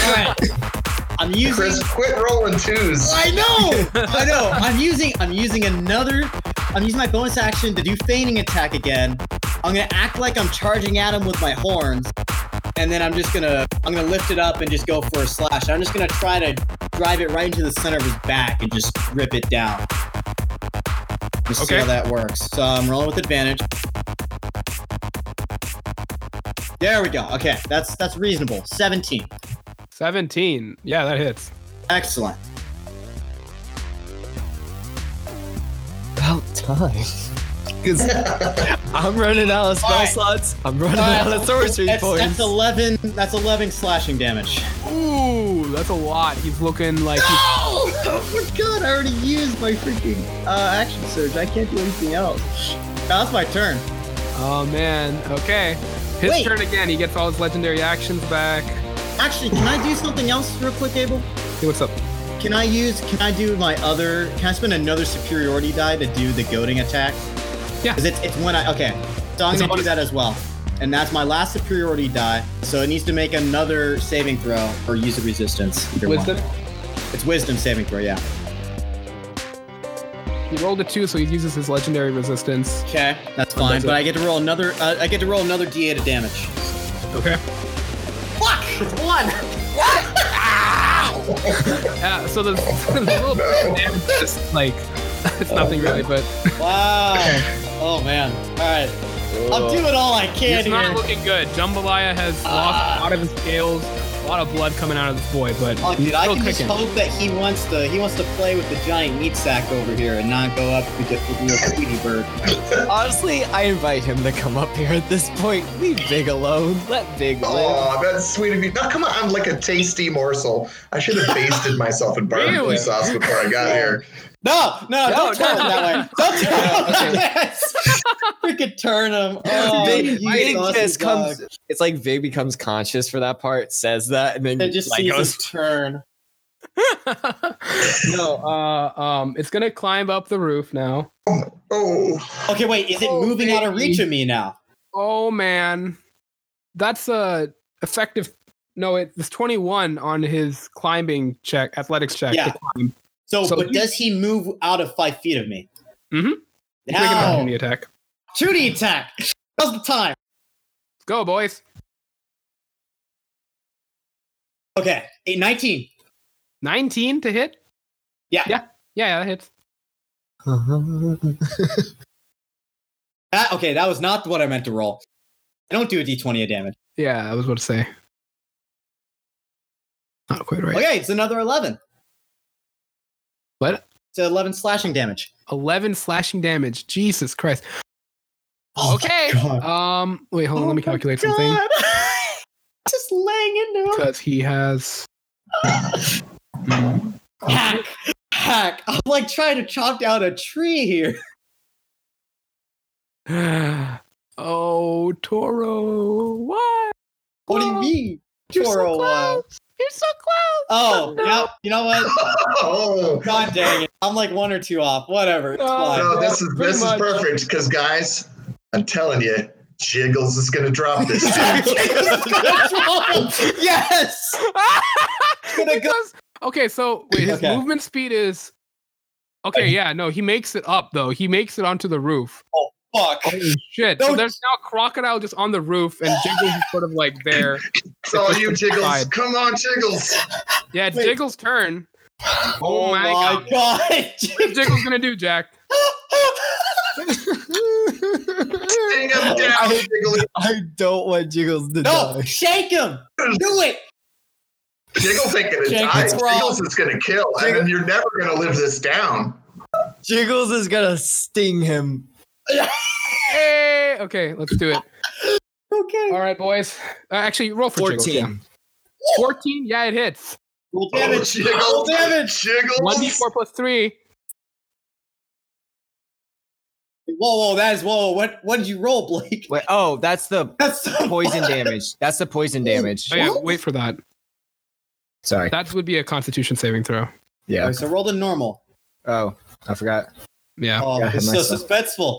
S3: All right. I'm using.
S5: Chris, quit rolling twos.
S3: I know. I know. I'm using. I'm using another I'm using my bonus action to do feigning attack again. I'm gonna act like I'm charging at him with my horns, and then I'm just gonna I'm gonna lift it up and just go for a slash. I'm just gonna try to drive it right into the center of his back and just rip it down. Just see
S13: Okay.
S3: how that works. So I'm rolling with advantage. There we go. Okay, that's that's reasonable. 17.
S1: 17. Yeah, that hits.
S3: Excellent. Uh,
S2: About time. 'Cause I'm running out of spell
S3: Alright.
S2: slots. I'm running out of sorcery
S3: that's,
S2: points.
S3: That's 11. That's 11 slashing damage.
S1: Ooh, that's a lot. He's looking like.
S3: Oh! Oh my god! I already used my freaking uh, action surge. I can't do anything else. That's my turn.
S1: Oh man. Okay. His
S3: Wait.
S1: turn again. He gets all his legendary actions back.
S3: Actually, can I do something else real quick, Abel?
S1: Hey, what's up?
S3: Can I use? Can I do my other? Can I spend another superiority die to do the goading attack?
S1: Yeah.
S3: Because it's it's when I okay. So I'm
S1: It's a
S3: gonna do that as well, and that's my last superiority die. So it needs to make another saving throw or use a resistance. either one.
S1: Wisdom?
S3: It's wisdom saving throw. Yeah.
S1: He rolled a two, so he uses his legendary resistance.
S3: Okay, that's fine. But I get to roll another. Uh, I get to roll another d8 of damage.
S1: Okay.
S3: Fuck! One.
S1: Yeah, Uh, so the, the little bit of damage is just like it's nothing really, but
S3: Wow. Oh man. All right. I'm doing all I can
S1: It's not
S3: here.
S1: looking good. Jambalaya has
S3: Ah.
S1: lost a lot of his scales, a lot of blood coming out of this boy, but
S3: Oh,
S1: he's
S3: dude, I
S1: still
S3: can just
S1: kicking.
S3: hope that he wants to he wants to play with the giant meat sack over here and not go up with the with the Tweety bird.
S2: Honestly, I invite him to come up here at this point. Leave Big alone. Let Big live.
S5: Oh, that's sweet of you. Now, come on, I'm like a tasty morsel. I should have basted myself in barbecue
S3: Really?
S5: sauce before I got here.
S3: No, no,
S5: No,
S3: don't turn
S5: no.
S3: him that way. Don't turn him that way. Freaking turn him. Oh,
S2: Big,
S3: you
S2: Big
S3: saucy
S2: just
S3: dog.
S2: comes. It's like Big becomes conscious for that part, says that, and then
S3: It just
S2: like,
S3: sees
S2: goes
S3: his turn.
S1: No, uh, um, it's gonna climb up the roof now.
S5: Oh.
S3: Okay, wait, is it moving out of reach of me now?
S1: Oh man, that's a effective. No, it was 21 on his climbing check, athletics check. to
S3: Yeah.
S1: climb.
S3: So,
S1: So
S3: but
S1: he-
S3: does he move out of five feet of me?
S1: Mhm. He's making an
S3: Now,
S1: opportunity attack.
S3: 2D attack. Now's the time.
S1: Let's go, boys.
S3: Okay, a 19.
S1: 19 to hit.
S3: Yeah.
S1: Yeah. Yeah. yeah that hits.
S3: That, okay, that was not what I meant to roll. I don't do a d20 of damage.
S1: Yeah, I was about to say. Not quite right.
S3: Okay, it's another 11.
S1: What?
S3: It's 11 slashing damage.
S1: 11 slashing damage. Jesus Christ. okay. Um. Wait, Oh hold on. let me calculate something
S3: Oh Just laying into him.
S1: because he has.
S3: Hack. Hack. I'm like trying to chop down a tree here.
S1: oh, Toro. What?
S3: What do you mean?
S1: Oh, You're so
S3: Toro, uh,
S1: You're so close.
S3: Oh, now you know what?
S5: Oh.
S3: God dang it. I'm like one or two off. Whatever. It's fine.
S1: Oh.
S5: No, this is
S1: pretty
S5: this
S1: much.
S5: is perfect because guys, I'm telling you, Jiggles is gonna drop this.
S3: yes!
S1: He goes- okay, so wait, his
S3: Okay.
S1: movement speed is. Okay, yeah, no, he makes it up though. He makes it onto the roof.
S3: Fuck.
S1: Shit. So
S3: Don't-
S1: there's now a crocodile just on the roof, and Jiggles is sort of like there.
S5: it's all you, Jiggles.
S1: Fine.
S5: Come on, Jiggles.
S1: Yeah, it's
S3: Wait.
S1: Jiggles' turn. Oh,
S3: Oh
S1: my god.
S3: god.
S1: What's Jiggles gonna do, Jack?
S5: Sting him down, Jiggles.
S2: I don't want Jiggles to
S3: no,
S2: die.
S3: shake him. Do it.
S5: Jiggles ain't gonna
S3: Jiggles
S5: die.
S3: wrong.
S5: Jiggles is gonna kill, and then you're never gonna live this down.
S2: Jiggles is gonna sting him.
S1: Hey! Okay, let's do it.
S3: Okay.
S1: All right, boys. Uh, actually, roll for Jiggles. yeah.
S2: 14.
S1: 14? Yeah, it hits.
S3: Roll
S5: Oh,
S3: damage. Roll
S5: Jiggles,
S3: damage.
S5: Jiggles.
S1: 1d4 plus 3.
S3: Whoa, whoa, that is whoa. What what did you roll, Blake?
S2: Wait, oh, that's the
S3: That's so
S2: poison damage. That's the poison damage.
S1: Oh, yeah,
S3: What?
S1: wait for that.
S2: Sorry.
S1: That would be a constitution saving throw.
S2: Yeah.
S3: Okay, so roll the normal.
S2: Oh, I forgot.
S1: Yeah.
S3: Oh,
S2: Yeah,
S3: it's so
S2: nice.
S3: suspenseful.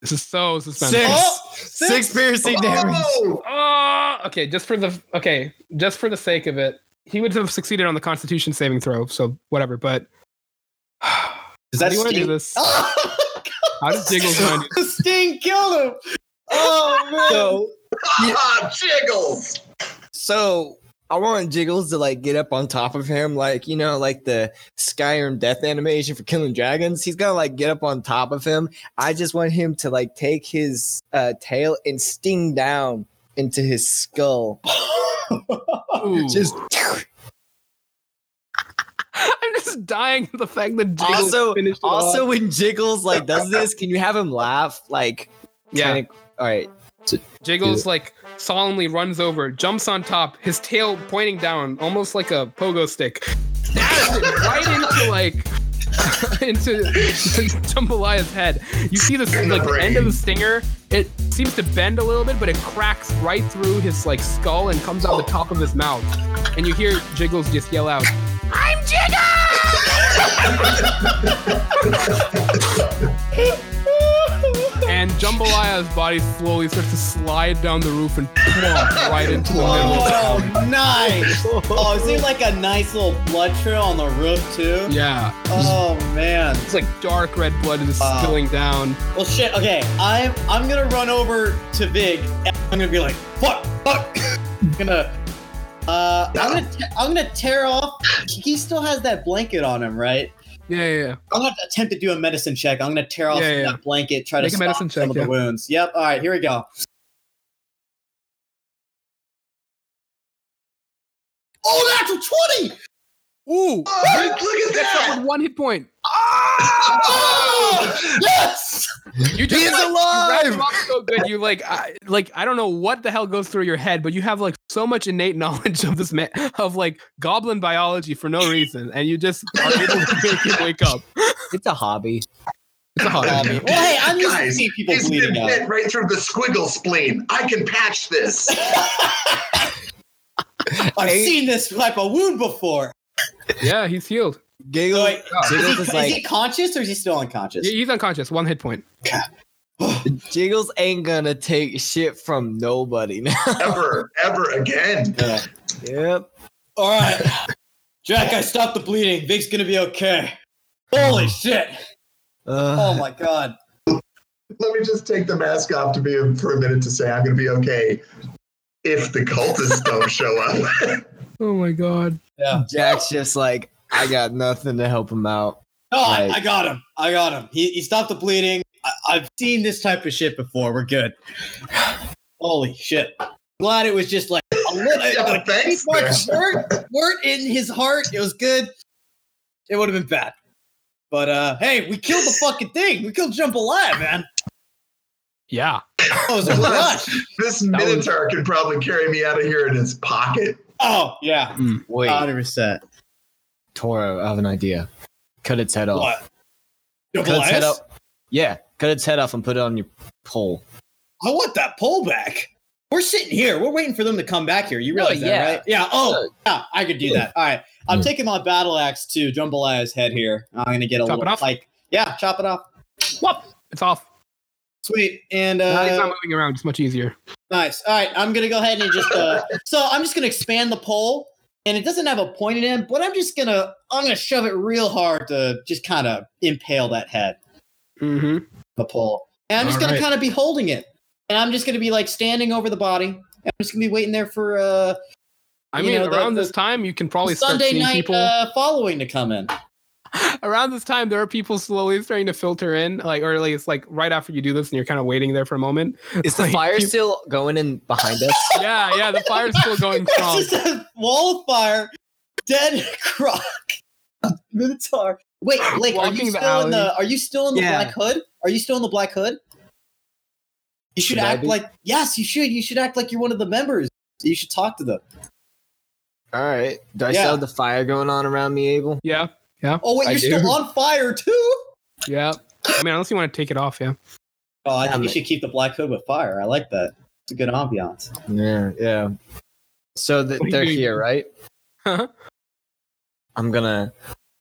S1: This is so suspenseful.
S2: Six.
S3: Oh,
S2: Six, piercing damage.
S5: Oh,
S1: Oh, okay. Just for the okay, just for the sake of it, he would have succeeded on the Constitution saving throw. So whatever. But
S3: Does that
S1: do you want to do
S3: sting?
S1: this?
S3: Oh,
S1: How did Jiggles find you?
S14: Sting killed him. Oh man.
S2: So,
S5: Ah, Jiggles.
S2: so I want Jiggles to like get up on top of him, like you know, like the Skyrim death animation for killing dragons. He's gonna like get up on top of him. I just want him to like take his uh, tail and sting down into his skull. just
S1: I'm just dying of the fact that Jiggles
S2: also
S1: finished it
S2: also
S1: off.
S2: when Jiggles like does this, can you have him laugh? Like
S1: Yeah.
S2: kinda- all right.
S1: Jiggles like solemnly runs over, jumps on top, his tail pointing down, almost like a pogo stick. Snaps it right into like into Jambalaya's head. You see this
S5: In the
S1: like the end of the
S5: brain.
S1: stinger. It seems to bend a little bit, but it cracks right through his like skull and comes out the top of his mouth. And you hear Jiggles just yell out,
S15: I'm Jigga!
S1: and Jambalaya's body slowly starts to slide down the roof and plump right into the middle.
S3: Oh, nice. Oh, is there like a nice little blood trail on the roof too?
S1: Yeah.
S3: Oh man.
S1: It's like dark red blood is
S3: Wow.
S1: spilling down.
S3: Well, shit. Okay, I'm I'm gonna run over to Vig. And I'm gonna be like, fuck, fuck. I'm gonna. Uh, I'm gonna te- I'm gonna tear off. He still has that blanket on him, right?
S1: Yeah, yeah, yeah.
S3: I'm gonna attempt to do a medicine check. I'm gonna tear off
S1: Yeah, yeah, yeah.
S3: that blanket, try
S1: Make a
S3: to stop
S1: medicine
S3: some
S1: check,
S3: of
S1: yeah.
S3: the wounds. Yep. All right, here we go. Oh, natural twenty.
S1: Ooh!
S5: Oh, look at
S1: That's
S5: that.
S1: up with one hit point.
S5: Oh!
S3: Yes.
S1: You just
S2: He is
S1: like, you wrap him
S2: alive!
S1: up so good. You like, I, like I don't know what the hell goes through your head, but you have like so much innate knowledge of this man of like goblin biology for no reason, and you just are able to make him wake up.
S2: It's a hobby.
S1: It's a hot
S3: Well, hey, I'm used to
S5: Guys,
S3: seeing people
S5: It's been
S3: bleeding out.
S5: bit right through the squiggle spleen. I can patch this.
S3: I've
S2: Hey.
S3: seen this type of wound before.
S1: Yeah, he's healed.
S2: Giggles,
S3: So, wait, is,
S2: Jiggles
S3: he,
S2: is
S3: is he
S2: like
S3: conscious or is he still unconscious?
S1: He- He's unconscious. One hit point.
S2: Jiggles ain't gonna take shit from nobody now.
S5: ever, ever again.
S3: Yeah.
S2: yep.
S3: All right. Jack, I stopped the bleeding. Vic's gonna be okay. Holy shit! Oh
S2: Uh,
S3: my god.
S5: Let me just take the mask off to be for a minute to say I'm going to be okay if the cultists don't show up.
S1: Oh my god.
S3: Yeah.
S2: Jack's just like, I got nothing to help him out.
S3: No, I,
S2: Right.
S3: I got him. I got him. He, he stopped the bleeding. I, I've seen this type of shit before. We're good. Holy shit. Glad it was just like a little
S5: Yeah,
S3: like,
S5: thanks,
S3: three marks weren't, weren't in his heart. It was good. It would have been bad. But uh hey, we killed the fucking thing. We killed Jambalaya, man.
S1: Yeah.
S3: That was a rush.
S1: was-
S5: this Minotaur could probably carry me out of here in his pocket.
S3: Oh yeah.
S2: Wait,
S3: Hundred percent.
S2: Toro, I have an idea. Cut its head off.
S3: What?
S2: Cut its head
S3: Jambalaya's?
S2: off. Yeah, cut its head off and put it on your pole.
S3: I want that pull back. We're sitting here. We're waiting for them to come back here. You
S2: No,
S3: realize
S2: Oh, yeah.
S3: that, right? Yeah. Oh, yeah. I could do that. All right. I'm
S2: Mm.
S3: taking my battle axe to Jambalaya's head here. I'm gonna get a
S1: Chop it
S3: little
S1: off?
S3: like, yeah, chop it off.
S1: Whoop. It's off.
S3: Sweet and
S1: Now he's
S3: uh,
S1: not moving around. It's much easier.
S3: nice. All right. I'm gonna go ahead and just. Uh, so I'm just gonna expand the pole, and it doesn't have a pointed end, but I'm just gonna I'm gonna shove it real hard to just kind of impale that head.
S1: Mm-hmm.
S3: the pole. And I'm just
S1: All
S3: gonna
S1: right.
S3: kind of be holding it, and I'm just gonna be like standing over the body. and I'm just gonna be waiting there for uh,
S1: I
S3: You
S1: mean,
S3: know, the-
S1: around
S3: the-
S1: this time, you can probably start
S3: Sunday
S1: seeing
S3: night
S1: people.
S3: uh, following to come in.
S1: around this time there are people slowly starting to filter in like or at least like right after you do this and you're kind of waiting there for a moment
S2: Is the
S1: Like,
S2: fire
S1: you-
S2: still going in behind us?
S1: yeah yeah the fire's still going strong
S3: It's just a wall of fire, dead croc, minotaur. Wait, Blake, are
S1: Walking
S3: you
S1: the
S3: still in the? Are you still in the
S2: Yeah.
S3: black hood? Are you still in the black hood? You should,
S2: Should I
S3: act
S2: be?
S3: like yes, you should. You should act like you're one of the members. You should talk to them.
S2: All right. Do I
S3: Yeah.
S2: still have the fire going on around me, Abel?
S1: yeah
S3: Oh wait,
S2: I
S3: you're
S2: do.
S3: still on fire too.
S1: yeah i mean unless you want to take it off yeah
S3: Oh, I
S2: Damn
S3: think you
S2: it.
S3: should keep the black hood with fire. I like that. It's a good ambiance.
S2: Yeah, yeah. So
S1: What
S2: that
S1: do you
S2: they're
S1: mean?
S2: here, right?
S1: Huh?
S2: I'm gonna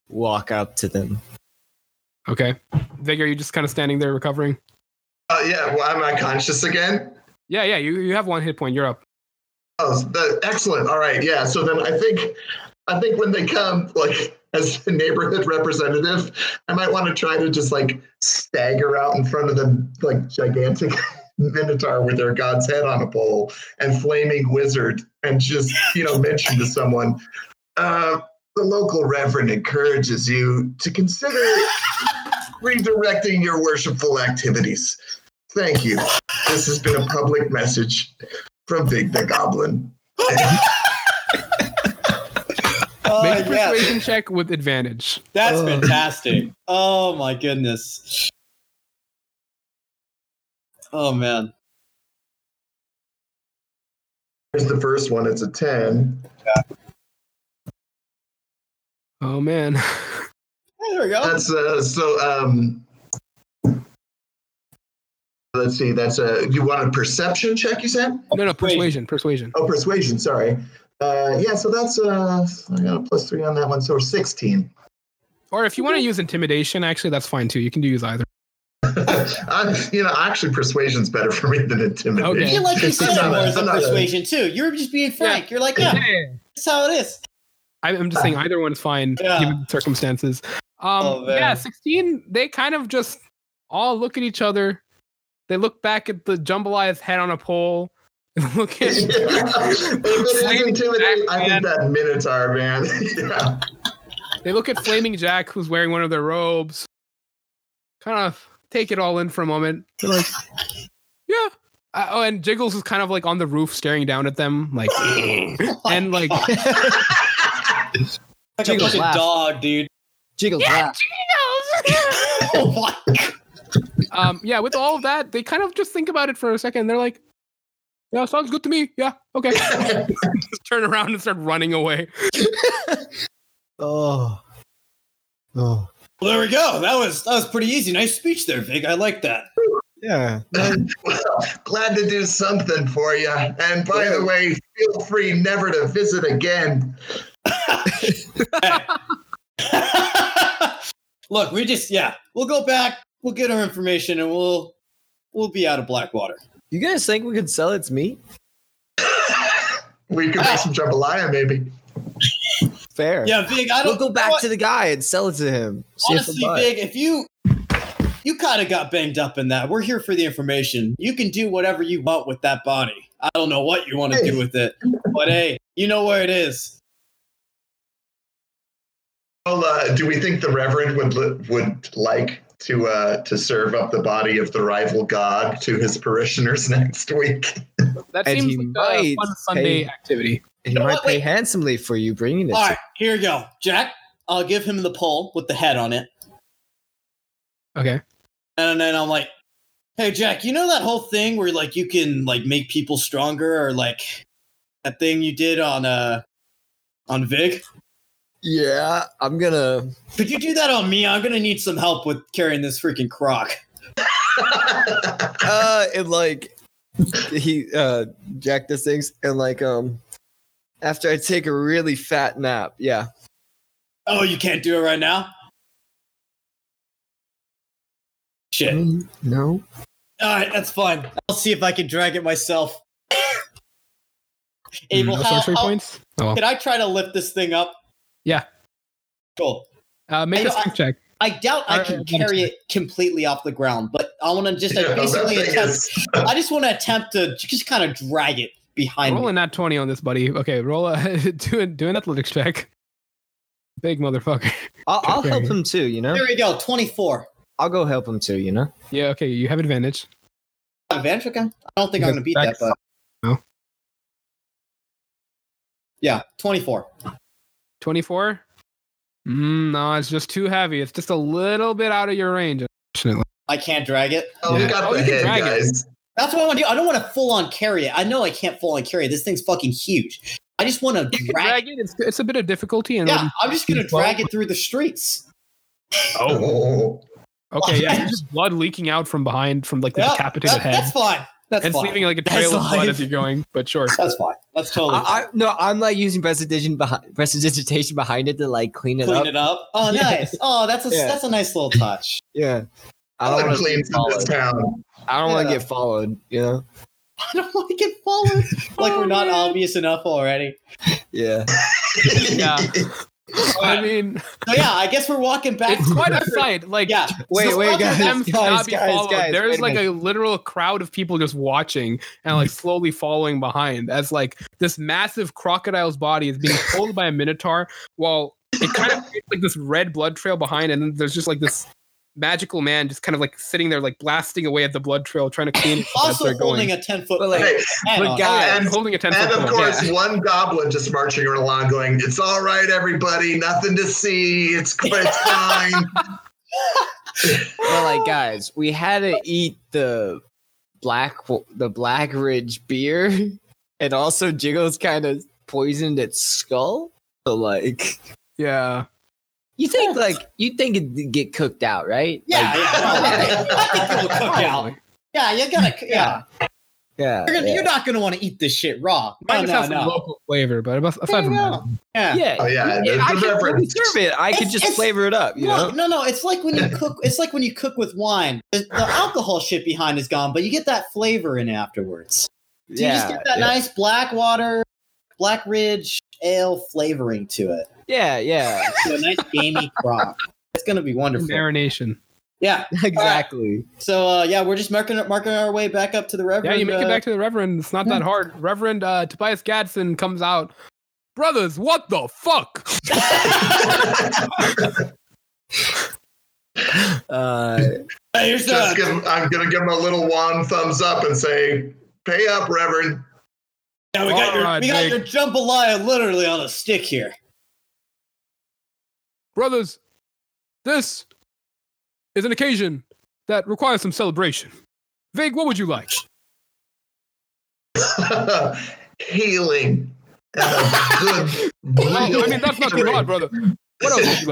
S2: walk up to them.
S1: okay vigor you just kind of standing there recovering
S5: Oh yeah, well, am I conscious again?
S1: yeah yeah you, you have one hit point you're up
S5: Oh, the, excellent. All right, yeah. So then I think, I think when they come, like as the neighborhood representative, I might want to try to just like stagger out in front of the like gigantic minotaur with their god's head on a pole and flaming wizard and just, you know, mention to someone, uh, the local reverend encourages you to consider redirecting your worshipful activities. Thank you. This has been a public message from Big the Goblin.
S3: Uh,
S1: Make a persuasion check with advantage.
S3: That's fantastic. Oh my goodness. Oh man.
S5: Here's the first one. It's a 10.
S1: Oh man.
S3: There we go.
S5: That's uh, so. Um, let's see. That's a. You want a perception check? You said.
S1: No, no, persuasion, persuasion.
S5: Oh, persuasion. Sorry. Uh, yeah. So that's uh, I got a plus three on that one. So sixteen.
S1: Or if you want to use intimidation, actually, that's fine too. You can do use either.
S5: I'm, you know, actually, persuasion's better for me than intimidation.
S16: You like you said,
S5: I'm
S16: it
S5: not a-
S16: was a
S5: I'm not a-
S16: persuasion too. You're just being frank. You're like, yeah, that's how it is.
S1: I- I'm just saying either one's fine given the circumstances. Um, yeah, 16, they kind of just all look at each other. They look back at the jambalaya's head on a pole. look at
S5: if it is intimidating, I think that Minotaur man. yeah.
S1: They look at Flaming Jack, who's wearing one of their robes. Kind of take it all in for a moment. They're like, yeah. Uh, oh, and Jiggles is kind of like on the roof, staring down at them, like, and like,
S3: Like a fucking dog, dude.
S17: Jiggles.
S3: Yeah,
S16: Oh,
S1: um, yeah. With all of that, they kind of just think about it for a second. They're like, yeah, sounds good to me. Yeah, okay. just turn around and start running away.
S17: Oh. Oh.
S3: Well, there we go. That was that was pretty easy. Nice speech there, Vic. I like that.
S17: Yeah.
S5: well, glad to do something for you. And by the way, feel free never to visit again.
S3: Look, we just yeah, we'll go back, we'll get our information, and we'll we'll be out of Blackwater.
S17: You guys think we could sell its meat?
S5: We could make some jambalaya, maybe.
S17: Fair.
S3: Yeah, Vig, I don't-
S17: We'll go back to the guy and sell it to him. See if he'll
S3: Honestly,
S17: buy it.
S3: Big, if you you kind of got banged up in that, we're here for the information. You can do whatever you want with that body. I don't know what you want to do with it, but hey, you know where it is.
S5: Well, uh, do we think the Reverend would li- would like to uh, to serve up the body of the rival god to his parishioners next week?
S1: That
S17: And
S1: seems
S17: he
S1: like
S17: might
S1: a fun Sunday
S17: pay-
S1: activity.
S17: He
S3: know
S17: might
S3: what?
S17: pay handsomely for you bringing it.
S3: All right, here you go, Jack. I'll give him the pole with the head on it,
S1: Okay.
S3: and then I'm like, "Hey, Jack, you know that whole thing where like you can like make people stronger, or like that thing you did on uh on Vig?
S17: Yeah, I'm gonna.
S3: Could you do that on me? I'm gonna need some help with carrying this freaking croc."
S17: uh and like he uh jack this things and like um after I take a really fat nap, yeah.
S3: Oh, you can't do it right now? Shit.
S1: Mm.
S17: Mm-hmm. No.
S3: All right, that's fine. I'll see if I can drag it myself. Abel,
S1: no
S3: how-
S1: sorcery
S3: how-
S1: Mm, points? Oh, well.
S3: Can I try to lift this thing up?
S1: Yeah.
S3: Cool.
S1: Uh, make
S3: I
S1: a
S3: know, I-
S1: strength check.
S3: I doubt I can carry it completely off the ground, but I want to just I
S1: Yeah, that
S3: basically
S1: thing
S3: attempt.
S1: is-
S3: I just want to attempt to just kind of drag it behind
S1: Roll
S3: me.
S1: a nat 20 on this, buddy. Okay, roll a do, an- do an athletics check. Big motherfucker.
S17: I'll, I'll help him too, you know?
S3: There we go, 24.
S17: I'll go help him too, you know?
S1: Yeah, okay, you have advantage.
S3: Advantage, okay? I don't think I'm going to beat that, but
S1: No.
S3: yeah, 24.
S1: 24? Mm, no, it's just too heavy. It's just a little bit out of your range, unfortunately.
S3: I can't drag it.
S1: Oh, we Yeah. got the
S3: you can
S1: head,
S3: drag
S1: guys.
S3: It. That's what I want to do. I don't want to full on carry it. I know I can't full on carry it. This thing's fucking huge. I just want to drag,
S1: it. It's, it's a bit of difficulty. And
S3: yeah, I'm just going to drag it through the streets.
S5: Oh.
S1: Okay, yeah, there's just blood leaking out from behind from like the
S3: Yeah,
S1: decapitated
S3: that-
S1: head.
S3: That's fine. That's
S1: it's
S3: fine.
S1: leaving like a
S3: That's
S1: trail of blood
S3: fine.
S1: as you're going, but sure.
S3: That's fine. That's totally.
S17: I, I, no, I'm like using prestidigitation behind prestidigitation behind it to like clean it
S3: Clean
S17: up.
S3: it up. Oh,
S17: Yeah.
S3: nice. Oh, that's a
S17: Yeah.
S3: that's a nice little touch.
S17: Yeah. I
S5: Blood
S17: don't want to
S5: cleans
S17: get
S5: in
S17: followed.
S5: this town.
S17: I don't want to
S3: Yeah.
S17: get followed, you know?
S3: I don't want to get followed. like we're not obvious enough already.
S17: Yeah.
S1: yeah. I mean,
S3: so yeah, I guess we're walking back.
S1: It's quite a sight. Like,
S3: yeah.
S2: Wait,
S1: just
S2: wait,
S1: watching
S2: guys,
S1: them
S2: guys,
S1: not be
S2: guys,
S1: followed.
S2: guys,
S1: There's
S2: wait a
S1: like a
S2: minute.
S1: literal crowd of people just watching and like slowly following behind as like this massive crocodile's body is being pulled by a minotaur while it kind of creates like this red blood trail behind, and then there's just like this magical man just kind of like sitting there like blasting away at the blood trail trying to clean it up as
S3: Also
S1: they're
S3: holding
S1: going.
S3: a ten foot.
S2: like,
S1: But guys, holding a ten
S5: And
S1: foot
S5: of
S1: pole,
S5: course,
S1: yeah.
S5: one goblin just marching along, going, "It's all right, everybody. Nothing to see. It's it's fine."
S2: Well, like guys, we had to eat the black the Black Ridge beer, and also Jiggles kind of poisoned its skull. So like,
S1: yeah,
S2: you think like you think it'd get cooked out, right?
S3: Yeah,
S2: Like,
S3: yeah, no, it'll cook out. yeah, you're gonna, yeah,
S2: yeah,
S3: you're, gonna,
S2: yeah.
S3: you're not gonna want to eat this shit raw. No,
S1: Might just
S3: no,
S1: have some
S3: no.
S1: local flavor, but abas- aside from that,
S3: Yeah.
S2: Yeah,
S5: Oh, yeah,
S2: you-
S5: the-
S2: I
S5: the
S2: could
S5: reference.
S2: serve it. I could
S3: It's-
S2: just
S3: it's-
S2: flavor it up, you
S3: Look,
S2: know.
S3: no, no, it's like when you cook. It's like when you cook with wine. The, the alcohol shit behind is gone, but you get that flavor in afterwards. So you just
S2: Yeah,
S3: get that
S2: yeah.
S3: nice black water, black ridge ale flavoring to it.
S2: Yeah, yeah,
S3: So a nice gamey crop. It's gonna be wonderful.
S1: marination.
S3: Yeah.
S2: exactly.
S3: So uh, yeah, we're just marking marking our way back up to the
S1: Yeah,
S3: Reverend.
S1: you make
S3: uh,
S1: it back to the Reverend. It's not that hard. Reverend uh, Tobias Gadsden comes out. Brothers, what the fuck?
S2: Uh,
S3: Hey, here's
S5: just
S3: the,
S5: give, I'm gonna give him a little one thumbs up and say, "Pay up, Reverend."
S3: yeah, we got your
S1: Alright,
S3: we got
S1: Jake.
S3: your jambalaya literally on a stick here.
S1: Brothers, this is an occasion that requires some celebration. Vig, what would you like?
S5: Healing. And a good
S1: No, I mean, that's not too
S5: healing.
S1: hard, brother. What else would you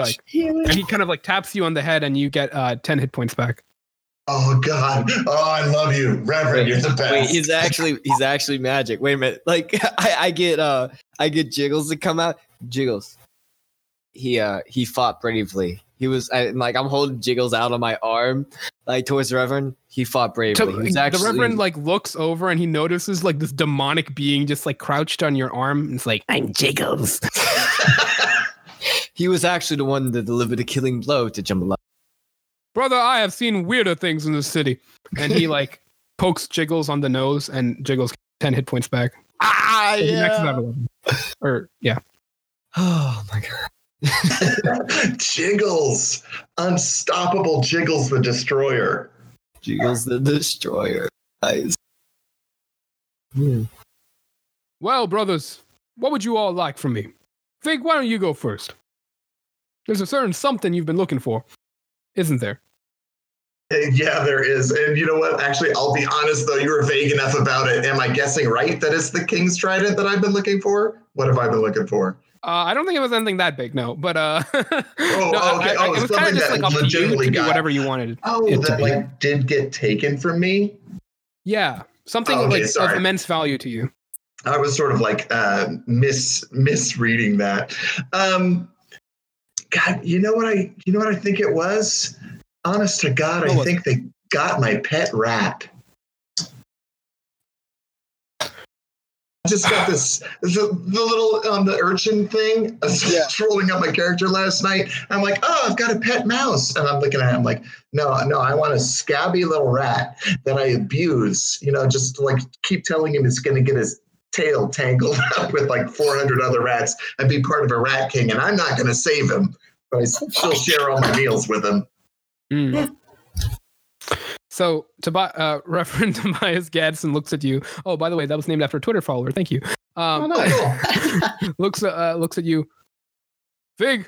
S1: like? And he kind of like taps you on the head and you get uh, 10 hit points back.
S5: Oh God! Oh, I love you, Reverend. You're the
S2: Wait,
S5: best.
S2: he's actually he's actually magic. Wait a minute. Like I, I get uh I get Jiggles to come out. Jiggles. He uh he fought bravely. He was I, like I'm holding Jiggles out on my arm, like towards the Reverend. He fought bravely.
S1: So,
S2: he was actually,
S1: the Reverend like looks over and he notices like this demonic being just like crouched on your arm. And it's like, I'm Jiggles.
S2: he was actually the one that delivered the killing blow to Jambalaya.
S1: brother, I have seen weirder things in this city. And he like pokes Jiggles on the nose, and Jiggles gets ten hit points back.
S2: Ah
S1: He maxes out
S2: yeah.
S1: 11. Or yeah,
S2: Oh my god.
S5: Jiggles, unstoppable Jiggles the Destroyer.
S2: Jiggles the destroyer. Guys.
S1: well, brothers, what would you all like from me? Fig, why don't you go first? There's a certain something you've been looking for, isn't there?
S5: Uh, Yeah, there is. And you know what? Actually, I'll be honest though, you were vague enough about it. Am I guessing right that it's the King's Trident that I've been looking for? What have I been looking for?
S1: Uh, I don't think it was anything that big, no. But uh, no,
S5: Oh, okay. Oh,
S1: it was
S5: something
S1: kind of just
S5: that
S1: like up to you
S5: legitimately
S1: to do
S5: got-
S1: whatever you wanted.
S5: Oh,
S1: it to
S5: that
S1: be.
S5: like did get taken from me.
S1: yeah, something
S5: Oh, okay,
S1: like
S5: sorry.
S1: of immense value to you.
S5: I was sort of like uh, mis misreading that. Um, God, you know what I you know what I think it was? Honest to God,
S1: What
S5: I
S1: was
S5: think they got my pet rat. I just got this the, the little um, the urchin thing. I was
S3: Yeah.
S5: trolling up my character last night. I'm like, oh, I've got a pet mouse, and I'm looking at it. I'm like, no, no, I want a scabby little rat that I abuse. You know, just like keep telling him it's going to get his tail tangled up with like 400 other rats and be part of a rat king, and I'm not going to save him, but I still share all my meals with him.
S1: Mm. So, Tobi- uh, Reverend Tobias Gadsden looks at you. Oh, by the way, that was named after a Twitter follower. Thank you.
S5: Oh,
S1: Um, looks uh, looks at you. Fig,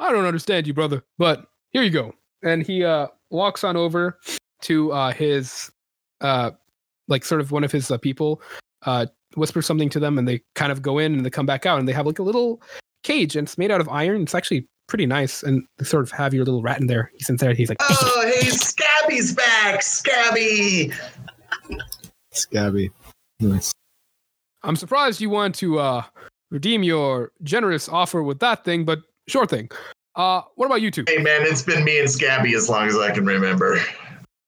S1: I don't understand you, brother, but here you go. And he uh, walks on over to uh, his, uh, like, sort of one of his uh, people, uh, whispers something to them, and they kind of go in and they come back out, and they have like a little cage, and it's made out of iron. It's actually pretty nice, and they sort of have your little rat in there. He's in there. He's like,
S5: Oh, hey, Scabby's back, Scabby.
S2: Scabby. Nice.
S1: I'm surprised you want to uh, redeem your generous offer with that thing, but sure thing. Uh, what about you two?
S5: Hey, man, it's been me and Scabby as long as I can remember.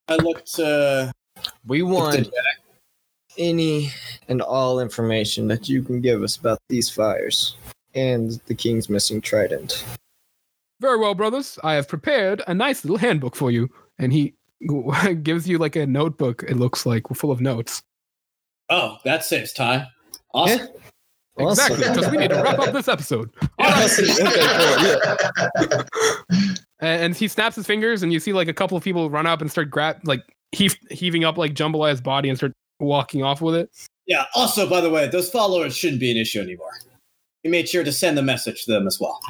S3: I looked. Uh,
S2: We want any and all information that you can give us about these fires.
S17: and the king's missing trident.
S1: Very well, brothers. I have prepared a nice little handbook for you. And he gives you like a notebook, it looks like, full of notes.
S3: Oh, that saves time. Awesome.
S1: Exactly, because we need to wrap up this episode. and and he snaps his fingers, and you see like a couple of people run up and start grab like heave- heaving up like Jambalaya's body and start walking off with it.
S3: Yeah. Also, by the way, those followers shouldn't be an issue anymore. We made sure to send the message to them as well.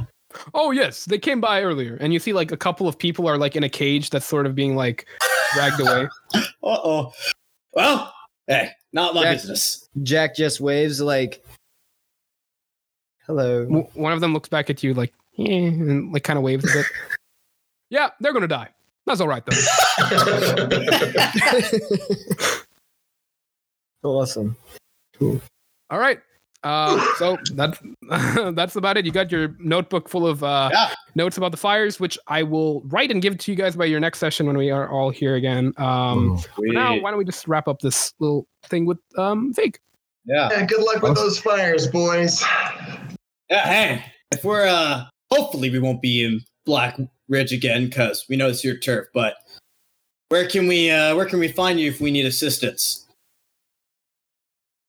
S1: Oh yes, they came by earlier, and you see like a couple of people are like in a cage that's sort of being like dragged away.
S3: Uh oh. Well, hey, not my
S17: Jack-
S3: business.
S17: Jack just waves like, "Hello."
S1: W- One of them looks back at you like, yeah, and like kind of waves a bit. yeah, they're gonna die. That's all right though.
S17: Awesome. Cool.
S1: all right. Um, so that's that's about it. You got your notebook full of uh, notes about the fires, which I will write and give to you guys by your next session when we are all here again. Um, for now,
S5: Oh, sweet.
S1: why don't we just wrap up this little thing with um, Fig?
S3: Yeah.
S5: Good luck with those fires, boys.
S3: Yeah, hey, if we're uh hopefully we won't be in Black Ridge again because we know it's your turf, but where can we uh where can we find you if we need assistance?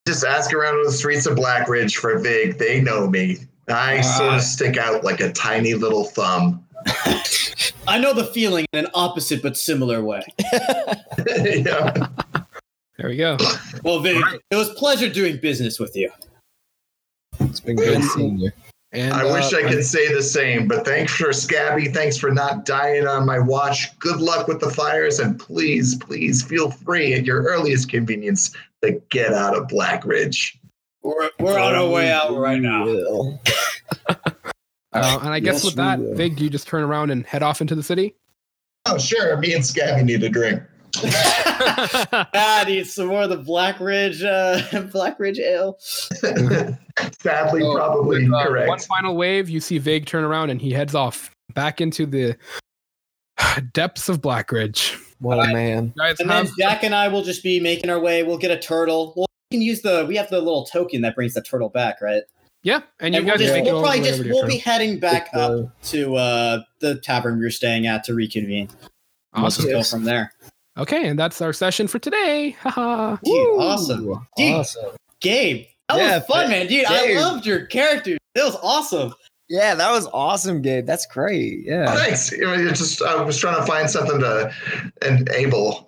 S5: Just ask around on the streets of Black Ridge for Vig. They know me. I sort
S3: Ah.
S5: of stick out like a tiny little thumb.
S3: I know the feeling in an opposite but similar way.
S5: yeah.
S1: There we go.
S3: Well, Vic, it was a pleasure doing business with you.
S17: It's been good seeing you.
S1: And,
S5: I wish
S1: uh,
S5: I could
S1: I'm-
S5: say the same, but thanks for Scabby. Thanks for not dying on my watch. Good luck with the fires, and please, please feel free at your earliest convenience to get out of Black Ridge.
S3: We're, we're on our way out right now.
S1: Uh, and I guess
S5: Yes,
S1: with
S5: we
S1: that,
S5: will.
S1: Vig, do you just turn around and head off into the city?
S5: Oh, sure. Me and Scabby need a drink.
S3: God, eat some more of the Black Ridge uh Black Ridge ale.
S5: Sadly, probably
S1: Uh,
S5: correct.
S1: One final wave, you see Vig turn around and he heads off back into the depths of Blackridge.
S17: What a man.
S1: Guys,
S3: And then
S1: have-
S3: Jack and I will just be making our way. We'll get a turtle. We'll, we can use the we have the little token that brings the turtle back, right?
S1: yeah, and you
S3: And we'll,
S1: guys
S3: just,
S1: make it
S3: we'll
S1: all the
S3: probably
S1: way
S3: just
S1: over to your
S3: we'll be
S1: turn.
S3: heading back up to uh the tavern we are staying at to reconvene. And We'll just
S1: Awesome.
S3: go from there.
S1: Okay, and that's our session for today. Haha.
S3: Dude, awesome. Dude, Gabe, that
S17: Yeah,
S3: was fun, man. Dude, I
S17: Gabe.
S3: loved your character. That was awesome.
S17: Yeah, that was awesome, Gabe. That's great.
S5: Oh,
S17: Yeah.
S5: thanks. You know, you just I was trying to find something to, and Abel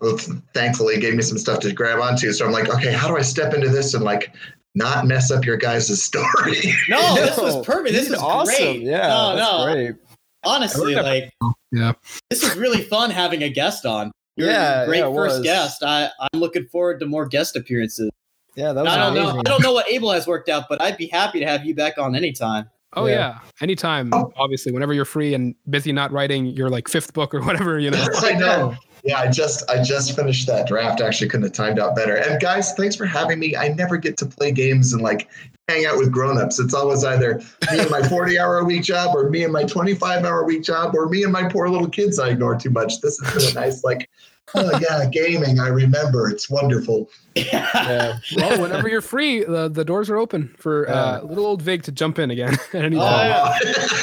S5: thankfully gave me some stuff to grab onto. So I'm like, okay, how do I step into this and like not mess up your guys' story?
S3: No, this
S17: No,
S3: was perfect. This
S17: you
S3: was
S17: did awesome.
S3: great.
S17: Yeah,
S3: no,
S17: that's
S3: no.
S17: great.
S3: Honestly, like
S1: Yeah.
S3: this was really fun having a guest on. You're
S17: Yeah,
S3: a great
S17: yeah, it
S3: first
S17: was.
S3: guest. I, I'm looking forward to more guest appearances.
S17: Yeah, that was
S3: I don't know.
S17: amazing.
S3: I don't know what Abel has worked out, but I'd be happy to have you back on anytime.
S1: Oh yeah. Anytime,
S3: Oh.
S1: obviously, whenever you're free and busy not writing your like fifth book or whatever, you know.
S5: I know. Yeah, I just I just finished that draft. Actually, couldn't have timed out better. And guys, thanks for having me. I never get to play games and like hang out with grown-ups. It's always either me and my 40-hour a week job, or me and my 25-hour a week job, or me and my poor little kids I ignore too much. This has been a nice like. Oh yeah, gaming. I remember. It's wonderful.
S17: Yeah.
S1: well, whenever you're free, the, the doors are open for uh, little old Vig to jump in again at
S3: Oh,
S1: any time.
S17: Oh,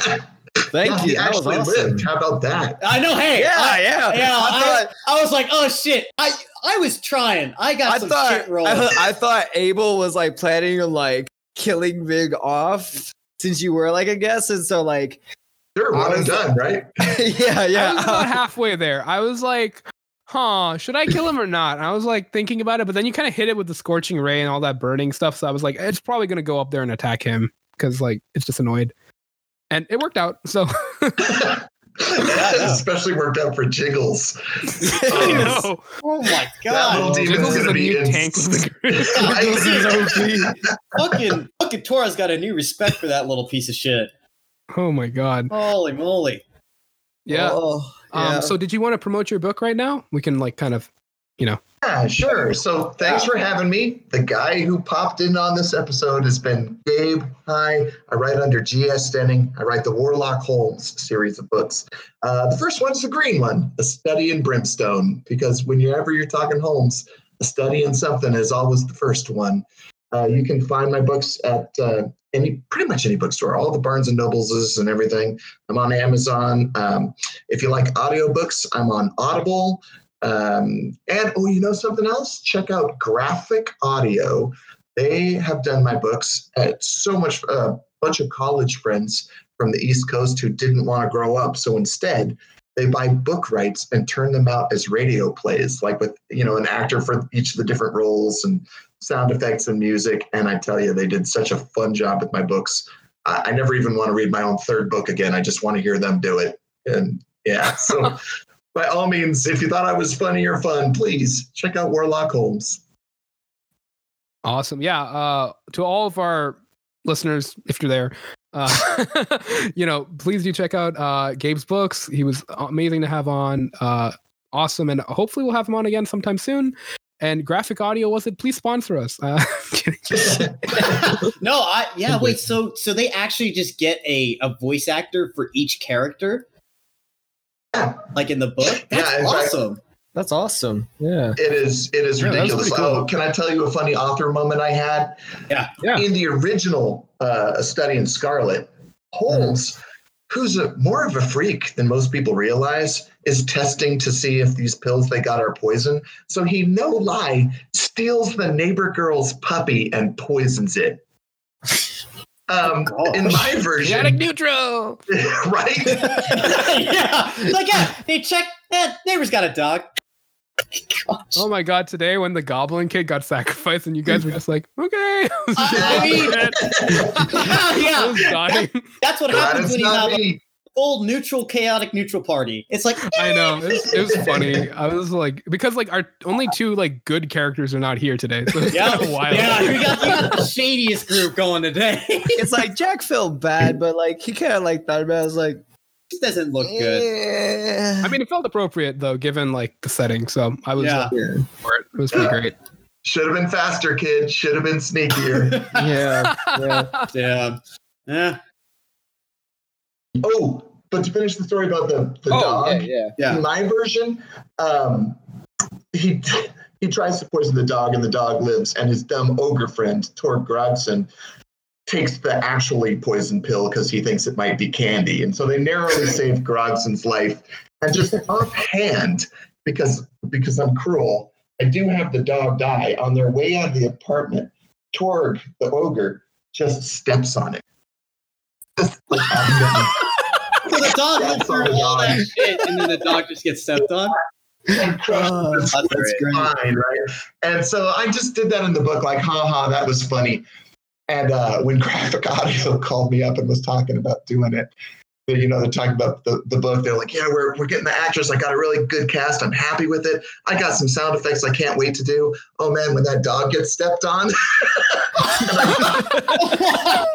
S17: Thank
S5: Yeah,
S17: you.
S5: He
S17: That was
S5: Um, actually
S17: awesome.
S5: lived. How about that?
S3: I know. Hey,
S17: Yeah,
S3: I,
S17: yeah.
S3: yeah.
S17: I
S3: I,
S17: thought-
S3: I, was like, oh shit. I I was trying. I got
S17: I
S3: some
S17: thought
S3: shit rolling.
S17: I, I thought Abel was like planning on like killing Vig off since you were like a guest, and so like
S5: Sure, one and
S17: Honestly.
S5: done, right?
S17: yeah,
S1: I was about
S17: yeah.
S1: halfway there. I was like, huh, should I kill him or not? And I was like thinking about it, but then you kind of hit it with the scorching ray and all that burning stuff. So I was like, it's probably gonna go up there and attack him because like it's just annoyed. And it worked out. So
S5: It Especially worked out for Jiggles.
S1: I
S5: Um,
S1: know.
S3: oh my
S5: That little
S3: god.
S5: demon's
S1: Jiggles is
S5: gonna
S1: a
S5: be
S1: new
S5: in.
S1: tank of the group.
S3: fucking fucking Tora's got a new respect for that little piece of shit.
S1: Oh my god.
S3: Holy moly.
S1: Yeah.
S17: Oh,
S1: Um,
S17: yeah.
S1: so did you want to promote your book right now? We can like kind of, you know.
S5: Yeah, sure. So thanks for having me. The guy who popped in on this episode has been Gabe. Hi, I write under G.S. Denning. I write the Warlock Holmes series of books. Uh, the first one's the green one, A Study in Brimstone, because whenever you're talking Holmes, a study in something is always the first one. Uh, you can find my books at uh, any pretty much any bookstore, all the Barnes and Nobles and everything. I'm on Amazon. Um, if you like audiobooks, I'm on Audible. Um, and oh, you know something else? Check out Graphic Audio. They have done my books. Uh, so much, a bunch of college friends from the East Coast who didn't want to grow up. So instead, they buy book rights and turn them out as radio plays, like with you know an actor for each of the different roles and sound effects and music. And I tell you, they did such a fun job with my books. I, I never even want to read my own third book again. I just want to hear them do it. And yeah, so by all means, if you thought I was funny or fun, please check out Warlock Holmes.
S1: Awesome. Yeah. Uh, to all of our listeners, if you're there, uh, you know, please do check out uh, Gabe's books. He was amazing to have on. Uh, awesome. And hopefully we'll have him on again sometime soon. And graphic audio was it? Please sponsor us. Uh,
S3: no, I yeah. Wait, so so they actually just get a a voice actor for each character, like in the book. That's
S5: Yeah, in fact-
S3: awesome.
S2: That's awesome. Yeah.
S5: It is it is
S2: Yeah, that's
S5: ridiculous.
S2: pretty cool.
S5: Oh, can I tell you a funny author moment I had?
S3: Yeah.
S5: In the original uh, A Study in Scarlet, Holmes, who's a, more of a freak than most people realize, is testing to see if these pills they got are poison. So he, no lie, steals the neighbor girl's puppy and poisons it. Um,
S2: Oh,
S5: in my version,
S9: Chaotic neutral.
S5: right?
S3: yeah, like yeah, they check. Eh, neighbor's got a dog.
S1: oh my god! Today when the Goblin Kid got sacrificed, and you guys were just like, okay.
S3: I mean,
S1: I was
S3: yeah,
S1: dying.
S3: that's what
S5: Glad
S3: happens
S5: it's
S3: when you
S5: not
S3: have a
S5: me.
S3: full neutral, chaotic, neutral party. It's like
S1: I know it was, it was funny. I was like, because like our only two like good characters are not here today, so it's
S3: yeah,
S1: kind of wild.
S3: yeah, we got, we got the shadiest group going today.
S2: It's like Jack felt bad, but like he kind of like thought about. It. I was like,
S3: this doesn't look good.
S2: eh.
S1: I mean, it felt appropriate though, given like the setting. So I was
S3: Yeah.
S1: like, for it. It was pretty
S5: Yeah.
S1: great.
S5: Should have been faster, kid. Should have been sneakier.
S2: yeah, yeah.
S3: Yeah. Eh, Yeah.
S5: oh, but to finish the story about the, the
S2: Oh, yeah,
S5: dog.
S2: yeah.
S3: Yeah.
S5: In my version, um, he he tries to poison the dog, and the dog lives. And his dumb ogre friend Torb Grodson takes the actually poison pill because he thinks it might be candy. And so they narrowly save Grodson's life. And just offhand, because because I'm cruel, I do have the dog die. On their way out of the apartment, Torg the ogre just steps on it. Just like,
S3: So the dog went
S5: That's all
S3: through all that
S5: gone.
S3: shit, and then the dog just gets stepped on.
S5: and crushes
S3: Oh,
S5: his
S3: that's
S5: friend's
S3: great.
S5: mind, right? And so I just did that in the book, like, ha ha, that was funny. And uh, when Graphic Audio called me up and was talking about doing it, they- you know, they're talking about the, the book. They're like, yeah, we're, we're getting the actress. I got a really good cast. I'm happy with it. I got some sound effects I can't wait to do. Oh, man, when that dog gets stepped on. And I,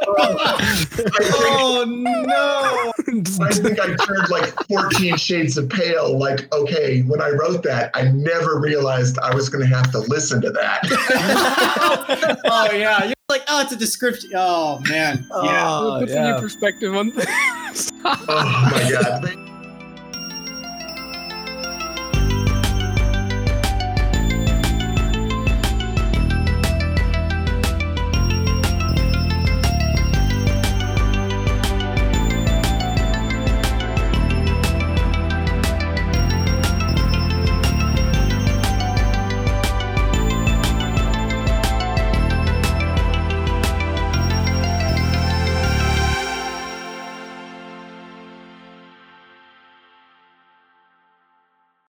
S3: Oh no!
S5: I, think, I think I turned like 14 shades of pale. Like, okay, when I wrote that, I never realized I was going to have to listen to that.
S3: oh yeah, you're like, oh, it's a description. Oh man, yeah.
S2: Uh,
S1: Puts a new perspective on things.
S5: Oh my god.